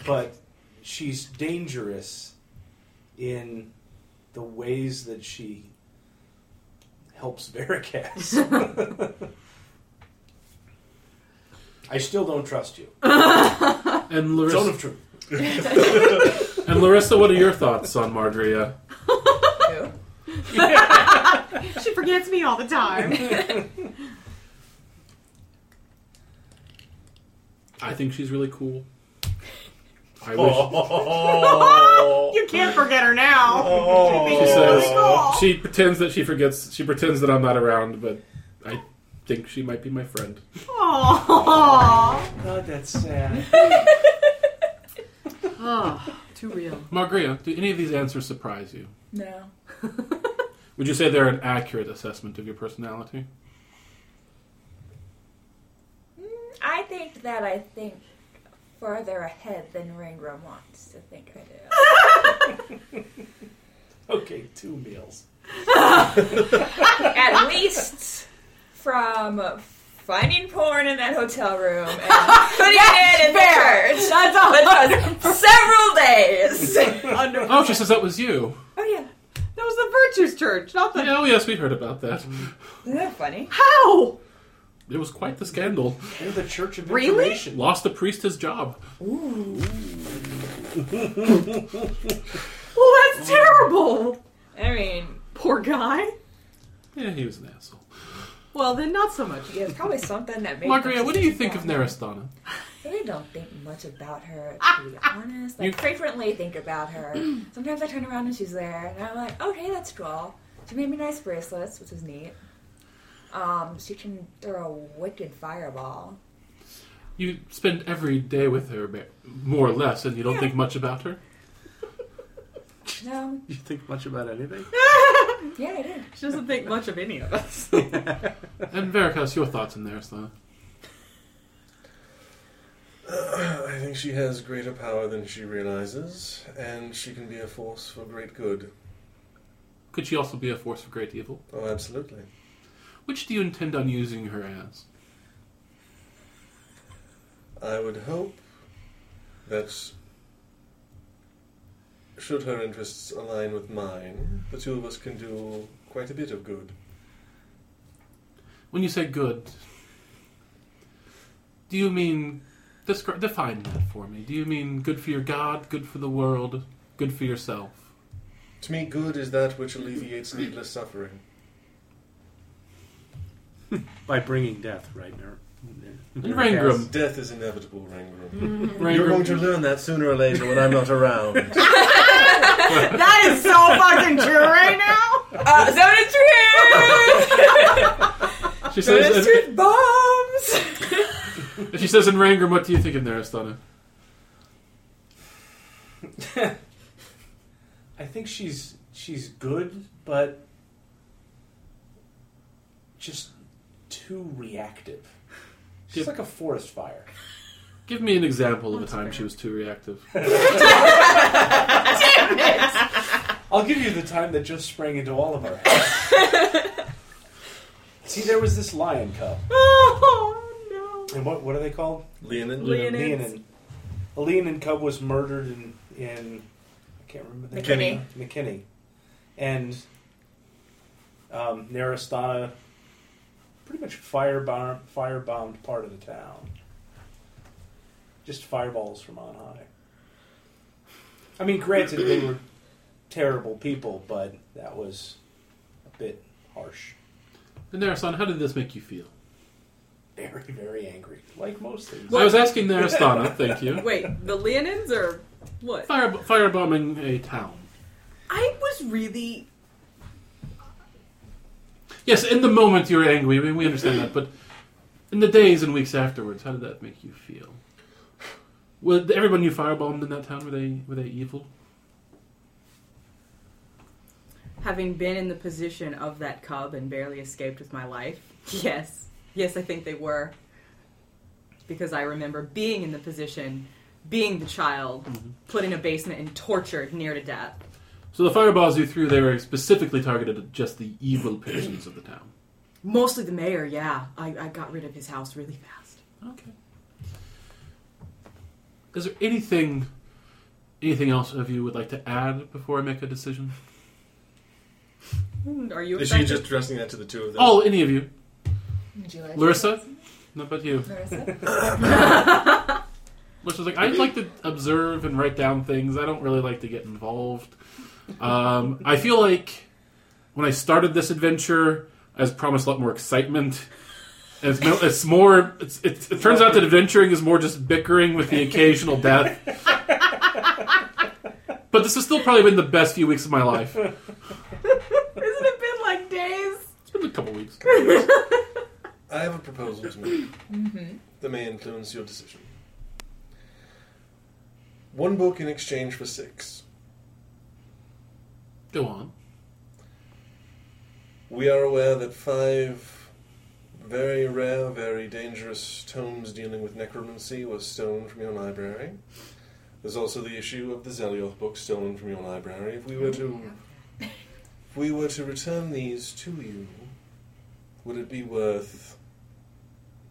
[SPEAKER 3] But she's dangerous in the ways that she helps Veracast. I still don't trust you.
[SPEAKER 1] And
[SPEAKER 3] Zone
[SPEAKER 1] Larissa,
[SPEAKER 3] of truth.
[SPEAKER 1] and Larissa, what are your thoughts on Margria?
[SPEAKER 15] she forgets me all the time.
[SPEAKER 1] I think she's really cool. I wish
[SPEAKER 4] Oh,
[SPEAKER 15] you can't forget her now.
[SPEAKER 4] Oh.
[SPEAKER 1] she
[SPEAKER 15] She's really
[SPEAKER 1] says
[SPEAKER 15] cool.
[SPEAKER 1] she pretends that she forgets. She pretends that I'm not around, but I think she might be my friend.
[SPEAKER 15] Aw.
[SPEAKER 3] Oh, that's sad.
[SPEAKER 2] Ah, too real.
[SPEAKER 1] Margria, do any of these answers surprise you?
[SPEAKER 16] No.
[SPEAKER 1] Would you say they're an accurate assessment of your personality?
[SPEAKER 5] Mm, I think that I think farther ahead than Rangram wants to think I do.
[SPEAKER 3] Okay, two meals.
[SPEAKER 5] At least from finding porn in that hotel room and putting it in the
[SPEAKER 2] That's
[SPEAKER 5] church.
[SPEAKER 2] all. That
[SPEAKER 5] Several days.
[SPEAKER 1] Oh, she says that was you.
[SPEAKER 5] oh yeah,
[SPEAKER 2] was the Virtues Church, not the.
[SPEAKER 1] Oh, yes, we heard about that.
[SPEAKER 5] isn't that funny?
[SPEAKER 2] How?
[SPEAKER 1] It was quite the scandal.
[SPEAKER 3] You're the Church of
[SPEAKER 15] Really?
[SPEAKER 3] Information.
[SPEAKER 1] Lost the priest his job.
[SPEAKER 2] Well, Oh, that's terrible.
[SPEAKER 5] I mean,
[SPEAKER 2] Poor guy.
[SPEAKER 1] Yeah, he was an asshole.
[SPEAKER 2] Well, then not so much.
[SPEAKER 5] yeah, it's probably something that made.
[SPEAKER 1] Margaria,
[SPEAKER 5] them
[SPEAKER 1] what do you
[SPEAKER 5] do
[SPEAKER 1] think of
[SPEAKER 5] that.
[SPEAKER 1] Naristana?
[SPEAKER 5] I really don't think much about her, to be honest. I
[SPEAKER 1] You-
[SPEAKER 5] frequently think about her. Sometimes I turn around and she's there, and I'm like, okay, that's cool. She made me nice bracelets, which was neat. Um, she can throw a wicked fireball.
[SPEAKER 1] You spend every day with her, ba- more or less, and you don't think much about her?
[SPEAKER 5] No,
[SPEAKER 17] You think much about anything?
[SPEAKER 5] yeah, I did.
[SPEAKER 2] She doesn't think much of any of us.
[SPEAKER 1] And Veracast, your thoughts on Naristana?
[SPEAKER 4] I think she has greater power than she realizes, and she can be a force for great good.
[SPEAKER 1] Could she also be a force for great evil?
[SPEAKER 4] Oh, absolutely.
[SPEAKER 1] Which do you intend on using her as?
[SPEAKER 4] I would hope that, should her interests align with mine, the two of us can do quite a bit of good.
[SPEAKER 1] When you say good, do you mean. Descri- define that for me. Do you mean good for your God, good for the world, good for yourself?
[SPEAKER 4] To me, good is that which alleviates needless suffering.
[SPEAKER 17] By bringing death, right? Nar- Nar-
[SPEAKER 1] Rangram.
[SPEAKER 4] Death is inevitable, Rangram. Mm-hmm. You're
[SPEAKER 1] Rangram,
[SPEAKER 4] going to learn that sooner or later when I'm not around.
[SPEAKER 15] That is so fucking true right now.
[SPEAKER 5] Uh, zone of truth!
[SPEAKER 1] she
[SPEAKER 5] zone of
[SPEAKER 1] says,
[SPEAKER 5] truth bombs!
[SPEAKER 1] she says in Rangram, what do you think of Naristana?
[SPEAKER 3] I think she's she's good, but just too reactive. She's like a forest fire.
[SPEAKER 1] Give me an example of a time she was too reactive.
[SPEAKER 3] I'll give you the time that just sprang into all of our heads. See, there was this lion cub.
[SPEAKER 2] Oh
[SPEAKER 3] And what what are they called?
[SPEAKER 4] Leonin?
[SPEAKER 2] Leonin.
[SPEAKER 3] Leonin. A Leonin cub was murdered in in I can't remember the name. McKinney. McKinney. And um, Naristana pretty much firebound, firebombed part of the town. Just fireballs from on high. I mean, granted, they were terrible people, but that was a bit harsh.
[SPEAKER 1] And Naristana, how did this make you feel?
[SPEAKER 3] Very, very angry, like most things.
[SPEAKER 1] I was asking Naristana, thank you.
[SPEAKER 2] no! Wait, the Leonins or what?
[SPEAKER 1] Fire, firebombing a town.
[SPEAKER 2] I was really.
[SPEAKER 1] Yes, in the moment you're angry, we, we understand that, but In the days and weeks afterwards, how did that make you feel? Well, everyone you firebombed in that town were they were they evil?
[SPEAKER 2] Having been in the position of that cub and barely escaped with my life, yes. Yes, I think they were. Because I remember being in the position, being the child, put in a basement and tortured near to death.
[SPEAKER 1] So the fireballs you threw they were specifically targeted at just the evil persons of the town.
[SPEAKER 2] Mostly the mayor, yeah. I, I got rid of his house really fast.
[SPEAKER 1] Okay. Is there anything anything else of you would like to add before I make a decision?
[SPEAKER 2] Mm, Are you
[SPEAKER 4] Is she just addressing that to the two of them?
[SPEAKER 1] Oh, any of you.
[SPEAKER 5] Would you like
[SPEAKER 1] Larissa? Not but you.
[SPEAKER 5] Larissa?
[SPEAKER 1] Which is like, I like to observe and write down things. I don't really like to get involved. Um, I feel like when I started this adventure, I was promised a lot more excitement. And it's, mo- it's more. It's, it's, it turns out that adventuring is more just bickering with the occasional death. but this has still probably been the best few weeks of my life. It's
[SPEAKER 2] Hasn't it been like days?
[SPEAKER 1] been a couple weeks.
[SPEAKER 4] I have a proposal to make that may influence your decision. One book in exchange for six.
[SPEAKER 1] Go on.
[SPEAKER 4] We are aware that five very rare, very dangerous tomes dealing with necromancy were stolen from your library. There's also the issue of the Zelioth book stolen from your library. If we were to, if we were to return these to you, would it be worth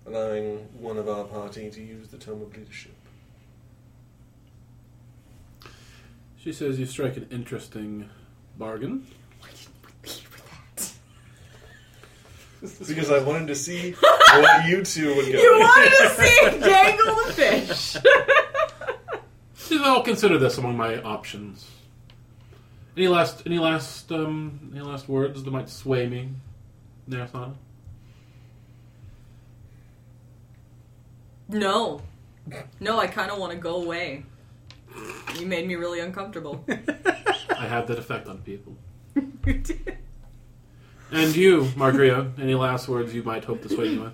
[SPEAKER 4] allowing one of our party to use the tome of leadership?
[SPEAKER 1] She says you strike an interesting bargain.
[SPEAKER 4] Because I wanted to see what you two would go.
[SPEAKER 2] You wanted to see dangle the fish.
[SPEAKER 1] She says, I'll consider this among my options. Any last, any last, um, any last words that might sway me, Narathana?
[SPEAKER 2] No. No, I kind of want to go away. You made me really uncomfortable.
[SPEAKER 1] I have that effect on people.
[SPEAKER 2] You did.
[SPEAKER 1] And you, Margaria, any last words you might hope to sway me with?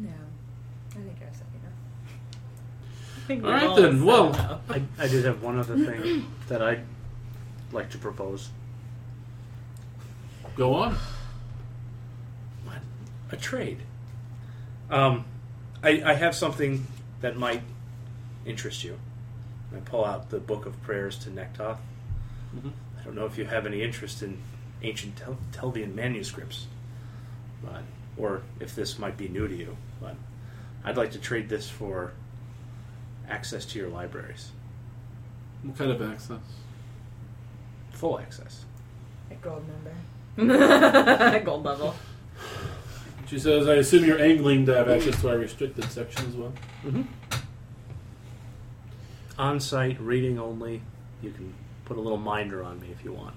[SPEAKER 5] No. I think I've said enough.
[SPEAKER 2] I think
[SPEAKER 1] All
[SPEAKER 2] we're
[SPEAKER 1] right then.
[SPEAKER 2] set
[SPEAKER 1] Well,
[SPEAKER 2] now.
[SPEAKER 3] I, I did have one other thing that I'd like to propose.
[SPEAKER 1] Go on.
[SPEAKER 3] What? A trade. Um, I, I have something that might interest you. I pull out the Book of Prayers to Nektoth.
[SPEAKER 1] Mhm.
[SPEAKER 3] I don't know if you have any interest in ancient Tel- Telvian manuscripts, but, or if this might be new to you, but I'd like to trade this for access to your libraries.
[SPEAKER 1] What kind of access?
[SPEAKER 3] Full access.
[SPEAKER 5] A gold member.
[SPEAKER 2] Gold level.
[SPEAKER 1] She says, I assume you're angling to have access to our restricted section as well.
[SPEAKER 3] Mm-hmm. On site, reading only. You can put a little minder on me if you want.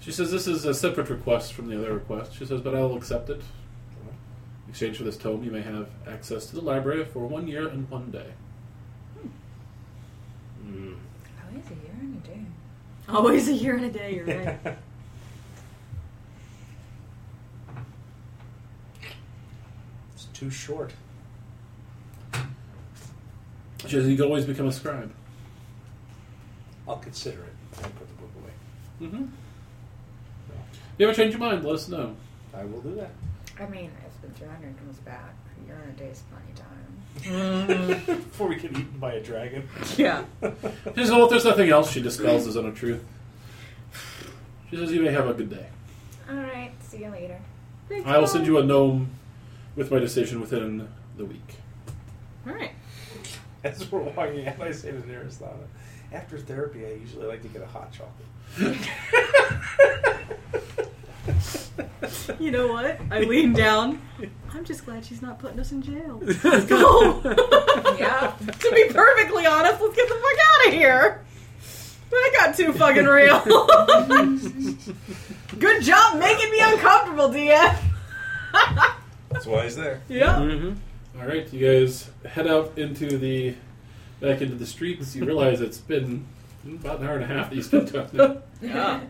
[SPEAKER 1] She says this is a separate request from the other request. She says, but I'll accept it. In exchange for this tome, you may have access to the library for one year and one day.
[SPEAKER 3] Mm.
[SPEAKER 5] How Oh, is it? You're on a day.
[SPEAKER 2] Always a year and a day. You're right.
[SPEAKER 3] It's too short.
[SPEAKER 1] She says, you can always become a scribe.
[SPEAKER 3] I'll consider it. I'll put the book away.
[SPEAKER 1] Mm-hmm. If you ever change your mind, let us know.
[SPEAKER 3] I will do that.
[SPEAKER 5] I mean, if the dragon comes back, you're on a day's plenty of time.
[SPEAKER 18] Before we get eaten by a dragon.
[SPEAKER 2] yeah.
[SPEAKER 1] She says, well, if there's nothing else, she dispels his own truth. She says, you may have a good day.
[SPEAKER 5] Alright, see you later.
[SPEAKER 1] I will send you a gnome with my decision within the week.
[SPEAKER 2] All right.
[SPEAKER 18] As we're walking out, I say to Narasana, after therapy, I usually like to get a hot chocolate.
[SPEAKER 2] You know what? I lean down. I'm just glad she's not putting us in jail. Let's go.
[SPEAKER 5] Yeah.
[SPEAKER 2] to be perfectly honest, let's get the fuck out of here. That got too fucking real. Good job making me uncomfortable, DF.
[SPEAKER 4] That's why he's there.
[SPEAKER 2] Yeah.
[SPEAKER 3] Mm-hmm.
[SPEAKER 1] All right, you guys head out into the back into the streets. You realize it's been About an hour and a half that you spent up there.
[SPEAKER 2] Yeah.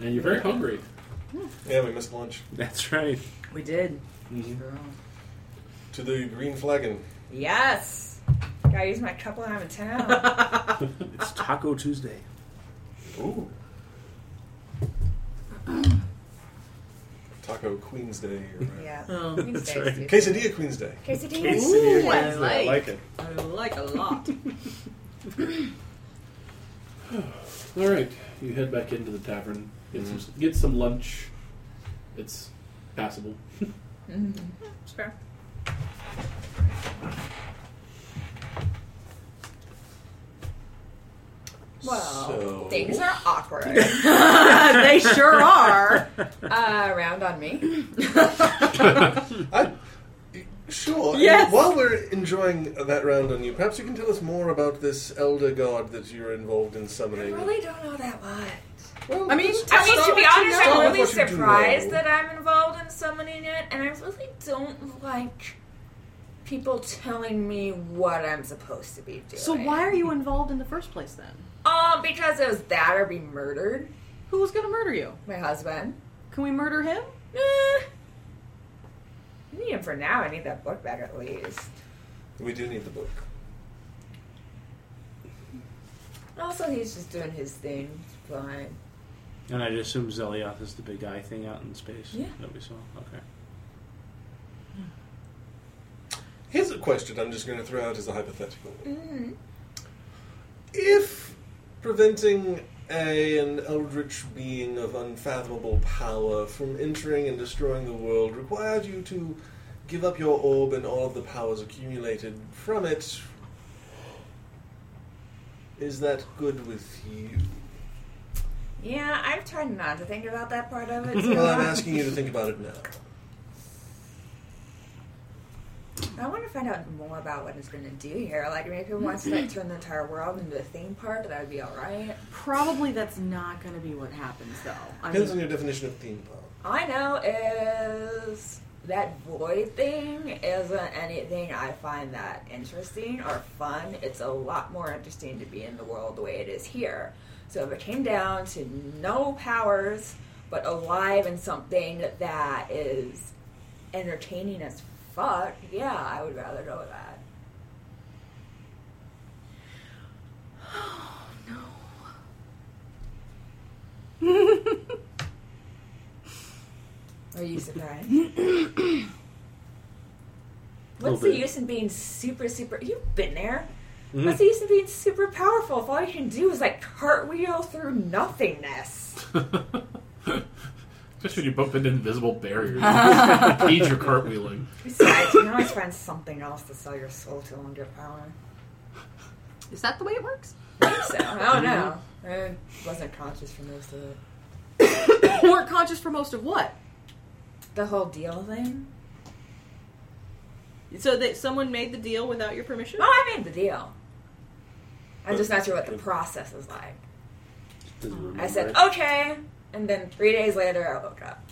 [SPEAKER 1] And you're very hungry.
[SPEAKER 4] Yeah, we missed lunch.
[SPEAKER 3] That's right.
[SPEAKER 5] We did.
[SPEAKER 2] Mm-hmm.
[SPEAKER 3] Mhm.
[SPEAKER 5] Girl.
[SPEAKER 4] To the green flagon.
[SPEAKER 5] Yes. Gotta use my couple I'm in town.
[SPEAKER 3] It's Taco Tuesday.
[SPEAKER 4] Ooh. Taco Queen's Day. Or whatever.
[SPEAKER 5] yeah.
[SPEAKER 2] Oh,
[SPEAKER 5] Queen's
[SPEAKER 3] that's
[SPEAKER 5] Day,
[SPEAKER 3] right.
[SPEAKER 5] Steve.
[SPEAKER 4] Quesadilla Queen's Day.
[SPEAKER 5] Quesadillas.
[SPEAKER 2] Ooh,
[SPEAKER 19] Quesadilla
[SPEAKER 2] I
[SPEAKER 19] Wednesday. I
[SPEAKER 2] like.
[SPEAKER 19] like it.
[SPEAKER 2] I like a lot.
[SPEAKER 1] All right, you head back into the tavern, get some get some lunch. It's passable.
[SPEAKER 2] It's fair.
[SPEAKER 5] Well,
[SPEAKER 4] So-
[SPEAKER 5] things are awkward.
[SPEAKER 2] they sure are.
[SPEAKER 5] uh, round on me.
[SPEAKER 4] I, sure.
[SPEAKER 2] Yes.
[SPEAKER 4] While we're enjoying that round on you, perhaps you can tell us more about this elder god that you're involved in
[SPEAKER 5] I
[SPEAKER 4] summoning.
[SPEAKER 5] really don't know that much.
[SPEAKER 4] Well,
[SPEAKER 2] I mean,
[SPEAKER 4] just
[SPEAKER 2] I
[SPEAKER 5] I
[SPEAKER 4] tell
[SPEAKER 5] mean,
[SPEAKER 4] us
[SPEAKER 5] to be
[SPEAKER 4] what you
[SPEAKER 5] honest,
[SPEAKER 4] know.
[SPEAKER 5] I'm
[SPEAKER 4] Tell
[SPEAKER 5] really
[SPEAKER 4] us what you do
[SPEAKER 5] surprised
[SPEAKER 4] know.
[SPEAKER 5] that I'm involved in summoning it, and I really don't like people telling me what I'm supposed to be doing.
[SPEAKER 20] So why are you involved in the first place then?
[SPEAKER 5] Um, because it was that or be murdered.
[SPEAKER 2] Who was gonna murder you?
[SPEAKER 5] My husband.
[SPEAKER 2] Can we murder him?
[SPEAKER 5] Eh, I need him for now. I need that book back at least.
[SPEAKER 4] We do need the book.
[SPEAKER 5] Also, he's just doing his thing. It's fine.
[SPEAKER 3] And I'd assume Zelioth is the big eye thing out in space
[SPEAKER 5] Yeah.
[SPEAKER 3] that we saw. Okay.
[SPEAKER 4] Here's a question I'm just going to throw out as a hypothetical.
[SPEAKER 5] Mm.
[SPEAKER 4] If preventing a, an eldritch being of unfathomable power from entering and destroying the world required you to give up your orb and all of the powers accumulated from it, is that good with you?
[SPEAKER 5] Yeah, I've tried not to think about that part of it.
[SPEAKER 4] Well, I'm
[SPEAKER 5] too.
[SPEAKER 4] asking you to think about it now.
[SPEAKER 5] I want to find out more about what it's going to do here. Like, maybe if it wants to like, turn the entire world into a theme park, that would be all right.
[SPEAKER 20] Probably that's not going to be what happens though. I
[SPEAKER 4] Depends on
[SPEAKER 20] mean,
[SPEAKER 4] your definition of theme park.
[SPEAKER 5] I know is that void thing isn't anything I find that interesting or fun. It's a lot more interesting to be in the world the way it is here. So if it came down to no powers, but alive and something that is entertaining as fuck, yeah, I would rather go with that. Are you surprised? What's the
[SPEAKER 3] bit.
[SPEAKER 5] use in being super, super? You've been there.
[SPEAKER 3] Mhm.
[SPEAKER 5] What's the use in being super powerful if all you can do is like cartwheel through nothingness?
[SPEAKER 1] Especially when you bump into invisible barriers. Eat your cartwheeling.
[SPEAKER 5] Besides, you can always find something else to sell your soul to and get power.
[SPEAKER 2] Is that the way it works? Mm-hmm.
[SPEAKER 5] So I don't know. I wasn't conscious for most of it.
[SPEAKER 2] We're conscious for most of what?
[SPEAKER 5] The whole deal thing.
[SPEAKER 20] so that someone made the deal without your permission?
[SPEAKER 5] Well, Oh,
[SPEAKER 2] Oh.
[SPEAKER 5] I made the deal. I'm just not sure what the process is like.
[SPEAKER 3] Doesn't remember
[SPEAKER 5] I said
[SPEAKER 3] it.
[SPEAKER 2] "Oh,
[SPEAKER 5] okay, and then three days later I woke up.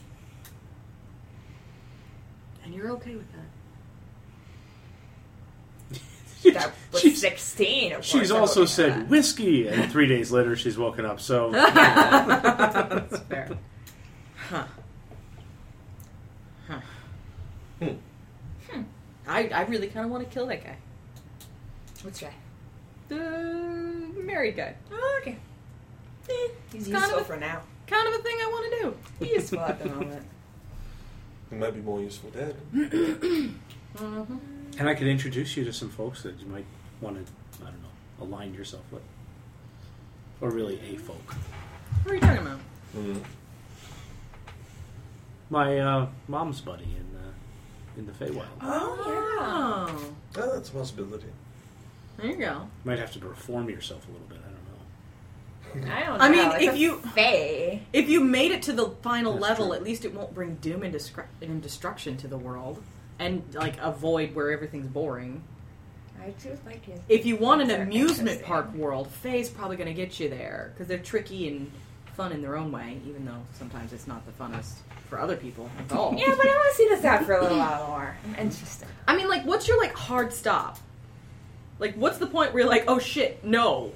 [SPEAKER 20] And you're okay with that?
[SPEAKER 5] That was
[SPEAKER 3] She's-
[SPEAKER 5] 16. Of course,
[SPEAKER 3] She's
[SPEAKER 5] I woke
[SPEAKER 3] also
[SPEAKER 5] up.
[SPEAKER 3] said whiskey, and three days later she's woken up. So
[SPEAKER 2] That's fair. Huh. Huh.
[SPEAKER 4] Hmm.
[SPEAKER 2] Hmm. I, I really kind of want to kill that guy.
[SPEAKER 5] Let's try.
[SPEAKER 2] The married guy.
[SPEAKER 5] Oh, okay. Eh, he's
[SPEAKER 2] It's kind
[SPEAKER 5] useful
[SPEAKER 2] of a-
[SPEAKER 5] for now.
[SPEAKER 2] Kind of a thing I want to do.
[SPEAKER 5] He's useful at the moment.
[SPEAKER 4] It might be more useful dead.
[SPEAKER 3] And I could introduce you to some folks that you might want to, I don't know, align yourself with. Or really a folk.
[SPEAKER 2] What are you talking about?
[SPEAKER 3] My uh, mom's buddy in uh, in the Feywild.
[SPEAKER 5] Oh,
[SPEAKER 2] Oh,
[SPEAKER 4] Oh, that's a possibility.
[SPEAKER 2] there you go.
[SPEAKER 3] You might have to reform yourself a little bit, I don't
[SPEAKER 5] I don't know.
[SPEAKER 2] I mean,
[SPEAKER 5] It's
[SPEAKER 2] if
[SPEAKER 5] a
[SPEAKER 2] you-
[SPEAKER 5] Fae.
[SPEAKER 2] If you made it to the final
[SPEAKER 3] That's
[SPEAKER 2] level,
[SPEAKER 3] true.
[SPEAKER 2] at least it won't bring doom and, destruc and destruction to the world, and like a void where everything's boring.
[SPEAKER 5] I do like his.
[SPEAKER 2] If you want an
[SPEAKER 5] Those are
[SPEAKER 2] amusement
[SPEAKER 5] interesting.
[SPEAKER 2] park world, Faye's probably going to get you there because they're tricky and fun in their own way. Even though sometimes it's not the funnest for other people at all.
[SPEAKER 5] Yeah, but I want to see this out for a little while more. I'm interested.
[SPEAKER 2] I mean, like, what's your like hard stop? Like, what's the point where you're like, oh shit, no,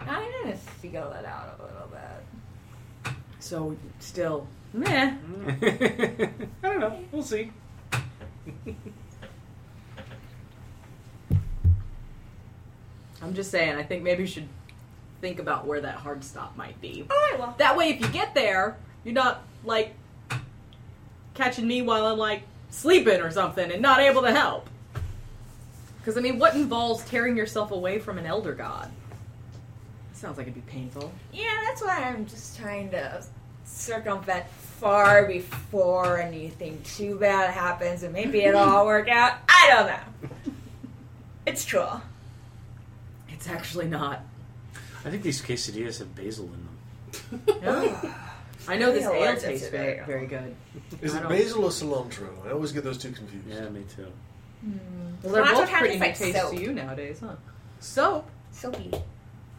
[SPEAKER 5] I'm gonna feel it out a little bit.
[SPEAKER 2] So still, meh.
[SPEAKER 3] I don't know. We'll see.
[SPEAKER 2] I'm just saying. I think maybe you should think about where that hard stop might be.
[SPEAKER 21] All right, well,
[SPEAKER 2] That way, if you get there, you're not like catching me while I'm like sleeping or something and not able to help. Because I mean, what involves tearing yourself away from an elder god? Sounds like it'd be painful.
[SPEAKER 5] Yeah, that's why I'm just trying to circumvent far before anything too bad happens, and maybe it'll all work out. I don't know. It's cool.
[SPEAKER 2] It's actually not.
[SPEAKER 3] I think these quesadillas have basil in them.
[SPEAKER 2] I know this
[SPEAKER 5] Yeah,
[SPEAKER 2] ale
[SPEAKER 5] that's
[SPEAKER 2] tastes
[SPEAKER 5] it.
[SPEAKER 2] very, very good.
[SPEAKER 4] Is
[SPEAKER 2] I
[SPEAKER 4] it
[SPEAKER 2] don't-
[SPEAKER 4] basil or cilantro? I always get those two confused.
[SPEAKER 3] Yeah, me too.
[SPEAKER 2] Well, they're
[SPEAKER 5] Cilantro
[SPEAKER 2] both
[SPEAKER 5] kind
[SPEAKER 2] pretty
[SPEAKER 5] of
[SPEAKER 2] new
[SPEAKER 5] tastes like
[SPEAKER 2] taste to
[SPEAKER 5] soap.
[SPEAKER 2] you nowadays, huh? Soap.
[SPEAKER 5] Soapy.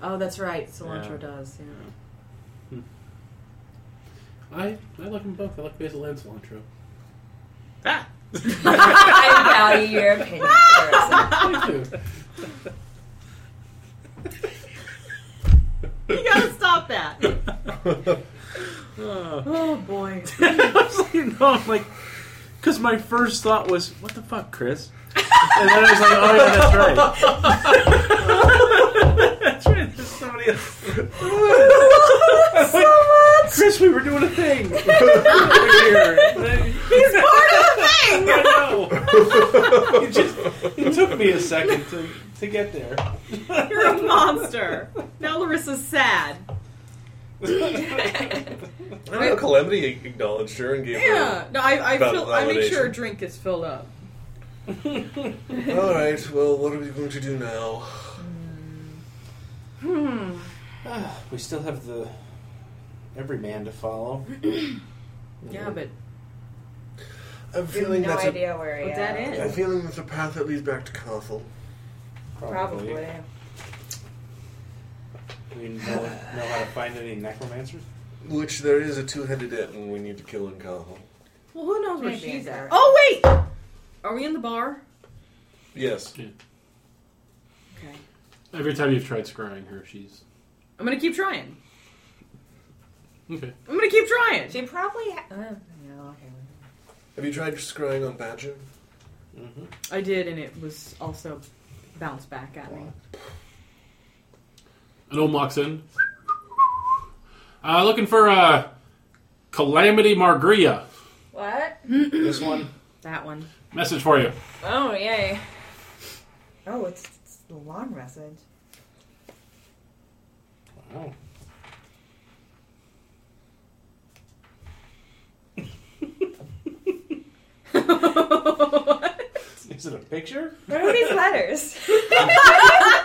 [SPEAKER 2] Oh, that's right. Cilantro
[SPEAKER 3] Yeah.
[SPEAKER 2] does. Yeah.
[SPEAKER 1] I, I like them both. I like basil and cilantro.
[SPEAKER 3] Ah!
[SPEAKER 5] I value your opinion. Carissa.
[SPEAKER 1] Thank you.
[SPEAKER 2] You gotta stop that.
[SPEAKER 3] Uh,
[SPEAKER 2] oh boy.
[SPEAKER 3] I was like, no, I'm like, because my first thought was, what the fuck, Chris? And then I was like, oh yeah, that's right. that's right. There's somebody else. I'm like, Chris, we were doing a thing. Over here.
[SPEAKER 2] He's part of the thing.
[SPEAKER 22] It just it took me a second to, to get there.
[SPEAKER 2] You're a monster. Now Larissa's sad.
[SPEAKER 4] I don't know. Calamity acknowledged her and gave
[SPEAKER 2] Yeah. No, I, I
[SPEAKER 4] About
[SPEAKER 2] fill, I make sure
[SPEAKER 4] validation.
[SPEAKER 2] a drink is filled up.
[SPEAKER 4] her. All right. Well, what are we going to do now?
[SPEAKER 2] Hmm.
[SPEAKER 3] Ah, we still have the every man to follow.
[SPEAKER 4] Mm-hmm.
[SPEAKER 2] Yeah, but
[SPEAKER 4] I'm
[SPEAKER 5] You have
[SPEAKER 4] feeling
[SPEAKER 5] no
[SPEAKER 4] that's a,
[SPEAKER 5] idea where he
[SPEAKER 2] What's that
[SPEAKER 5] is.
[SPEAKER 2] in?
[SPEAKER 4] I'm feeling that's a path that leads back to Carthel.
[SPEAKER 5] Probably.
[SPEAKER 3] We know, know how to find any necromancers.
[SPEAKER 4] Which there is a two-headed and we need to kill in Carthel.
[SPEAKER 2] well, who knows where
[SPEAKER 5] Maybe
[SPEAKER 2] she's
[SPEAKER 5] in
[SPEAKER 2] at?
[SPEAKER 5] there.
[SPEAKER 2] Oh wait. Are we in the bar?
[SPEAKER 4] Yes.
[SPEAKER 2] Okay.
[SPEAKER 1] Every time you've tried scrying her, she's
[SPEAKER 2] I'm gonna keep trying.
[SPEAKER 1] okay.
[SPEAKER 2] I'm gonna keep trying.
[SPEAKER 5] She probably. Ha- uh, no, okay.
[SPEAKER 4] Have you tried scrying on Badger?
[SPEAKER 2] I did, and it was also bounced back at me.
[SPEAKER 1] An old walks in. Uh, looking for uh, Calamity Margria.
[SPEAKER 5] What?
[SPEAKER 3] This one.
[SPEAKER 2] That one.
[SPEAKER 1] Message for you.
[SPEAKER 5] Oh, yay. Oh, it's, it's the long message.
[SPEAKER 3] Wow.
[SPEAKER 2] what?
[SPEAKER 3] Is it a picture?
[SPEAKER 5] What are these letters?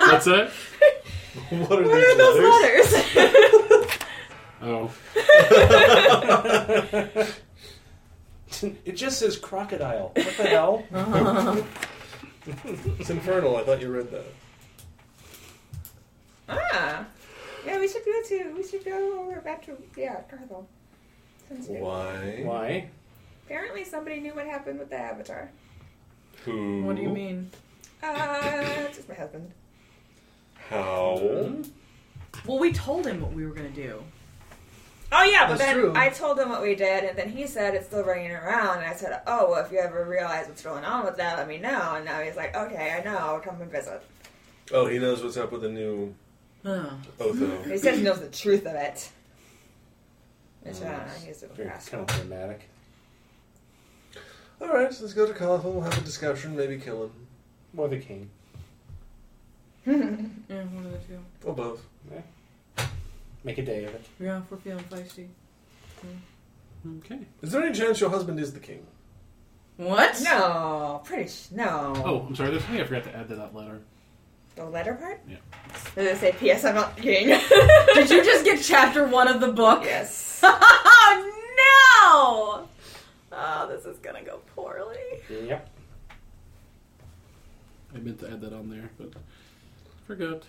[SPEAKER 1] That's it.
[SPEAKER 4] What are
[SPEAKER 5] what are those letters?
[SPEAKER 1] Oh,
[SPEAKER 22] It just says crocodile. What the hell?
[SPEAKER 4] It's infernal. I thought you read that.
[SPEAKER 5] ah. Yeah, we should go to. We should go over back to. Yeah, Carthel. Sounds good.
[SPEAKER 4] Why?
[SPEAKER 3] Why?
[SPEAKER 5] Apparently, somebody knew what happened with the avatar.
[SPEAKER 4] Who?
[SPEAKER 2] What do you mean?
[SPEAKER 5] Uh, just my husband.
[SPEAKER 4] How?
[SPEAKER 2] Well, we told him what we were gonna do.
[SPEAKER 5] Oh yeah, but
[SPEAKER 4] That's
[SPEAKER 5] then
[SPEAKER 4] true.
[SPEAKER 5] I told him what we did, and then he said it's still running around. And I said, "Oh, well, if you ever realize what's going on with that, let me know." And now he's like, "Okay, I know. I'll come and visit."
[SPEAKER 4] Oh, he knows what's up with the new Otho.
[SPEAKER 5] He says he knows the truth of it. Which
[SPEAKER 1] Oh,
[SPEAKER 5] I don't know. He's a
[SPEAKER 3] Very
[SPEAKER 5] rascal.
[SPEAKER 3] kind of dramatic.
[SPEAKER 4] All right, so let's go to Carthel. We'll have a discussion. Maybe kill him
[SPEAKER 3] Or the king.
[SPEAKER 2] Yeah, one of the two.
[SPEAKER 4] or both.
[SPEAKER 3] Make a day of it.
[SPEAKER 2] Yeah, if we're feeling feisty.
[SPEAKER 1] okay.
[SPEAKER 4] Is there any chance your husband is the king?
[SPEAKER 2] What?
[SPEAKER 5] No, pretty sh- no.
[SPEAKER 1] Oh, I'm sorry. There's something I forgot to add to that letter.
[SPEAKER 5] The letter part?
[SPEAKER 1] Yeah.
[SPEAKER 5] Does it say, P.S. I'm not kidding?
[SPEAKER 2] Did you just get chapter one of the book?
[SPEAKER 5] yes.
[SPEAKER 2] oh no! Oh, this is gonna go poorly.
[SPEAKER 3] Yep.
[SPEAKER 1] I meant to add that on there, but forgot.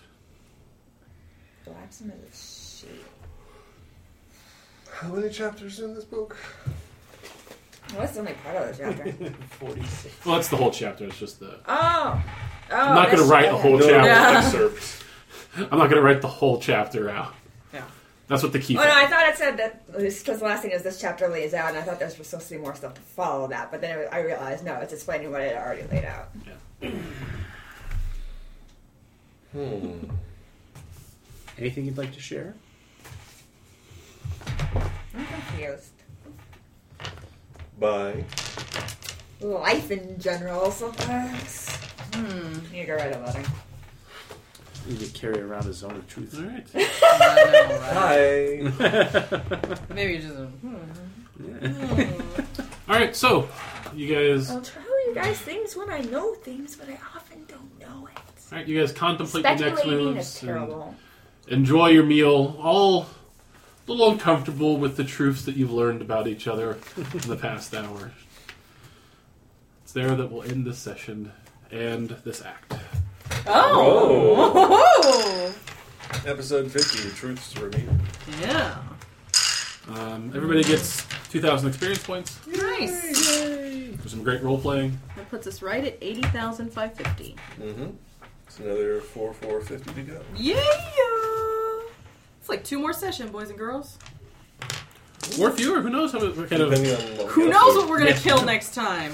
[SPEAKER 5] Blossom is a sheep.
[SPEAKER 4] How many chapters in this book?
[SPEAKER 5] Well, that's the only part of the chapter.
[SPEAKER 3] Forty-six.
[SPEAKER 1] Well, that's the whole chapter. It's just the.
[SPEAKER 5] oh. Oh,
[SPEAKER 1] I'm not going to write a whole
[SPEAKER 4] No,
[SPEAKER 1] chapter.
[SPEAKER 2] Yeah.
[SPEAKER 4] excerpt.
[SPEAKER 1] I'm not going to write the whole chapter out.
[SPEAKER 2] Yeah.
[SPEAKER 1] That's what the key.
[SPEAKER 5] Oh no, I thought it said that because the last thing is this chapter lays out, and I thought there was supposed to be more stuff to follow that, but then I realized no, it's explaining what it already laid out.
[SPEAKER 4] Hmm.
[SPEAKER 3] Anything you'd like to share?
[SPEAKER 5] I'm confused.
[SPEAKER 4] Bye.
[SPEAKER 5] Life in general sometimes. Hmm. You go write a letter.
[SPEAKER 3] You could carry around a zone of truth.
[SPEAKER 1] All right.
[SPEAKER 2] I know, right?
[SPEAKER 4] Hi.
[SPEAKER 2] Maybe it's just a, hmm.
[SPEAKER 1] All right. So, you guys, all
[SPEAKER 5] I'll tell you guys things when I know things, but I often don't know it.
[SPEAKER 1] right, you guys contemplate the next
[SPEAKER 5] Speculating is
[SPEAKER 1] moves. and-
[SPEAKER 5] terrible.
[SPEAKER 1] enjoy your meal, all a little uncomfortable with the truths that you've learned about each other in the past hour. It's there that we'll end this session and this act.
[SPEAKER 2] Oh.
[SPEAKER 4] Episode 50 Truths to Remember.
[SPEAKER 2] yeah.
[SPEAKER 1] Um, everybody gets 2,000 experience points
[SPEAKER 2] Nice.
[SPEAKER 1] for some great role playing.
[SPEAKER 23] That puts us right at 80,550.
[SPEAKER 4] Mm-hmm. It's another 4 4 50 to go.
[SPEAKER 2] Yeah. It's like two more session, boys and girls.
[SPEAKER 1] Or fewer, who knows how, what kind of.
[SPEAKER 4] Depending on what we
[SPEAKER 2] Who
[SPEAKER 4] get
[SPEAKER 2] knows
[SPEAKER 4] up
[SPEAKER 2] what we're gonna
[SPEAKER 1] Yeah.
[SPEAKER 2] kill next time?